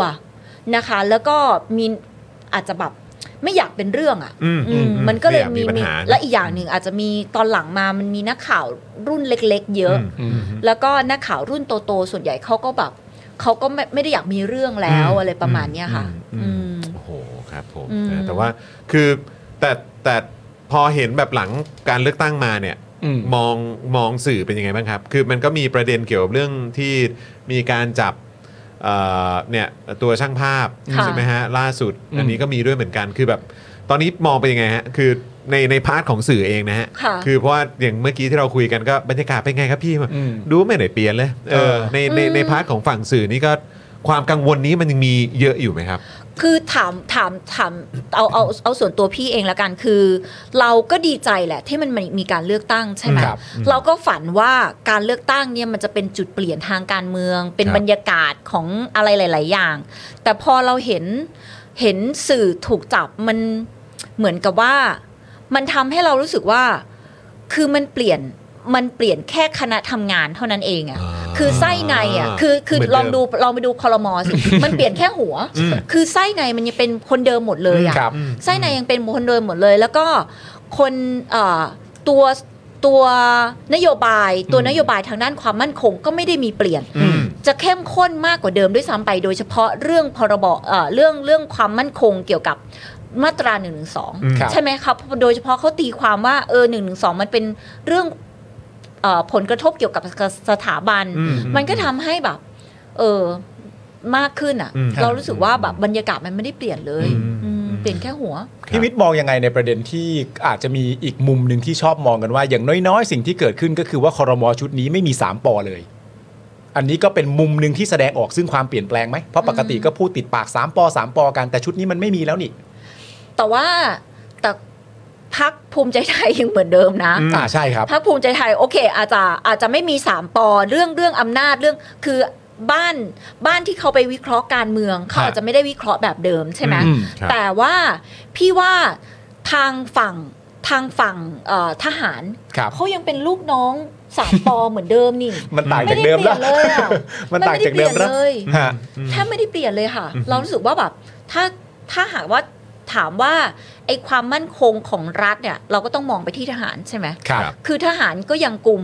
[SPEAKER 6] นะคะ แล้วก็มีอาจจะแบบไม่อยากเป็นเรื่องอ่ะ
[SPEAKER 1] อืม
[SPEAKER 6] อืม
[SPEAKER 1] อืม
[SPEAKER 6] มันก็เลย
[SPEAKER 1] ไม่
[SPEAKER 6] มี
[SPEAKER 1] อยากมีปัญหา
[SPEAKER 6] และอีกอย่างหนึ่งอาจจะมีตอนหลังมามันมีนักข่าวรุ่นเล็ก ๆ เยอะ
[SPEAKER 1] อืม
[SPEAKER 6] แล้วก็นักข่าวรุ่นโตๆส่วนใหญ่เขาก็แบบเขาก็ไม่ไม่ได้อยากมีเรื่องแล้ว
[SPEAKER 1] อืม
[SPEAKER 6] อะไรประมาณเนี้ยค่ะ
[SPEAKER 1] อืม
[SPEAKER 6] อืม
[SPEAKER 1] โอ้โหครับผม
[SPEAKER 6] อืม
[SPEAKER 1] นะแต่ว่าคือแต่แต่พอเห็นแบบหลังการเลือกตั้งมาเนี่ย
[SPEAKER 3] อืม
[SPEAKER 1] มองมองสื่อเป็นยังไงบ้างครับ คือมันก็มีประเด็นเกี่ยวกับเรื่องที่มีการจับเอ่อเนี่ยตัวช่างภาพ
[SPEAKER 6] ค่ะ
[SPEAKER 1] ใช่ไหมฮะล่าสุด
[SPEAKER 3] อืม
[SPEAKER 1] อันนี้ก็มีด้วยเหมือนกันคือแบบ ตอนนี้มองเป็นยังไงฮะคือในในพาร์ทของสื่อเองนะฮะ
[SPEAKER 6] ค่ะ
[SPEAKER 1] คือเพราะว่าอย่างเมื่อกี้ที่เราคุยกันก็บรรยากาศเป็นไงครับพี่
[SPEAKER 3] อืม
[SPEAKER 1] ดูไม่ได้เปลี่ยนเลยเออในในในพาร์ทของฝั่งสื่อนี่ก็ความกังวลนี้มันยังมีเยอะอยู่ไหมครับ
[SPEAKER 6] คือถามถามถามเอาเอาเอาส่วนตัวพี่เองละกันคือ เราก็ดีใจแหละที่มันมีมีการเลือกตั้งใช่ไหม
[SPEAKER 3] ครับ
[SPEAKER 6] เราก็ฝันว่าการเลือกตั้งเนี่ยมันจะเป็นจุดเปลี่ยนทางการเมือง เป็น
[SPEAKER 1] ครับ
[SPEAKER 6] บรรยากาศของอะไรหลาย ๆ อย่าง แต่พอเราเห็นเห็นสื่อถูกจับมันเหมือนกับว่า มันทำให้เรารู้สึกว่า คือมันเปลี่ยนมันเปลี่ยนแค่คณะทำงานเท่านั้นเองอะ
[SPEAKER 1] อ่า
[SPEAKER 6] คือไส้ในอะคือคือ
[SPEAKER 1] เหมือนเดิม
[SPEAKER 6] ลองดู ลองไปดูคอรมอสิ มันเปลี่ยนแค่หัว คือไส้ในมันยังเป็นคนเดิมหมดเลยอะ
[SPEAKER 3] ครับ
[SPEAKER 6] ไส้ในยังเป็นคนเดิมหมดเลย แล้วก็คนเอ่อตัวตัวนโยบาย ตัวนโยบายทางด้านความมั่นคงก็ไม่ได้มีเปลี่ยน
[SPEAKER 1] อืม
[SPEAKER 6] จะเข้มข้นมากกว่าเดิมด้วยซ้ำไป โดยเฉพาะเรื่องพรบเอ่อเรื่องเรื่องความมั่นคงเกี่ยวกับมาตรา1นึ
[SPEAKER 3] ครับ
[SPEAKER 6] ใช่ไหมครับโดยเฉพาะเขาตีความว่าเออหนึ่งหนึ่งสองมันเป็นเรื่องเออผลกระทบเกี่ยวกับสถาบัน
[SPEAKER 1] อืม
[SPEAKER 6] มันก็ทำให้แบบ เออมากขึ้นอ่ะ
[SPEAKER 1] อืม
[SPEAKER 6] เรารู้สึกว่าแบบบรรยากาศมันไม่ได้เปลี่ยนเลย
[SPEAKER 1] อืม
[SPEAKER 6] อืม
[SPEAKER 1] อืม
[SPEAKER 6] เปลี่ยนแค่หัว
[SPEAKER 3] พี่วิทย์มองยังไงในประเด็นที่อาจจะมีอีกมุมหนึ่งที่ชอบมองกันว่า อย่างน้อยๆ สิ่งที่เกิดขึ้นก็คือว่าคอรมอชุดนี้ไม่มีสามปอเลย อันนี้ก็เป็นมุมหนึ่งที่แสดงออกซึ่งความเปลี่ยนแปลงไหมเพราะปกติก็พูดติดปากสามปอสามปอกันแต่ชุดนี้มันไม่มีแล้วนี่
[SPEAKER 6] แต่ว่าแต่พักภูมิใจไทยยังเหมือนเดิมนะ
[SPEAKER 3] อ่าใช่ครับ
[SPEAKER 6] พรรคภูมิใจไทยโอเค อาจจะอาจจะไม่มีสามปอเรื่องเรื่องอำนาจเรื่องคือบ้านบ้านที่เขาไปวิเคราะห์การเมืองเขาอาจจะไม่ได้วิเคราะห์แบบเดิมใช่ไหม
[SPEAKER 3] อืม
[SPEAKER 1] ครับ
[SPEAKER 6] แต่ว่าพี่ว่าทางฝั่งทางฝั่งเอ่อทหาร
[SPEAKER 3] ครับ
[SPEAKER 6] เขายังเป็นลูกน้องสามปอเหมือนเดิมนี่
[SPEAKER 3] มันต่างจากเดิมแล้ว
[SPEAKER 6] ไม่ได้เปลี่ยนเลยอะ
[SPEAKER 3] มันต่างจากเดิม
[SPEAKER 6] ไไป
[SPEAKER 3] แล้วย
[SPEAKER 6] ลี่นเลย
[SPEAKER 3] ฮะ
[SPEAKER 1] อืม
[SPEAKER 6] ถ้าไม่ได้เปลี่ยนเลยค่ะ เรารู้สึกว่าแบบถ้าถ้าหากว่าถามว่าไอ้ความมั่นคงของรัฐเนี่ยเราก็ต้องมองไปที่ทหารใช่ไหม
[SPEAKER 3] ครับ
[SPEAKER 6] คือทหารก็ยังกลุ่ม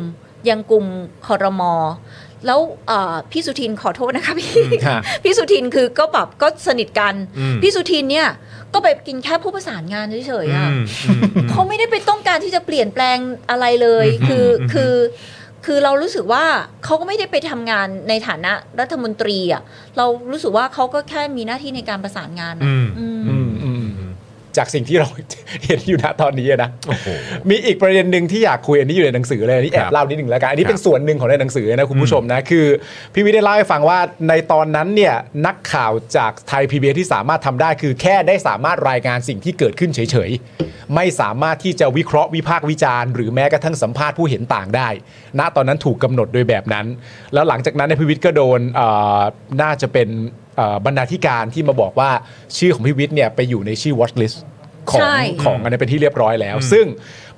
[SPEAKER 6] ยังกลุ่มคอรมอ แล้วเอ่อพี่สุทินขอโทษนะคะพี่
[SPEAKER 3] ฮะ
[SPEAKER 6] [LAUGHS] พี่สุทินคือก็แบบก็สนิทกัน
[SPEAKER 1] อืม
[SPEAKER 6] พี่สุทินเนี่ยก็ไปกินแค่ผู้ประสานงานเฉยๆ
[SPEAKER 1] อื
[SPEAKER 6] อะ
[SPEAKER 1] มอืมอืม
[SPEAKER 6] เขาไม่ได้ไปต้องการที่จะเปลี่ยนแปลงอะไรเลย
[SPEAKER 1] อืม
[SPEAKER 6] คือ
[SPEAKER 1] อืม
[SPEAKER 6] คือคือเรารู้สึกว่าเขาก็ไม่ได้ไปทำงานในฐานะรัฐมนตรีอะเรารู้สึกว่าเขาก็แค่มีหน้าที่ในการประสานงานอะ
[SPEAKER 1] อืม
[SPEAKER 6] อืม
[SPEAKER 3] อืมอืมอืมจากสิ่งที่เรา เห็นอยู่ณตอนนี้อะนะ
[SPEAKER 1] โอ้โห
[SPEAKER 3] มีอีกประเด็นหนึ่งที่อยากคุยอันนี้อยู่ในหนังสือเลยอันนี่แอ
[SPEAKER 1] ครับ บ
[SPEAKER 3] เล่านิดหนึ่งแล้วกันอันนี้
[SPEAKER 1] ครับ
[SPEAKER 3] เป็นส่วนหนึ่งของในหนังสือนะคุณผู้ชมนะคือพี่วิทย์ได้เล่าให้ฟังว่าในตอนนั้นเนี่ยนักข่าวจากไทยพีบีที่สามารถทำได้คือแค่ได้สามารถรายงานสิ่งที่เกิดขึ้นเฉยๆ ไม่สามารถที่จะวิเคราะห์วิพากษ์วิจารณ์หรือแม้กระทั่งสัมภาษณ์ผู้เห็นต่างได้ ณตอนนั้นถูกกำหนดโดยแบบนั้น แล้วหลังจากนั้นเนยพี่วิทย์ก็โดนเอ่อน่าจะเป็นเอ่อบรรณาธิการที่มาบอกว่าชื่อของพี่วิทย์เนี่ยไปอยู่ในชื่อ watch list ของ
[SPEAKER 6] ใช่
[SPEAKER 3] ของอันนี้เป็นที่เรียบร้อยแล้ว ซึ่ง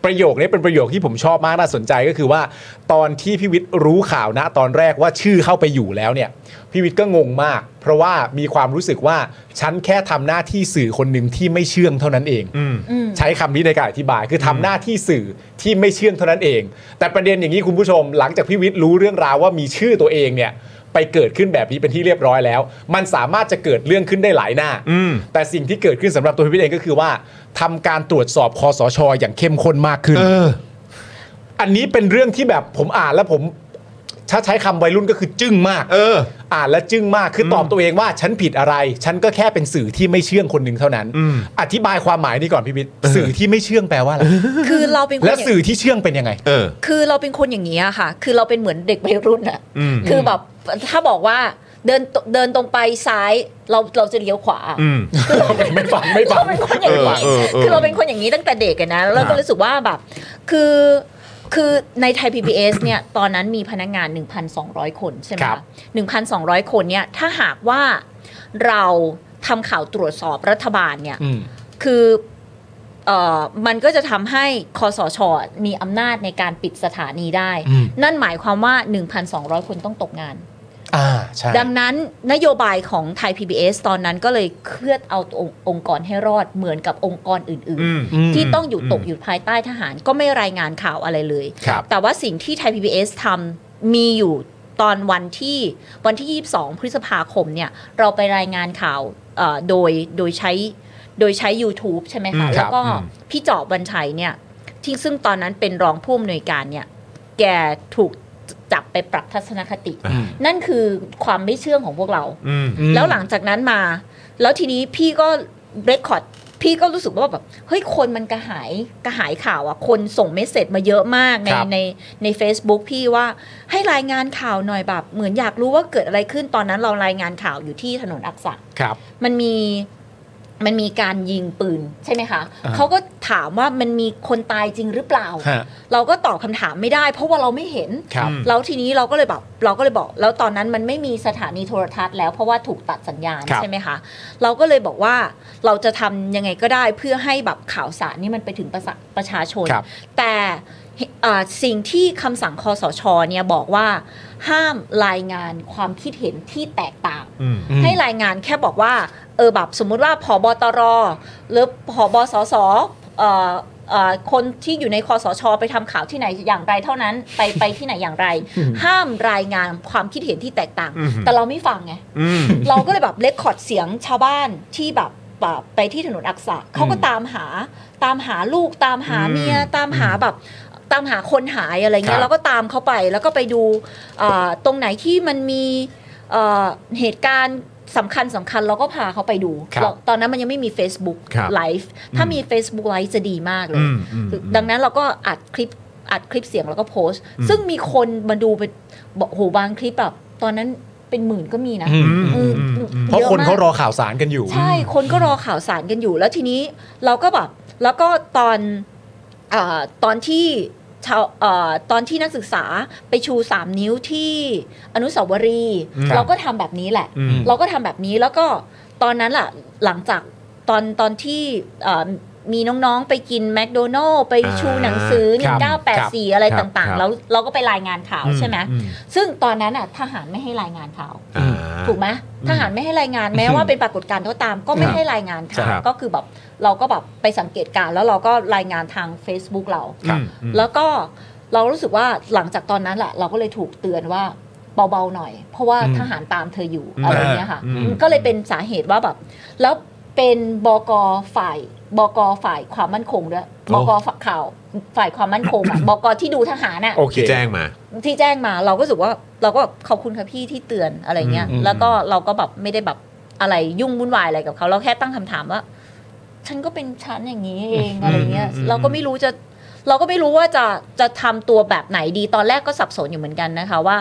[SPEAKER 3] ประโยคนี้เป็นประโยคที่ผมชอบมากน่าสนใจก็คือว่า ตอนที่พี่วิทย์รู้ข่าวนะตอนแรกว่าชื่อเข้าไปอยู่แล้วเนี่ยพี่วิทย์ก็งงมาก เพราะว่ามีความรู้สึกว่าฉันแค่ทำหน้าที่สื่อคนหนึ่งที่ไม่เชื่องเท่านั้นเอง
[SPEAKER 1] อืม
[SPEAKER 6] อืม
[SPEAKER 3] ใช้คำนี้ในการอธิบายคือทำหน้าที่สื่อที่ไม่เชื่องเท่านั้นเอง แต่ประเด็นอย่างนี้คุณผู้ชม หลังจากพี่วิทย์รู้เรื่องราวว่ามีชื่อตัวเองเนี่ยไปเกิดขึ้นแบบนี้เป็นที่เรียบร้อยแล้ว มันสามารถจะเกิดเรื่องขึ้นได้หลายหน้า
[SPEAKER 1] อืม
[SPEAKER 3] แต่สิ่งที่เกิดขึ้นสำหรับตัวพี่วิทย์เองก็คือว่าทำการตรวจสอบคอสชอย่างเข้มข้นมากขึ้น
[SPEAKER 1] เออ
[SPEAKER 3] อันนี้เป็นเรื่องที่แบบผมอ่านแล้วผมถ้าใช้คำวัยรุ่นก็คือจึ้งมาก
[SPEAKER 1] เออ
[SPEAKER 3] อ่านและจึ้งมากคือตอบตัวเองว่าฉันผิดอะไร ฉันก็แค่เป็นสื่อที่ไม่เชื่องคนหนึ่งเท่านั้น
[SPEAKER 1] อืม
[SPEAKER 3] อธิบายความหมายนี่ก่อนพี่วิทย์สื่อที่ไม่เชื่องแปลว่าอะไร
[SPEAKER 6] คือเราเป็นคน
[SPEAKER 3] และ
[SPEAKER 6] อย่าง
[SPEAKER 3] สื่อที่เชื่องเป็นยังไง
[SPEAKER 1] เออ
[SPEAKER 6] คือเราเป็นคนอย่างนี้อะค่ะ คือเราเป็นเหมือนเด็กวัยรุ่นอะ
[SPEAKER 1] อืม
[SPEAKER 6] คือแบบถ้าบอกว่าเดินตเดินตรงไปซ้ายเราเราจะเลี้ยวขวา
[SPEAKER 1] อืม
[SPEAKER 3] ไม่ฟังไม่ฟัง
[SPEAKER 6] เราเป็นคนอย่างนี้
[SPEAKER 1] เออเออเออ
[SPEAKER 6] คือเราเป็นคนอย่างนี้ตั้งแต่เด็กอะนะแล้วเราก็รู้สึกว่าแบบ คือ คือในไทย PBS เนี่ย ตอนนั้นมีพนักงาน 1,200 คนใช่ไหม
[SPEAKER 3] ครั
[SPEAKER 6] คะ
[SPEAKER 3] บ
[SPEAKER 6] 1,200 คนเนี่ย ถ้าหากว่าเราทำข่าวตรวจสอบรัฐบาลเนี่ย
[SPEAKER 3] อืม
[SPEAKER 6] คือเอ่อมันก็จะทำให้คอสช มีอำนาจในการปิดสถานีได้
[SPEAKER 3] อืม
[SPEAKER 6] นั่นหมายความว่า 1,200 คนต้องตกงาน
[SPEAKER 3] อ่าใช่
[SPEAKER 6] ดังนั้นนโยบายของไทย PBS ตอนนั้นก็เลยเคลื่อนเอาองค์องค์กรให้รอดเหมือนกับองค์กรอื่น
[SPEAKER 1] อืม
[SPEAKER 6] ๆ ที่ต้องอยู่ตก
[SPEAKER 1] อืม
[SPEAKER 6] อยู่ภายใต้ทหารก็ไม่รายงานข่าวอะไรเลย
[SPEAKER 3] ครับ
[SPEAKER 6] แต่ว่าสิ่งที่ไทย PBS ทำมีอยู่ตอนวันที่วันที่ 22 พฤษภาคมเนี่ยเราไปรายงานข่าวเอ่อโดยโดยใช้โดยใช้ YouTube ใช่ไหมคะ
[SPEAKER 3] อืมครับ
[SPEAKER 6] แล้วก็
[SPEAKER 3] อืม
[SPEAKER 6] พี่จอบวันชัยเนี่ยที่ซึ่งตอนนั้นเป็นรองผู้อำนวยการเนี่ยแกถูกจับไปปรับทัศนคติ
[SPEAKER 3] อืม
[SPEAKER 6] นั่นคือความไม่เชื่องของพวกเรา
[SPEAKER 1] อืม
[SPEAKER 6] แล้วหลังจากนั้นมา แล้วทีนี้พี่ก็เรคคอร์ด พี่ก็รู้สึกว่าแบบ เฮ้ย คนมันกระหาย กระหายข่าวอ่ะ คนส่งเมสเซจมาเยอะมากใน
[SPEAKER 3] ครับ
[SPEAKER 6] ในใน Facebook พี่ว่าให้รายงานข่าวหน่อยแบบ เหมือนอยากรู้ว่าเกิดอะไรขึ้น ตอนนั้นเรารายงานข่าวอยู่ที่ถนนอักษะ
[SPEAKER 3] ครับ
[SPEAKER 6] มันมีมันมีการยิงปืนใช่ไหมคะ
[SPEAKER 3] อ่า
[SPEAKER 6] เขาก็ถามว่ามันมีคนตายจริงหรือเปล่า
[SPEAKER 3] ฮะ
[SPEAKER 6] เราก็ตอบคำถามไม่ได้ เพราะว่าเราไม่เห็น
[SPEAKER 3] ครับ
[SPEAKER 1] อืม
[SPEAKER 6] แล้วทีนี้เราก็เลยแบบเราก็เลยบอก แล้วตอนนั้นมันไม่มีสถานีโทรทัศน์แล้วเพราะว่าถูกตัดสัญญาณ
[SPEAKER 3] ครับ
[SPEAKER 6] ใช่ไหมคะ เราก็เลยบอกว่าเราจะทำยังไงก็ได้เพื่อให้แบบข่าวสารนี่มันไปถึงประสะประชาชน
[SPEAKER 3] ครับ
[SPEAKER 6] แต่เอ่อสิ่งที่คำสั่งคอสชเนี่ยบอกว่าห้ามรายงานความคิดเห็นที่แตกต่าง
[SPEAKER 1] อืม
[SPEAKER 3] อืม
[SPEAKER 6] ให้รายงานแค่บอกว่าเออแบบสมมุติว่าผอบตรหรือผอบสสเอ่อเอ่อคนที่อยู่ในคอสช ไปทำข่าวที่ไหนอย่างไรเท่านั้น ไปไปที่ไหนอย่างไร ห้ามรายงานความคิดเห็นที่แตกต่าง
[SPEAKER 1] อืม
[SPEAKER 6] แต่เราไม่ฟังไง
[SPEAKER 1] อืม
[SPEAKER 6] [LAUGHS] เราก็เลยแบบเลคคอร์ดเสียงชาวบ้านที่แบบแบบไปที่ถนนอักษะเขาก็ตามหาตามหาลูกตามหาเมีย
[SPEAKER 1] อืม
[SPEAKER 6] ตามหาแบบตามหาคนหายอะไร
[SPEAKER 3] ครั
[SPEAKER 6] เงี้
[SPEAKER 3] บ
[SPEAKER 6] ยเราก็ตามเขาไปแล้วก็ไปดูเอ่อตรงไหนที่มันมีเอ่อเหตุการณ์สำคัญสำคัญเราก็พาเขาไปดู
[SPEAKER 3] ครับ
[SPEAKER 6] เราตอนนั้นมันยังไม่มี Facebook
[SPEAKER 1] ครับ
[SPEAKER 6] Live ถ้ามี Facebook Live จะดีมากเล
[SPEAKER 1] อื
[SPEAKER 6] ย
[SPEAKER 1] มอืม
[SPEAKER 6] ดังนั้นเราก็อัดคลิปอัดคลิปเสียงแล้วก็โพสต์ ซึ่งมีคนมาดูไปบอกโหบางคลิปแบบตอนนั้นเป็นหมื่นก็มีนะ
[SPEAKER 3] อืม
[SPEAKER 1] อืม
[SPEAKER 3] เพราะ
[SPEAKER 6] ยอมก
[SPEAKER 3] คนเขารอข่าวสารกันอยู่
[SPEAKER 6] ใช่ คนก็รอข่าวสารกันอยู่ แล้วทีนี้เราก็แบบแล้วก็ตอนเออตอนที่ชาวเอ่อตอนที่นักศึกษาไปชู 3 นิ้วที่อนุสาวรีย์
[SPEAKER 3] ครับ
[SPEAKER 6] เราก็ทำแบบนี้แหละ
[SPEAKER 1] อืม
[SPEAKER 6] เราก็ทำแบบนี้แล้วก็ตอนนั้นล่ะหลังจากตอนตอนที่เอ่อมีน้องๆไปกินแมคโดนัลล์ไปชูหนังสือ
[SPEAKER 3] ครับ
[SPEAKER 6] 1984 อะไร
[SPEAKER 1] ครับ
[SPEAKER 6] ต่าง
[SPEAKER 1] ครั
[SPEAKER 6] ๆ
[SPEAKER 1] บ
[SPEAKER 6] แล้วเราก็ไปรายงานข่าวใช่ไหม
[SPEAKER 1] อืม
[SPEAKER 6] ซึ่งตอนนั้นอ่ะทหารไม่ให้รายงานข่าว
[SPEAKER 1] อ่า
[SPEAKER 6] ถูกไหมทหารไม่ให้รายงานแม้ว่าเป็นปรากฏการณ์ก็ตามก็ไม่ให้รายงานค่ะ
[SPEAKER 1] ครับ
[SPEAKER 6] ก็คือแบบเราก็แบบไปสังเกตการณ์แล้วเราก็รายงานทาง Facebook เรา
[SPEAKER 1] อืมอืม
[SPEAKER 6] แล้วก็เรารู้สึกว่าหลังจากตอนนั้นแหละเราก็เลยถูกเตือนว่าเบาๆหน่อย เพราะว่า
[SPEAKER 3] อืม
[SPEAKER 6] ทหารตามเธออยู่
[SPEAKER 1] อืม
[SPEAKER 6] อะไรเงี้ยค่ะ
[SPEAKER 1] อืม
[SPEAKER 6] ก็เลยเป็นสาเหตุว่าแบบ แล้วเป็นบกฝ่ายบกฝ่ายความมั่นคงด้วยบกฝ่ายข่าวฝ่ายความมั่นคงอะ บกที่ดูทหารน่ะ
[SPEAKER 3] โอเค
[SPEAKER 1] ที่แจ้งมา
[SPEAKER 6] ที่แจ้งมาเราก็รู้สึกว่าเราก็แบบขอบคุณค่ะพี่ที่เตือนอะไรเงี้ย
[SPEAKER 3] อืม
[SPEAKER 6] แล้วก็เราก็แบบไม่ได้แบบอะไรยุ่งวุ่นวายอะไรกับเขาเราแค่ตั้งคำถามว่า ฉันก็เป็นฉันอย่างนี้เองอะไรเงี้ย
[SPEAKER 1] อืม
[SPEAKER 6] เราก็ไม่รู้จะ เราก็ไม่รู้ว่าจะจะทำตัวแบบไหนดีตอนแรกก็สับสนอยู่เหมือนกันนะคะว่า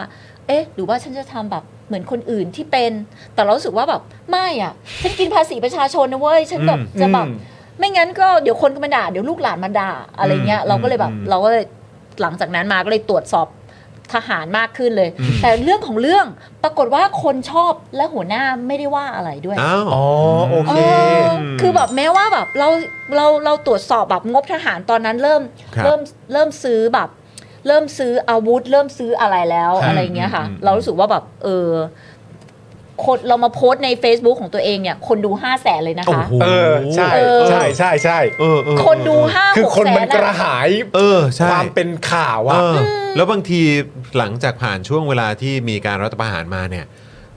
[SPEAKER 6] เอ๊ะ หรือว่าฉันจะทำแบบเหมือนคนอื่นที่เป็น แต่เรารู้สึกว่าแบบไม่อ่ะ ฉันกินภาษีประชาชนนะเว้ยฉันแบบจะแบบ
[SPEAKER 3] อืม
[SPEAKER 6] ไม่งั้นก็เดี๋ยวคนก็มาด่าเดี๋ยวลูกหลานมาด่าอะไรเงี้ย
[SPEAKER 1] อืม
[SPEAKER 6] เราก็เลยแบบ
[SPEAKER 1] อืม
[SPEAKER 6] เราก็เลยหลังจากนั้นมาก็เลยตรวจสอบทหารมากขึ้นเลย
[SPEAKER 1] อืม
[SPEAKER 6] แต่เรื่องของเรื่องปรากฏว่าคนชอบและหัวหน้าไม่ได้ว่าอะไรด้วย
[SPEAKER 1] อ้าว
[SPEAKER 3] อ๋อ โอ
[SPEAKER 6] เอ
[SPEAKER 3] เค
[SPEAKER 6] อคือแบ แบบแม้ว่าแบบเราเราเราตรวจสอบแบบงบทหารตอนนั้นเริ่ม
[SPEAKER 1] ครับ
[SPEAKER 6] เริ่มเริ่มซื้อแบบ เริ่มซื้ออาวุธ เริ่มซื้ออะไรแล้ว
[SPEAKER 1] ครับ
[SPEAKER 6] อะไรอย่างเงี้ยค่ะ
[SPEAKER 1] อืมอืม
[SPEAKER 6] เรารู้สึกว่าแบบเออคนเรามาโพสต์ใน Facebook ของตัวเองเนี่ย คนดูห้าแสนเลยนะคะ
[SPEAKER 3] เออใช่
[SPEAKER 6] เออ
[SPEAKER 3] ใช่ใช่ใช่
[SPEAKER 1] เออเออ
[SPEAKER 6] คนดูห้า
[SPEAKER 3] คือ
[SPEAKER 6] หก
[SPEAKER 3] คน
[SPEAKER 6] แส
[SPEAKER 3] มัน
[SPEAKER 6] น
[SPEAKER 3] กระ
[SPEAKER 6] อะ
[SPEAKER 3] หาย
[SPEAKER 1] เออใช่
[SPEAKER 3] ความเป็นข่าว
[SPEAKER 1] เอ
[SPEAKER 3] อะ
[SPEAKER 1] อแล้วบางทีหลังจากผ่านช่วงเวลาที่มีการรัฐประหารมาเนี่ย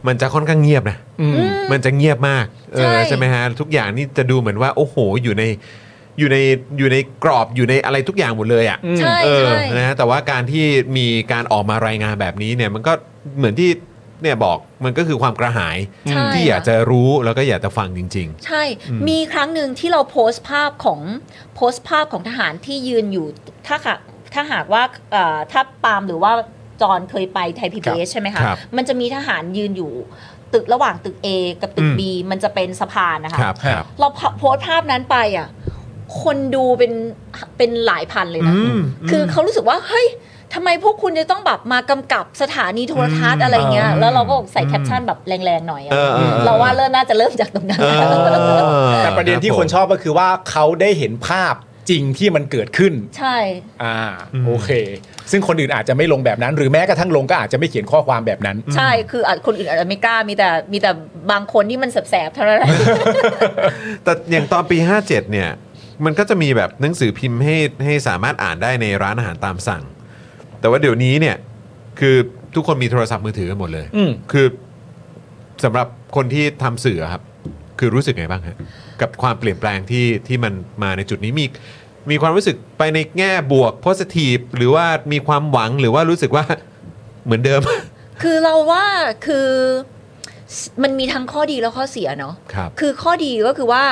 [SPEAKER 1] มันจะค่อนข้างเงียบนะ
[SPEAKER 6] อืม
[SPEAKER 1] มันจะเงียบมากเออ
[SPEAKER 6] ใช่
[SPEAKER 1] ใช่ไหมฮะ ทุกอย่างนี่จะดูเหมือนว่า โอ้โหอยู่ในอยู่ในอยู่ในกรอบอยู่ในอะไรทุกอย่างหมดเลยอ่ะ
[SPEAKER 6] ใช่
[SPEAKER 1] เออ
[SPEAKER 6] ใช่
[SPEAKER 1] นะฮะแต่ว่าการที่มีการออกมารายงานแบบนี้เนี่ยมันก็เหมือนที่เนี่ยบอกมันก็คือความกระหาย
[SPEAKER 6] ใช่
[SPEAKER 1] ที่อยากจะรู้แล้วก็อยากจะฟังจริง
[SPEAKER 6] ใช่มีครั้งหนึ่งที่เราโพสต์ภาพของโพสต์ภาพของทหารที่ยืนอยู่ถ้าค่ะถ้าหากว่าเอ่อถ้าปาล์มหรือว่าจอนเคยไปไทยพีบีใช่ไหมคะ
[SPEAKER 1] ครับ
[SPEAKER 6] มันจะมีทหารยืนอยู่ตึกระหว่างตึก A กับตึก
[SPEAKER 1] อืม
[SPEAKER 6] B มันจะเป็นสะพานนะ
[SPEAKER 1] ๆ
[SPEAKER 6] คะ
[SPEAKER 1] ครับครับ
[SPEAKER 6] เราโพสต์ภาพนั้นไปอ่ะ คนดูเป็นเป็นหลายพันเลยนะ
[SPEAKER 1] อืม
[SPEAKER 6] คือ
[SPEAKER 1] ม
[SPEAKER 6] เขารู้สึกว่า เฮ้ยทำไมพวกคุณจะต้องแบบมากำกับสถานีโทรทัศ
[SPEAKER 1] อื
[SPEAKER 6] น์
[SPEAKER 1] ม
[SPEAKER 6] อะไรเงี้ย
[SPEAKER 1] เออ
[SPEAKER 6] แล้วเราก็ใส่แคปชั่นแบบแรงๆหน่อยอะ
[SPEAKER 1] เออเออเออ
[SPEAKER 6] เราว่าเริ่มน่าจะเริ่มจากตรงนั้น
[SPEAKER 1] เออ
[SPEAKER 3] แต่ประเด็นที่คนชอบก็คือว่าเขาได้เห็นภาพจริงที่มันเกิดขึ้น
[SPEAKER 6] ใช่
[SPEAKER 3] อ่าโอเค ซึ่งคนอื่นอาจจะไม่ลงแบบนั้น หรือแม้กระทั่งลงก็อาจจะไม่เขียนข้อความแบบนั้น
[SPEAKER 6] ใช่ คืออาจคนอื่นอาจจะไม่กล้า มีแต่ มีแต่บางคนที่มันแสบๆเท่านั้นแหละ
[SPEAKER 1] [LAUGHS] แต่อย่างตอนปี 57 เนี่ย มันก็จะมีแบบหนังสือพิมพ์ให้ให้สามารถอ่านได้ในร้านอาหารตามสั่ง แต่ว่าเดี๋ยวนี้เนี่ยคือทุกคนมีโทรศัพท์มือถือกันหมดเลย
[SPEAKER 3] อืม
[SPEAKER 1] คือสำหรับคนที่ทำสื่อครับ คือรู้สึกไงบ้างฮะกับความเปลี่ยนแปลงที่ที่มันมาในจุดนี้มีมีความรู้สึกไปในแง่บวก positive หรือว่ามีความหวังหรือว่ารู้สึกว่า [LAUGHS] เหมือนเดิม [LAUGHS]
[SPEAKER 6] คือเราว่าคือสมันมีทั้งข้อดีและข้อเสียเนาะ
[SPEAKER 1] ครับ
[SPEAKER 6] อข้อดีก็คือว่า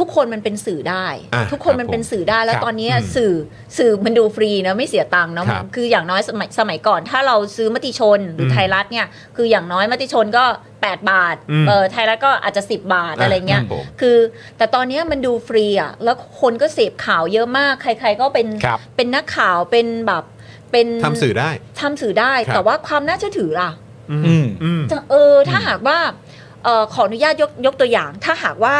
[SPEAKER 6] ทุกคนมันเป็นสื่อได้
[SPEAKER 1] อ่ะ
[SPEAKER 6] ทุกคน
[SPEAKER 1] ครับ
[SPEAKER 6] มันเป็นสื่อได้แล้ว
[SPEAKER 3] ครับ
[SPEAKER 6] ตอนเนี้ย
[SPEAKER 1] อืม
[SPEAKER 6] สื่อสื่อมันดูฟรีนะไม่เสียตังค์เนาะ
[SPEAKER 1] ครับ
[SPEAKER 6] คืออย่างน้อยสมัยสมัยก่อนถ้าเราซื้อมติชนหรืออ
[SPEAKER 1] ม
[SPEAKER 6] ไทยรัฐเนี่ยคืออย่างน้อยมติชนก็ 8 บาท
[SPEAKER 1] อืม
[SPEAKER 6] เออไทยรัฐก็อาจจะ 10 บาท
[SPEAKER 1] อ่ะ
[SPEAKER 6] อะไรเงี้
[SPEAKER 1] ค
[SPEAKER 6] ย
[SPEAKER 1] รับผม
[SPEAKER 6] คือแต่ตอนเนี้ยมันดูฟรีอ่ะแล้วคนก็เสพข่าวเยอะมาก ใคร ๆก็เป็น
[SPEAKER 1] ครับ
[SPEAKER 6] เป็นนักข่าวเป็นแบบเป็น
[SPEAKER 1] ทำสื่อได้
[SPEAKER 6] ทำสื่อได้
[SPEAKER 1] ครับ
[SPEAKER 6] แต่ว่าความน่าเชื่อถือล่ะ
[SPEAKER 3] อืม
[SPEAKER 1] อืม
[SPEAKER 6] จะเออถ้าหากว่าเออขออนุญาตยกยกตัวอย่าง ถ้าหากว่า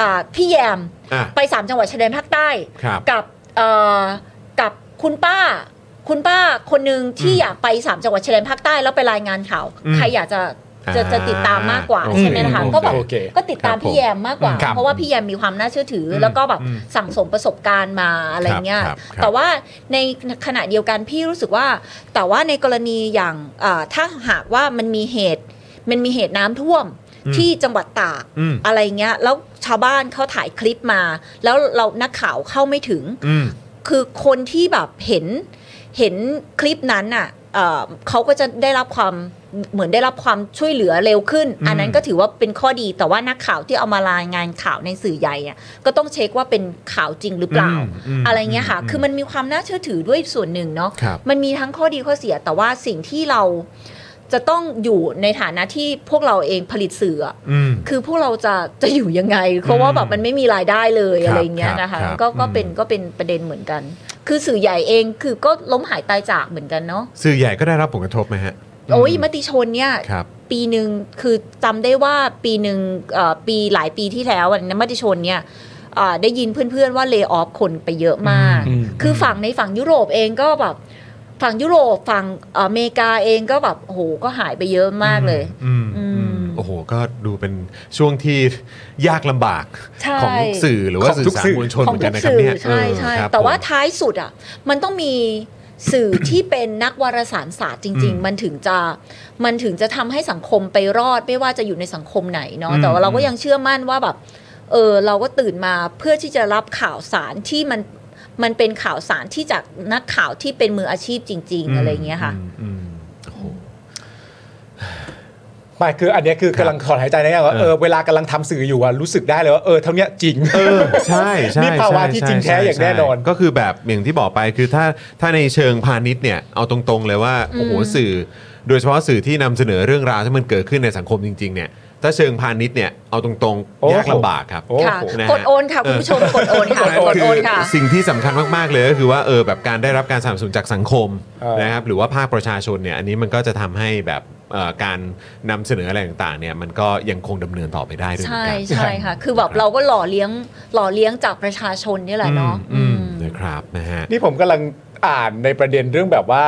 [SPEAKER 6] อ่าพี่แยม
[SPEAKER 1] อ่ะ
[SPEAKER 6] ไปสามจังหวัดชายแดนภาคใต้
[SPEAKER 1] ครับ
[SPEAKER 6] กับเอ่อกับคุณป้า คุณป้าคนหนึ่งที่
[SPEAKER 1] อืม
[SPEAKER 6] อยากไปสามจังหวัดชายแดนภาคใต้แล้วไปรายงานข่าว
[SPEAKER 1] อืม
[SPEAKER 6] ใครอยากจะจะ
[SPEAKER 1] อ่า
[SPEAKER 6] จะติดตามมากกว่า
[SPEAKER 1] โอเค
[SPEAKER 6] ใช่ไหมนะคะ
[SPEAKER 1] โอเค
[SPEAKER 6] ก็แบบ
[SPEAKER 3] โอเค
[SPEAKER 6] ก็ติดตาม
[SPEAKER 1] ครับผม
[SPEAKER 6] พี่แยมมากกว่า
[SPEAKER 3] ครับ
[SPEAKER 6] เพราะว่าพี่แยมมีความน่าเชื่อถืออ
[SPEAKER 1] ม
[SPEAKER 6] แล้วก็แบบ
[SPEAKER 1] อืม
[SPEAKER 6] สั่งสมประสบการณ์มาอะไรเงี้ย
[SPEAKER 1] ครับครับ
[SPEAKER 6] แต่ว่าในขณะเดียวกันพี่รู้สึกว่า แต่ว่าในกรณีอย่างเอ่อถ้าหากว่ามันมีเหตุ มันมีเหตุน้ำท่วม
[SPEAKER 1] อืม
[SPEAKER 6] ที่จังหวัดตาก
[SPEAKER 1] อืม
[SPEAKER 6] อะไรเงี้ยแล้วชาวบ้านเขาถ่ายคลิปมา แล้วเรานักข่าวเข้าไม่ถึง
[SPEAKER 1] อืม
[SPEAKER 6] คือคนที่แบบเห็นเห็นคลิปนั้นน่ะเอ่อเขาก็จะได้รับความเหมือนได้รับความช่วยเหลือเร็วขึ้น
[SPEAKER 1] อืม
[SPEAKER 6] อันนั้นก็ถือว่าเป็นข้อดีแต่ว่านักข่าวที่เอามารายงานข่าวในสื่อใหญ่อะก็ต้องเช็คว่าเป็นข่าวจริงหรือเปล่า
[SPEAKER 1] ม
[SPEAKER 6] อะไรเงี้ยค่ะ
[SPEAKER 1] ม
[SPEAKER 6] คือมันมีความน่าเชื่อถือด้วยส่วนหนึ่งเนาะ
[SPEAKER 1] ครับ
[SPEAKER 6] มันมีทั้งข้อดีข้อเสียแต่ว่าสิ่งที่เราจะต้องอยู่ในฐานะที่พวกเราเองผลิตสื่ออะ
[SPEAKER 1] อืม
[SPEAKER 6] คือพวกเราจะจะอยู่ยังไง เพราะว่าแบบมันไม่มีรายได้เลย
[SPEAKER 1] ครับ
[SPEAKER 6] อะไรเงี้ยนะคะ
[SPEAKER 1] ครับ
[SPEAKER 6] ก็
[SPEAKER 1] ครับ
[SPEAKER 6] ก็เป็น
[SPEAKER 1] อืม
[SPEAKER 6] ก็เป็นประเด็นเหมือนกัน คือสื่อใหญ่เองคือก็ล้มหายตายจากเหมือนกันเนาะ
[SPEAKER 1] สื่อใหญ่ก็ได้รับผลกระทบไหมฮะ
[SPEAKER 6] โอ้ยมติชนเนี่ย
[SPEAKER 1] ครับ
[SPEAKER 6] ปีหนึ่งคือจำได้ว่าปีหนึ่งเอ่อปีหลายปีที่แล้วอะนะมติชนเนี่ยอ่าได้ยินเพื่อนๆว่าเล y o อ f คนไปเยอะมาก
[SPEAKER 3] อืม
[SPEAKER 6] คือฝั่งในฝั่งยุโรปเองก็แบบฝั่งยุโรปฝั่งเอ่ออเมริกาเองก็แบบโอ้โหก็หายไปเยอะมากเลย
[SPEAKER 1] อืม
[SPEAKER 6] อืม
[SPEAKER 1] อืมโอ้โห ก็ดูเป็นช่วงที่ยากลำบาก
[SPEAKER 6] ใช่
[SPEAKER 1] ของสื่อหรือว่า
[SPEAKER 3] ขอ
[SPEAKER 1] สื่อ
[SPEAKER 3] งทุก
[SPEAKER 1] สาร
[SPEAKER 3] สื่อ
[SPEAKER 1] มวลชนเหมือนกันนะครับเนี่ย
[SPEAKER 6] ของทุกสื่อใช่ใช่
[SPEAKER 1] เออครับ
[SPEAKER 6] แต่ว่า
[SPEAKER 1] ผม
[SPEAKER 6] ท้ายสุดอ่ะมันต้องมีสื่อ ที่เป็นนักวารสารศาสตร์จริง
[SPEAKER 1] อืม
[SPEAKER 6] ๆ มันถึงจะมันถึงจะทำให้สังคมไปรอดไม่ว่าจะอยู่ในสังคมไหนเนาะ
[SPEAKER 1] อืม
[SPEAKER 6] แต่ว่าเราก็ยังเชื่อมั่นว่าแบบเออเราก็ตื่นมาเพื่อที่จะรับข่าวสารที่มันมันเป็นข่าวสารที่จากนักข่าวที่เป็นมืออาชีพจริง ๆ อะไรอย่างเงี้ยค่ะ
[SPEAKER 1] มอืมโอ้โห
[SPEAKER 3] ไม่คืออันเนี้ยคือกำลังถอนหายใจนะเนี่ยว่าเออเวลากำลังทำสื่ออยู่อะรู้สึกได้เลยว่าเออเท่าเนี้ยจริง
[SPEAKER 1] เออใช่ใช่
[SPEAKER 3] นี่ภาวะที่
[SPEAKER 1] ใช่
[SPEAKER 3] จริงแท้
[SPEAKER 1] ใช่
[SPEAKER 3] อย่างแน่นอน
[SPEAKER 1] ใช่ก็คือแบบอย่างที่บอกไปคือถ้าถ้าในเชิงพาณิชย์เนี่ยเอาตรงๆเลยว่าโอ้โหสื่อ โดยเฉพาะสื่อที่นำเสนอเรื่องราวที่มันเกิดขึ้นในสังคมจริง ๆ เนี่ย ถ้าเชิงพาณิชย์เนี่ยเอาตรงๆยากลำบากครับ
[SPEAKER 3] โอ้
[SPEAKER 6] ค่ะ
[SPEAKER 3] โห
[SPEAKER 1] นะฮะ
[SPEAKER 6] กดโอนค่ะคุณผู้ชมกดโอนค่ะกดโอนค่ะ
[SPEAKER 1] สิ่งที่สำคัญมาก ๆ เลยก็คือว่าเออแบบการได้รับการสนับสนุนจากสังคม
[SPEAKER 3] เออ
[SPEAKER 1] นะครับหรือว่าภาคประชาชนเนี่ยอันนี้มันก็จะทำให้แบบ เอ่อการนำเสนออะไรต่างๆเนี่ยมันก็ยังคงดำเนินต่อไปได้ด้วยเหมือ
[SPEAKER 6] ใช่
[SPEAKER 1] นกัน
[SPEAKER 6] ใช่ค่ะ คือแบบเราก็หล่อเลี้ยงหล่อเลี้ยงจากประชาชนนี่แหละเนาะ
[SPEAKER 1] อืม
[SPEAKER 6] อืม
[SPEAKER 1] นะครับนะฮะ
[SPEAKER 3] นี่ผมกำลังอ่านในประเด็นเรื่องแบบว่า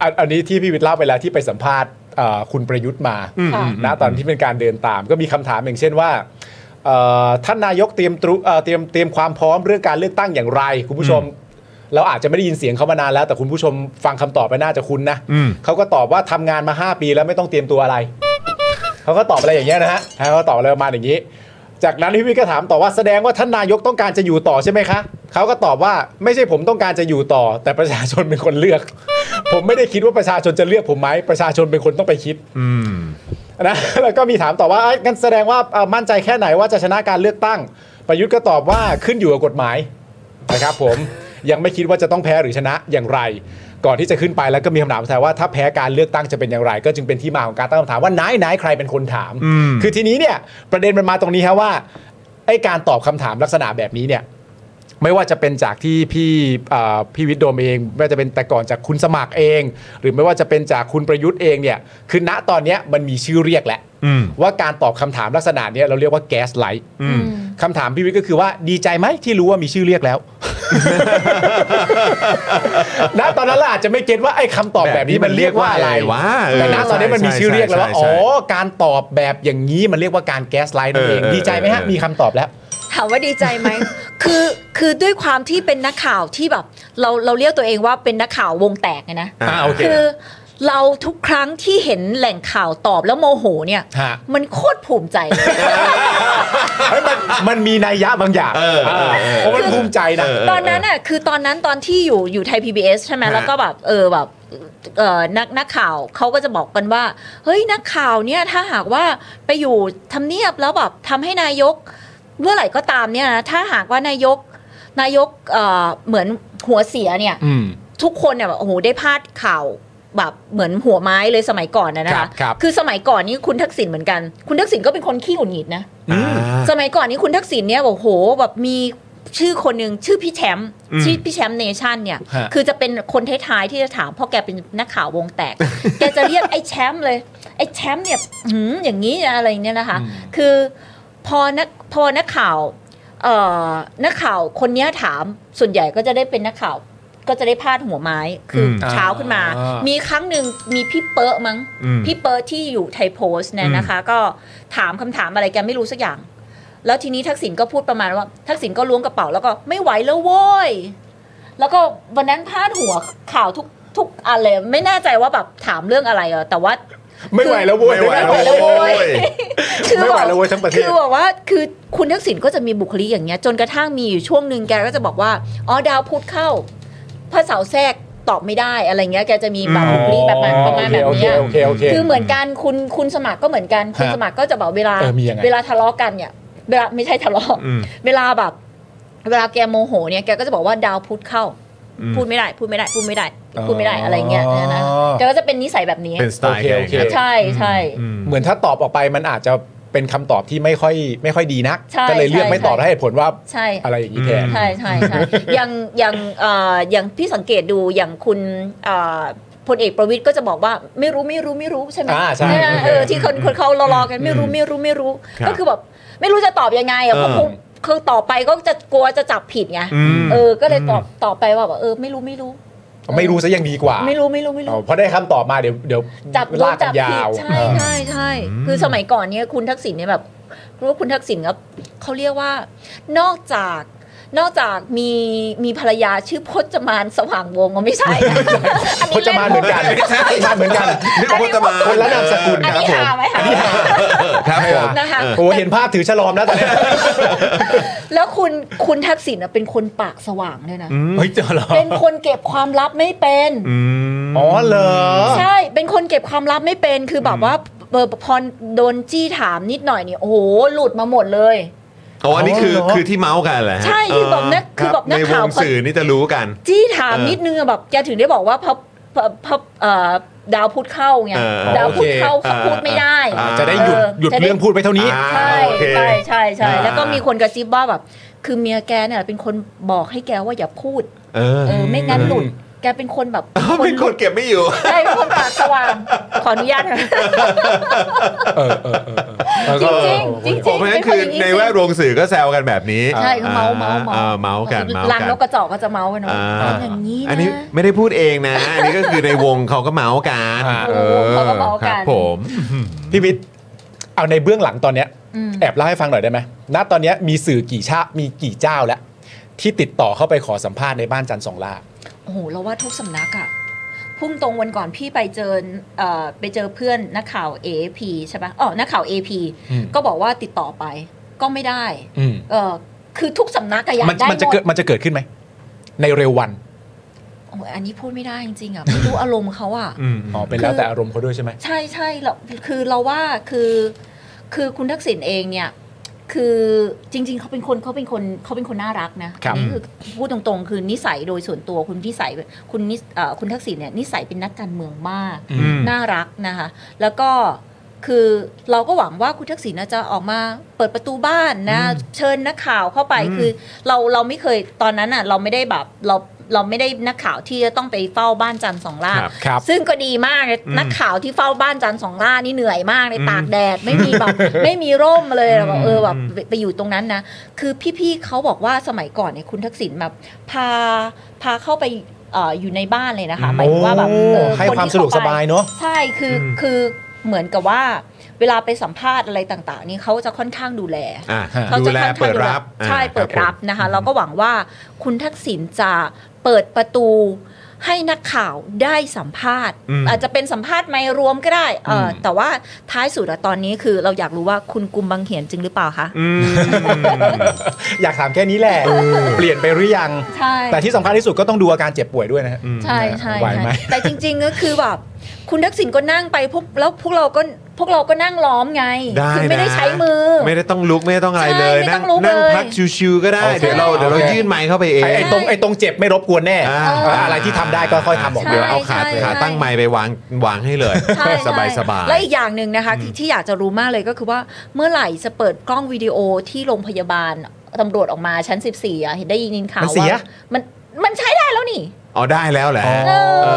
[SPEAKER 3] อันอันนี้ที่พี่วิทย์เล่าไปแล้วที่ไปสัมภาษณ์เอ่อคุณประยุทธ์มา
[SPEAKER 6] อืมอืม
[SPEAKER 3] นะตอนที่เป็นการเดินตาม ก็มีคำถามอย่างเช่นว่าเอ่อท่านนายกเตรียมตรุเอ่อเตรียมเตรียมความพร้อมเรื่องการเลือกตั้งอย่างไร คุณผู้ชม เราอาจจะไม่ได้ยินเสียงเขามานานแล้ว แต่คุณผู้ชมฟังคำตอบไปน่าจะคุ้นนะ
[SPEAKER 1] อืม
[SPEAKER 3] เขาก็ตอบว่าทำงานมา 5 ปีแล้วไม่ต้องเตรียมตัวอะไร เขาก็ตอบอะไรอย่างเงี้ยนะฮะเขาก็ตอบอะไรประมาณอย่างนี้ จากนั้นพี่วิทย์ก็ถามต่อว่าแสดงว่าท่านนายกต้องการจะอยู่ต่อใช่ไหมคะ เขาก็ตอบว่าไม่ใช่ผมต้องการจะอยู่ต่อ แต่ประชาชนเป็นคนเลือก ผมไม่ได้คิดว่าประชาชนจะเลือกผมไหมประชาชนเป็นคนต้องไปคิด
[SPEAKER 1] อืม
[SPEAKER 3] นะ [LAUGHS] แล้วก็มีถามต่อว่าเอ้ยงั้นแสดงว่าเอ่อมั่นใจแค่ไหนว่าจะชนะการเลือกตั้ง ประยุทธ์ก็ตอบว่าขึ้นอยู่กับกฎหมายนะครับผม ยังไม่คิดว่าจะต้องแพ้หรือชนะอย่างไร ก่อนที่จะขึ้นไปแล้วก็มีคำถามท้ายว่าถ้าแพ้การเลือกตั้งจะเป็นอย่างไร ก็จึงเป็นที่มาของการตั้งคำถามว่านายนายใครเป็นคนถาม
[SPEAKER 1] อืม
[SPEAKER 3] คือทีนี้เนี่ยประเด็นมันมาตรงนี้ฮะว่าไอ้การตอบคำถามลักษณะแบบนี้เนี่ยไม่ว่าจะเป็นจากที่พี่เอ่อพี่วิทย์โดมเองไม่ว่าจะเป็นแต่ก่อนจากคุณสมัครเอง หรือไม่ว่าจะเป็นจากคุณประยุทธ์เองเนี่ยคือณตอนเนี้ยมันมีชื่อเรียกแหละ
[SPEAKER 1] อืม
[SPEAKER 3] ว่าการตอบคำถามลักษณะเนี้ยเราเรียกว่าแก๊สไลท์
[SPEAKER 1] อืม
[SPEAKER 3] คำถามพี่วิทย์ก็คือว่าดีใจไหมที่รู้ว่ามีชื่อเรียกแล้ว [LAUGHS] ณตอนนั้นเราอาจจะไม่เก็ตว่าไอ้คำตอบแบบนี้มันเรียกว่าอะไร
[SPEAKER 1] วะเออ
[SPEAKER 3] แต่ณตอนนี้มันมีชื่อเรียกแล้วว่า
[SPEAKER 1] ใช่ใช่
[SPEAKER 3] อ๋อ
[SPEAKER 1] ใช่
[SPEAKER 3] การตอบแบบอย่างนี้มันเรียกว่าการแก๊สไลท์นั่นเอง
[SPEAKER 1] เออเออ
[SPEAKER 3] ดีใจไหมฮะ
[SPEAKER 1] เออ
[SPEAKER 3] มีคำตอบแล้ว
[SPEAKER 6] ถามว่าดีใจไหม คือ คือด้วยความที่เป็นนักข่าวที่แบบ เรา เราเรียกตัวเองว่าเป็นนักข่าววงแตกไงนะ
[SPEAKER 3] อ่าโอเค
[SPEAKER 6] คือเราทุกครั้งที่เห็นแหล่งข่าวตอบแล้วโมโหเนี่ย
[SPEAKER 3] ฮะ
[SPEAKER 6] มันโคตรภูมิใจเลย
[SPEAKER 3] เฮ้ยมันมันมีนัยยะบางอย่าง
[SPEAKER 1] เออเออเออ
[SPEAKER 3] เพราะมันภูมิใจนะ
[SPEAKER 1] เเ
[SPEAKER 6] ตอนนั้นน่ะคือตอนนั้นตอนที่อยู่อยู่ไทย PBS ใช่ไหม
[SPEAKER 1] ฮะ
[SPEAKER 6] แล้วก็แบบเออแบบเออนักนักข่าวเขาก็จะบอกกันว่า เฮ้ยนักข่าวเนี่ยถ้าหากว่าไปอยู่ทำเนียบแล้วแบบทำให้นายก เมื่อไหร่ก็ตามเนี่ยนะถ้าหากว่านายกนายกเอ่อเหมือนหัวเสียเนี่ย
[SPEAKER 3] อืม
[SPEAKER 6] ทุกคนเนี่ยแบบโอ้โหได้พาดข่าวแบบเหมือนหัวไม้เลยสมัยก่อนนะนะครับ
[SPEAKER 3] ครับ
[SPEAKER 6] คือสมัยก่อนนี่คุณทักษิณเหมือนกัน คุณทักษิณก็เป็นคนขี้หงุดหงิดนะ
[SPEAKER 1] อ่า
[SPEAKER 6] สมัยก่อนนี้คุณทักษิณเนี่ยบอกโหแบบมีชื่อคนหนึ่งชื่อพี่แชมป์
[SPEAKER 1] อืม
[SPEAKER 6] ชื่อพี่แชมป์เนชั่นเนี่ย
[SPEAKER 3] ฮะ
[SPEAKER 6] คือจะเป็นคนท้ายๆที่จะถามเพราะแกเป็นนักข่าววงแตก แกจะเรียกไอ้แชมป์เลย ไอ้แชมป์เนี่ยหืมอย่างนี้อะไรเนี่ยนะคะ คือพอนักพอนักข่าวเอ่อนักข่าวคนเนี้ยถามส่วนใหญ่ก็จะได้เป็นนักข่าวก็จะได้พาดหัวไม้คืออ
[SPEAKER 1] ม
[SPEAKER 6] เช้าขึ้นมา
[SPEAKER 3] อ่ามี
[SPEAKER 6] มีครั้งหนึ่งมีพี่เปิ๊ะมั้ง
[SPEAKER 1] อืม
[SPEAKER 6] พี่เปิร์ทที่อยู่ไทยโพสต์เนี่ยนะคะ ก็ถามคำถามอะไรแกไม่รู้สักอย่าง แล้วทีนี้ทักษิณก็พูดประมาณว่าทักษิณก็ล้วงกระเป๋าแล้วก็ไม่ไหวแล้วโว้ย แล้วก็วันนั้นพาดหัวข่าวทุกทุกอันเลยไม่แน่ใจว่าแบบถามเรื่องอะไรอะแต่ว่า
[SPEAKER 3] [COUGHS] ไม่ไหวแล้วเว้ย
[SPEAKER 1] ไม่ไหวแล้ว
[SPEAKER 6] ไม่ไหวแล้วเว้ย คือ
[SPEAKER 3] ไม่
[SPEAKER 6] แบ
[SPEAKER 3] ไหว
[SPEAKER 6] บ
[SPEAKER 3] แล้วเว้ยทั้งประเท
[SPEAKER 6] คื
[SPEAKER 3] ศ
[SPEAKER 6] อบอกว่าคือคุณทักษิณก็จะมีบุคลิกอย่างเงี้ย จนกระทั่งมีอยู่ช่วงหนึ่งแกก็จะบอกว่าอ๋อดาวพุธเข้าพระเสาร์แทรกตอบไม่ได้อะไรเงี้ยแกจะมีแบบบุคลิกแบบนั้นประมาณแบบ
[SPEAKER 3] โอเค
[SPEAKER 6] เนี้ย
[SPEAKER 3] โอเคโอเค
[SPEAKER 6] คือเหมือนกันคุณคุณสมัครก็เหมือนกัน คุณ
[SPEAKER 3] ฮะ
[SPEAKER 6] สมัครก็จะบอกเวลา
[SPEAKER 3] เออมียังไง
[SPEAKER 6] เวลาทะเลาะกันเนี่ยเวลาไม่ใช่ทะเลาะ
[SPEAKER 1] อืม
[SPEAKER 6] เวลาแบบ เวลาแกโมโหเนี่ยแกก็จะบอกว่าดาวพุธเข้า พูดไม่ได้ พูดไม่ได้พูดไม่ได้พูดไม่ได้อะไรเงี้ยนะนะแกก็จะเป็นนิสัยแบบนี้
[SPEAKER 1] เป็นสไตล์แกอย่างเงี้ย
[SPEAKER 6] ใช่ใช่
[SPEAKER 1] อืม
[SPEAKER 3] เหมือนถ้าตอบออกไปมันอาจจะเป็นคำตอบที่ไม่ค่อยไม่ค่อยดีนัก
[SPEAKER 6] ใช่
[SPEAKER 3] ก็เลยเลือก
[SPEAKER 6] ใช่
[SPEAKER 3] ไม่ตอบ
[SPEAKER 6] ใช่
[SPEAKER 3] ให้เหตุผลว่า
[SPEAKER 6] ใช่
[SPEAKER 3] อะไรอย่างนี้แทน
[SPEAKER 6] ใช่ใช่ใช่ อย่างอย่างเอ่ออย่างพี่สังเกตดูอย่างคุณเอ่อพลเอกประวิทย์ก็จะบอกว่าไม่รู้ไม่รู้ไม่รู้ใช่ไหม
[SPEAKER 3] อ่าใช่
[SPEAKER 6] ไหม
[SPEAKER 3] โอเค
[SPEAKER 6] เออที่คนคนเขารอๆกันไม่รู้ไม่รู้ไม่รู้
[SPEAKER 1] ครับ
[SPEAKER 6] ก็คือแบบไม่รู้จะตอบยังไงอ่ะ
[SPEAKER 1] เออ
[SPEAKER 6] เพราะคงคือต่อบไปก็จะกลัวจะจับผิดไง
[SPEAKER 1] อืม
[SPEAKER 6] เออก็เลยตอบตอบไปว่าแบบเออไม่รู้ไม่รู้
[SPEAKER 3] ไม่รู้ซะยังดีกว่า
[SPEAKER 6] ไม่รู้ไม่รู้ไม่รู้
[SPEAKER 3] เอาเพราะได้คำตอบมาเดี๋ยวเดี๋ยว
[SPEAKER 6] จับรู้
[SPEAKER 3] ลากกั
[SPEAKER 6] จับ
[SPEAKER 3] นยา
[SPEAKER 6] ผิด
[SPEAKER 3] ว
[SPEAKER 6] ใช่ใช่ใช่
[SPEAKER 1] อืม
[SPEAKER 6] คือสมัยก่อนเนี่ยคุณทักษิณเนี่ยแบบรู้ว่าคุณทักษิณครับเขาเรียกว่านอกจากนอกจากมีมีภรรยาชื่อพจมานสว่างวงศ์อ๋อไม่ใช่นะอัน
[SPEAKER 3] [LAUGHS] พ
[SPEAKER 6] นี้
[SPEAKER 3] จมานเหมือนกันพจมานเหมือนกัน
[SPEAKER 1] นึกว่าจะมา
[SPEAKER 3] คนละนามสกุล
[SPEAKER 6] อันนี้หาไหมหาไหม
[SPEAKER 1] ครับผม
[SPEAKER 6] นะคะ
[SPEAKER 1] เออ
[SPEAKER 3] โอ้เห็นภาพถือฉลอมแล้วตอนเนี้ย
[SPEAKER 6] แล้วคุณคุณทักษิณน่ะเป็นคนปากสว่างด้วยนะ
[SPEAKER 3] เฮ้ยเจอเหรอ
[SPEAKER 6] เป็นคนเก็บความลับไม่เป็น
[SPEAKER 3] อ๋อเหรอ
[SPEAKER 6] ใช่ เป็นคนเก็บความลับไม่เป็น คือแบบว่าเออพอโดนจี้ถามนิดหน่อยเนี่ยโอ้โหหลุดมาหมดเลย
[SPEAKER 1] อ๋ออันนี้คือ
[SPEAKER 3] อ๋อเหรอ
[SPEAKER 1] คือที่เมาส์กันแหละ
[SPEAKER 6] ใช่ที่แบบนักคือแบบนัก
[SPEAKER 1] ในว
[SPEAKER 6] ข่าว
[SPEAKER 1] ง
[SPEAKER 6] คน
[SPEAKER 1] สื่อนี่จะรู้กัน
[SPEAKER 6] จี้ถาม
[SPEAKER 1] เออ
[SPEAKER 6] นิดนึงอะแบบแกถึงได้บอกว่าพับพับพับเอ่อดาวพุธเข้าไง
[SPEAKER 1] เออ
[SPEAKER 6] ดาวพุธเข้า
[SPEAKER 1] โอเค
[SPEAKER 6] เขาพูดไม่ได้
[SPEAKER 1] อ่า
[SPEAKER 3] จะได้หยุด
[SPEAKER 6] เออ
[SPEAKER 3] หยุด
[SPEAKER 6] จะได้
[SPEAKER 3] เรื่องพูดไปเท่านี้
[SPEAKER 1] อ่า
[SPEAKER 6] ใช่
[SPEAKER 1] โอเค
[SPEAKER 6] ใช่ใช่ใช่
[SPEAKER 1] อ่า
[SPEAKER 6] แล้วก็มีคนกระซิบว่าแบบ คือเมียแกเนี่ยเป็นคนบอกให้แกว่าอย่าพูด
[SPEAKER 1] เออ
[SPEAKER 6] เออไม่งั้นหลุด แก แกเป็นคนแบบ
[SPEAKER 1] [LAUGHS] อ้าวไม่กดเก็บไม่อยู่
[SPEAKER 6] ใช่เป็นคนปากสว่าง ขออนุญาตนะ
[SPEAKER 3] เออเออเออเออแล้ว
[SPEAKER 6] จ
[SPEAKER 3] ก็
[SPEAKER 6] ริงๆจริงๆ
[SPEAKER 1] โอ้เพราะฉะนั้น
[SPEAKER 6] เป็
[SPEAKER 1] คือ
[SPEAKER 6] อย่ง
[SPEAKER 1] ในแวดวงสื่อก็แซวกันแบบนี้
[SPEAKER 6] ใช่เขาเมาส์เมาส์
[SPEAKER 1] อ่เมาส์กันเมาส์
[SPEAKER 6] ลัง
[SPEAKER 1] กัน
[SPEAKER 6] นกกระจอกก็จะเมาส์กันเนาะ
[SPEAKER 1] อ่า
[SPEAKER 6] เป็นอย่างนี้นะ
[SPEAKER 1] อันนี้ไม่ได้พูดเองนะ อันนี้ก็คือในวงเขาก็เมาส์กัน
[SPEAKER 3] อ่า
[SPEAKER 1] เออ
[SPEAKER 6] เขาก็เมาส์
[SPEAKER 1] ค
[SPEAKER 6] กัน
[SPEAKER 1] รับผม
[SPEAKER 3] พี่วิทย์เอาในเบื้องหลังตอนเนี้ย
[SPEAKER 6] อืม
[SPEAKER 3] แอบเล่าให้ฟังหน่อยได้ไหมณตอนเนี้ยมีสื่อกี่ชามีกี่เจ้าแล้ว ที่ติดต่อเข้าไปขอสัมภาษณ์ในบ้านจันทร์สองล่า
[SPEAKER 6] โอ้โหเราว่าทุกสำนักอะพุ่งตรงวันก่อนพี่ไปเจอเอ่อไปเจอเพื่อนนักข่าว AP ใช่ปะอ๋อนักข่าว AP
[SPEAKER 3] อืม
[SPEAKER 6] ก็บอกว่าติดต่อไปก็ไม่ได้
[SPEAKER 3] อืม
[SPEAKER 6] เออคือทุกสำนักอะอยาก
[SPEAKER 3] มัน
[SPEAKER 6] ได้ห
[SPEAKER 3] มันจะ
[SPEAKER 6] ม
[SPEAKER 3] เกิ
[SPEAKER 6] ด
[SPEAKER 3] ดมันจะเกิดขึ้นไหม ในเร็ววัน
[SPEAKER 6] โอ้ยอันนี้พูดไม่ได้จริงๆอะไม่รู้อารมณ์เขาอะ
[SPEAKER 3] [LAUGHS] อ๋อเป็นแล้วแต่อารมณ์เขาด้วยใช่ไหม
[SPEAKER 6] ใช่ใช่เราคือเราว่าคือคือคุณทักษิณเองเนี่ย คือจริง ๆเขาเป็นคนเขาเป็นคนเขาเป็นคนน่ารักนะครับ อันนี่คือพูดตรงๆ คือนิสัยโดยส่วนตัวคุณนิสัยคุณนิสเอ่อคุณทักษิณเนี่ยนิสัยเป็นนักการเมืองมาก
[SPEAKER 3] อืม
[SPEAKER 6] น่ารักนะคะ แล้วก็คือเราก็หวังว่าคุณทักษิณน่าจะออกมาเปิดประตูบ้านนะ เชิญนักข่าวเข้าไปคือเราเราไม่เคยตอนนั้นอ่ะเราไม่ได้แบบเราเราไม่ได้นักข่าวที่จะต้องไปเฝ้าบ้านจันทร์สองล่า
[SPEAKER 1] ครับ
[SPEAKER 3] ครับ
[SPEAKER 6] ซึ่งก็ดีมากเลยนักข่าวที่เฝ้าบ้านจันทร์สองล่านี่เหนื่อยมากเลยตากแดดไม่มีแบบ ไม่มีร่มเลยเราแบบเออแบบไปไปอยู่ตรงนั้นนะ คือพี่ๆเขาบอกว่าสมัยก่อนเนี่ยคุณทักษิณแบบพาพาเข้าไปเอ่ออยู่ในบ้านเลยนะคะหมายถึงว่าแบบเออ
[SPEAKER 3] โอ้ให้
[SPEAKER 6] นที่
[SPEAKER 3] ความสะดวก
[SPEAKER 6] เข้
[SPEAKER 3] ส
[SPEAKER 6] ไป
[SPEAKER 3] บายเนอะ
[SPEAKER 6] ใช่ คืออคือเหมือนกับว่า เวลาไปสัมภาษณ์อะไรต่างๆ นี่เขาจะค่อนข้างดูแล
[SPEAKER 1] อ่ะ
[SPEAKER 6] เขา
[SPEAKER 1] ดู
[SPEAKER 6] จะ
[SPEAKER 1] แล
[SPEAKER 6] ค่อนข้าง
[SPEAKER 1] เปิดรับ
[SPEAKER 6] ใช่
[SPEAKER 1] อ่า
[SPEAKER 6] เปิด
[SPEAKER 1] ค
[SPEAKER 6] รั
[SPEAKER 1] ผ
[SPEAKER 6] บ
[SPEAKER 1] ม
[SPEAKER 6] นะคะเราก็หวังว่าคุณทักษิณจะเปิดประตูให้นักข่าวได้สัมภาษณ์
[SPEAKER 1] อืม
[SPEAKER 6] อาจจะเป็นสัมภาษณ์ไม่รวมก็ได้เอออแต่ว่าท้ายสุดอะตอนนี้คือเราอยากรู้ว่าคุณกุมบังเหียนจริงหรือเปล่าคะ
[SPEAKER 1] อืม
[SPEAKER 3] อยากถามแค่นี้แหละ เปลี่ยนไปหรือยัง
[SPEAKER 6] ใช่
[SPEAKER 3] แต่ที่สำคัญที่สุดก็ต้องดูอาการเจ็บป่วยด้วยนะฮะ
[SPEAKER 6] ใช่ใช่
[SPEAKER 3] ไหวไหม
[SPEAKER 6] ใช่แต่จริง ๆ ก็คือแบบคุณทักษิณก็นั่งไปพวกแล้วพวกเราก็พวกเราก็นั่งล้อมไง
[SPEAKER 1] ได้
[SPEAKER 6] คือไม่ได้
[SPEAKER 1] นะ
[SPEAKER 6] ใช้มือ
[SPEAKER 1] ไม่ได้ต้องลุกไม่ได้ต้องอะไรเลย
[SPEAKER 6] ใช่ไม่
[SPEAKER 1] นั่
[SPEAKER 6] ต้อง งลุก
[SPEAKER 1] นั่ง
[SPEAKER 6] เลย
[SPEAKER 1] พักชิวๆก็ได้
[SPEAKER 3] โอเค
[SPEAKER 1] เดี๋ยวเราเดี๋ยวเรา
[SPEAKER 3] โอเค
[SPEAKER 1] ยื่นไมค์เข้าไปเอง
[SPEAKER 3] ไอ้ไอ้ตรงไอ้ตรงเจ็บไม่รบกวนแน่
[SPEAKER 1] อ่า
[SPEAKER 3] าอะไรที่ทำได้ก็ค่อยทำออกมา
[SPEAKER 1] เดี๋ยวเอาขา
[SPEAKER 6] ใช่
[SPEAKER 1] ขา
[SPEAKER 6] ใช่
[SPEAKER 1] ตั้งไมค์ไปวางวางให้เลย
[SPEAKER 6] ใช่
[SPEAKER 1] ส
[SPEAKER 6] ใช่
[SPEAKER 1] บายสบายๆ
[SPEAKER 6] และอีกอย่างหนึ่งนะคะที่ที่อยากจะรู้มากเลยก็คือว่าเมื่อไหร่จะเปิดกล้องวิดีโอที่โรงพยาบาลตำรวจออกมาชั้น 14อ่ะเห็นได้ยินข่าว
[SPEAKER 3] มันเสีย
[SPEAKER 6] ว่ามันมันใช้ได้แล้วนี่
[SPEAKER 1] อ๋อได้แล้วแหละ
[SPEAKER 6] เออ
[SPEAKER 1] อ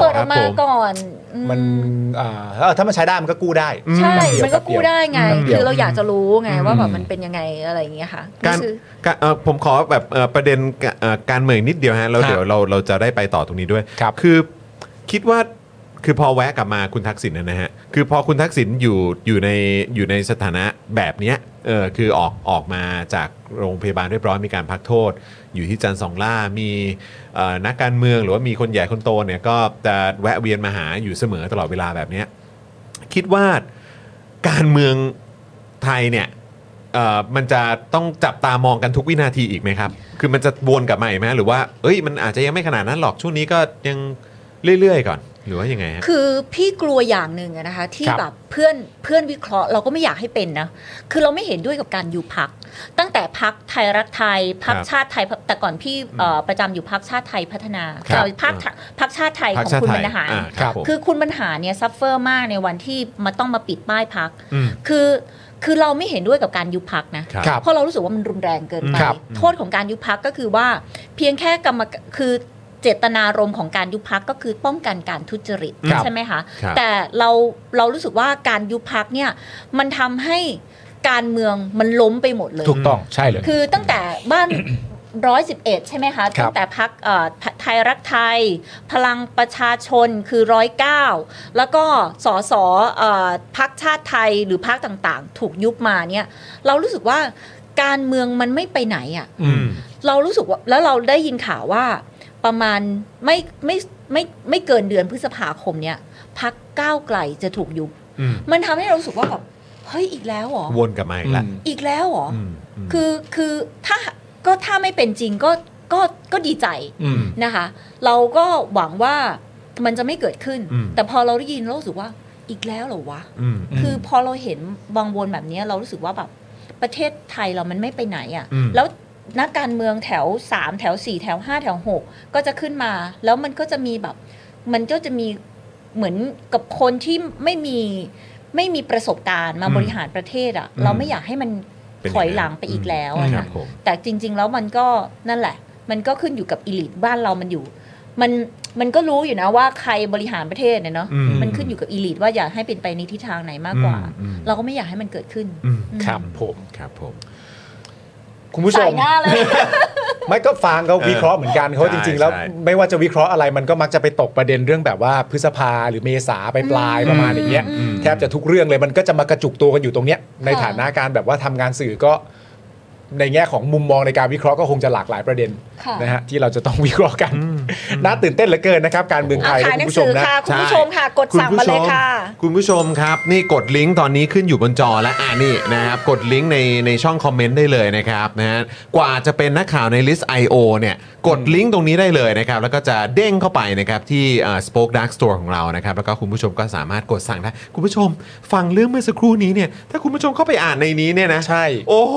[SPEAKER 6] เปิดออกมา
[SPEAKER 1] ครับผม
[SPEAKER 6] ก่อนอืม
[SPEAKER 3] มันอ่าเออถ้ามันใช้ได้มันก็กู้ได้
[SPEAKER 6] ใช่
[SPEAKER 3] อืม
[SPEAKER 6] มันก็กู้ได้ไง
[SPEAKER 3] แป๊บเดียว
[SPEAKER 6] คือเราอยากจะรู้ไงว่าแบบมันเป็นยังไงอะไรอย่างเงี้ยค่ะ
[SPEAKER 1] การ
[SPEAKER 6] คือ
[SPEAKER 1] การเอ่อผมขอแบบเอ่อประเด็นกะเอ่อการเมืองนิดเดียวฮะแล้ว
[SPEAKER 3] ครับ
[SPEAKER 1] เดี๋ยวเราเราจะได้ไปต่อตรงนี้ด้วย
[SPEAKER 3] ครับ
[SPEAKER 1] อคิดว่าคือพอแวะกลับมาคุณทักษิณนะนะฮะคือพอคุณทักษิณอยู่อยู่ในอยู่ในสถานะแบบเนี้ยเออคือออกออกมาจากโรงพยาบาลเรียบร้อยมีการพักโทษ อยู่ที่จันทร์สองล่ามีเอ่อนักการเมืองหรือว่ามีคนใหญ่คนโตเนี่ยก็จะแวะเวียนมาหาอยู่เสมอตลอดเวลาแบบเนี้ยคิดว่าการเมืองไทยเนี่ย เอ่อมันจะต้องจับตามองกันทุกวินาทีอีกไหมครับ คือมันจะวนกลับมาอีกไหมหรือว่า เอ้ย มันอาจจะยังไม่ขนาดนั้นหรอก ช่วงนี้ก็ยังเรื่อยๆก่อน หรือว่ายังไงฮะ
[SPEAKER 6] คือพี่กลัวอย่างหนึ่งอะนะคะ ที่
[SPEAKER 3] ครับ
[SPEAKER 6] แบบเพื่อนเพื่อนวิเคราะห์เราก็ไม่อยากให้เป็นนะ คือเราไม่เห็นด้วยกับการอยู่พัก ตั้งแต่พักไทยรักไทยพัก
[SPEAKER 1] ครับ
[SPEAKER 6] ชาติไทยแต่ก่อนพี่เอ่อประจำอยู่พักชาติไทยพัฒนา
[SPEAKER 1] ครับ
[SPEAKER 6] แต่พักพักชาติไทย
[SPEAKER 1] พร
[SPEAKER 6] ข
[SPEAKER 1] รค
[SPEAKER 6] อง
[SPEAKER 1] ชาติ
[SPEAKER 6] คุณ
[SPEAKER 1] ไท
[SPEAKER 6] บร
[SPEAKER 1] ย
[SPEAKER 6] รหาร
[SPEAKER 1] อ่าครับผม
[SPEAKER 6] คือคุณบรรหารเนี่ยซัฟเฟอร์มากในวันที่มาต้องมาปิดป้ายพัก
[SPEAKER 1] อืม
[SPEAKER 6] คือคือเราไม่เห็นด้วยกับการยุบพักนะ
[SPEAKER 1] ครับ
[SPEAKER 6] เพราะเรารู้สึกว่ามันรุนแรงเกินไป
[SPEAKER 1] ครับ
[SPEAKER 6] โทษของการยุบพักก็คือว่า เพียงแค่กรรมคือเจตนารมณ์ของการยุบพักก็คือป้องกันการทุจริต
[SPEAKER 3] ครับ
[SPEAKER 6] ใช่ไหมคะ
[SPEAKER 1] ครับ
[SPEAKER 6] แต่เราเรารู้สึกว่าการยุบพักเนี่ยมันทำให้การเมืองมันล้มไปหมดเลย
[SPEAKER 3] ถูกต้องใช่เลย
[SPEAKER 6] คือตั้งแต่บ้าน [COUGHS] ร้อยสิบเอ็ดใช่ไหมคะ
[SPEAKER 3] ครั
[SPEAKER 6] ตั้
[SPEAKER 3] บ
[SPEAKER 6] งแต่พักไทยรักไทย พลังประชาชนคือร้อยเก้าแล้วก็สอสอเอ่อพักชาติไทยหรือพักต่างๆ ถูกยุบมาเนี่ยเรารู้สึกว่าการเมืองมันไม่ไปไหนอะ่ะ
[SPEAKER 1] อืม
[SPEAKER 6] เรารู้สึกว่าแล้วเราได้ยินข่าวว่าประมาณไม่ไม่ไมไม่ไม่เกินเดือนพฤษภาคมเนี่ยพักก้าวไกลจะถูกยุบ
[SPEAKER 1] อืม
[SPEAKER 6] มันทำให้เรารู้สึกว่าแบบเฮ้ยอีกแล้วเหรอ
[SPEAKER 1] วนกลับมาอีกแล้ว
[SPEAKER 6] อีกแล้วเหรอ
[SPEAKER 1] อืมม
[SPEAKER 6] คือคือถ้าก็ถ้าไม่เป็นจริงก็ก็ก็ดีใจนะคะ เราก็หวังว่ามันจะไม่เกิดขึ้น
[SPEAKER 1] อืม
[SPEAKER 6] แต่พอเราได้ยินเรารู้สึกว่าอีกแล้วเหรอวะ
[SPEAKER 1] อืม
[SPEAKER 3] ม
[SPEAKER 6] คือพอเราเห็นวังวนแบบเนี้ยเรารู้สึกว่าแบบประเทศไทยเรามันไม่ไปไหนอะ่ะ
[SPEAKER 1] อืม
[SPEAKER 6] แล้วนักการเมืองแถว 3 แถว 4 แถว 5 แถว 6 ก็จะขึ้นมา แล้วมันก็จะมีแบบ มันก็จะมีเหมือนกับคนที่ไม่มีไม่มีประสบการณ์มาบริหารประเทศอะ่ะ เราไม่อยากให้มัน
[SPEAKER 1] เป็น
[SPEAKER 6] ถอยหลังไปอีกแล้วอะ
[SPEAKER 1] ครั
[SPEAKER 6] นะ
[SPEAKER 1] บผม
[SPEAKER 6] แต่จริง ๆ แล้วมันก็นั่นแหละ มันก็ขึ้นอยู่กับอิลิทบ้านเรามันอยู่ มันมันก็รู้อยู่นะว่าใครบริหารประเทศเนี่ยเนาะ
[SPEAKER 1] อืม
[SPEAKER 6] มันขึ้นอยู่กับอีลิทว่าอยากให้เป็นไปในทิศทางไหนมากกว่า เราก็ไม่อยากให้มันเกิดขึ้นอืม
[SPEAKER 3] ครับผม
[SPEAKER 1] ครับผม
[SPEAKER 3] คุณผู้ช
[SPEAKER 6] ใส่
[SPEAKER 3] ม
[SPEAKER 6] หน้าเลย
[SPEAKER 3] ไม่ก็ฟังเขา
[SPEAKER 1] เออ
[SPEAKER 3] วิเคราะห์เหมือนกันเขา
[SPEAKER 1] ใช่
[SPEAKER 3] จริง ๆ แล้ว
[SPEAKER 1] ใช่
[SPEAKER 3] ไม่ว่าจะวิเคราะห์อะไรมันก็มักจะไปตกประเด็นเรื่องแบบว่าพฤษภาหรือเมษาไปปลายประมาณอย่างเงี้ย
[SPEAKER 6] อืม
[SPEAKER 3] แทบจะทุกเรื่องเลยมันก็จะมากระจุกตัวกันอยู่ตรงเนี้ยใน
[SPEAKER 6] ค่ะ
[SPEAKER 3] ฐานะการแบบว่าทำงานสื่อก็ในแง่ของมุมมองในการวิเคราะห์ก็คงจะหลากหลายประเด็น
[SPEAKER 6] ค่ะ
[SPEAKER 3] นะฮะที่เราจะต้องวิเคราะห์กันน่าตื่นเต้นเหลือเกินนะครับ การเมืองไท
[SPEAKER 6] อ่ะ
[SPEAKER 3] ย
[SPEAKER 6] ขายห
[SPEAKER 3] นะคุณ
[SPEAKER 6] นัง
[SPEAKER 3] ผู้ช
[SPEAKER 6] สื
[SPEAKER 3] ม
[SPEAKER 6] อ
[SPEAKER 3] นะ
[SPEAKER 6] ค่ะ คุณผู้
[SPEAKER 1] ใช่
[SPEAKER 6] ชมค่ะ กดสั่งมาเลยค่ะ
[SPEAKER 1] คุณผู้ชมครับนี่กดลิงก์ตอนนี้ขึ้นอยู่บนจอแล้วอ่านี่นะครับกดลิงก์ในในช่องคอมเมนต์ได้เลยนะครับนะฮะกว่าจะเป็นนักข่าวในลิสต์ I.O. เนี่ยกดลิงก์ตรงนี้ได้เลยนะครับแล้วก็จะเด้งเข้าไปนะครับที่เอ่อ Spoke Dark Store ของเรานะครับแล้วก็คุณผู้ชมก็สามารถกดสั่งได้คุณผู้ชมฟังเรื่องเมื่อสักครู่นี้เนี่ยถ้าคุณผู้ชมเข้าไปอ่านในนี้เนี่ยนะ
[SPEAKER 3] ใช่
[SPEAKER 1] โอ้โห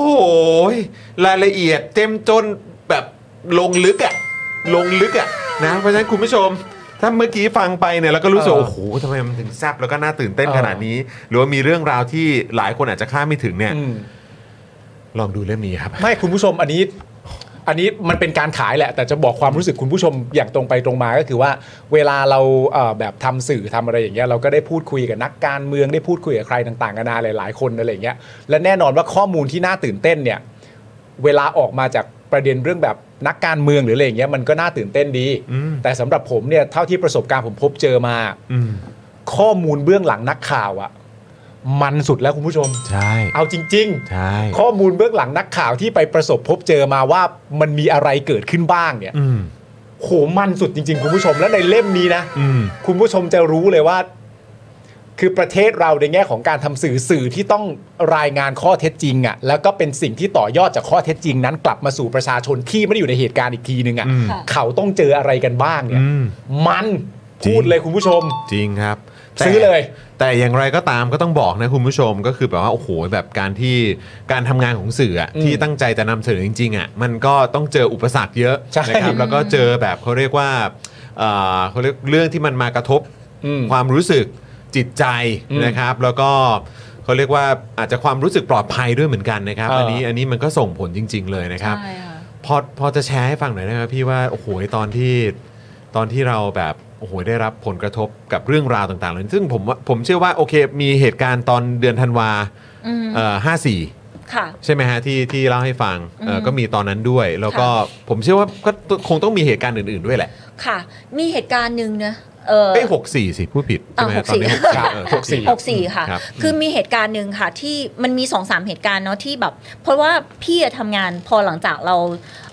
[SPEAKER 1] รายละเอียดเต็มจนแบบลงลึกอะลงลึกอะนะเพราะฉะนั้นคุณผู้ชม ถ้าเมื่อกี้ฟังไปเนี่ยแล้วก็รู้สึก
[SPEAKER 3] เออ
[SPEAKER 1] โอ้โห โอ้โหทำไมมันถึงแซบแล้วก็น่าตื่นเต้นขนาดนี้ หรือว่ามีเรื่องราวที่หลายคนอาจจะคาดไม่ถึงเนี่ย
[SPEAKER 3] อืม
[SPEAKER 1] ลองดูเล่มนี้ครับ
[SPEAKER 3] ไม่คุณผู้ชมอันนี้ อันนี้มันเป็นการขายแหละ แต่จะบอกความรู้สึกคุณผู้ชมอย่างตรงไปตรงมาก็คือว่า เวลาเราเอ่อแบบทำสื่อทำอะไรอย่างเงี้ยเราก็ได้พูดคุยกับนักการเมืองได้พูดคุยกับใครต่างๆกันานาหลายๆคนอะไรอย่างเงี้ยและแน่นอนว่าข้อมูลที่น่าตื่นเต้นเนี่ย เวลาออกมาจากประเด็นเรื่องแบบนักการเมืองหรืออะไรอย่างเงี้ยมันก็น่าตื่นเต้นดี
[SPEAKER 1] อืม
[SPEAKER 3] แต่สำหรับผมเนี่ยเท่าที่ประสบการณ์ผมพบเจอมา
[SPEAKER 1] อืม
[SPEAKER 3] ข้อมูลเบื้องหลังนักข่าวอะมันสุดแล้วคุณผู้ชม
[SPEAKER 1] ใช่
[SPEAKER 3] เอาจริง ๆ
[SPEAKER 1] ใช่
[SPEAKER 3] ข้อมูลเบื้องหลังนักข่าวที่ไปประสบพบเจอมาว่ามันมีอะไรเกิดขึ้นบ้างเนี่ย
[SPEAKER 1] อืม
[SPEAKER 3] โหมันสุดจริง ๆ คุณผู้ชมและในเล่มนี้นะ
[SPEAKER 1] อืม
[SPEAKER 3] คุณผู้ชมจะรู้เลยว่า คือประเทศเราในแง่ของการทำสื่อสื่อที่ต้องรายงานข้อเท็จจริงอะ่ะแล้วก็เป็นสิ่งที่ต่อยอดจากข้อเท็จจริงนั้น กลับมาสู่ประชาชนที่ไม่ได้อยู่ในเหตุการณ์อีกทีนึง
[SPEAKER 1] อืม
[SPEAKER 3] อะ่ะเขาต้องเจออะไรกันบ้างเนี่ย
[SPEAKER 1] อืม
[SPEAKER 3] มัน
[SPEAKER 1] จริง
[SPEAKER 3] พูดเลยคุณผู้ชม
[SPEAKER 1] จริงครับแต่
[SPEAKER 3] ซื้อเลย
[SPEAKER 1] แต่อย่างไรก็ตามก็ต้องบอกนะคุณผู้ชมก็คือแบบว่าโอ้โหแบบการที่การทำงานของสื่ออะ
[SPEAKER 3] อืม
[SPEAKER 1] ที่ตั้งใจจะนำเสนอจริงๆอ่ะมันก็ต้องเจออุปสรรคเยอะ
[SPEAKER 3] ใช่
[SPEAKER 1] นะครับแล้วก็เจอแบบเขาเรียกว่าเอ่อเขาเรียกเรื่องที่มันมากระทบ
[SPEAKER 3] อืม
[SPEAKER 1] ความรู้สึกจิตใจ
[SPEAKER 3] อืม
[SPEAKER 1] นะครับ แล้วก็เขาเรียกว่าอาจจะความรู้สึกปลอดภัยด้วยเหมือนกันนะครับ
[SPEAKER 3] เอออั
[SPEAKER 1] อันนี้อันนี้มันก็ส่งผลจริง ๆ เลยนะครับ
[SPEAKER 6] ใช่ค่ะ
[SPEAKER 1] พอพอจะแชร์ให้ฟังหน่อยได้ไหมพี่ว่าโอ้โหตอนที่ตอนที่เราแบบโอ้โหได้รับผลกระทบกับเรื่องราวต่างๆเหลยซึ่งผมว่าผมเชื่อว่าโอเค มีเหตุการณ์ตอนเดือนธันวา
[SPEAKER 6] อืม
[SPEAKER 1] เอ่อห้าสี่
[SPEAKER 6] ค่ะ
[SPEAKER 1] ใช่ไหมฮะที่ที่เล่าให้ฟังเอ่ออ
[SPEAKER 6] ม
[SPEAKER 1] ก็มีตอนนั้นด้วย แล้วก็
[SPEAKER 6] ค่
[SPEAKER 1] ผมเชื่อว่าก็คงต้องมีเหตุการณ์อื่นๆด้วยแหละ
[SPEAKER 6] ค่ะ มีเหตุการณ์หนึ่งนะเออ
[SPEAKER 1] เอ้หกสี่สิพูดผิดใช่ไหมฮะต
[SPEAKER 6] อ่ะ
[SPEAKER 1] อนนี้64
[SPEAKER 6] 64
[SPEAKER 1] เออ64
[SPEAKER 6] หกสี่ค่ะ
[SPEAKER 1] รับ
[SPEAKER 6] คือมีเหตุการณ์หนึ่งค่ะ ที่มันมีสองสามเหตุการณ์เนาะที่แบบ เพราะว่าพี่อะทำงานพอหลังจากเรา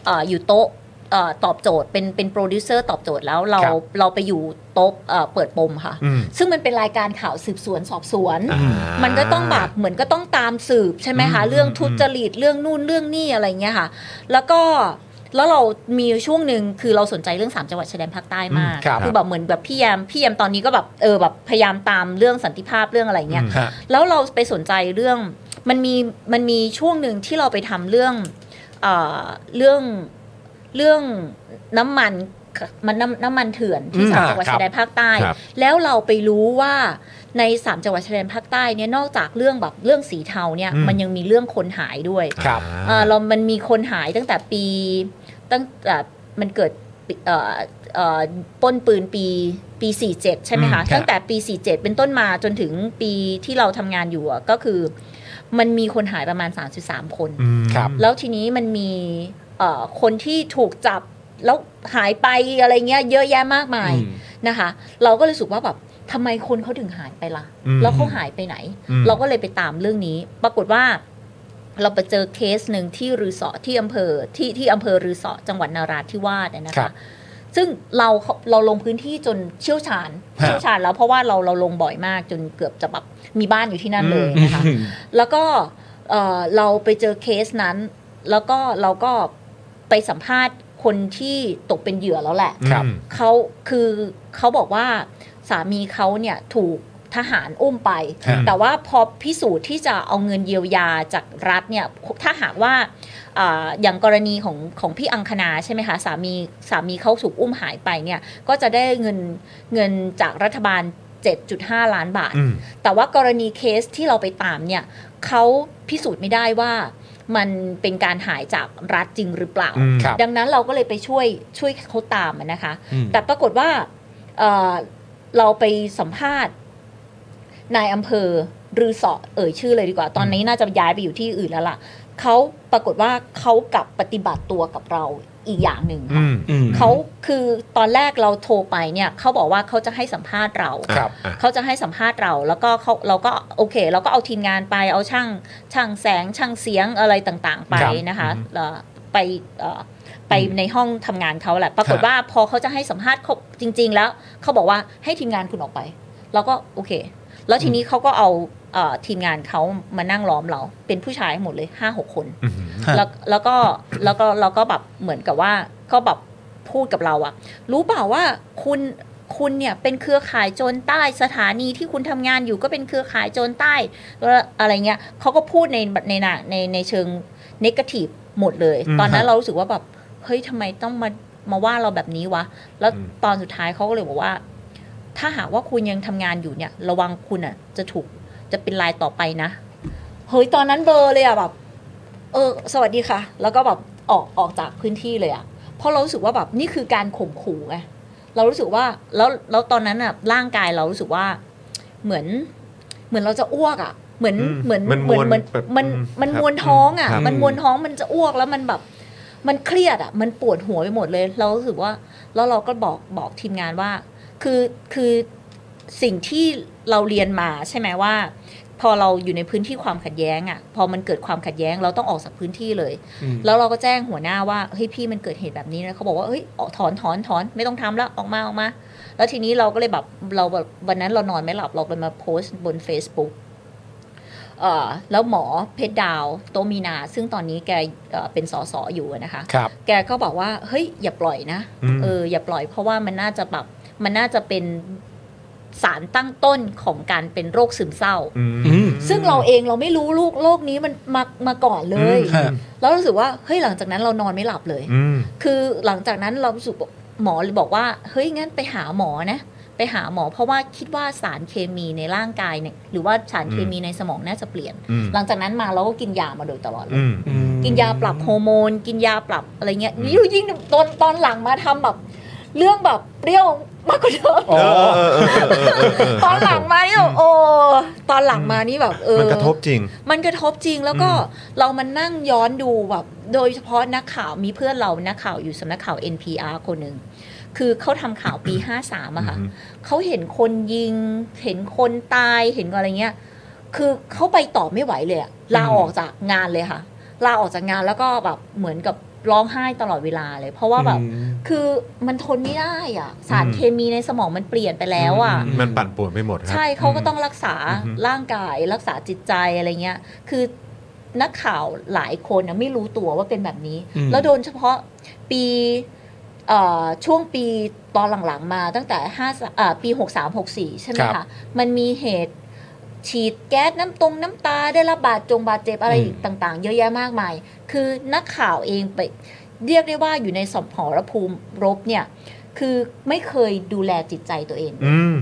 [SPEAKER 6] เอ่ออยู่โต๊ะเอ่อตอบโจทย์เป็นเป็นโปรดิวเซอร์ตอบโจทย์แล้วเรา
[SPEAKER 3] ครับ
[SPEAKER 6] เราไปอยู่โต๊ะเอ่อเปิดปมค่ะ
[SPEAKER 1] อืม
[SPEAKER 6] ซึ่งมันเป็นรายการข่าวสืบสวนสอบสวน
[SPEAKER 1] อ่า
[SPEAKER 6] มันก็ต้องแบบเหมือนก็ต้องตามสืบใช่ไหมคะ
[SPEAKER 1] อืม
[SPEAKER 6] เรื่อง
[SPEAKER 1] อืม
[SPEAKER 6] ทุจริตเรื่องนู่นเรื่องนี่อะไรเงี้ยค่ะ แล้วก็แล้วเรามีช่วงหนึ่งคือเราสนใจเรื่องสามจังหวัดชายแดนภาคใต้มาก
[SPEAKER 3] อืมครับ
[SPEAKER 6] อแบบเหมือนแบบพี่แยมพี่แยมตอนนี้ก็แบบเออแบบพยายามตามเรื่องสันติภาพเรื่องอะไรเงี้ย
[SPEAKER 3] ฮะ
[SPEAKER 6] แล้วเราไปสนใจเรื่องมันมีมันมีช่วงหนึ่งที่เราไปทำเรื่องเอ่อเรื่องเรื่องน้ำมันมันน้ำน้ำมันเถื่อนที่
[SPEAKER 3] อืม
[SPEAKER 6] สามจังหวัด
[SPEAKER 3] อ่าครับ
[SPEAKER 6] ชายแดนภาคใต้
[SPEAKER 1] ครับ
[SPEAKER 6] แล้วเราไปรู้ว่าในสามจังหวัดชายแดนภาคใต้เนี่ยนอกจากเรื่องแบบเรื่องสีเทาเนี่ย
[SPEAKER 1] อืม
[SPEAKER 6] มันยังมีเรื่องคนหายด้วย
[SPEAKER 3] ครับ
[SPEAKER 1] อ่า
[SPEAKER 6] เอ่อเรามันมีคนหายตั้งแต่ปีตั้งแต่มันเกิดปีเอ่อเอ่อปล้นปืนปีปี 47 ใช่ไหมคะ
[SPEAKER 3] อืมครับ
[SPEAKER 6] ตั้งแต่ปี 47 เป็นต้นมาจนถึงปีที่เราทำงานอยู่อะก็คือมันมีคนหายประมาณ 33 คน
[SPEAKER 1] อืม
[SPEAKER 3] ครับ
[SPEAKER 6] แล้วทีนี้มันมีเอ่อคนที่ถูกจับแล้วหายไปอะไรเงี้ยเยอะแยะมากมาย
[SPEAKER 3] อืม
[SPEAKER 6] นะคะเราก็เลยรู้สึกว่าแบบทำไมคนเขาถึงหายไปละ่ะ
[SPEAKER 1] อืม
[SPEAKER 6] แล้วเขาหายไปไหน
[SPEAKER 1] อืม
[SPEAKER 6] เราก็เลยไปตามเรื่องนี้ ปรากฏว่า เราไปเจอเคสหนึ่งที่รือสอที่อำเภอที่ที่อำเภอรือสอจังหวัดนาราธิวาสเนี่ยนะ
[SPEAKER 3] ครั
[SPEAKER 6] คะ
[SPEAKER 3] บ
[SPEAKER 6] ซึ่งเราเราลงพื้นที่จนเชี่ยวชาญ
[SPEAKER 3] ฮะ
[SPEAKER 6] เชี่ยวชาญแล้วเพราะว่าเราเราลงบ่อยมากจนเกือบจะแบบมีบ้านอยู่ที่นั่นเลย
[SPEAKER 3] อืม
[SPEAKER 6] นะคะ แล้วก็เอ่อเราไปเจอเคสนั้น แล้วก็เราก็ไปสัมภาษณ์คนที่ตกเป็นเหยื่อแล้วแหละ
[SPEAKER 3] ครับ
[SPEAKER 1] อืม
[SPEAKER 6] เขาคือเขาบอกว่าสามีเขาเนี่ยถูกทหารอุ้มไป
[SPEAKER 3] ฮะ
[SPEAKER 6] แต่ว่าพอพิสูจน์ที่จะเอาเงินเยียวยาจากรัฐเนี่ยถ้าหากว่าอ่าอย่างกรณีของของพี่อังคณาใช่ไหมคะสามีสามีเขาถูกอุ้มหายไปเนี่ยก็จะได้เงินเงินจากรัฐบาล 7.5 ล้านบาท
[SPEAKER 1] อืม
[SPEAKER 6] แต่ว่ากรณีเคสที่เราไปตามเนี่ยเขาพิสูจน์ไม่ได้ว่า มันเป็นการหายจากรัฐจริงหรือเปล่า
[SPEAKER 1] อืม
[SPEAKER 3] ครับ
[SPEAKER 6] ดังนั้นเราก็เลยไปช่วยช่วยเขาตามอะนะคะ
[SPEAKER 3] อืม
[SPEAKER 6] แต่ปรากฏว่าเอ่อเราไปสัมภาษณ์นายอำเภอรือเสาะเอ่ยชื่อเลยดีกว่า ตอนนี้น่าจะย้ายไปอยู่ที่อื่นแล้วล่ะเขาปรากฏว่าเขากลับปฏิบัติตัวกับเราอีกอย่างหนึ่ง
[SPEAKER 1] อื
[SPEAKER 6] ค่ะ
[SPEAKER 1] ม
[SPEAKER 3] อืม
[SPEAKER 6] เขาคือตอนแรกเราโทรไปเนี่ยเขาบอกว่าเขาจะให้สัมภาษณ์เรา
[SPEAKER 1] อ่ะ
[SPEAKER 3] ครับ
[SPEAKER 1] อ่ะ
[SPEAKER 6] เขาจะให้สัมภาษณ์เราแล้วก็เขาเราก็โอเค เราก็เอาทีมงานไปเอาช่างช่างแสงช่างเสียงอะไรต่างๆ ไป
[SPEAKER 3] ครับ
[SPEAKER 6] นะคะเอ่อไปเอ่อไปในห้องทำงานเขาแหละ ปรากฏว่าพอเขาจะให้สัมภาษณ์เขาจริง ๆ แล้วเขาบอกว่าให้ทีมงานคุณออกไป เราก็โอเค แล้วทีนี้เขาก็เอาเอ่อทีมงานเขามานั่งล้อมเราเป็นผู้ชายหมดเลยห้าหกคน
[SPEAKER 3] ฮะ
[SPEAKER 6] แล้วแล้วก็แล้วก็แล้วก็แบบเหมือนกับว่าก็แบบพูดกับเราอะรู้เปล่าว่าคุณคุณเนี่ยเป็นเครือข่ายโจรใต้สถานีที่คุณทำงานอยู่ก็เป็นเครือข่ายโจรใต้แล้วอะไรเงี้ยเขาก็พูดในในหนักในในเชิงนกาทีฟหมดเลย
[SPEAKER 1] อืม
[SPEAKER 6] ตอนนั้
[SPEAKER 1] ครับ
[SPEAKER 6] นเรารู้สึกว่าแบบเฮ้ยทำไมต้องมามาว่าเราแบบนี้วะ แล้ว
[SPEAKER 1] อืม
[SPEAKER 6] ตอนสุดท้ายเขาก็เลยบอกว่า ถ้าหากว่าคุณยังทำงานอยู่เนี่ย ระวังคุณอะจะถูกจะเป็นลายต่อไปนะเฮ้ยตอนนั้นเบลอร์เลยอะแบบ เออสวัสดีค่ะ แล้วก็แบบออกออกจากพื้นที่เลยอะเพราะเรารู้สึกว่าแบบนี่คือการข่มขู่ไงเรารู้สึกว่าแล้วแล้วตอนนั้นอะร่างกายเรารู้สึกว่าเหมือนเหมือนเราจะอ้วกอะเหมือน
[SPEAKER 1] อืม
[SPEAKER 6] เหมือน
[SPEAKER 1] มัน
[SPEAKER 6] เหมือ
[SPEAKER 1] ม
[SPEAKER 6] น
[SPEAKER 1] วล
[SPEAKER 6] มัน
[SPEAKER 1] แบบ
[SPEAKER 6] มัน
[SPEAKER 1] อืม
[SPEAKER 6] มัน
[SPEAKER 1] ครับ
[SPEAKER 6] มวนท้องอะ
[SPEAKER 1] ครับ
[SPEAKER 6] มันมวนท้องมันจะอ้วกแล้วมันแบบ มันเครียดอะมันปวดหัวไปหมดเลย เรารู้สึกว่า แล้วเราก็บอกบอกทีมงานว่า คือคือสิ่งที่เราเรียนมาใช่ไหมว่า พอเราอยู่ในพื้นที่ความขัดแย้งอะ่ะ พอมันเกิดความขัดแย้งเราต้องออกจากพื้นที่เลย
[SPEAKER 3] อืม
[SPEAKER 6] แล้วเราก็แจ้งหัวหน้าว่าเฮ้ยพี่มันเกิดเหตุแบบนี้นะเขาบอกว่าเฮ้ยออกถอนถอนถอนไม่ต้องทำแล้วออกมาออกมา แล้วทีนี้เราก็เลยแบบเราแบบวันนั้นเรานอนไม่หลับเราเลยมาโพสต์บน Facebook เอ่อแล้วหมอเพชรดาวโตมีนา ซึ่งตอนนี้แกเอ่อเป็นสสอยู่อะนะคะ
[SPEAKER 3] ครับ
[SPEAKER 6] แกก็บอกว่าเฮ้ยอย่าปล่อยนะ
[SPEAKER 1] อืม
[SPEAKER 6] เอออย่าปล่อยเพราะว่ามันน่าจะแบบมันน่าจะเป็นสารตั้งต้นของการเป็นโรคซึมเศร้า
[SPEAKER 1] อืม
[SPEAKER 3] อืม
[SPEAKER 6] ซึ่งเราเองเราไม่รู้ลูกโรคนี้มันมามาก่อนเลย
[SPEAKER 3] ฮะ
[SPEAKER 6] แล้วรู้สึกว่าเฮ้ยหลังจากนั้นเรานอนไม่หลับเลย
[SPEAKER 1] อืม
[SPEAKER 6] คือหลังจากนั้นเรารู้สึกหมอเลยบอกว่าเฮ้ยงั้นไปหาหมอนะไปหาหมอเพราะว่าคิดว่าสารเคมีในร่างกายเนี่ยหรือว่าสารเคมีในสมองน่าจะเปลี่ยน
[SPEAKER 1] อืม
[SPEAKER 6] หลังจากนั้นมาเราก็กินยามาโดยตลอดเลย
[SPEAKER 1] อืม
[SPEAKER 6] กินยาปรับฮอร์โมน กินยาปรับอะไรเงี้ย
[SPEAKER 1] อืม
[SPEAKER 6] ยิ่งยิ่งตอนตอนหลังมาทำแบบ เรื่องแบบเปรี้ยวมากกว่าเดิม
[SPEAKER 3] อ๋อ
[SPEAKER 1] เออเออเออเออเออเออ
[SPEAKER 6] ตอนหลังมานี่แบบโอ้ตอนหลังมานี่แบบ เออ
[SPEAKER 1] มันกระทบจริง
[SPEAKER 6] มันกระทบจริงแล้วก็
[SPEAKER 1] อื
[SPEAKER 6] เรามันนั่งย้อนดูแบบ โดยเฉพาะนักข่าวมีเพื่อนเรานักข่าวอยู่สำนักข่าว NPR คนหนึ่งคือเขาทำข่าวปี 53อะค่ะ
[SPEAKER 1] อือฮึ
[SPEAKER 6] เขาเห็นคนยิง เห็นคนตายเห็นอะไรเงี้ย คือเขาไปต่อไม่ไหวเลยอะลาออกจากงานเลยค่ะ ลาออกจากงานแล้วก็แบบเหมือนกับร้องไห้ตลอดเวลาเลย เพราะว่าแบบคือมันทนไม่ได้อ่ะ สารเคมีในสมองมันเปลี่ยนไปแล้วอ่ะ
[SPEAKER 1] มันปั่นป่วนไปหมดครั
[SPEAKER 6] ใช่เขาก็ต้องรักษา
[SPEAKER 1] อืม
[SPEAKER 6] ร่างกายรักษาจิตใจอะไรเงี้ย คือนักข่าวหลายคนนะไม่รู้ตัวว่าเป็นแบบนี้
[SPEAKER 3] อืม
[SPEAKER 6] แล้วโดนเฉพาะปีเอ่อช่วงปีตอนหลังๆมาตั้งแต่5อ่าปี 63 64 ใช่ไหม
[SPEAKER 3] ครั
[SPEAKER 6] คะ
[SPEAKER 3] บ
[SPEAKER 6] มันมีเหตุฉีดแก๊สน้ำตรงน้ำตาได้รับบาดจงบาดเจ็บอะไร
[SPEAKER 3] อืม
[SPEAKER 6] อีกต่างๆ เยอะแยะมากมาย คือนักข่าวเองไปเรียกได้ว่าอยู่ในสมหรภูมิรบเนี่ย คือไม่เคยดูแลจิตใจตัวเอง
[SPEAKER 1] อืม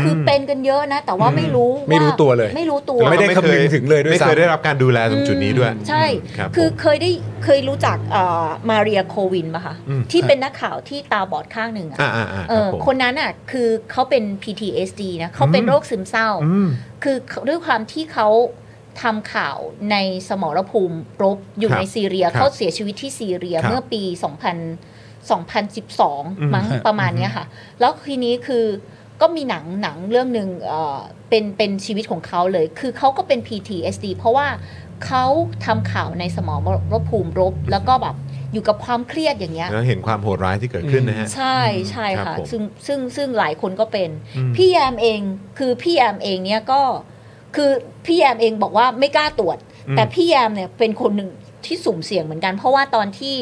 [SPEAKER 1] ม
[SPEAKER 6] คือเป็นกันเยอะนะ แต่ว่า
[SPEAKER 1] อืม
[SPEAKER 6] ไม่รู้
[SPEAKER 3] ไม่รู้ตัวเลย
[SPEAKER 6] ไม่รู้ตัว
[SPEAKER 3] ไม่ได้คำนึงถึงเลยด้วย
[SPEAKER 1] ไม่
[SPEAKER 3] ซ้ำ
[SPEAKER 1] เคยได้รับการดูแลตรงจุดนี้ด้วย
[SPEAKER 6] อืมใช่
[SPEAKER 1] ครับ
[SPEAKER 6] คือ
[SPEAKER 1] ผม
[SPEAKER 6] เคยได้เคยรู้จักเอ่อมาเรียโควินปะคะ
[SPEAKER 1] อืม
[SPEAKER 6] ที่เป็นนักข่าวที่ตาบอดข้างหนึ่งอะ
[SPEAKER 1] อ่าอ่าอ่า
[SPEAKER 6] เอ
[SPEAKER 1] รับ
[SPEAKER 6] อ
[SPEAKER 1] ผม
[SPEAKER 6] คนนั้นอ่ะคือเขาเป็น PTSD นะเขาเป็น
[SPEAKER 1] อืม
[SPEAKER 6] โรคซึมเศร้า
[SPEAKER 1] อืม
[SPEAKER 6] คือด้วยความที่เขาทำข่าวในสมรภูมิรบอยู่
[SPEAKER 1] ครับ
[SPEAKER 6] ในซีเรีย
[SPEAKER 1] ครับ
[SPEAKER 6] เขาเสียชีวิตที่ซีเรีย
[SPEAKER 1] ครับ
[SPEAKER 6] เมื่อปี 2000
[SPEAKER 1] อืม
[SPEAKER 6] 2012 มั้ง
[SPEAKER 3] ฮะ
[SPEAKER 6] ประมาณเนี้ยค่ะ แล้วทีนี้คือก็มีหนังหนังเรื่องหนึ่งเอ่อเป็นเป็นชีวิตของเขาเลย คือเขาก็เป็น PTSD เพราะว่าเขาทำข่าวในสมรภูมิรบ แล้วก็แบบอยู่กับความเครียดอย่างเงี้ย
[SPEAKER 1] แล้วเห็นความโหดร้ายที่เกิดขึ้นนะฮะ
[SPEAKER 6] ใช่ใช่
[SPEAKER 1] ครับ
[SPEAKER 6] ค่ะ
[SPEAKER 1] ผม
[SPEAKER 6] ซึ่งซึ่งซึ่งหลายคนก็เป็น
[SPEAKER 1] อืม
[SPEAKER 6] พี่แยมเองคือพี่แยมเองเนี่ยก็คือพี่แยมเองบอกว่าไม่กล้าตรวจ แต่พี่แยมเนี่ยเป็นคนหนึ่งที่สุ่มเสี่ยงเหมือนกัน เพราะว่าตอนที่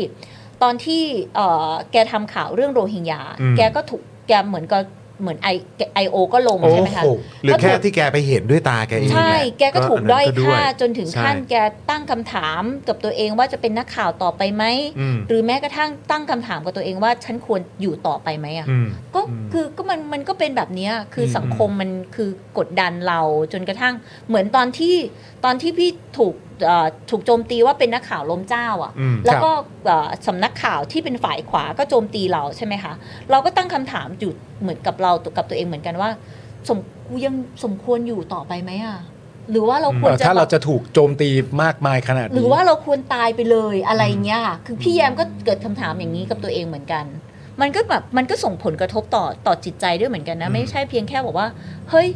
[SPEAKER 6] ตอนที่เอ่อแกทำข่าวเรื่องโรฮิงญา
[SPEAKER 1] อืม
[SPEAKER 6] แกก็ถูกแกเหมือนกับเหมือนไอไอโอก็ลง
[SPEAKER 3] โอ้
[SPEAKER 6] ใช่ไหมคะ
[SPEAKER 3] โห
[SPEAKER 1] หรือแค่ที่แกไปเห็นด้วยตาแกเอง
[SPEAKER 6] ใช่
[SPEAKER 1] แหละ
[SPEAKER 6] แกก็ถูกด้อย
[SPEAKER 1] นนั้นว
[SPEAKER 6] ค่าจนถึงขั้น
[SPEAKER 1] ใช่
[SPEAKER 6] แกตั้งคำถามกับตัวเองว่าจะเป็นนักข่าวต่อไปไหม
[SPEAKER 1] อืม
[SPEAKER 6] หรือแม้กระทั่งตั้งคำถามกับตัวเองว่าฉันควรอยู่ต่อไปไหมอะ
[SPEAKER 1] อืม
[SPEAKER 6] ก็
[SPEAKER 1] อืม
[SPEAKER 6] คือก็มันมันก็เป็นแบบเนี้ยคืออ
[SPEAKER 3] ม
[SPEAKER 6] สังคมมันคือกดดันเราจนกระทั่งเหมือนตอนที่ตอนที่พี่ถูก เอ่อถูกโจมตีว่าเป็นนักข่าวล้มเจ้าอ่ะ
[SPEAKER 1] อืม
[SPEAKER 6] แล้วก็เอ่อสำนักข่าวที่เป็นฝ่ายขวาก็โจมตีเราใช่ไหมคะ เราก็ตั้งคำถามอยู่เหมือนกับเราตัวกับตัวเองเหมือนกันว่า สมกูยังสมควรอยู่ต่อไปไหมอ่ะ หรือว่าเราควรจะ
[SPEAKER 3] ถ้าเรา
[SPEAKER 6] แบบ
[SPEAKER 3] จะถูกโจมตีมากมายขนาดนี้
[SPEAKER 6] หรือว่าเราควรตายไปเลยอะไรเงี้ยค่ะคือพี่แยมก็เกิดคำถามอย่างนี้กับตัวเองเหมือนกัน มันก็แบบมันก็ส่งผลกระทบต่อต่อจิตใจด้วยเหมือนกันนะ ไม่ใช่เพียงแค่บอกว่า เฮ้ย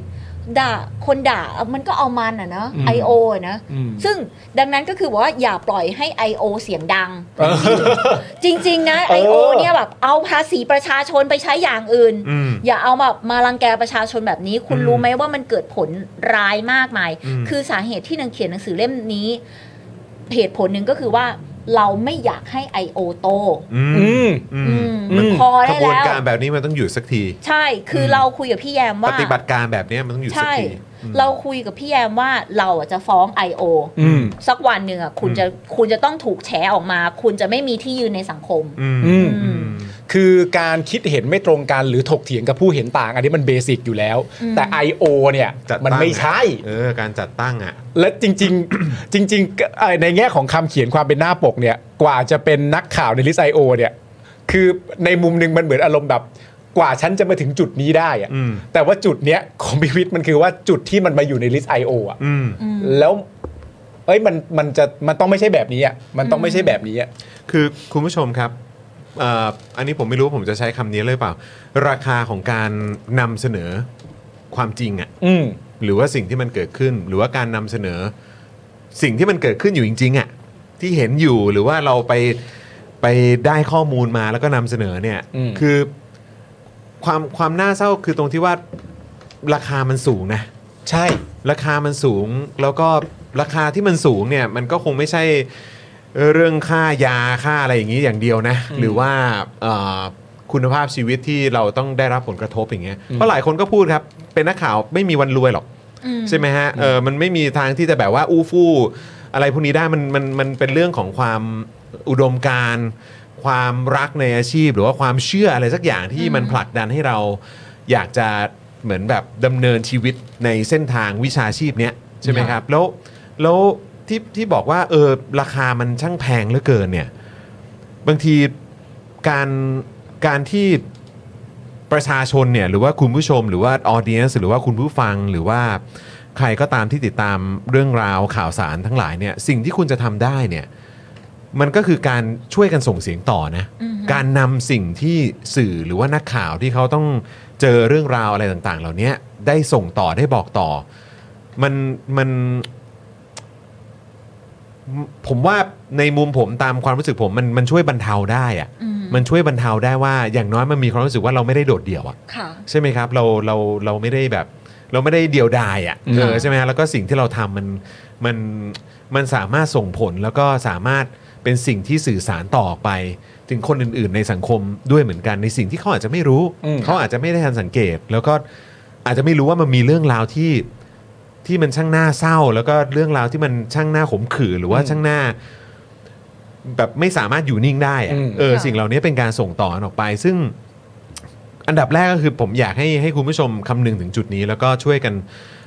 [SPEAKER 6] ด่าคนด่ามันก็เอามันอ่ะนะ
[SPEAKER 3] อืม
[SPEAKER 6] ไอโอนะ
[SPEAKER 3] อืม
[SPEAKER 6] ซึ่งดังนั้นก็คือบอกว่าอย่าปล่อยให้ I.O. เสียงดัง
[SPEAKER 3] เออ
[SPEAKER 6] จริง ๆ นะ
[SPEAKER 3] เออ
[SPEAKER 6] I.O. เนี่ยแบบเอาภาษีประชาชนไปใช้อย่างอื่น
[SPEAKER 1] อืม
[SPEAKER 6] อย่าเอามามารังแกประชาชนแบบนี้ คุณ
[SPEAKER 1] อืม
[SPEAKER 6] รู้ไหมว่ามันเกิดผลร้ายมากมาย
[SPEAKER 1] อืม
[SPEAKER 6] คือสาเหตุที่นางเขียนหนังสือเล่มนี้ เหตุผลหนึ่งก็คือว่าเราไม่อยากให้ I.O. โต
[SPEAKER 1] อืม
[SPEAKER 3] อืม
[SPEAKER 1] อื
[SPEAKER 6] อื
[SPEAKER 1] ม
[SPEAKER 6] ม
[SPEAKER 3] อืม
[SPEAKER 6] พอ
[SPEAKER 1] ข
[SPEAKER 6] ได้
[SPEAKER 1] บวน
[SPEAKER 6] แล้ว
[SPEAKER 1] การแบบนี้มันต้องหยุดสักที
[SPEAKER 6] ใช่ คืออ
[SPEAKER 1] ม
[SPEAKER 6] เราคุยกับพี่แยม
[SPEAKER 1] ป
[SPEAKER 6] ว่า
[SPEAKER 1] ฏิบัติการแบบนี้มันต้องหยุดสัก
[SPEAKER 6] ใช่
[SPEAKER 1] ทีอืม
[SPEAKER 6] เราคุยกับพี่แยมว่าเราอ่ะจะฟ้อง I.O.
[SPEAKER 3] อืม
[SPEAKER 6] สักวันหนึ่งอ่ะคุณจะคุณจะต้องถูกแฉออกมา คุณจะไม่มีที่ยืนในสังคม
[SPEAKER 1] อืม
[SPEAKER 3] อืม
[SPEAKER 6] อืม
[SPEAKER 3] คือการคิดเห็นไม่ตรงกันหรือถกเถียงกับผู้เห็นต่าง อันนี้มันเบสิกอยู่แล้ว
[SPEAKER 6] อืม
[SPEAKER 3] แต่ I.O. เนี่ย
[SPEAKER 1] จัดตั้ง
[SPEAKER 3] มันไม่ใช่
[SPEAKER 1] เออ การจัดตั้งอ่ะ
[SPEAKER 3] และจริง ๆ จริงๆก็เอ่อในแง่ของคำเขียนความเป็นหน้าปกเนี่ย กว่าจะเป็นนักข่าวในลิสไอโอเนี่ย คือในมุมหนึงมันเหมือนอารมณ์แบบ กว่าฉันจะมาถึงจุดนี้ได้อะ
[SPEAKER 1] อืม
[SPEAKER 3] แต่ว่าจุดเนี้ยของพิวิทย์มันคือว่าจุดที่มันมาอยู่ในลิสไอโออะ
[SPEAKER 1] อืม
[SPEAKER 6] อืม
[SPEAKER 3] แล้วเอ้ยมันมันจะมันต้องไม่ใช่แบบนี้อ่ะมันต้องไม่ใช่แบบนี้อ่ะ
[SPEAKER 1] คือคุณผู้ชมครับเอ่ออันนี้ผมไม่รู้ว่าผมจะใช้คำนี้เลยเปล่า ราคาของการนำเสนอความจริงอะ
[SPEAKER 3] อืม
[SPEAKER 1] หรือว่าสิ่งที่มันเกิดขึ้น หรือว่าการนำเสนอ สิ่งที่มันเกิดขึ้นอยู่จริงๆอะที่เห็นอยู่หรือว่าเราไปไปได้ข้อมูลมาแล้วก็นำเสนอเนี่ย
[SPEAKER 3] อืม
[SPEAKER 1] คือความความน่าเศร้าคือตรงที่ว่าราคามันสูงนะ
[SPEAKER 3] ใช่
[SPEAKER 1] ราคามันสูงแล้วก็ราคาที่มันสูงเนี่ยมันก็คงไม่ใช่เรื่องค่ายาค่าอะไรอย่างนี้อย่างเดียวนะ
[SPEAKER 3] อืม
[SPEAKER 1] หรือว่าเอ่อคุณภาพชีวิตที่เราต้องได้รับผลกระทบอย่างเงี้ย
[SPEAKER 3] อืม
[SPEAKER 1] เพราะหลายคนก็พูดครับ เป็นนักข่าวไม่มีวันรวยหรอก ใช่ไหมฮะเออมันไม่มีทางที่จะแบบว่าอู้ฟู่อะไรพวกนี้ได้มันมันมันเป็นเรื่องของความอุดมการณ์ความรักในอาชีพ หรือว่าความเชื่ออะไรสักอย่างที่
[SPEAKER 6] อืม
[SPEAKER 1] มันผลักดันให้เราอยากจะเหมือนแบบดำเนินชีวิตในเส้นทางวิชาชีพเนี้ยใช่ไหมครับ แล้วแล้วที่ที่บอกว่าเออราคามันช่างแพงเหลือเกินเนี่ย บางทีการการที่ประชาชนเนี่ยหรือว่าคุณผู้ชมหรือว่าออเดียนหรือว่าคุณผู้ฟังหรือว่าใครก็ตามที่ติดตามเรื่องราวข่าวสารทั้งหลายเนี่ยสิ่งที่คุณจะทำได้เนี่ยมันก็คือการช่วยกันส่งเสียงต่อนะ
[SPEAKER 6] อือฮึ
[SPEAKER 1] การนำสิ่งที่สื่อหรือว่านักข่าวที่เขาต้องเจอเรื่องราวอะไรต่างๆ เหล่านี้ได้ส่งต่อได้บอกต่อ มันมัน ผมว่าในมุมผมตามความรู้สึกผมมันมันช่วยบรรเทาได้อะ
[SPEAKER 6] อืม
[SPEAKER 1] มันช่วยบรรเทาได้ว่าอย่างน้อยมันมีความรู้สึกว่าเราไม่ได้โดดเดี่ยวอะ
[SPEAKER 6] ค่ะ
[SPEAKER 1] ใช่ไหมครับ เราเราเราไม่ได้แบบ เราไม่ได้เดียวดายอะ
[SPEAKER 3] อืม
[SPEAKER 1] เออใช่ไหมฮะแล้วก็สิ่งที่เราทำมันมันมันสามารถส่งผลแล้วก็สามารถเป็นสิ่งที่สื่อสารต่อออกไป ถึงคนอื่น ๆ ในสังคมด้วยเหมือนกันในสิ่งที่เขาอาจจะไม่รู้
[SPEAKER 3] อืม
[SPEAKER 1] เขาอาจจะไม่ได้ทันสังเกต แล้วก็อาจจะไม่รู้ว่ามันมีเรื่องราวที่ ที่มันช่างน่าเศร้า แล้วก็เรื่องราวที่มันช่างน่าขมขื่นหรือว่า
[SPEAKER 3] อืม
[SPEAKER 1] ช่างน่า แบบไม่สามารถอยู่นิ่งได้อะ
[SPEAKER 3] อืม
[SPEAKER 1] เออ
[SPEAKER 6] ค่ะ
[SPEAKER 1] สิ่งเหล่านี้เป็นการส่งต่อกันออกไป ซึ่งอันดับแรกก็คือผมอยากให้ให้คุณผู้ชมคำนึงถึงจุดนี้ แล้วก็ช่วยกัน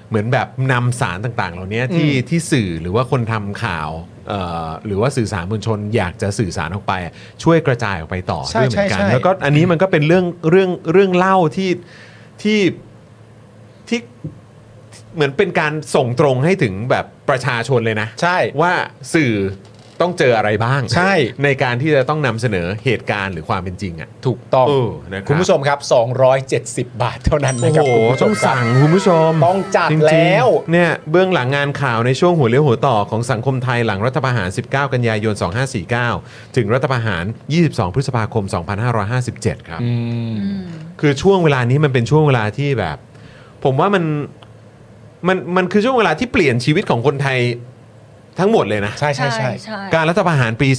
[SPEAKER 1] เหมือนแบบนำสารต่าง ๆ เหล่านี้ที่ที่สื่อหรือว่าคนทำข่าวเอ่อหรือว่าสื่อสารมวลชน อยากจะสื่อสารออกไป ช่วยกระจายออกไปต่อ
[SPEAKER 3] ใช่
[SPEAKER 1] ด้วยเหมือนกัน
[SPEAKER 3] ใช่ใช่
[SPEAKER 1] แล้วก็อันนี้มันก็เป็นเรื่องเรื่องเรื่องเล่าที่ที่ที่ เหมือนเป็นการส่งตรงให้ถึงแบบประชาชนเลยนะ
[SPEAKER 3] ใช่
[SPEAKER 1] ว่าสื่อต้องเจออะไรบ้าง
[SPEAKER 3] ใช่
[SPEAKER 1] ในการที่จะต้องนำเสนอเหตุการณ์หรือความเป็นจริงอะ่ะ
[SPEAKER 3] ถูกต้อง
[SPEAKER 1] เออนะครับ
[SPEAKER 3] คุณผู้ชมครับ 270 บาทเท่านั้น
[SPEAKER 1] โอ้
[SPEAKER 3] นะครับ
[SPEAKER 1] โห
[SPEAKER 3] คุณผู้ช
[SPEAKER 1] ต้อง
[SPEAKER 3] มครับ
[SPEAKER 1] สั่งคุณผู้ชม
[SPEAKER 3] ต้องจัด
[SPEAKER 1] ริๆ
[SPEAKER 3] แล้ว
[SPEAKER 1] เนี่ยเบื้องหลังงานข่าวในช่วงหัวเลี้ยวหัวต่อของสังคมไทยหลังรัฐประหาร 19 กันยายน 2549 ถึงรัฐประหาร 22 พฤษภาคม 2557 ครับ
[SPEAKER 3] อืม
[SPEAKER 6] อืม
[SPEAKER 1] คือช่วงเวลานี้มันเป็นช่วงเวลาที่แบบ ผมว่ามันมันมันคือช่วงเวลาที่เปลี่ยนชีวิตของคนไทยทั้งหมดเลยนะ
[SPEAKER 3] ใช่ใช่ใช่
[SPEAKER 6] ใช่
[SPEAKER 1] การรัฐประหารปี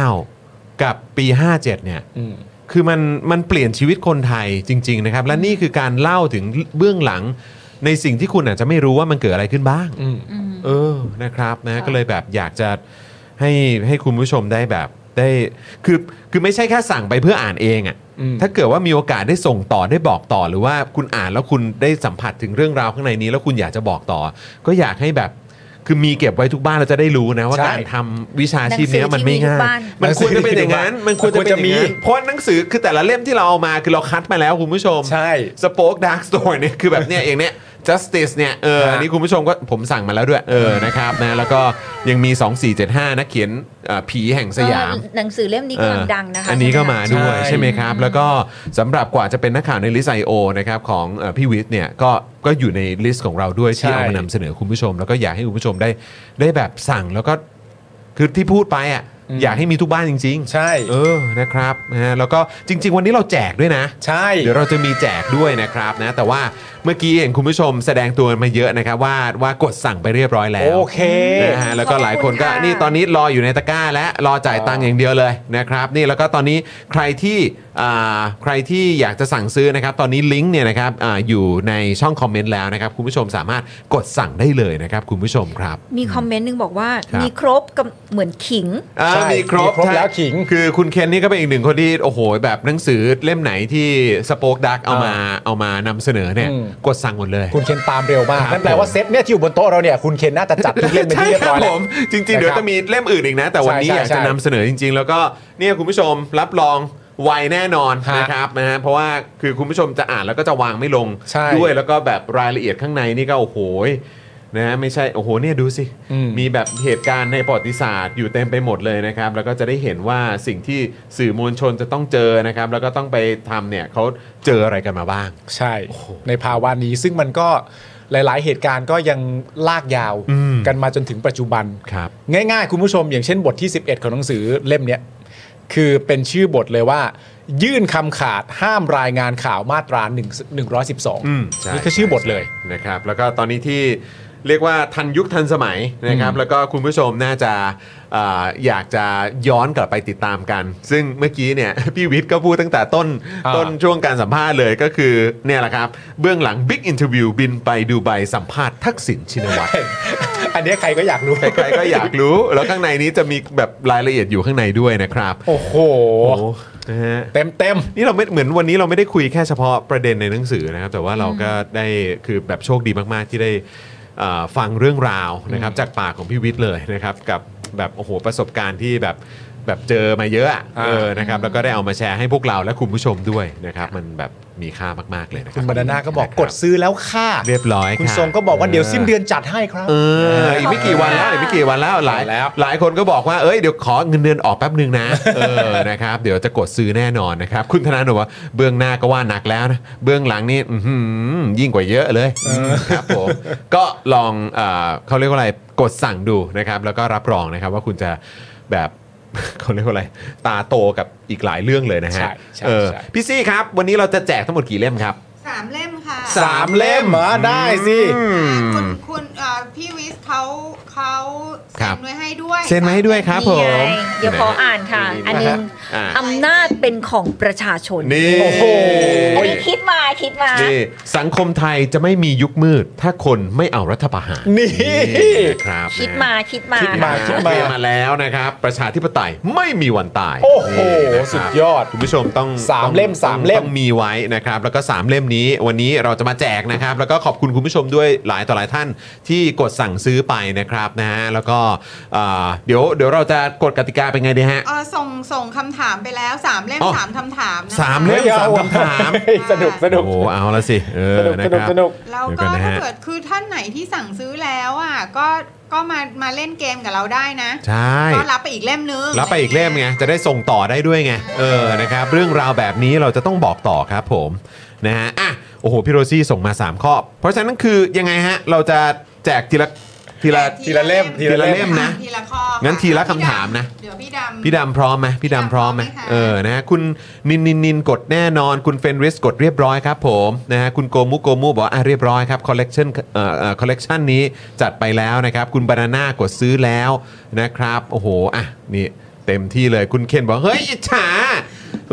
[SPEAKER 1] 49 กับปี 57 เนี่ย
[SPEAKER 3] อืม
[SPEAKER 1] คือมันมันเปลี่ยนชีวิตคนไทยจริง ๆ นะครับ และนี่คือการเล่าถึงเบื้องหลังในสิ่งที่คุณอาจจะไม่รู้ว่ามันเกิดอะไรขึ้นบ้าง
[SPEAKER 3] อืม
[SPEAKER 6] อืม
[SPEAKER 1] เออ นะครับนะ
[SPEAKER 6] ค่ะ
[SPEAKER 1] ก็เลยแบบอยากจะให้ให้คุณผู้ชมได้แบบได้คือคือไม่ใช่แค่สั่งไปเพื่ออ่านเองอะ
[SPEAKER 3] อืม
[SPEAKER 1] ถ้าเกิดว่ามีโอกาสได้ส่งต่อได้บอกต่อ หรือว่าคุณอ่านแล้วคุณได้สัมผัสถึงเรื่องราวข้างในนี้ แล้วคุณอยากจะบอกต่อ ก็อยากให้แบบ คือมีเก็บไว้ทุกบ้านเราจะได้รู้นะว่า
[SPEAKER 3] ใช่
[SPEAKER 1] การทำวิชาชีพเนี้ยมันไม่ง่าย
[SPEAKER 6] หนังสือที่
[SPEAKER 1] มันควรจะเป็
[SPEAKER 6] มีทุกบ้าน
[SPEAKER 1] นอย่างนั้น มันควรจะเป็นอย่างนั้นเพราะหนังสือคือแต่ละเล่มที่เราเอามาคือเราคัดมาแล้วคุณผู้ชม
[SPEAKER 3] ใช่
[SPEAKER 1] สป o อ e ดาร์กสโตร์เนี่ยคือแบบเนี่ยเองเนี่ย justice เนี่ยเออ
[SPEAKER 3] ฮะ
[SPEAKER 1] อันนี้คุณผู้ชมก็ผมสั่งมาแล้วด้วยเออนะครับนะแล้วก็ยังมี 2475 นักเขียนเอ่อผีแห่งสยาม
[SPEAKER 6] เออหนังสือเล่มนี้กำลังดังนะคะ
[SPEAKER 1] อันนี้ก็
[SPEAKER 6] ใช่ไห
[SPEAKER 1] มา
[SPEAKER 6] คะ
[SPEAKER 1] ด้วย
[SPEAKER 3] ใช่
[SPEAKER 1] ใช่ไหมครับ แล้วก็สำหรับกว่าจะเป็นนักข่าวในลิสไอโอนะครับของเอ่อพี่วิทย์เนี่ยก็ก็อยู่ในลิสต์ของเราด้วยที่เอามานำเสนอคุณผู้ชม แล้วก็อยากให้คุณผู้ชมได้ได้แบบสั่งแล้วก็คือที่พูดไปอ่ะอยากให้มีทุกบ้านจริงๆ
[SPEAKER 3] ใช่
[SPEAKER 1] เออนะครับนะฮะแล้วก็จริง ๆ วันนี้เราแจกด้วยนะ
[SPEAKER 3] ใช่
[SPEAKER 1] เดี๋ยวเราจะมีแจกด้วยนะครับนะแต่ว่าเมื่อกี้เองคุณผู้ชมแสดงตัวมาเยอะนะครับว่าว่ากดสั่งไปเรียบร้อยแล้ว
[SPEAKER 3] โอเค
[SPEAKER 1] นะฮะแล้วก็หลายคนก็
[SPEAKER 6] ขอบคุณค่ะ
[SPEAKER 1] นี่ตอนนี้รออยู่ในตะกร้าและรอจ่ายตังค์อย่างเดียวเลยนะครับนี่แล้วก็ตอนนี้ใครที่อ่าใครที่อยากจะสั่งซื้อนะครับ ตอนนี้ลิงก์เนี่ยนะครับอ่าอยู่ในช่องคอมเมนต์แล้วนะครับคุณผู้ชมสามารถกดสั่งได้เลยนะครับคุณผู้ชมครับ
[SPEAKER 6] มีคอมเมนต์หนึงบอกว่า
[SPEAKER 1] ครับ
[SPEAKER 6] มีครบกับเหมือนขิง
[SPEAKER 1] อ่า
[SPEAKER 3] ใช่
[SPEAKER 1] มีครบ
[SPEAKER 3] มีครบ
[SPEAKER 1] ใช่
[SPEAKER 3] แล้วขิง
[SPEAKER 1] คือคุณเคนนี่ก็เป็นอีกหนึ่งคนที่โอ้โห แบบหนังสือเล่มไหนที่สป็อกดักเอามาเอามานำเสนอเนี่ย
[SPEAKER 3] อืม
[SPEAKER 1] กดสั่งหมดเลย
[SPEAKER 3] คุณเคนตามเร็วมาก
[SPEAKER 1] ครับ
[SPEAKER 3] นั่นแปลว่าเซตเนี่ยที่อยู่บนโต๊ะเราเนี่ยคุณเคนน่าจะจัดทุกเล่มเป็นที่เรียบร้อย
[SPEAKER 1] ใช่ค
[SPEAKER 3] แล้
[SPEAKER 1] ผ
[SPEAKER 3] ว
[SPEAKER 1] มจริง ๆ เดี๋ยวจะมีเล่มอื่นอีกนะ แต่วันนี้
[SPEAKER 3] ใช่
[SPEAKER 1] อยากจะนำเสนอจริง ๆ แล้วก็เนี่ยคุณผู้ชมรับรองไวแน่นอน
[SPEAKER 3] ฮะ
[SPEAKER 1] นะครับนะฮะเพราะว่าคือคุณผู้ชมจะอ่านแล้วก็จะวางไม่ลง
[SPEAKER 3] ใช่
[SPEAKER 1] ด้วยแล้วก็แบบรายละเอียดข้างในนี่ก็โอ้โหนะฮะไม่ใช่โอ้โหเนี่ยดูสิ
[SPEAKER 3] อืม
[SPEAKER 1] มีแบบเหตุการณ์ในประวัติศาสตร์อยู่เต็มไปหมดเลยนะครับ แล้วก็จะได้เห็นว่าสิ่งที่สื่อมวลชนจะต้องเจอนะครับ แล้วก็ต้องไปทำเนี่ยเขาเจออะไรกันมาบ้าง
[SPEAKER 3] ใช่ ในภาวะนี้ซึ่งมันก็หลาย ๆ เหตุการณ์ก็ยังลากยาว
[SPEAKER 1] อืม
[SPEAKER 3] กันมาจนถึงปัจจุบัน
[SPEAKER 1] ครับ
[SPEAKER 3] ง่าย ๆ คุณผู้ชมอย่างเช่นบทที่ 11 ของหนังสือเล่มเนี้ยคือเป็นชื่อบทเลยว่า ยื่นคำขาดห้ามรายงานข่าวมาตรา1 112
[SPEAKER 1] ใช่
[SPEAKER 3] นี่คือชื่อบทเลย
[SPEAKER 1] นะครับ แล้วก็ตอนนี้ที่เรียกว่าทันยุคทันสมัยนะครับ แล้วก็คุณผู้ชมน่าจะเอ่ออยากจะย้อนกลับไปติดตามกัน ซึ่งเมื่อกี้เนี่ย [LAUGHS] พี่วิทย์ก็พูดตั้งแต่ต้น
[SPEAKER 3] อ่า
[SPEAKER 1] ต้นช่วงการสัมภาษณ์เลยก็คือเนี่ยแหละครับ เบื้องหลังบิ๊กอินเทอร์วิวบินไปดูไบสัมภาษณ์ทักษิณชินวัตร [LAUGHS]
[SPEAKER 3] อันเนี้ยใครก็อยากรู้
[SPEAKER 1] ใครๆก็อยากรู้ แล้วข้างในนี้จะมีแบบรายละเอียดอยู่ข้างในด้วยนะครับ
[SPEAKER 3] โอ้โห
[SPEAKER 1] โอ้นะฮะ
[SPEAKER 3] เต็มเต็ม
[SPEAKER 1] นี่เราไม่เหมือนวันนี้เราไม่ได้คุยแค่เฉพาะประเด็นในหนังสือนะครับ แต่ว่าเราก็ได้คือแบบโชคดีมากๆที่ได้เอ่อฟังเรื่องราวนะครับจากปากของพี่วิทย์เลยนะครับกับแบบโอ้โหประสบการณ์ที่แบบแบบเจอมาเยอะอะเออนะครับแล้วก็ได้เอามาแชร์ให้พวกเราและคุณผู้ชมด้วยนะครับมันแบบมีค่ามากๆเลยนะ
[SPEAKER 3] ๆ
[SPEAKER 1] ค
[SPEAKER 3] คุ
[SPEAKER 1] รั
[SPEAKER 3] ณบรรณาก็บอก
[SPEAKER 1] ะค
[SPEAKER 3] ก
[SPEAKER 1] รั
[SPEAKER 3] ดซื้อแล้วค่ะ
[SPEAKER 1] เรียบร้อย
[SPEAKER 3] คุณ
[SPEAKER 1] ะ
[SPEAKER 3] ทรงก็บอกว่าเดี๋ยวสิ้นเดือนจัดให้ครับ
[SPEAKER 1] เอออีกไม่กี่วันแล้วอีกไม่กี่วันแล้วหลาย
[SPEAKER 3] แล้ว
[SPEAKER 1] หลายคนก็บอกว่าเอ้ยเดี๋ยวขอเงินเดือนออกแป๊บหนึ่งนะเอ
[SPEAKER 3] [LAUGHS]
[SPEAKER 1] อนะครับเดี๋ยวจะกดซื้อแน่นอนนะครับ คุณธนาหนูว่าเบื้องหน้าก็ว่าหนักแล้วนะเบื้องหลังนี่อื้อหือยิ่งกว่าเยอะเลยครับ
[SPEAKER 3] [LAUGHS]
[SPEAKER 1] ผมก็ลองเอ่อเขาเรียกว่าอะไรกดสั่งดูนะครับ แล้วก็รับรองนะครับว่าคุณจะแบบ [LAUGHS] เขาเรียกว่าอะไรตาโตกับอีกหลายเรื่องเลยนะฮะ
[SPEAKER 3] ใช่ใช่
[SPEAKER 1] เออ
[SPEAKER 3] ใช่
[SPEAKER 1] พี่ซี่ครับ วันนี้เราจะแจกทั้งหมดกี่เล่มครับ
[SPEAKER 4] สามเล่มค่ะ
[SPEAKER 1] สาม เล่มเหรอได้
[SPEAKER 3] สิ
[SPEAKER 4] คุณคุณเอ่อพี่วิสเขาเขา
[SPEAKER 1] ครั
[SPEAKER 4] เซ็
[SPEAKER 1] บ
[SPEAKER 4] นไว้ให้ด้วย
[SPEAKER 1] เซ็นมาให้ด้วยครับผ
[SPEAKER 6] นี่ไง
[SPEAKER 1] ม
[SPEAKER 6] เดี๋ยวขออ่านค่ะ อันนึง
[SPEAKER 1] อ่ะ
[SPEAKER 6] อำนาจเป็นของประชาชน
[SPEAKER 1] นี่
[SPEAKER 3] โอ้โห
[SPEAKER 6] อันนี้คิดมาคิดมา
[SPEAKER 1] นี่สังคมไทยจะไม่มียุคมืด ถ้าคนไม่เอารัฐประหาร
[SPEAKER 3] นี่
[SPEAKER 1] นะครับ
[SPEAKER 6] คิดมาคิดมา
[SPEAKER 3] คิดมา
[SPEAKER 1] คิดมามาแล้วนะครับ ประชาธิปไตยไม่มีวันตาย
[SPEAKER 3] โอ้โห
[SPEAKER 1] นี่นะครับ
[SPEAKER 3] สุดยอด
[SPEAKER 1] คุณผู้ชมต้อง
[SPEAKER 3] สาม
[SPEAKER 1] ต้อง
[SPEAKER 3] เล่มสามเล่ม
[SPEAKER 1] ต้องมีไว้นะครับ แล้วก็ 3 เล่มนี้วันนี้เราจะมาแจกนะครับ แล้วก็ขอบคุณคุณผู้ชมด้วยหลายต่อหลายท่านที่กดสั่งซื้อไปนะครับนะฮะแล้วก็เอ่อเดี๋ยวเดี๋ยวเราจะกดกติกาเป็นไงดีฮะ
[SPEAKER 4] เออส่งส่งคำถามไปแล้วสามเล่ม
[SPEAKER 1] อ๋อ
[SPEAKER 4] สามคำถามนะคะ
[SPEAKER 1] สามเล่ม
[SPEAKER 3] ไม่เอา
[SPEAKER 1] สามคำถาม
[SPEAKER 3] สนุกสนุก
[SPEAKER 1] โอ้โหเอาละสิเออ
[SPEAKER 3] สนุก
[SPEAKER 1] นะ
[SPEAKER 3] ส
[SPEAKER 1] ค
[SPEAKER 3] นุก
[SPEAKER 1] รับ
[SPEAKER 3] สนุก
[SPEAKER 4] แล้ว
[SPEAKER 1] เดี๋
[SPEAKER 4] ก็
[SPEAKER 1] ยวก่อนนะ
[SPEAKER 4] ถ้า
[SPEAKER 1] ฮะ
[SPEAKER 4] เกิดคือท่านไหนที่สั่งซื้อแล้วอ่ะก็ก็มามาเล่นเกมกับเราได้นะ
[SPEAKER 1] ใช่
[SPEAKER 4] ก็รับไปอีกเล่มนึง
[SPEAKER 1] รับไปอีกเล่มไง จะได้ส่งต่อได้ด้วยไง เออ นะครับ เรื่องราวแบบนี้เราจะต้องบอกต่อครับผม นะฮะ อ่ะ โอ้โห พี่โรซี่ส่งมา 3 ข้อ เพราะฉะนั้นคือยังไงฮะ เราจะแจกทีละทีละ
[SPEAKER 3] ทีละเล่มทีละเล่ม
[SPEAKER 1] นะ
[SPEAKER 4] ทีละข้อ
[SPEAKER 1] งั้นทีละคำถามนะ
[SPEAKER 4] เดี๋ยวพี่ดำ
[SPEAKER 1] พี่ดำพร้อมไหมพี่ดำพร้อมไหม
[SPEAKER 4] พร้อมไหมคะ
[SPEAKER 1] เออ นะฮะ คุณนินนินนินกดแน่นอน คุณเฟนริสกดเรียบร้อยครับผม นะฮะ คุณโกมุโกมุบอกว่าอ่ะเรียบร้อยครับ คอลเลกชันเอ่อเอ่อ คอลเลกชันนี้จัดไปแล้วนะครับ คุณบานาน่ากดซื้อแล้วนะครับ โอ้โห อ่ะ นี่ เต็มที่เลย คุณเคนบอก เฮ้ยอิจฉา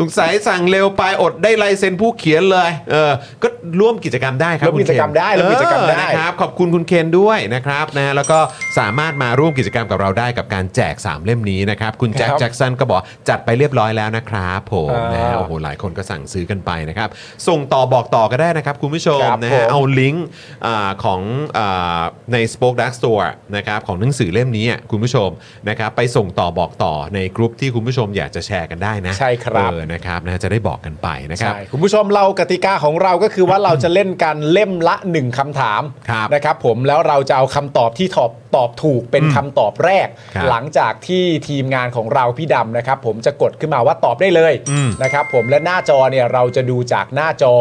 [SPEAKER 1] สงสัยสั่งเร็วไปอดได้ลายเซ็นผู้เขียนเลย เออ ก็ ร่วมกิจกรรมได้ครับ
[SPEAKER 3] ร่วมกิจกรรม
[SPEAKER 1] คุณเคน
[SPEAKER 3] ได้ร่วมกิจกรรมได้
[SPEAKER 1] เออนะครับขอบคุณคุณเคนด้วยนะครับนะแล้วก็สามารถมาร่วมกิจกรรมกับเราได้กับการแจก 3 เล่มนี้นะครับคุณแจ็ค
[SPEAKER 3] ครับ
[SPEAKER 1] แจ็คสันก็บอกจัดไปเรียบร้อยแล้วนะครับผม
[SPEAKER 3] อ่าน
[SPEAKER 1] นะโอ้โหหลายคนก็สั่งซื้อกันไปนะครับ ส่งต่อบอกต่อก็ได้นะครับ คุณผู้ชม
[SPEAKER 3] ครับ
[SPEAKER 1] นะ
[SPEAKER 3] ผ
[SPEAKER 1] ฮะ
[SPEAKER 3] ม
[SPEAKER 1] เอาลิงก์อ่าของอาใน Spoke Dark Store นะครับของหนังสือเล่มนี้อ่ะคุณผู้ชมนะครับไปส่งต่อบอกต่อในกลุ่มที่คุณผู้ชมอยากจะแชร์กันได้นะ
[SPEAKER 3] ใช่ครับ
[SPEAKER 1] เออนะครับนะจะได้บอกกันไปนะครับ
[SPEAKER 3] ใช่คุณผู้ชมเรากติกาของเราก็คือว่าเราจะเล่นกันเล่มละหนึ่งคำถาม
[SPEAKER 1] ครับ
[SPEAKER 3] นะครับผมแล้วเราจะเอาคำตอบที่ตอบตอบถูกเป็นคำตอบแรก
[SPEAKER 1] ครับ
[SPEAKER 3] หลังจากที่ทีมงานของเราพี่ดำนะครับผมจะกดขึ้นมาว่าตอบได้เลย
[SPEAKER 1] อืม
[SPEAKER 3] นะครับผมและหน้าจอเนี่ยเราจะดูจากหน้าจอ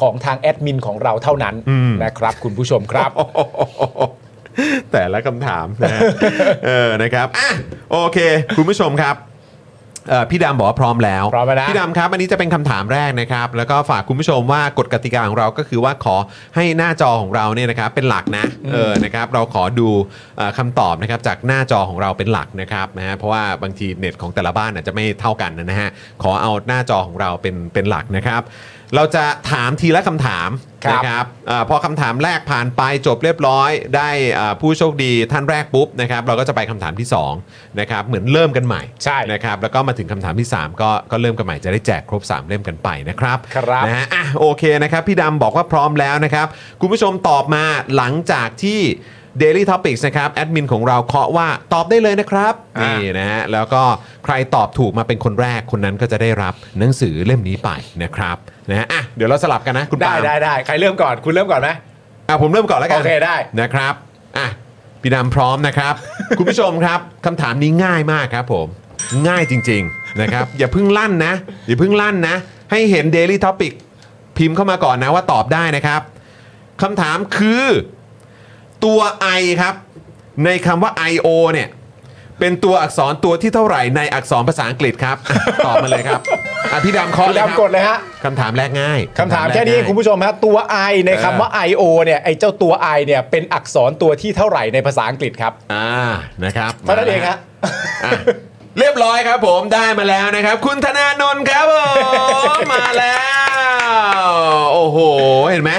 [SPEAKER 3] ของทางแอดมินของเราเท่านั้น
[SPEAKER 1] อืม
[SPEAKER 3] นะครับคุณผู้ชมครับ
[SPEAKER 1] [LAUGHS] แต่ละคำถามนะฮะ เออนะครับอ่ะโอเค คุณผู้ชมครับเอ่อพี่ดำบอกว่าพร้อมแล้ว
[SPEAKER 3] พร้อมแล้วนะ
[SPEAKER 1] พี่ดำครับ อันนี้จะเป็นคำถามแรกนะครับ แล้วก็ฝากคุณผู้ชมว่ากฎกติกาของเราก็คือว่าขอให้หน้าจอของเราเนี่ยนะครับเป็นหลักนะเออนะครับเราขอดูเอ่อคำตอบนะครับจากหน้าจอของเราเป็นหลักนะครับนะฮะเพราะว่าบางทีเน็ตของแต่ละบ้านอาจจะไม่เท่ากันนะฮะขอเอาหน้าจอของเราเป็นเป็นหลักนะครับ เราจะถามทีละคำถาม
[SPEAKER 3] ครับ
[SPEAKER 1] นะครับ ครับเออพอคำถามแรกผ่านไปจบเรียบร้อย ได้เอ่อผู้โชคดีท่านแรกปุ๊บนะครับเราก็จะไปคำถามที่2นะครับเหมือนเริ่มกันใหม่
[SPEAKER 3] ใช่
[SPEAKER 1] นะครับแล้วก็มาถึงคำถามที่ 3 ก็ก็เริ่มกันใหม่จะได้แจกครบ 3 เล่มกันไปนะครับ
[SPEAKER 3] ครับ
[SPEAKER 1] นะฮะอ่ะโอเคนะครับ พี่ดำบอกว่าพร้อมแล้วนะครับ คุณผู้ชมตอบมาหลังจากที่ Daily Topics นะครับแอดมินของเราเคาะว่าตอบได้เลยนะครับ
[SPEAKER 3] อ่า
[SPEAKER 1] นี่ นะฮะแล้วก็ใครตอบถูกมาเป็นคนแรกคนนั้นก็จะได้รับหนังสือเล่มนี้ไปนะครับนะฮะอ่ะเดี๋ยวเราสลับกันนะคุณ
[SPEAKER 3] ได้
[SPEAKER 1] ปาล์ม
[SPEAKER 3] ได้ได้ใครเริ่มก่อนคุณเริ่มก่อนไหม
[SPEAKER 1] อ่ะผมเริ่มก่อนแล้วกัน
[SPEAKER 3] โอเคได้
[SPEAKER 1] นะครับอ่ะพี่ดำพร้อมนะครับ [LAUGHS] คุณผู้ชมครับคำถามนี้ง่ายมากครับผมง่ายจริง ๆ นะครับ อย่าเพิ่งลั่นนะ อย่าเพิ่งลั่นนะ ให้เห็น Daily Topic พิมพ์เข้ามาก่อนนะว่าตอบได้นะครับคำถามคือตัว I ครับ ในคำว่า I.O. เนี่ยเป็นตัวอักษรตัวที่เท่าไหร่ในอักษรภาษาอังกฤษครับอ่ะตอบมาเลยครับอ่ะพี่ดำเคอ
[SPEAKER 3] พี่
[SPEAKER 1] เลยครั
[SPEAKER 3] ดำก
[SPEAKER 1] บ
[SPEAKER 3] ดเลยฮะ
[SPEAKER 1] คำถามแรกง่าย
[SPEAKER 3] คำถาม
[SPEAKER 1] รก
[SPEAKER 3] แค่นี้
[SPEAKER 1] ง่าย
[SPEAKER 3] คุณผู้ชมฮะตัว I ใน
[SPEAKER 1] เออ
[SPEAKER 3] คำว่า IO เนี่ยไอเจ้าตัว I เนี่ยเป็นอักษรตัวที่เท่าไหร่ในภาษาอังกฤษครับ
[SPEAKER 1] อ่านะครับ
[SPEAKER 3] เท่านั้นเองฮะ
[SPEAKER 1] อ่ะเรียบร้อยครับผมได้มาแล้วนะครับ คุณธนาโนนท์ครับผมมาแล้ว โอ้โห เห็นไหม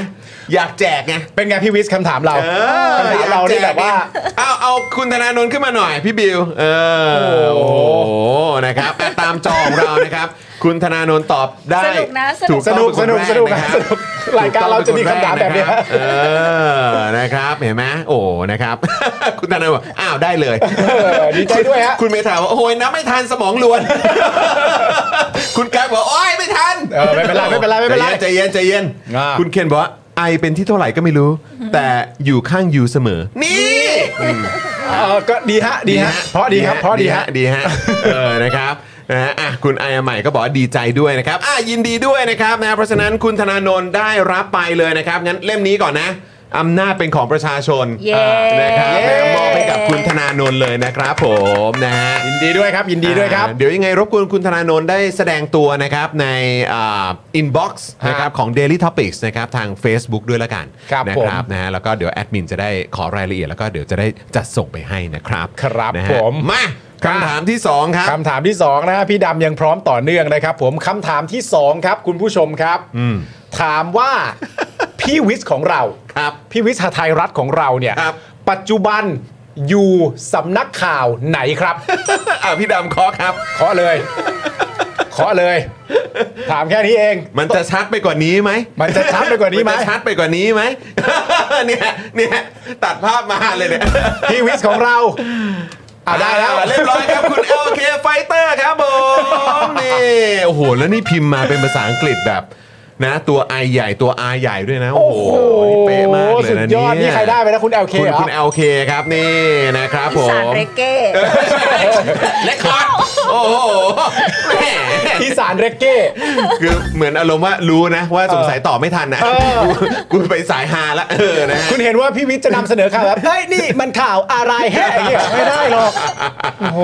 [SPEAKER 1] อยากแจกไง
[SPEAKER 3] เป็นไงพี่วิสคำถามเรา
[SPEAKER 1] เออ
[SPEAKER 3] คำถามเรานี่แบบว่า
[SPEAKER 1] เอาเอาคุณธนาโนนท์ขึ้นมาหน่อยพี่บิวเออ
[SPEAKER 3] โอ้
[SPEAKER 1] โอ้
[SPEAKER 3] โห
[SPEAKER 1] โหนะครับอ่ะตามจอของเรานะครับ คุณธนาโนนท์ตอบได้
[SPEAKER 6] สนุกนะสนุก
[SPEAKER 3] ส
[SPEAKER 1] ถู
[SPEAKER 3] นุก
[SPEAKER 1] ต้
[SPEAKER 3] ส
[SPEAKER 1] อง
[SPEAKER 3] นุก
[SPEAKER 1] เป็ค
[SPEAKER 3] สนุก
[SPEAKER 1] แะค
[SPEAKER 3] ส
[SPEAKER 1] บ
[SPEAKER 3] นุกรายการเราจะมีคำถามแบบเนี้ย
[SPEAKER 1] เออ นะครับ เห็นไหมโอ้ นะครับ [LAUGHS] คุณธนาบอกอ้าว ได้เลย
[SPEAKER 3] อดีใจด้วยฮะ
[SPEAKER 1] คุณเมธาบอกโอ้ยน้ำไม่ทันสมองลวน [LAUGHS] คุณกั๊กบอกโอ้ยไม่ทัน
[SPEAKER 3] เออไม่เป็นไรไม่เป็นไรไม่เป็นไร
[SPEAKER 1] ใจเย็นใจเย็นใจ
[SPEAKER 3] อ่า
[SPEAKER 1] เย็น คุณเคนบอกว่าไอเป็นที่เท่าไหร่ก็ไม่รู้ แต่อยู่ข้างยูเสมอ นี่
[SPEAKER 3] เออก็ดีฮะดีฮะเพราะดีครับเพราะดีฮะ
[SPEAKER 1] ดีฮะเออนะครับนะฮะอ่ะคุณไออาใหม่ก็บอกว่าดีใจด้วยนะครับอ่ะยินดีด้วยนะครับนะเพราะฉะนั้นคุณธนาโนนได้รับไปเลยนะครับงั้นเล่มนี้ก่อนนะอำนาจเป็นของประชาชน
[SPEAKER 6] เย้
[SPEAKER 1] นะครับนะมอบให้กับคุณธนาโนนเลยนะครับผมนะฮะ
[SPEAKER 3] ยินดีด้วยครับยินดีด้วยครับ
[SPEAKER 1] อ่าเดี๋ยวยังไงรบกวนคุณธนาโนนได้แสดงตัวนะครับในอินบ็อกซ์นะครับของ Daily Topics นะครับทาง Facebook ด้วยละกัน
[SPEAKER 3] ครับ
[SPEAKER 1] นะ
[SPEAKER 3] ผม
[SPEAKER 1] นะฮะแล้วก็เดี๋ยวแอดมินจะได้ขอรายละเอียดแล้วก็เดี๋ยวจะได้จัดส่งไปให้นะครับ
[SPEAKER 3] ครับ
[SPEAKER 1] นะฮะ
[SPEAKER 3] ผม
[SPEAKER 1] มาคำถามที่ 2 ครับ
[SPEAKER 3] คำถามที่ 2 นะฮะพี่ดำยังพร้อมต่อเนื่องนะครับ ผมคำถามที่ 2 ครับ คุณผู้ชมครับ ถาม [LAUGHS] ว่า พี่วิสของเรา
[SPEAKER 1] ครับ
[SPEAKER 3] พี่วิสหทัยรัฐของเราเนี่ย
[SPEAKER 1] ครับ
[SPEAKER 3] ปัจจุบันอยู่สำนักข่าวไหนครับ
[SPEAKER 1] [LAUGHS] อ่ะพี่ดำเคอครับ
[SPEAKER 3] เคาะเลยเคาะเลย ถามแค่นี้เอง
[SPEAKER 1] มันจะชัดไปกว่านี้ไหม
[SPEAKER 3] มันจะชัดไปกว่านี้ไหม
[SPEAKER 1] จะชัดไปกว่านี้ไหม [LAUGHS] เนี่ยเนี่ยตัดภาพมาเลยเนี่ย
[SPEAKER 3] พี่วิสของเราอ่าได้แล้ว
[SPEAKER 1] อ่ะเรียบร้อยครับ คุณ LK Fighter ครับผม [LAUGHS] นี่โอ้โห แล้วนี่พิมพ์มาเป็นภาษาอังกฤษแบบนะ ตัว I ใหญ่ตัว R ใหญ่ด้วยนะ โอ้
[SPEAKER 3] โอ้
[SPEAKER 1] โห
[SPEAKER 3] โห
[SPEAKER 1] นี่เป๊ะมากเลย
[SPEAKER 3] สุด
[SPEAKER 1] นะ
[SPEAKER 3] ยอด
[SPEAKER 1] เนี่
[SPEAKER 3] นี่
[SPEAKER 1] ย
[SPEAKER 3] ใครได้ไปนะคุณ LK
[SPEAKER 1] คุณ
[SPEAKER 3] เหรอ
[SPEAKER 1] คุณ LK ครับนี่นะครับผ
[SPEAKER 6] สาร
[SPEAKER 1] ม
[SPEAKER 6] เรเก้
[SPEAKER 1] และคอร์ดโอ้โหแหม
[SPEAKER 3] อีสานเรกเก้
[SPEAKER 1] คือเหมือนอารมณ์ว่ารู้นะว่าสงสัยตอบไม่ทันนะ
[SPEAKER 3] อ
[SPEAKER 1] กูกูไปสายฮาละเออนะฮะ
[SPEAKER 3] คุณเห็นว่าพี่วิทย์จะนำเสนอข่าวแบบเฮ้ยนี่มันข่าวอะไรแฮ่อย่างเงี้ยไม่ได้หรอกโอ้โห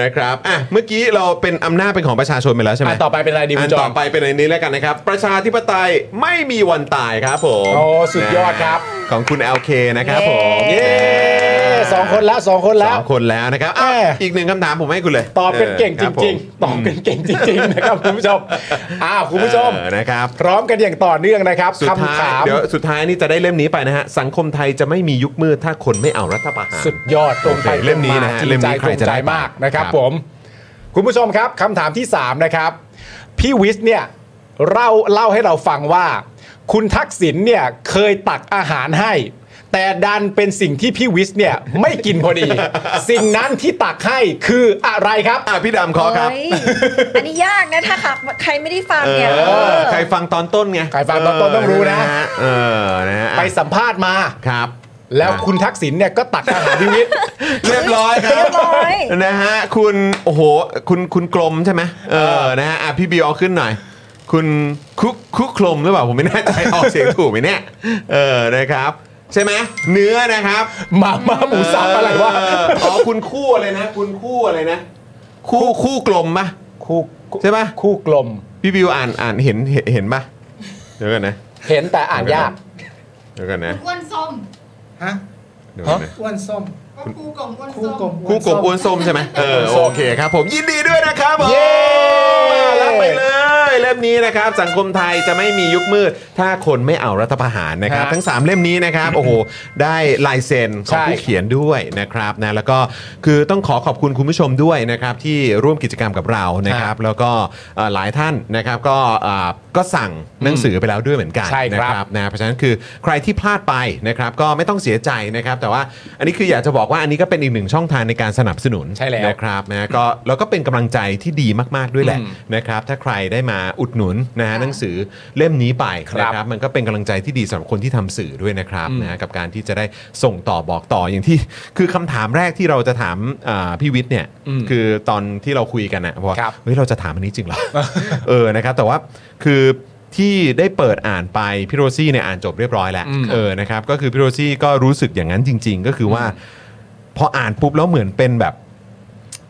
[SPEAKER 1] นะครับอ่ะเมื่อกี้เราเป็นอำนาจเป็นของประชาชนไปแล้วใช่ไหม
[SPEAKER 3] อ่ะต่อไปเป็นอะไรดี
[SPEAKER 1] อั
[SPEAKER 3] คุ
[SPEAKER 1] น
[SPEAKER 3] ณจ
[SPEAKER 1] ต่
[SPEAKER 3] อ
[SPEAKER 1] อ
[SPEAKER 3] ม
[SPEAKER 1] ไปเป็นอันนี้แล้วกันนะครับ ประชาธิปไตยไม่มีวันตายครับผม
[SPEAKER 3] โอ้สุดยอดครับ
[SPEAKER 1] นะของคุณ LK นะครับผม
[SPEAKER 6] เย้
[SPEAKER 1] เย้
[SPEAKER 2] สองคนแล้วสองคนแล้ว
[SPEAKER 1] สองคนแล้วนะครับอ้าว
[SPEAKER 2] แม่
[SPEAKER 1] อีกหนึ่งคำถามผมให้คุณเลย
[SPEAKER 2] ตอบกันเก่งจริง
[SPEAKER 1] ๆ
[SPEAKER 2] ๆ ตอบกันเก่งจริง ๆ นะครับคุณผู้ชมอ้าวคุณผู้ชม
[SPEAKER 1] นะครับ
[SPEAKER 2] พร้อมกันอย่างต่อเนื่องนะครับ
[SPEAKER 1] สุดท้าย
[SPEAKER 2] คำถาม
[SPEAKER 1] เดี๋ยวสุดท้ายนี่จะได้เล่มนี้ไปนะฮะ สังคมไทยจะไม่มียุคมืดถ้าคนไม่เอารัฐประหาร
[SPEAKER 2] สุดยอดตรงไป
[SPEAKER 1] โอเคเล่มนี้นะฮะ
[SPEAKER 2] ตรงา
[SPEAKER 1] เล่มนี้
[SPEAKER 2] จง
[SPEAKER 1] ใครจะได้
[SPEAKER 2] ตงมากนะครับ
[SPEAKER 1] ครับ
[SPEAKER 2] ผม คุณผู้ชมครับคำถามที่สามนะครับ พี่วิสเนี่ยเล่าเล่าให้เราฟังว่า คุณทักษิณเนี่ยเคยตักอาหารให้ แต่ดันเป็นสิ่งที่พี่วิสเนี่ยไม่กินพอ
[SPEAKER 1] [LAUGHS]
[SPEAKER 2] ดี สิ่งนั้นที่ตักให้คืออะไรครับ
[SPEAKER 1] อ่ะพี่ดำขอครับ
[SPEAKER 6] เฮ้ยอันนี้ยากนะถ้าขับใครไม่ได้ฟัง
[SPEAKER 1] เอ
[SPEAKER 6] เนี่ยเอ
[SPEAKER 1] อ
[SPEAKER 6] อ
[SPEAKER 1] ใครฟังตอนต้นไง
[SPEAKER 2] ใครฟังตอนต้นต้องรู้นะ
[SPEAKER 1] เออฮเออนะฮะ
[SPEAKER 2] ไปสัมภาษณ์มา
[SPEAKER 1] ครับ
[SPEAKER 2] แล้ว
[SPEAKER 1] อ่ะ
[SPEAKER 2] คุณทักษิณเนี่ยก็ตักอาหารพี่วิส
[SPEAKER 1] เรียบร้อยค
[SPEAKER 6] เรี
[SPEAKER 1] รับ
[SPEAKER 6] ยบร้อย
[SPEAKER 1] นะฮะคุณโอ้โหคุณคุณกลมใช่ไหมเออนะฮะอ่ะพี่บีเอาขึ้นหน่อย คุณคุกคุกกลมหรือเปล่าผมไม่แน่ใจ [LAUGHS] ออกเสียงถูกไหมเนี่ยเออนะครับ ใช่ไหมเนื้อนะครับ
[SPEAKER 2] [LAUGHS] มาม่าหมูสับอะไรวะ
[SPEAKER 1] เอ๋อคุณคู่อะไรนะ คุณคู่อะไรนะ คู่คู่กลมปะ
[SPEAKER 2] คู่
[SPEAKER 1] ใช่ปะ
[SPEAKER 2] คู่กลม
[SPEAKER 1] พี่บิวอ่านอ่านเห็นเห็นเห็นปะเดี๋ยวกันนะ
[SPEAKER 2] เห็นแต่อ่านยาก
[SPEAKER 1] เดี๋ยวกันนะ
[SPEAKER 4] อ้วนส้ม
[SPEAKER 5] ฮะ
[SPEAKER 1] เดี๋ยวกันนะ
[SPEAKER 5] อ้วนส้ม
[SPEAKER 4] ก็คู่กลมอ้วน
[SPEAKER 5] คู่
[SPEAKER 4] ส้
[SPEAKER 5] กล
[SPEAKER 4] ม
[SPEAKER 5] ม
[SPEAKER 1] คู่กลมอ้วนส้มใช่ไหมเออโอเคครับ ผมยินดีด้วยนะครับผม
[SPEAKER 2] เย้
[SPEAKER 1] มาแล้วไปเลยเล่มนี้นะครับ สังคมไทยจะไม่มียุคมืด ถ้าคนไม่เอารัฐประหารนะครับ
[SPEAKER 2] ครับ
[SPEAKER 1] ทั้ง 3 เล่มนี้นะครับ โอ้โห ได้ลายเซ็นของผู้
[SPEAKER 2] ใช่
[SPEAKER 1] เขียนด้วยนะครับนะแล้วก็คือต้องขอขอบคุณคุณผู้ชมด้วยนะครับ ที่ร่วมกิจกรรมกับเรานะครับ แล้วก็เอ่อหลายท่านนะครับก็อ่าก็สั่งหนังสือไปแล้วด้วยเหมือนกัน
[SPEAKER 2] ใช่ครับ
[SPEAKER 1] นะครับนะเพราะฉะนั้นคือใครที่พลาดไปนะครับก็ไม่ต้องเสียใจนะครับ แต่ว่าอันนี้คืออยากจะบอกว่าอันนี้ก็เป็นอีกหนึ่งช่องทางในการสนับสนุน
[SPEAKER 2] ใช่แล้ว
[SPEAKER 1] นะครับนะก็แล้วก็เป็นกำลังใจที่ดีมากๆด้วยแหละ
[SPEAKER 2] อืม
[SPEAKER 1] นะครับถ้าใครได้มาอุดหนุนนะฮะหนังสือเล่มนี้ไป
[SPEAKER 2] ครับ
[SPEAKER 1] นะครับ มันก็เป็นกำลังใจที่ดีสำหรับคนที่ทำสื่อด้วยนะครับนะฮะกับการที่จะได้ส่งต่อบอกต่ออย่างที่ คือคำถามแรกที่เราจะถามอ่าพี่วิทย์เนี่ย
[SPEAKER 2] อืม
[SPEAKER 1] คือตอนที่เราคุยกันนะว่า
[SPEAKER 2] ครับ
[SPEAKER 1] เฮ้ยเราจะถามอันนี้จริงเหร [LAUGHS] อ เออ นะครับ แต่ว่าคือที่ได้เปิดอ่านไปพี่โรซี่เนี่ยอ่านจบเรียบร้อยแล้ว
[SPEAKER 2] อืม
[SPEAKER 1] เออ นะครับ ก็คือพี่โรซี่ก็รู้สึกอย่างนั้นจริง ๆ ก็คือว่า พออ่านปุ๊บแล้วเหมือนเป็นแบบ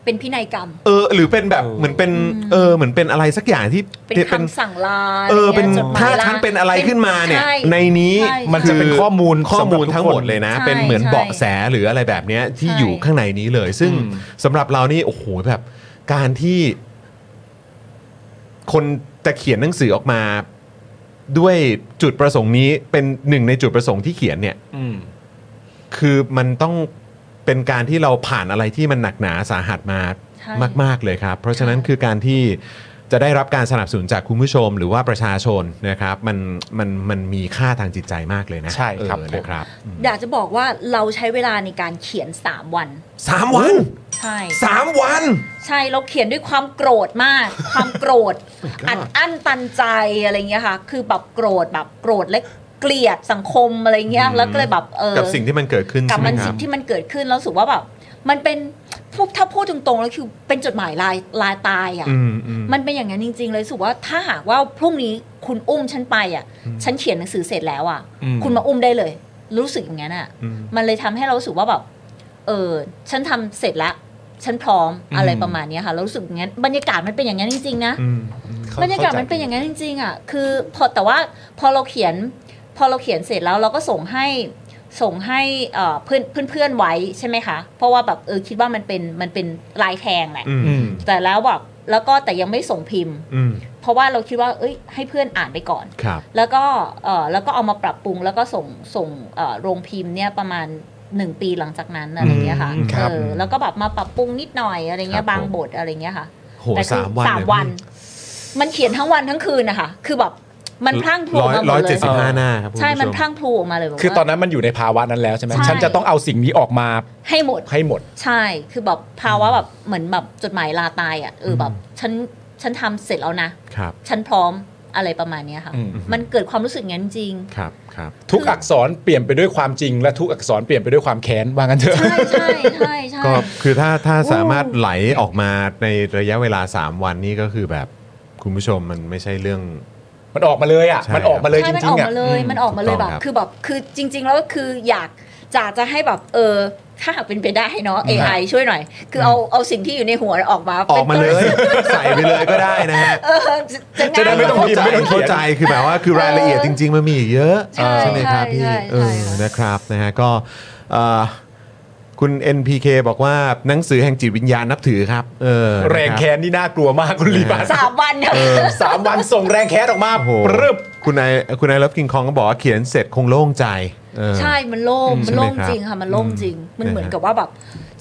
[SPEAKER 6] เป็นพินัยกรรม
[SPEAKER 1] เออ หรือเป็นแบบ เหมือนเป็น เออ เหมือนเป็นอะไรสักอย่างที่
[SPEAKER 6] เป็น
[SPEAKER 1] เป็น
[SPEAKER 6] คำสั่งลา
[SPEAKER 1] เออ
[SPEAKER 6] ะไร
[SPEAKER 1] เป็น
[SPEAKER 6] งี้ยจดหมย
[SPEAKER 1] ถ้า
[SPEAKER 6] ล
[SPEAKER 1] ฉันเป็นอะไรขึ้นมาเนี่ย
[SPEAKER 6] ใช่
[SPEAKER 1] ในนี้
[SPEAKER 6] ใช่
[SPEAKER 2] มันจะเป็น
[SPEAKER 1] คื
[SPEAKER 2] ข้อมูล
[SPEAKER 1] ข้อมูล
[SPEAKER 2] สำหรับทุก
[SPEAKER 1] ทั้งหมด
[SPEAKER 2] คน
[SPEAKER 1] เลยนะ
[SPEAKER 6] ใช่
[SPEAKER 1] เป็นเหมือน
[SPEAKER 6] ใช่
[SPEAKER 1] เบาะแสหรืออะไรแบบเนี้ยที่
[SPEAKER 6] ใช่
[SPEAKER 1] อยู่ข้างในนี้เลย ซึ่ง
[SPEAKER 2] อืม
[SPEAKER 1] สำหรับเรานี่ โอ้โห แบบ การที่ คนจะเขียนหนังสือออกมา ด้วยจุดประสงค์นี้เป็นหนึ่งในจุดประสงค์ที่เขียนเนี่ย
[SPEAKER 2] อืม
[SPEAKER 1] คือมันต้องเป็นการที่เราผ่านอะไรที่มันหนักหนาสาหัสมา
[SPEAKER 6] ใช่
[SPEAKER 1] มาก ๆ เลยครับ เพราะฉะนั้นคือการที่จะได้รับการสนับสนุนจากคุณผู้ชมหรือว่าประชาชนนะครับมันมันมันมีค่าทางจิตใจมากเลยนะ
[SPEAKER 2] ใช่ครับ
[SPEAKER 1] เออ
[SPEAKER 2] ผม
[SPEAKER 1] นะครับ
[SPEAKER 6] อยากจะบอกว่าเราใช้เวลาในการเขียน 3 วัน
[SPEAKER 1] สามวัน
[SPEAKER 6] ใช่
[SPEAKER 1] สามวัน
[SPEAKER 6] ใช่เราเขียนด้วยความโกรธ
[SPEAKER 1] [LAUGHS]
[SPEAKER 6] มาก ความโกรธ อัดอั้นตันใจอะไรเงี้ยค่ะ คือแบบโกรธแบบโกรธและเกลียดสังคมอะไรเงี้ย
[SPEAKER 1] อืม
[SPEAKER 6] แล้วก็เลยแบบเออ
[SPEAKER 1] กับสิ่งที่มันเกิดขึ้น
[SPEAKER 6] กับ
[SPEAKER 1] ใช่ไหม
[SPEAKER 6] มัน
[SPEAKER 1] ค
[SPEAKER 6] สิ่
[SPEAKER 1] รับ
[SPEAKER 6] งที่มันเกิดขึ้นแล้วรู้สึกว่าแบบมันเป็นพูดถ้าพูดตรงๆแล้วคือเป็นจดหมายลายลายตายอ่ะ
[SPEAKER 1] อืมอืม
[SPEAKER 6] มันเป็นอย่างนั้นจริง ๆ เลยรู้สึกว่าถ้าหากว่าพรุ่งนี้คุณอุ้มฉันไปอ่ะ ฉันเขียนหนังสือเสร็จแล้วอ่ะ
[SPEAKER 2] อืม
[SPEAKER 6] คุณมาอุ้มได้เลย รู้สึกอย่างนั้นอ่ะ
[SPEAKER 1] อืม
[SPEAKER 6] มันเลยทำให้เรารู้สึกว่าแบบเออ ฉันทำเสร็จแล้ว ฉันพร้อมอะไรประมาณเนี้ยค่ะแล้วรู้สึกอย่างนั้นบรรยากาศมันเป็นอย่างนั้นจริง ๆ นะ
[SPEAKER 1] อืม
[SPEAKER 6] บรรยากาศมันเป็นอย่างนั้นจริงๆอ่ะคือพอแต่ว่าพอเราเขียน พอเราเขียนเสร็จแล้วเราก็ส่งให้ส่งให้เอ่อเพื่อนเพื่อนๆไว้ใช่ไหมคะ เพราะว่าแบบเออคิดว่ามันเป็นมันเป็นลายแทงแหละ
[SPEAKER 1] อืม
[SPEAKER 2] อืม
[SPEAKER 6] แต่แล้วแบบแล้วก็แต่ยังไม่ส่งพิมพ์
[SPEAKER 1] อืม
[SPEAKER 6] เพราะว่าเราคิดว่าเอ้ยให้เพื่อนอ่านไปก่อน
[SPEAKER 1] ครับ
[SPEAKER 6] แล้วก็เอ่อแล้วก็เอามาปรับปรุงแล้วก็ส่งส่งเอ่อโรงพิมพ์เนี่ยประมาณ 1 ปีหลังจากนั้นอะไรเงี้ยค่ะ
[SPEAKER 2] อืมครับ
[SPEAKER 6] เออแล้วก็แบบมาปรับปรุงนิดหน่อยอะไรเงี้
[SPEAKER 1] ค
[SPEAKER 6] ย
[SPEAKER 1] รับ
[SPEAKER 6] บาง
[SPEAKER 1] ผม
[SPEAKER 6] บทอะไรเงี้ยค่ะ
[SPEAKER 1] โห
[SPEAKER 6] แต่คื
[SPEAKER 1] สา
[SPEAKER 6] อ
[SPEAKER 1] มวัน
[SPEAKER 6] สาม
[SPEAKER 1] เลย
[SPEAKER 6] วัน มันเขียนทั้งวันทั้งคืนนะคะคือแบบมันพลั่งพลู
[SPEAKER 1] ร้อย
[SPEAKER 6] มาหม
[SPEAKER 1] ร้อย
[SPEAKER 6] ดเล
[SPEAKER 1] เจ็ด
[SPEAKER 6] ย
[SPEAKER 1] สิบห้าหน้าครับคุณ
[SPEAKER 6] ใช่
[SPEAKER 1] ผู้
[SPEAKER 6] มัน
[SPEAKER 1] ชม
[SPEAKER 6] พลั่งพลูออกมาเลยแบบ
[SPEAKER 2] คือ
[SPEAKER 6] ว่า
[SPEAKER 2] ตอนนั้นมันอยู่ในภาวะนั้นแล้วใช่ไหม
[SPEAKER 6] ใช่
[SPEAKER 2] ฉันจะต้องเอาสิ่งนี้ออกมา
[SPEAKER 6] ให้หมด
[SPEAKER 2] ให้หมด
[SPEAKER 6] ใช่ คือแบบภาวะแบบเหมือนแบบจดหมายลาตายอ่ะเออแบบฉันฉันทำเสร็จแล้วนะ
[SPEAKER 1] ครับ
[SPEAKER 6] ฉันพร้อมอะไรประมาณเนี้ยค่ะ
[SPEAKER 2] อืม
[SPEAKER 6] มันเกิดความรู้สึกอย่างนั้นจริง
[SPEAKER 1] ครับครับ
[SPEAKER 2] ทุกอักษรเปลี่ยนไปด้วยความจริง และทุกอักษรเปลี่ยนไปด้วยความแค้นว่างั้นเถอะ
[SPEAKER 6] ใช่ใช่ใช่ใช่
[SPEAKER 1] ก็คือถ้าถ้า
[SPEAKER 6] โอ้
[SPEAKER 1] สามารถไหลออกมาในระยะเวลา 3 วันนี้ก็คือแบบคุณผู้ชมมันไม่ใช่เรื่อง
[SPEAKER 2] มันออกมาเลยอ่ะ
[SPEAKER 1] ใช่
[SPEAKER 2] มันออกมาเลย
[SPEAKER 6] ใช่
[SPEAKER 2] จ
[SPEAKER 6] มัน
[SPEAKER 2] ริ
[SPEAKER 6] อง อก
[SPEAKER 2] ๆอ่ะ
[SPEAKER 6] มาเลยมันออกมาเลย
[SPEAKER 1] ถูกต้
[SPEAKER 6] แบ
[SPEAKER 1] อง
[SPEAKER 6] บ
[SPEAKER 1] ครับ
[SPEAKER 6] คือแบบคือจริง ๆ แล้วก็คืออยากอยากจะให้แบบเออถ้าหากเป็นไปได้เนาะ AI ช่วยหน่อย คือเอาเอาสิ่งที่อยู่ในหัวออกมา
[SPEAKER 1] ออกมาเลย ใส่ไปเลยก็ได้นะฮะ
[SPEAKER 6] เออจะ
[SPEAKER 2] จะได้
[SPEAKER 6] ง่าย
[SPEAKER 2] ไม่ต้อง
[SPEAKER 6] กว่า
[SPEAKER 2] พิมพ์ไม่ต้องเขี
[SPEAKER 1] เข้าย
[SPEAKER 2] น
[SPEAKER 1] ใจคือแบบว่าคือรายละเอียดจริง ๆ มันมีอีกเยอะ
[SPEAKER 6] ใช่
[SPEAKER 1] ใช่ไหมครับพี่
[SPEAKER 6] ใช่ใช่
[SPEAKER 1] เออ
[SPEAKER 6] ใช่
[SPEAKER 1] นะครับนะฮะก็เอ่อ คุณ NPK บอกว่าหนังสือแห่งจิตวิญญาณนับถือครับ เออ
[SPEAKER 2] แรง
[SPEAKER 1] ะบ
[SPEAKER 2] แค้นนี่น่ากลัวมากคุณลีบา
[SPEAKER 6] สามวันค่ะ
[SPEAKER 2] สามวันส่งแรงแค้นออกมา
[SPEAKER 1] โอ้โห
[SPEAKER 2] ปรึบ
[SPEAKER 1] คุณนายคุณนายรับกิงคองก็บอกว่าเขียนเสร็จคงโล่งใจเออ
[SPEAKER 6] ใช่ มันโล่ง
[SPEAKER 1] อืม
[SPEAKER 6] มันโล่ง
[SPEAKER 1] ใช่ไหมครับ
[SPEAKER 6] จริงค่ะ มันโล่งจริง มันเหมือนกับว่าแบบ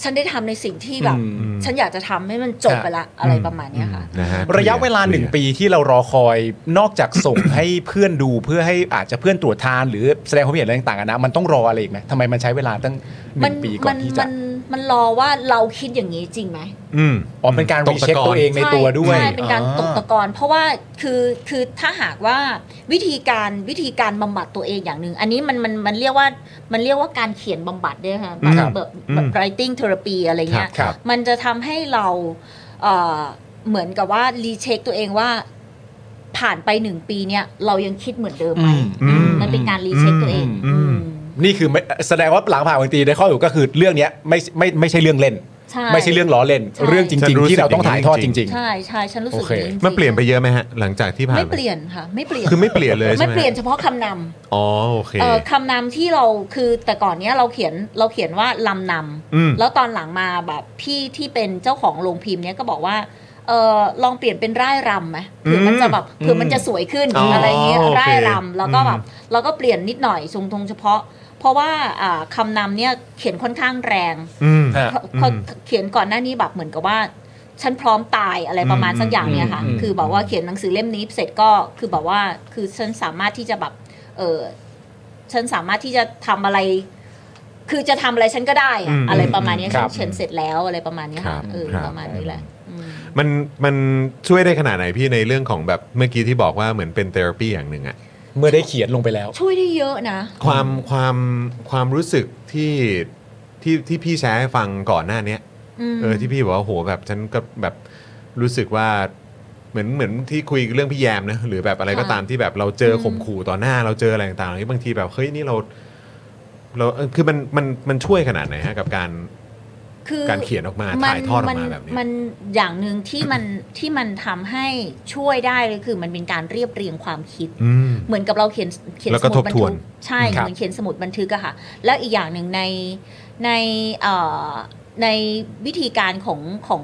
[SPEAKER 6] ฉันได้ทำในสิ่งที่แบบ
[SPEAKER 2] อื
[SPEAKER 1] ม
[SPEAKER 6] ฉันอยากจะทำให้มันจบไปละ อะไรประมาณเนี้ยค่ะ
[SPEAKER 1] นะฮะ
[SPEAKER 2] ระยะเวลาหนึ่งปีที่เรารอคอยนอกจากส่ง ให้เพื่อนดูเพื่อให้อาจจะเพื่อนตรวจทาน หรือแสดงความเห็นอะไรต่างๆอะนะมันต้องรออะไรอีกไหมทำไมมันใช้เวลาตั้งห
[SPEAKER 6] มั
[SPEAKER 2] นึ่งปีก่อ
[SPEAKER 6] มัน น
[SPEAKER 2] ที่
[SPEAKER 6] มั
[SPEAKER 2] จะ
[SPEAKER 6] นมันรอว่าเราคิดอย่างนี้จริงไหม
[SPEAKER 1] อืม
[SPEAKER 2] อ๋อเป็นการรีเช็คตัวเองในตัวด้วย
[SPEAKER 6] ใช่เป็นการตกตะกอนเพราะว่าคือคือถ้าหากว่าวิธีการวิธีการบำบัดตัวเองอย่างหนึ่งอันนี้มันมันมันเรียกว่ามันเรียกว่าการเขียนบำบัดด้วยค่ะแบบแบบแบบ writing therapy อะไรเงี้ย
[SPEAKER 2] ครับ
[SPEAKER 6] มันจะทำให้เราเอ่อเหมือนกับว่ารีเช็คตัวเองว่าผ่านไปหนึ่งปีเนี่ยเรายังคิดเหมือนเดิมไหม
[SPEAKER 2] อืม
[SPEAKER 6] อืมมันเป็นการรีเช็คตัวเอง
[SPEAKER 1] อืม
[SPEAKER 6] อืม
[SPEAKER 2] นี่คือไม่แสดงว่าหลังผ่านวันตีได้ข้อสรุปก็คือเรื่องเนี้ยไม่ไม่ไม่ใช่เรื่องเล่น
[SPEAKER 6] ใช่
[SPEAKER 2] ไม่ใช่เรื่องล้อเล่น
[SPEAKER 6] ใช่
[SPEAKER 2] เรื่องจ
[SPEAKER 1] ฉั
[SPEAKER 2] ริง
[SPEAKER 1] นรู้
[SPEAKER 2] ๆ
[SPEAKER 1] สึก
[SPEAKER 2] ที่เราต้องถ่ายทอด
[SPEAKER 1] อ
[SPEAKER 2] จ
[SPEAKER 1] ย่างนี้จริ
[SPEAKER 2] ริ
[SPEAKER 1] ง
[SPEAKER 2] ง
[SPEAKER 6] ใช่ใช่ฉันรู้สึก
[SPEAKER 2] โอเค
[SPEAKER 6] อย่างจริง
[SPEAKER 1] มันเปลี่ยนไปเยอะไหมฮะ หลังจากที่ผ่าน
[SPEAKER 6] ไม่เปลี่ยนค่ะ ไม่เปลี่ยน
[SPEAKER 1] คือไม่เปลี่ยนเลยใช่ไหม
[SPEAKER 6] ไม่เปลี่ยนเฉพาะคำนำ
[SPEAKER 1] อ๋อโอเค
[SPEAKER 6] เอ่อคำนำที่เราคือแต่ก่อนเนี้ยเราเขียนเราเขียนว่าลำน
[SPEAKER 1] อืม
[SPEAKER 6] ำแล้วตอนหลังมาแบบพี่ที่เป็นเจ้าของโรงพิมพ์เนี้ยก็บอกว่าเออลองเปลี่ยนเป็นร่ายรำไหมเผื่อมันจะแบบเผื่อมันจะสวยขึ้น
[SPEAKER 1] อ๋ออ
[SPEAKER 6] อะไรเงี้ย
[SPEAKER 1] โอเค
[SPEAKER 6] ร่ายรำแล้วก็แบบ
[SPEAKER 1] อืม
[SPEAKER 6] เราก็เปลี่ยนนิดหน่อยทรงทงเฉพาะ เพราะว่าอ่าคำนำเนี่ยเขียนค่อนข้างแรง
[SPEAKER 1] อืม
[SPEAKER 2] ๆฮะ
[SPEAKER 6] เขา
[SPEAKER 1] อืม
[SPEAKER 6] เขาเขียนก่อนหน้านี้แบบเหมือนกับว่า ฉันพร้อมตายอะไรประมาณ
[SPEAKER 1] อืม
[SPEAKER 6] สักอย่างเนี่ยค่ะ
[SPEAKER 2] อืม
[SPEAKER 6] คือแบบว่าเขียนหนังสือเล่มนี้เสร็จก็คือแบบว่าคือฉันสามารถที่จะแบบเออฉันสามารถที่จะทำอะไร คือจะทำอะไรฉันก็ได้อะ
[SPEAKER 1] อืม
[SPEAKER 6] อะไรประมาณเนี้ย
[SPEAKER 2] ครั
[SPEAKER 6] ฉั
[SPEAKER 2] บ
[SPEAKER 6] นเขียนเสร็จแล้วอะไรประมาณเนี้ย
[SPEAKER 1] ครั
[SPEAKER 6] ค่ะ
[SPEAKER 1] บ
[SPEAKER 6] เออ
[SPEAKER 1] ครับ
[SPEAKER 6] ประมาณนี้แหละอืม
[SPEAKER 1] มันมันช่วยได้ขนาดไหนพี่ในเรื่องของแบบเมื่อกี้ที่บอกว่าเหมือนเป็นเทอราปีอย่างหนึ่งอะ
[SPEAKER 2] เมื่อได้เขียนลงไปแล้ว
[SPEAKER 6] ช่วยได้เยอะนะ
[SPEAKER 1] ความความความรู้สึกที่ที่ที่พี่แชร์ให้ฟังก่อนหน้าเนี้ย
[SPEAKER 6] อืม
[SPEAKER 1] เออที่พี่บอกว่าโหแบบฉันก็แบบรู้สึกว่าเหมือนเหมือนที่คุยเรื่องพี่แยมนะหรือแบบอะไรก็
[SPEAKER 6] ค่ะ
[SPEAKER 1] ตามที่แบบเราเจออ
[SPEAKER 6] ม
[SPEAKER 1] ข่มขู่ต่อหน้าเราเจออะไรต่างๆนี่บางทีแบบเฮ้ยนี่เราเราเออคือมันมันมันช่วยขนาดไหนฮะกับการ
[SPEAKER 6] คือ
[SPEAKER 1] การเขียนออกมาถ่ายทอดออกมาแบบนี้
[SPEAKER 6] มันอย่างหนึ่งที่มันที่มันทำให้ช่วยได้เลยคือมันเป็นการเรียบเรียงความคิด
[SPEAKER 1] อืม
[SPEAKER 6] เหมือนกับเราเขียนเขียน
[SPEAKER 1] แล้วก็
[SPEAKER 6] สมุดบั
[SPEAKER 1] ทบ
[SPEAKER 6] น
[SPEAKER 1] ทว
[SPEAKER 6] ทึ
[SPEAKER 1] น
[SPEAKER 6] กใช่
[SPEAKER 2] ครับ
[SPEAKER 6] เหมือนเขียนสมุดบันทึกอะค่ะ แล้วอีกอย่างหนึ่งในในเอ่อในวิธีการของของ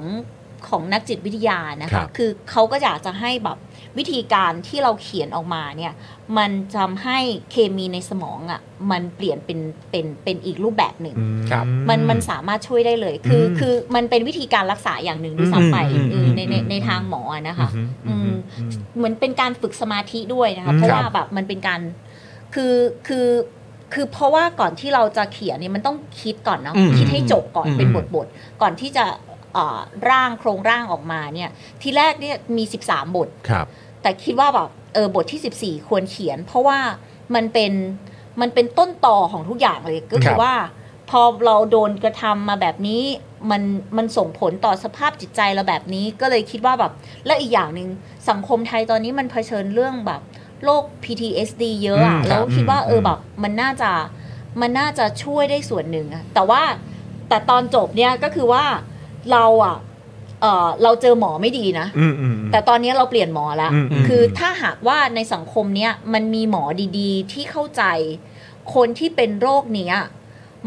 [SPEAKER 6] ของนักจิตวิทยานะ
[SPEAKER 1] ครั
[SPEAKER 6] คะ
[SPEAKER 1] บ
[SPEAKER 6] คือเขาก็อยากจะให้แบบวิธีการที่เราเขียนออกมาเนี่ยมันทำให้เคมีในสมองอะมันเปลี่ยนเป็นเป็นเป็นอีกรูปแบบหนึ่ง
[SPEAKER 1] อืม
[SPEAKER 2] ครับ
[SPEAKER 6] มันมันสามารถช่วยได้เลย คืออ
[SPEAKER 1] ม
[SPEAKER 6] คือมันเป็นวิธีการรักษาอย่างหนึ่งด้วยซ้ำไป
[SPEAKER 2] อืม
[SPEAKER 6] เออในใน
[SPEAKER 1] อืม
[SPEAKER 6] ในทางหมออะนะคะ
[SPEAKER 1] อืม
[SPEAKER 6] อื
[SPEAKER 1] อื
[SPEAKER 6] ม
[SPEAKER 1] มอืม
[SPEAKER 6] เหมือนเป็นการฝึกสมาธิด้วยนะ
[SPEAKER 1] อื
[SPEAKER 6] คะ
[SPEAKER 1] ม
[SPEAKER 6] เพราะ
[SPEAKER 2] ครับ
[SPEAKER 6] ว่าแบบมันเป็นการคือคือคือเพราะว่าก่อนที่เราจะเขียนเนี่ยมันต้องคิดก่อนเนาะ
[SPEAKER 2] อืม
[SPEAKER 6] คิดให้จบก่อน
[SPEAKER 2] อืม
[SPEAKER 6] เป็นบทบทก่อนที่จะเอ่อร่างโครงร่างออกมาเนี่ยทีแรกเนี่ยมี 13 บท
[SPEAKER 1] ครับ
[SPEAKER 6] แต่คิดว่าแบบเออบทที่ 14 ควรเขียน เพราะว่ามันเป็นมันเป็นต้นต่อของทุกอย่างเลยก็
[SPEAKER 2] ค
[SPEAKER 6] คื
[SPEAKER 2] รั
[SPEAKER 6] อบ ว่าพอเราโดนกระทำมาแบบนี้มันมันส่งผลต่อสภาพจิตใจเราแบบนี้ก็เลยคิดว่าแบบและอีกอย่างหนึ่งสังคมไทยตอนนี้มันเผชิญเรื่องแบบโรค PTSD เยอะอะ
[SPEAKER 1] อืมครับ
[SPEAKER 6] แล้วคิดว่าเอออ
[SPEAKER 1] ม
[SPEAKER 6] แบบมันน่าจะมันน่าจะช่วยได้ส่วนหนึ่งอะแต่ว่าแต่ตอนจบเนี่ยก็คือว่าเราอะเออเราเจอหมอไม่ดีนะ
[SPEAKER 1] อืมอืมอืม
[SPEAKER 6] แต่ตอนนี้เราเปลี่ยนหมอแล้ว
[SPEAKER 1] อืมอืม
[SPEAKER 6] คือถ้าหากว่าในสังคมเนี้ยมันมีหมอดีๆ ที่เข้าใจ คนที่เป็นโรคเนี้ย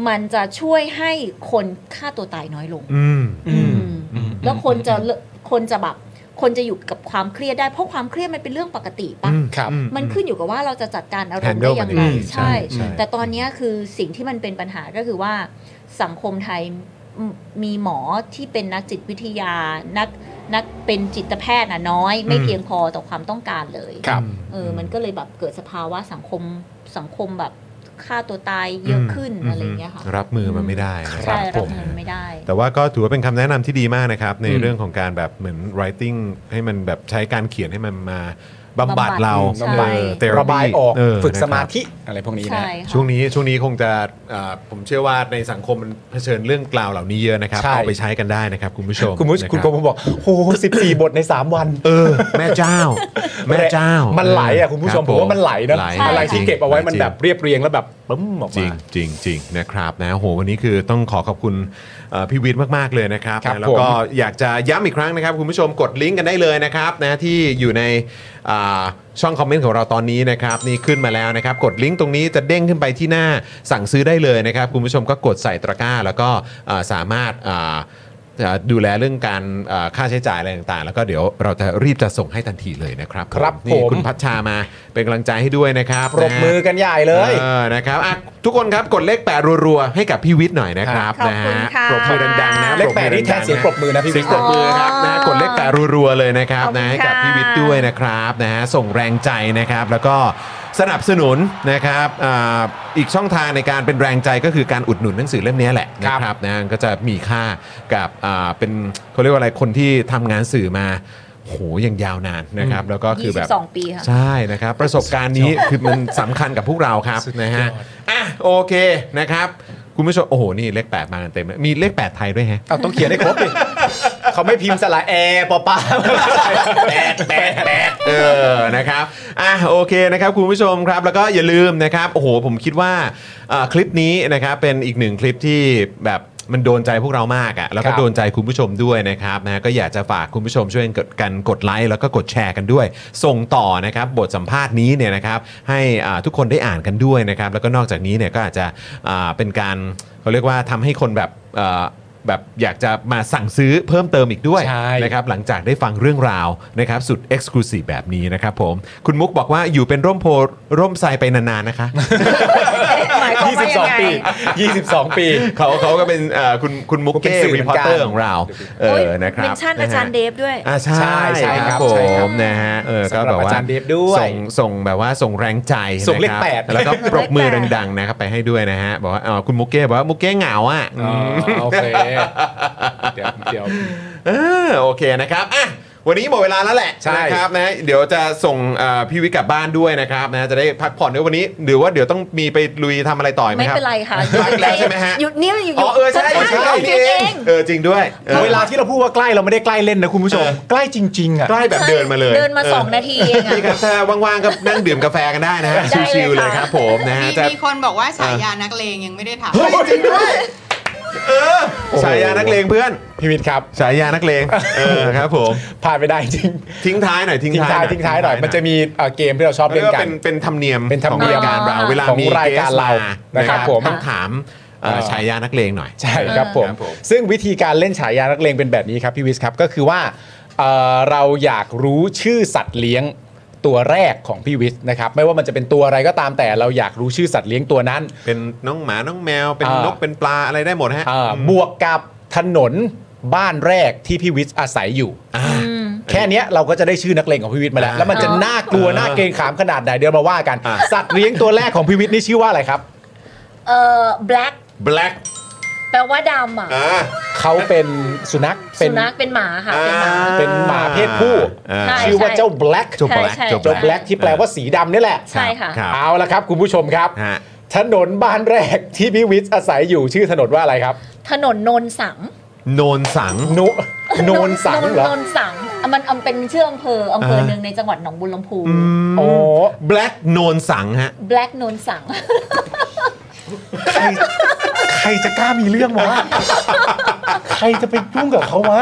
[SPEAKER 6] มันจะช่วยให้คนฆ่าตัวตายน้อยลง
[SPEAKER 1] อืม
[SPEAKER 2] อืม
[SPEAKER 6] อืมแล้วคนจะเลิกคนจะแบบคนจะอยู่กับความเครียดได้เพราะความเครียดมันเป็นเรื่องปกติปะ
[SPEAKER 1] อืม
[SPEAKER 2] ครับ
[SPEAKER 1] อื
[SPEAKER 6] มันขึ้นอยู่กับว่าเราจะจัดการอารมณ์ได้
[SPEAKER 1] Handle
[SPEAKER 6] ยัง
[SPEAKER 1] มัน
[SPEAKER 6] ไง
[SPEAKER 1] ยังไง
[SPEAKER 6] ใช่
[SPEAKER 1] ใช่
[SPEAKER 6] แต่ตอนเนี้ยคือสิ่งที่มันเป็นปัญหาก็คือว่าสังคมไทยมมีหมอที่เป็นนักจิตวิทยา นักนักเป็นจิตแพทย์นะน้อย ไม่
[SPEAKER 1] อืม
[SPEAKER 6] เพียงพอต่อความต้องการเลย
[SPEAKER 2] ครับ
[SPEAKER 6] เออมันก็เลยแบบเกิดสภาวะสังคมสังคมแบบฆ่าตัวตายเยอะขึ้น
[SPEAKER 1] ม
[SPEAKER 6] อะไรอย่างเงี้ยค่ะ
[SPEAKER 1] รับมือมันไม่ได้นะ
[SPEAKER 6] ใช่
[SPEAKER 1] ผ
[SPEAKER 6] รับ
[SPEAKER 1] ม
[SPEAKER 6] มือไม่ได้
[SPEAKER 1] แต่ว่าก็ถือว่าเป็นคำแนะนำที่ดีมากนะครับ ใน
[SPEAKER 2] อืม
[SPEAKER 1] เรื่องของการแบบเหมือน writing ให้มันแบบใช้การเขียนให้มันมาบำบัด
[SPEAKER 6] บำบัด
[SPEAKER 1] เรา
[SPEAKER 6] ใช่
[SPEAKER 1] เทอ
[SPEAKER 2] ระบายออก
[SPEAKER 1] เ
[SPEAKER 2] ฝึกสมา
[SPEAKER 1] นะครับ
[SPEAKER 2] ธิอะไรพวกนี้นะ
[SPEAKER 6] ใช่ค่ะ
[SPEAKER 1] ช่วงนี้ช่วงนี้คงจะเอ่อผมเชื่อว่าในสังคมมันเผชิญเรื่องกล่าวเหล่านี้เยอะนะครับ
[SPEAKER 2] ใช่
[SPEAKER 1] เอาไปใช้กันได้นะครับ คุณผู้ชม
[SPEAKER 2] คุณผู้ชม
[SPEAKER 1] นะรับ
[SPEAKER 2] คุณกบบอกโอ้สิบสี่บทใน 3 วัน
[SPEAKER 1] เออ แม่เจ้า แม่เจ้า
[SPEAKER 2] นไหลอ่ะคุณผู้ชมผมว่ามันไหลนะ
[SPEAKER 1] ไหล
[SPEAKER 2] อะไรที่เก็บเอาไว้มันแบบเรียบเรียงแล้วแบบ
[SPEAKER 3] ปึ้มออก
[SPEAKER 1] จริ
[SPEAKER 3] มา
[SPEAKER 1] งจริงจริงนะครับนะโหวันนี้คือต้องขอขอบคุณเอ่อพี่วิทย์มาก ๆ เลยนะครับ
[SPEAKER 3] ครับ
[SPEAKER 1] นะแล้วก็อยากจะย้ำอีกครั้งนะครับ คุณผู้ชมกดลิงก์กันได้เลยนะครับนะที่อยู่ในอ่าช่องคอมเมนต์ของเราตอนนี้นะครับนี่ขึ้นมาแล้วนะครับ กดลิงก์ตรงนี้จะเด้งขึ้นไปที่หน้าสั่งซื้อได้เลยนะครับ คุณผู้ชมก็กดใส่ตะกร้า แล้วก็เอ่อสามารถอ่าจะดูแลเรื่องการเอ่อค่าใช้จ่ายอะไรต่างๆ แล้วก็เดี๋ยวเราจะรีบจะส่งให้ทันทีเลยนะครับ
[SPEAKER 3] ครับ
[SPEAKER 1] นี่
[SPEAKER 3] ผม
[SPEAKER 1] คุณพัชชามาเป็นกำลังใจให้ด้วยนะครับ
[SPEAKER 3] ปรบมือ
[SPEAKER 1] นะ
[SPEAKER 3] กันใหญ่เลย
[SPEAKER 1] ออนะครับอ่ะทุกคนครับกดเลขแปดรัวๆ ให้กับพี่วิทย์หน่อยนะครับ
[SPEAKER 6] ครับ
[SPEAKER 1] นะ
[SPEAKER 6] ขอบคุณ
[SPEAKER 1] ฮะ
[SPEAKER 6] ค่ะ
[SPEAKER 1] ปรบมือดังๆนะ
[SPEAKER 3] เลขแปดนี่แทนเสียงปรบมือนะพี่
[SPEAKER 1] เสี
[SPEAKER 3] วิ
[SPEAKER 1] ยง
[SPEAKER 3] ท
[SPEAKER 1] ปร
[SPEAKER 3] ย์
[SPEAKER 1] บมือครับนะกดเลขแปดรัวๆเลยนะครับ
[SPEAKER 6] ขอบคุณ
[SPEAKER 1] นะ
[SPEAKER 6] ค่ะ
[SPEAKER 1] ให้กับพี่วิทย์ด้วยนะครับนะฮะส่งแรงใจนะครับ แล้วก็สนับสนุนนะครับอ่าอีกช่องทางในการเป็นแรงใจก็คือการอุดหนุนหนังสือเล่มนี้แหละ
[SPEAKER 3] ครับ
[SPEAKER 1] นะครับนะก็จะมีค่ากับอ่าเป็นเขาเรียกว่าอะไรคนที่ทำงานสื่อมาโหยังยาวนานนะครับแล้วก็คือแบบ
[SPEAKER 6] 22 ปีค่ะ
[SPEAKER 1] ใช่นะครับ ประสบการณ์นี้คือมันสำคัญกับพวกเราครับนะฮะอ่ะโอเคนะครับ คุณผู้ชม โอ้โห นี่เลข 8 มากันเต็มเลยมีเลข 8 ไทยด้วยฮะ
[SPEAKER 3] เอาต้องเขียนให้ครบดิเขาไม่พิมพ์สระแอร์ปอปา
[SPEAKER 1] เออ นะครับ อ่ะ โอเค นะครับ คุณผู้ชมครับ แล้วก็อย่าลืมนะครับ โอ้โห ผมคิดว่าเอ่อคลิปนี้นะครับ เป็นอีกหนึ่งคลิปที่แบบมันโดนใจพวกเรามากอะ่ะ แล้วก็
[SPEAKER 3] ครับ
[SPEAKER 1] โดนใจคุณผู้ชมด้วยนะครับ นะ ก็อยากจะฝากคุณผู้ชมช่วยกันกดไลค์ แล้วก็กดแชร์กันด้วย ส่งต่อนะครับ บทสัมภาษณ์นี้เนี่ยนะครับ ให้อ่าทุกคนได้อ่านกันด้วยนะครับ แล้วก็นอกจากนี้เนี่ยก็อาจจะอ่าเป็นการเขาเรียกว่าทำให้คนแบบเอ่อแบบอยากจะมาสั่งซื้อเพิ่มเติมอีกด้วย
[SPEAKER 3] ใช่
[SPEAKER 1] นะครับ นะครับหลังจากได้ฟังเรื่องราวนะครับสุด Exclusive แบบนี้นะครับผม คุณมุกบอกว่าอยู่เป็นร่มโพร่มไทรไปนานๆนะคะ [LAUGHS]
[SPEAKER 6] หมายความว่ายังไง
[SPEAKER 3] 22 ปี 22 ปี
[SPEAKER 1] เขาเขาก็เป็นเอ่อคุณคุณมุก
[SPEAKER 3] เป็น
[SPEAKER 1] เก้
[SPEAKER 3] สื่อ
[SPEAKER 1] รีพอร์เตอ
[SPEAKER 3] เหมื
[SPEAKER 1] ร์ขอ
[SPEAKER 3] อนกัน
[SPEAKER 1] งเราเอ
[SPEAKER 6] โย
[SPEAKER 1] อนะครับ
[SPEAKER 6] เมนชั่นอาจารย์เดฟด้วย
[SPEAKER 1] อ่าใช่
[SPEAKER 3] ใช่
[SPEAKER 1] ใช่ครับผ
[SPEAKER 3] ใช่ครับ
[SPEAKER 1] มนะฮะเออก็
[SPEAKER 3] สำหรับ
[SPEAKER 1] แบบว่า
[SPEAKER 3] อาจารย์เดฟด้วย
[SPEAKER 1] ส่งส่งแบบว่าส่งแรงใจ
[SPEAKER 3] ส่งเลข
[SPEAKER 1] นะครับ
[SPEAKER 3] แปด
[SPEAKER 1] แล้วก็ปรบมือ
[SPEAKER 6] เลขแปด
[SPEAKER 1] ดังๆนะครับไปให้ด้วยนะฮะบอกว่าเอ่อคุณมุกเก้บอกว่ามุกเก้เหงาอ่ะ
[SPEAKER 3] อ๋อโอเค เดี๋ยวเดี๋ยว
[SPEAKER 1] เออโอเคนะครับอ่ะวันนี้หมดเวลาแล้วแหละ
[SPEAKER 3] ใช่
[SPEAKER 1] นะครับนะเดี๋ยวจะส่งเอ่อพี่วิกกลับบ้านด้วยนะครับนะจะได้พักผ่อนด้วยวันนี้หรือว่าเดี๋ยวต้องมีไปลุยทำอะไรต่ออีกไหม
[SPEAKER 6] ไม่
[SPEAKER 1] ครับ
[SPEAKER 6] เป็นไรค่ะ
[SPEAKER 1] พักแล้วใช่ไหมฮะ
[SPEAKER 6] ยุดเนี่ยอยู่
[SPEAKER 1] อ๋อเออใช่
[SPEAKER 6] ข้างๆ
[SPEAKER 1] ใช่ใช่
[SPEAKER 6] หยุ
[SPEAKER 1] พี่
[SPEAKER 6] ด
[SPEAKER 1] เอ
[SPEAKER 6] เอง ง
[SPEAKER 1] เออจริงด้วยออ
[SPEAKER 3] เวลาที่เราพูดว่าใกล้เราไม่ได้ใกล้เล่นนะคุณผู้ชม ใกล้จริงๆอ่ะ
[SPEAKER 1] ใกล้แบบเดินมาเลย
[SPEAKER 6] เดินมาสองนาทีเองอะ
[SPEAKER 1] [LAUGHS] นี่ครับถ้าว่างๆก็นั่งดื่มกาแฟกันได้นะฮะ
[SPEAKER 6] ได้เลย
[SPEAKER 1] ชิวๆเลยค
[SPEAKER 6] ค่ะ
[SPEAKER 1] รับผมนะฮะ
[SPEAKER 4] มี
[SPEAKER 1] จะ
[SPEAKER 4] มีคนบอกว่าฉายานักเลงยังไม่ได้ถาม
[SPEAKER 1] เฮ้ยจริงด้วยเออ
[SPEAKER 3] โอ้โห
[SPEAKER 1] ฉายานักเลงเพื่อน
[SPEAKER 3] พี่มิตรครับ
[SPEAKER 1] ฉายานักเลงเออครับผม
[SPEAKER 3] ผ่านไปได้จริง
[SPEAKER 1] ทิ้งท้ายหน่อยทิ้ง
[SPEAKER 3] ทิ้ง
[SPEAKER 1] ท้าย
[SPEAKER 3] ท้ายทิ้งท้ายหน่อย มันจะมีเอ่อเกมที่เราชอบ
[SPEAKER 1] เรีย
[SPEAKER 3] เล่
[SPEAKER 1] ก
[SPEAKER 3] น
[SPEAKER 1] ว่า
[SPEAKER 3] กั
[SPEAKER 1] เป็
[SPEAKER 3] น
[SPEAKER 1] นเป็นธรรมเนียม
[SPEAKER 3] เป็นธรรม
[SPEAKER 1] ขอ
[SPEAKER 3] เนี
[SPEAKER 1] ง
[SPEAKER 3] ยม
[SPEAKER 1] รายการเราเวลา
[SPEAKER 3] ของ
[SPEAKER 1] มี
[SPEAKER 3] รายการเรา
[SPEAKER 1] กสม
[SPEAKER 3] นะครับผม
[SPEAKER 1] ต้องถามเอ่อฉายานักเลงหน่อย
[SPEAKER 3] ใช่ครับผม
[SPEAKER 1] ครับผม
[SPEAKER 3] ซึ่งวิธีการเล่นฉายานักเลงเป็นแบบนี้ครับ พี่วิสครับ ก็คือว่าเอ่อเราอยากรู้ชื่อสัตว์เลี้ยงตัวแรกของพี่วิสนะครับ ไม่ว่ามันจะเป็นตัวอะไรก็ตามแต่เราอยากรู้ชื่อสัตว์เลี้ยงตัวนั้น
[SPEAKER 1] เป็นน้องหมาน้องแมว เป็น
[SPEAKER 3] อ่านน
[SPEAKER 1] กเป็นปลาอะไรได้หมดฮะ
[SPEAKER 3] อ่า
[SPEAKER 1] อืม
[SPEAKER 3] บวกกับถนนบ้านแรกที่พี่วิสอาศัยอยู่
[SPEAKER 1] อ่า
[SPEAKER 3] แค่เนี้ยเราก็จะได้ชื่อนักเลงของพี่วิทย์มาแล้ว
[SPEAKER 1] อ่า
[SPEAKER 3] แล้วมันจะน่ากลัว
[SPEAKER 1] อ่า
[SPEAKER 3] น่าเกรงขามขนาดไหนเดี๋ยวมาว่ากัน
[SPEAKER 1] อ่า
[SPEAKER 3] สัตว์เลี้ยงตัวแรกของพี่วิทย์นี่ชื่อว่าอะไรครับ
[SPEAKER 6] เออ black
[SPEAKER 1] black
[SPEAKER 6] แปลว่าดำอ่ะ
[SPEAKER 1] อ่า
[SPEAKER 3] เขาเป็นสุนัขเป็
[SPEAKER 6] สุ
[SPEAKER 3] น
[SPEAKER 6] นัขเป็นหมาค่ะเป็นหมา
[SPEAKER 3] เป็นหมาเพศผู้
[SPEAKER 1] อ่า
[SPEAKER 6] ใช่
[SPEAKER 3] ชื่อว่าเจ้า black
[SPEAKER 1] เจ้า black
[SPEAKER 6] ใช่ใช่
[SPEAKER 1] เจ้า
[SPEAKER 3] เจ้า
[SPEAKER 1] black
[SPEAKER 3] black ที่แปลว่าสีดำนี่แหละ
[SPEAKER 6] ใช่ค่ะ
[SPEAKER 1] รับ
[SPEAKER 3] เอาละครับ คุณผู้ชมครับ
[SPEAKER 1] ฮะ
[SPEAKER 3] ถนนบ้านแรกที่พี่วิทย์อาศัยอยู่ชื่อถนนว่าอะไรครับ
[SPEAKER 6] ถนนโนนสัง
[SPEAKER 1] โนนสัง
[SPEAKER 3] นุ [LAUGHS] โนนสังเหรอ
[SPEAKER 6] โนนสังอ่ะมันเอาเป็นชื่ออำเภออำเภอหนึ่งในจังหวัดหนองบุรลำพู
[SPEAKER 3] โอ้
[SPEAKER 1] black โนนสังฮะ
[SPEAKER 6] black โนนสัง
[SPEAKER 3] ใครใครจะกล้ามีเรื่องวะใครจะไปยุ่งกับเขาวะ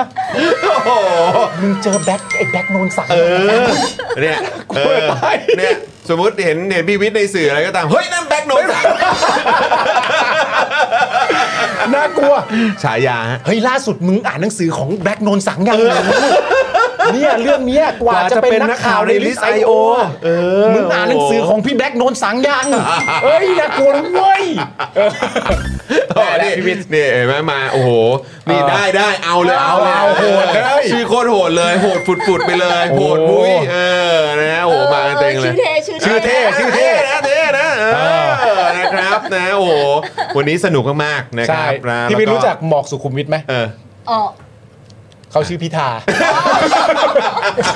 [SPEAKER 3] มึงเจอแบ็คไอ้แบ็คโนนสัง
[SPEAKER 1] เออเนี่ยเออเนี่ยสมมติเห็นเห็นพี่วิทย์ในสื่ออะไรก็ตาม เฮ้ย นั่น black โนนสัง
[SPEAKER 3] น่ากลัว
[SPEAKER 1] ฉายาฮะ
[SPEAKER 3] เฮ้ย ล่าสุดมึงอ่านหนังสือของแบล็กโนนสังยังเนี่ยเรื่องเนี้ยกว่าจะเป็นนักข่าวในลิสไอโอ
[SPEAKER 1] เออ
[SPEAKER 3] มึงอ่านหนังสือของพี่แบล็กโนนสังยังเฮ้ยน่ากลัวนะเว้ย
[SPEAKER 1] ต่อนี่นี่เห็นไหมมาโอ้โหนี่
[SPEAKER 3] เออ
[SPEAKER 1] ได้ได้เอาเลยเอาเลย
[SPEAKER 3] เอาเอาโหดเลย
[SPEAKER 1] ชื่อโคตรโหดเลยโหดฝุดฝุดๆไปเลย
[SPEAKER 3] โอ้
[SPEAKER 1] โห
[SPEAKER 3] โห
[SPEAKER 1] ดมุ้ยเออนะโอ้โหมากันเต็งเลย
[SPEAKER 6] เออชื่อเท่ชื่อ
[SPEAKER 1] ชื่อ
[SPEAKER 6] เท่
[SPEAKER 1] เท่นะเท่นะเออนะครับนะโอ้โหวันนี้สนุกมากๆนะค
[SPEAKER 3] ใช่
[SPEAKER 1] รับนะ
[SPEAKER 3] พี่วิทย์
[SPEAKER 1] แล้ว
[SPEAKER 3] รู้จักหมอกสุขุมวิทไหม
[SPEAKER 1] เออ
[SPEAKER 6] อ๋อ
[SPEAKER 3] เขาชื่อพิธา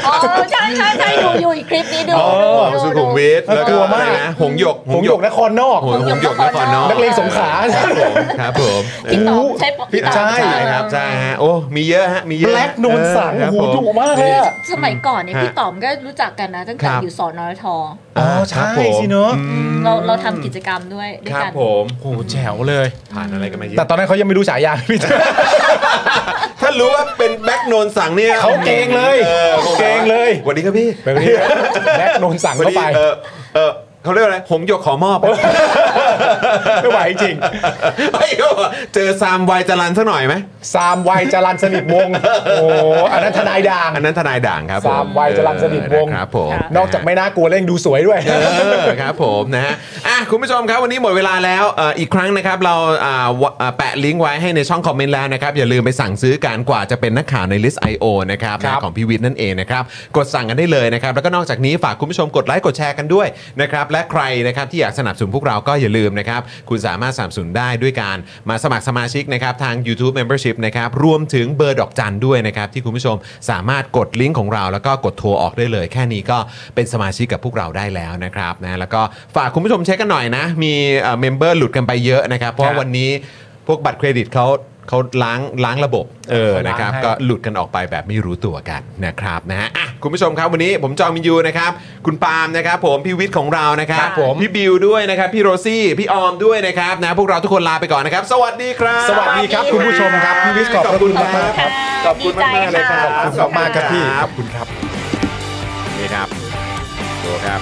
[SPEAKER 6] อ๋อใช่ใช่ใช่ดูอยู่อีกคลิปนี้ดู
[SPEAKER 1] อ๋อ
[SPEAKER 6] ดูดู
[SPEAKER 1] สุขุมวิทแล้วก็
[SPEAKER 3] กลัว
[SPEAKER 1] อะ
[SPEAKER 3] มาก
[SPEAKER 1] ไรนะหงหยก
[SPEAKER 3] หงหยกนครนอก
[SPEAKER 1] หงหงหยกนครนอก
[SPEAKER 3] นักเลงสงขลา
[SPEAKER 1] ครับผมครับผม
[SPEAKER 6] พี่ต๋อมใช่ปะพี่ต๋อม
[SPEAKER 1] ใช่ครับใช่ฮะโอ้มีเยอะฮะมีเยอะ
[SPEAKER 3] แบล็กนูนสัง
[SPEAKER 1] เออครับ
[SPEAKER 3] โอ้โห
[SPEAKER 1] ผม
[SPEAKER 3] ดุมากเลยอะ
[SPEAKER 6] สมัยก่อนเนี่ย
[SPEAKER 1] ฮะ
[SPEAKER 6] พี่ต๋อมก็รู้จักกันนะ ตั้งแต่
[SPEAKER 1] ครับ
[SPEAKER 6] อยู่สอนอท
[SPEAKER 3] อ๋อใช่สิเนอะ
[SPEAKER 1] อืม
[SPEAKER 6] เราเราทำกิจกรรมด้วยด้วย
[SPEAKER 1] ครับ
[SPEAKER 6] กัน
[SPEAKER 1] ผม
[SPEAKER 3] โอ้โหแจ๋วเลย
[SPEAKER 1] ผ่านอะไรกันมาเย
[SPEAKER 3] แต่
[SPEAKER 1] อะ
[SPEAKER 3] ตอนนั้นเขายังไม่รู้ฉายา [LAUGHS] พิธา
[SPEAKER 1] ถ้ารู้ว่าเป็นแบล็กโนนสังเนี่ย
[SPEAKER 3] เขาเกรงเลย
[SPEAKER 1] ออค
[SPEAKER 3] เกรงเลย
[SPEAKER 1] สวัสดีครับพี่
[SPEAKER 3] แบบ
[SPEAKER 1] [LAUGHS]
[SPEAKER 3] นี้แบล็กนูนสัง
[SPEAKER 1] สวัส
[SPEAKER 3] เข้า
[SPEAKER 1] ดี
[SPEAKER 3] ไป
[SPEAKER 1] เออเออเขาเรียกว่าอะไรหงหยกขอมอบ
[SPEAKER 3] ไม่ไหว
[SPEAKER 1] [LAUGHS]
[SPEAKER 3] จริง
[SPEAKER 1] เฮ้ยเขาบอกเจอซามวายจรันสักหน่อยไหม
[SPEAKER 3] สามวัยจรันสนิทวงศ์โอ้โหอันนั้นทนายด่าง
[SPEAKER 1] อันนั้นทนายด่างครับ
[SPEAKER 3] ซามวายจรัญสนิทวงศ์
[SPEAKER 1] เออนะครับผม
[SPEAKER 3] นอกจากไม่น่ากลัวแล้วยังดูสวยด้วย
[SPEAKER 1] เออครับผมนะฮะอ่ะคุณผู้ชมครับวันนี้หมดเวลาแล้วเอ่ออีกครั้งนะครับเราอ่าวะอ่าแปะลิงก์ไว้ให้ในช่องคอมเมนต์แล้วนะครับ อย่าลืมไปสั่งซื้อการกว่าจะเป็นนักข่าวใน list io นะครับ
[SPEAKER 3] ครับ
[SPEAKER 1] นะของพี่วิทย์นั่นเองนะครับ กดสั่งกันได้เลยนะครับ แล้วก็นอกจากนี้ฝากคุณผู้ชมกดไลค์กดแชร์กันด้วยนะครับและใครนะครับที่อยากสนับสนุนพวกเราก็อย่าลืมนะครับคุณสามารถสนับสนุนได้ด้วยการมาสมัครสมาชิกนะครับทาง YouTube Membership นะครับรวมถึงเบอร์ดอกจันด้วยนะครับที่คุณผู้ชมสามารถกดลิงก์ของเรา แล้วก็กดโทรออกได้เลย แค่นี้ก็เป็นสมาชิกกับพวกเราได้แล้วนะครับนะแล้วก็ฝากคุณผู้ชมเช็คกันหน่อยนะมีเมมเบอร์หลุดกันไปเยอะนะครับเพราะว่าวันนี้พวกบัตรเครดิตเขาเขาล้างล้างระบบเออนะครับก็ หลุดกันออกไปแบบไม่รู้ตัวกันนะครับนะฮะอ่ะคุณผู้ชมครับวันนี้ผมจองมินยูนะครับ คุณปาล์มนะครับผมพี่วิทย์ของเรานะครับ
[SPEAKER 3] ครับผม
[SPEAKER 1] พี่บิวด้วยนะครับ พี่โรซี่ พี่ออมด้วยนะครับนะพวกเราทุกคนลาไปก่อนนะครับ สวัสดีครับ
[SPEAKER 3] สวัสดีครับคุณผู้ชมครับพี่วิสขอบพระคุณมากๆครับ
[SPEAKER 1] ขอบคุณมากๆเลยครับ
[SPEAKER 3] ขอบคุณมากครับพี่
[SPEAKER 1] ขอบคุณครับนี่ครับตัวครับ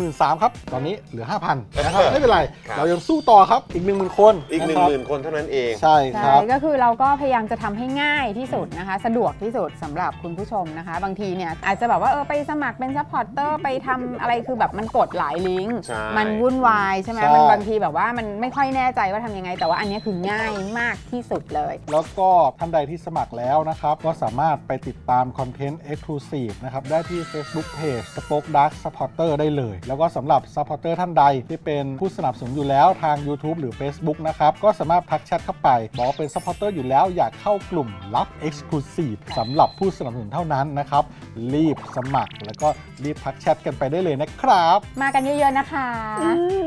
[SPEAKER 7] มื่นสามครับ ตอนนี้เหลือ 5,000นะครับ ไม่เป็นไร
[SPEAKER 1] ครับ
[SPEAKER 7] เรายังสู้ต่อครับ อีก 1 0,000 คน
[SPEAKER 1] อีก 1
[SPEAKER 7] นะครับ
[SPEAKER 1] 0,000 คนเท่านั้นเอง
[SPEAKER 7] ใช่ค
[SPEAKER 4] ใช่
[SPEAKER 7] รับ
[SPEAKER 4] ก็คือเราก็พยายามจะทำให้ง่ายที่สุดนะคะ สะดวกที่สุดสำหรับคุณผู้ชมนะคะ บางทีเนี่ยอาจจะแบบว่าเออไปสมัครเป็นซัพพอร์ตเตอร์ไปทำอะไรคือแบบมันกดหลายลิงก์
[SPEAKER 1] ใช่
[SPEAKER 4] มันวุ่นวายใช่ไหม
[SPEAKER 7] ใช่
[SPEAKER 4] มันบางทีแบบว่ามันไม่ค่อยแน่ใจว่าทำยังไง แต่ว่าอันเนี้ยคือง่ายมากที่สุดเลย
[SPEAKER 7] แล้วก็ท่านใดที่สมัครแล้วนะครับ ก็สามารถไปติดตามคอนเทนต์ Exclusive นะครับ ได้ที่ Facebook Page Spoke Dark Supporter ได้เลย แล้วก็สำหรับ Supporter ท่านใดที่เป็นผู้สนับสนุนอยู่แล้วทาง YouTube หรือ Facebook นะครับ ก็สามารถทักแชทเข้าไป บอกว่าเป็น Supporter อยู่แล้วอยากเข้ากลุ่มลับ Exclusive สำหรับผู้สนับสนุนเท่านั้นนะครับ รีบสมัคร แล้วก็รีบทักแชทกันไปได้เลยนะครับ
[SPEAKER 4] มากันเยอะๆนะคะ
[SPEAKER 1] อืม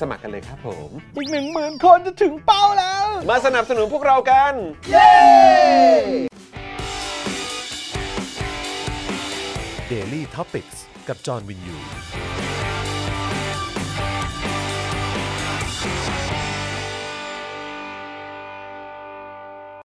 [SPEAKER 1] สมัครกันเลยครับผม
[SPEAKER 7] อีก 1 0,000 คนจะถึงเป้าแล้ว
[SPEAKER 1] มาสนับสนุนพวกเรากัน
[SPEAKER 8] Daily t o p i c กกับจอห์นวินยู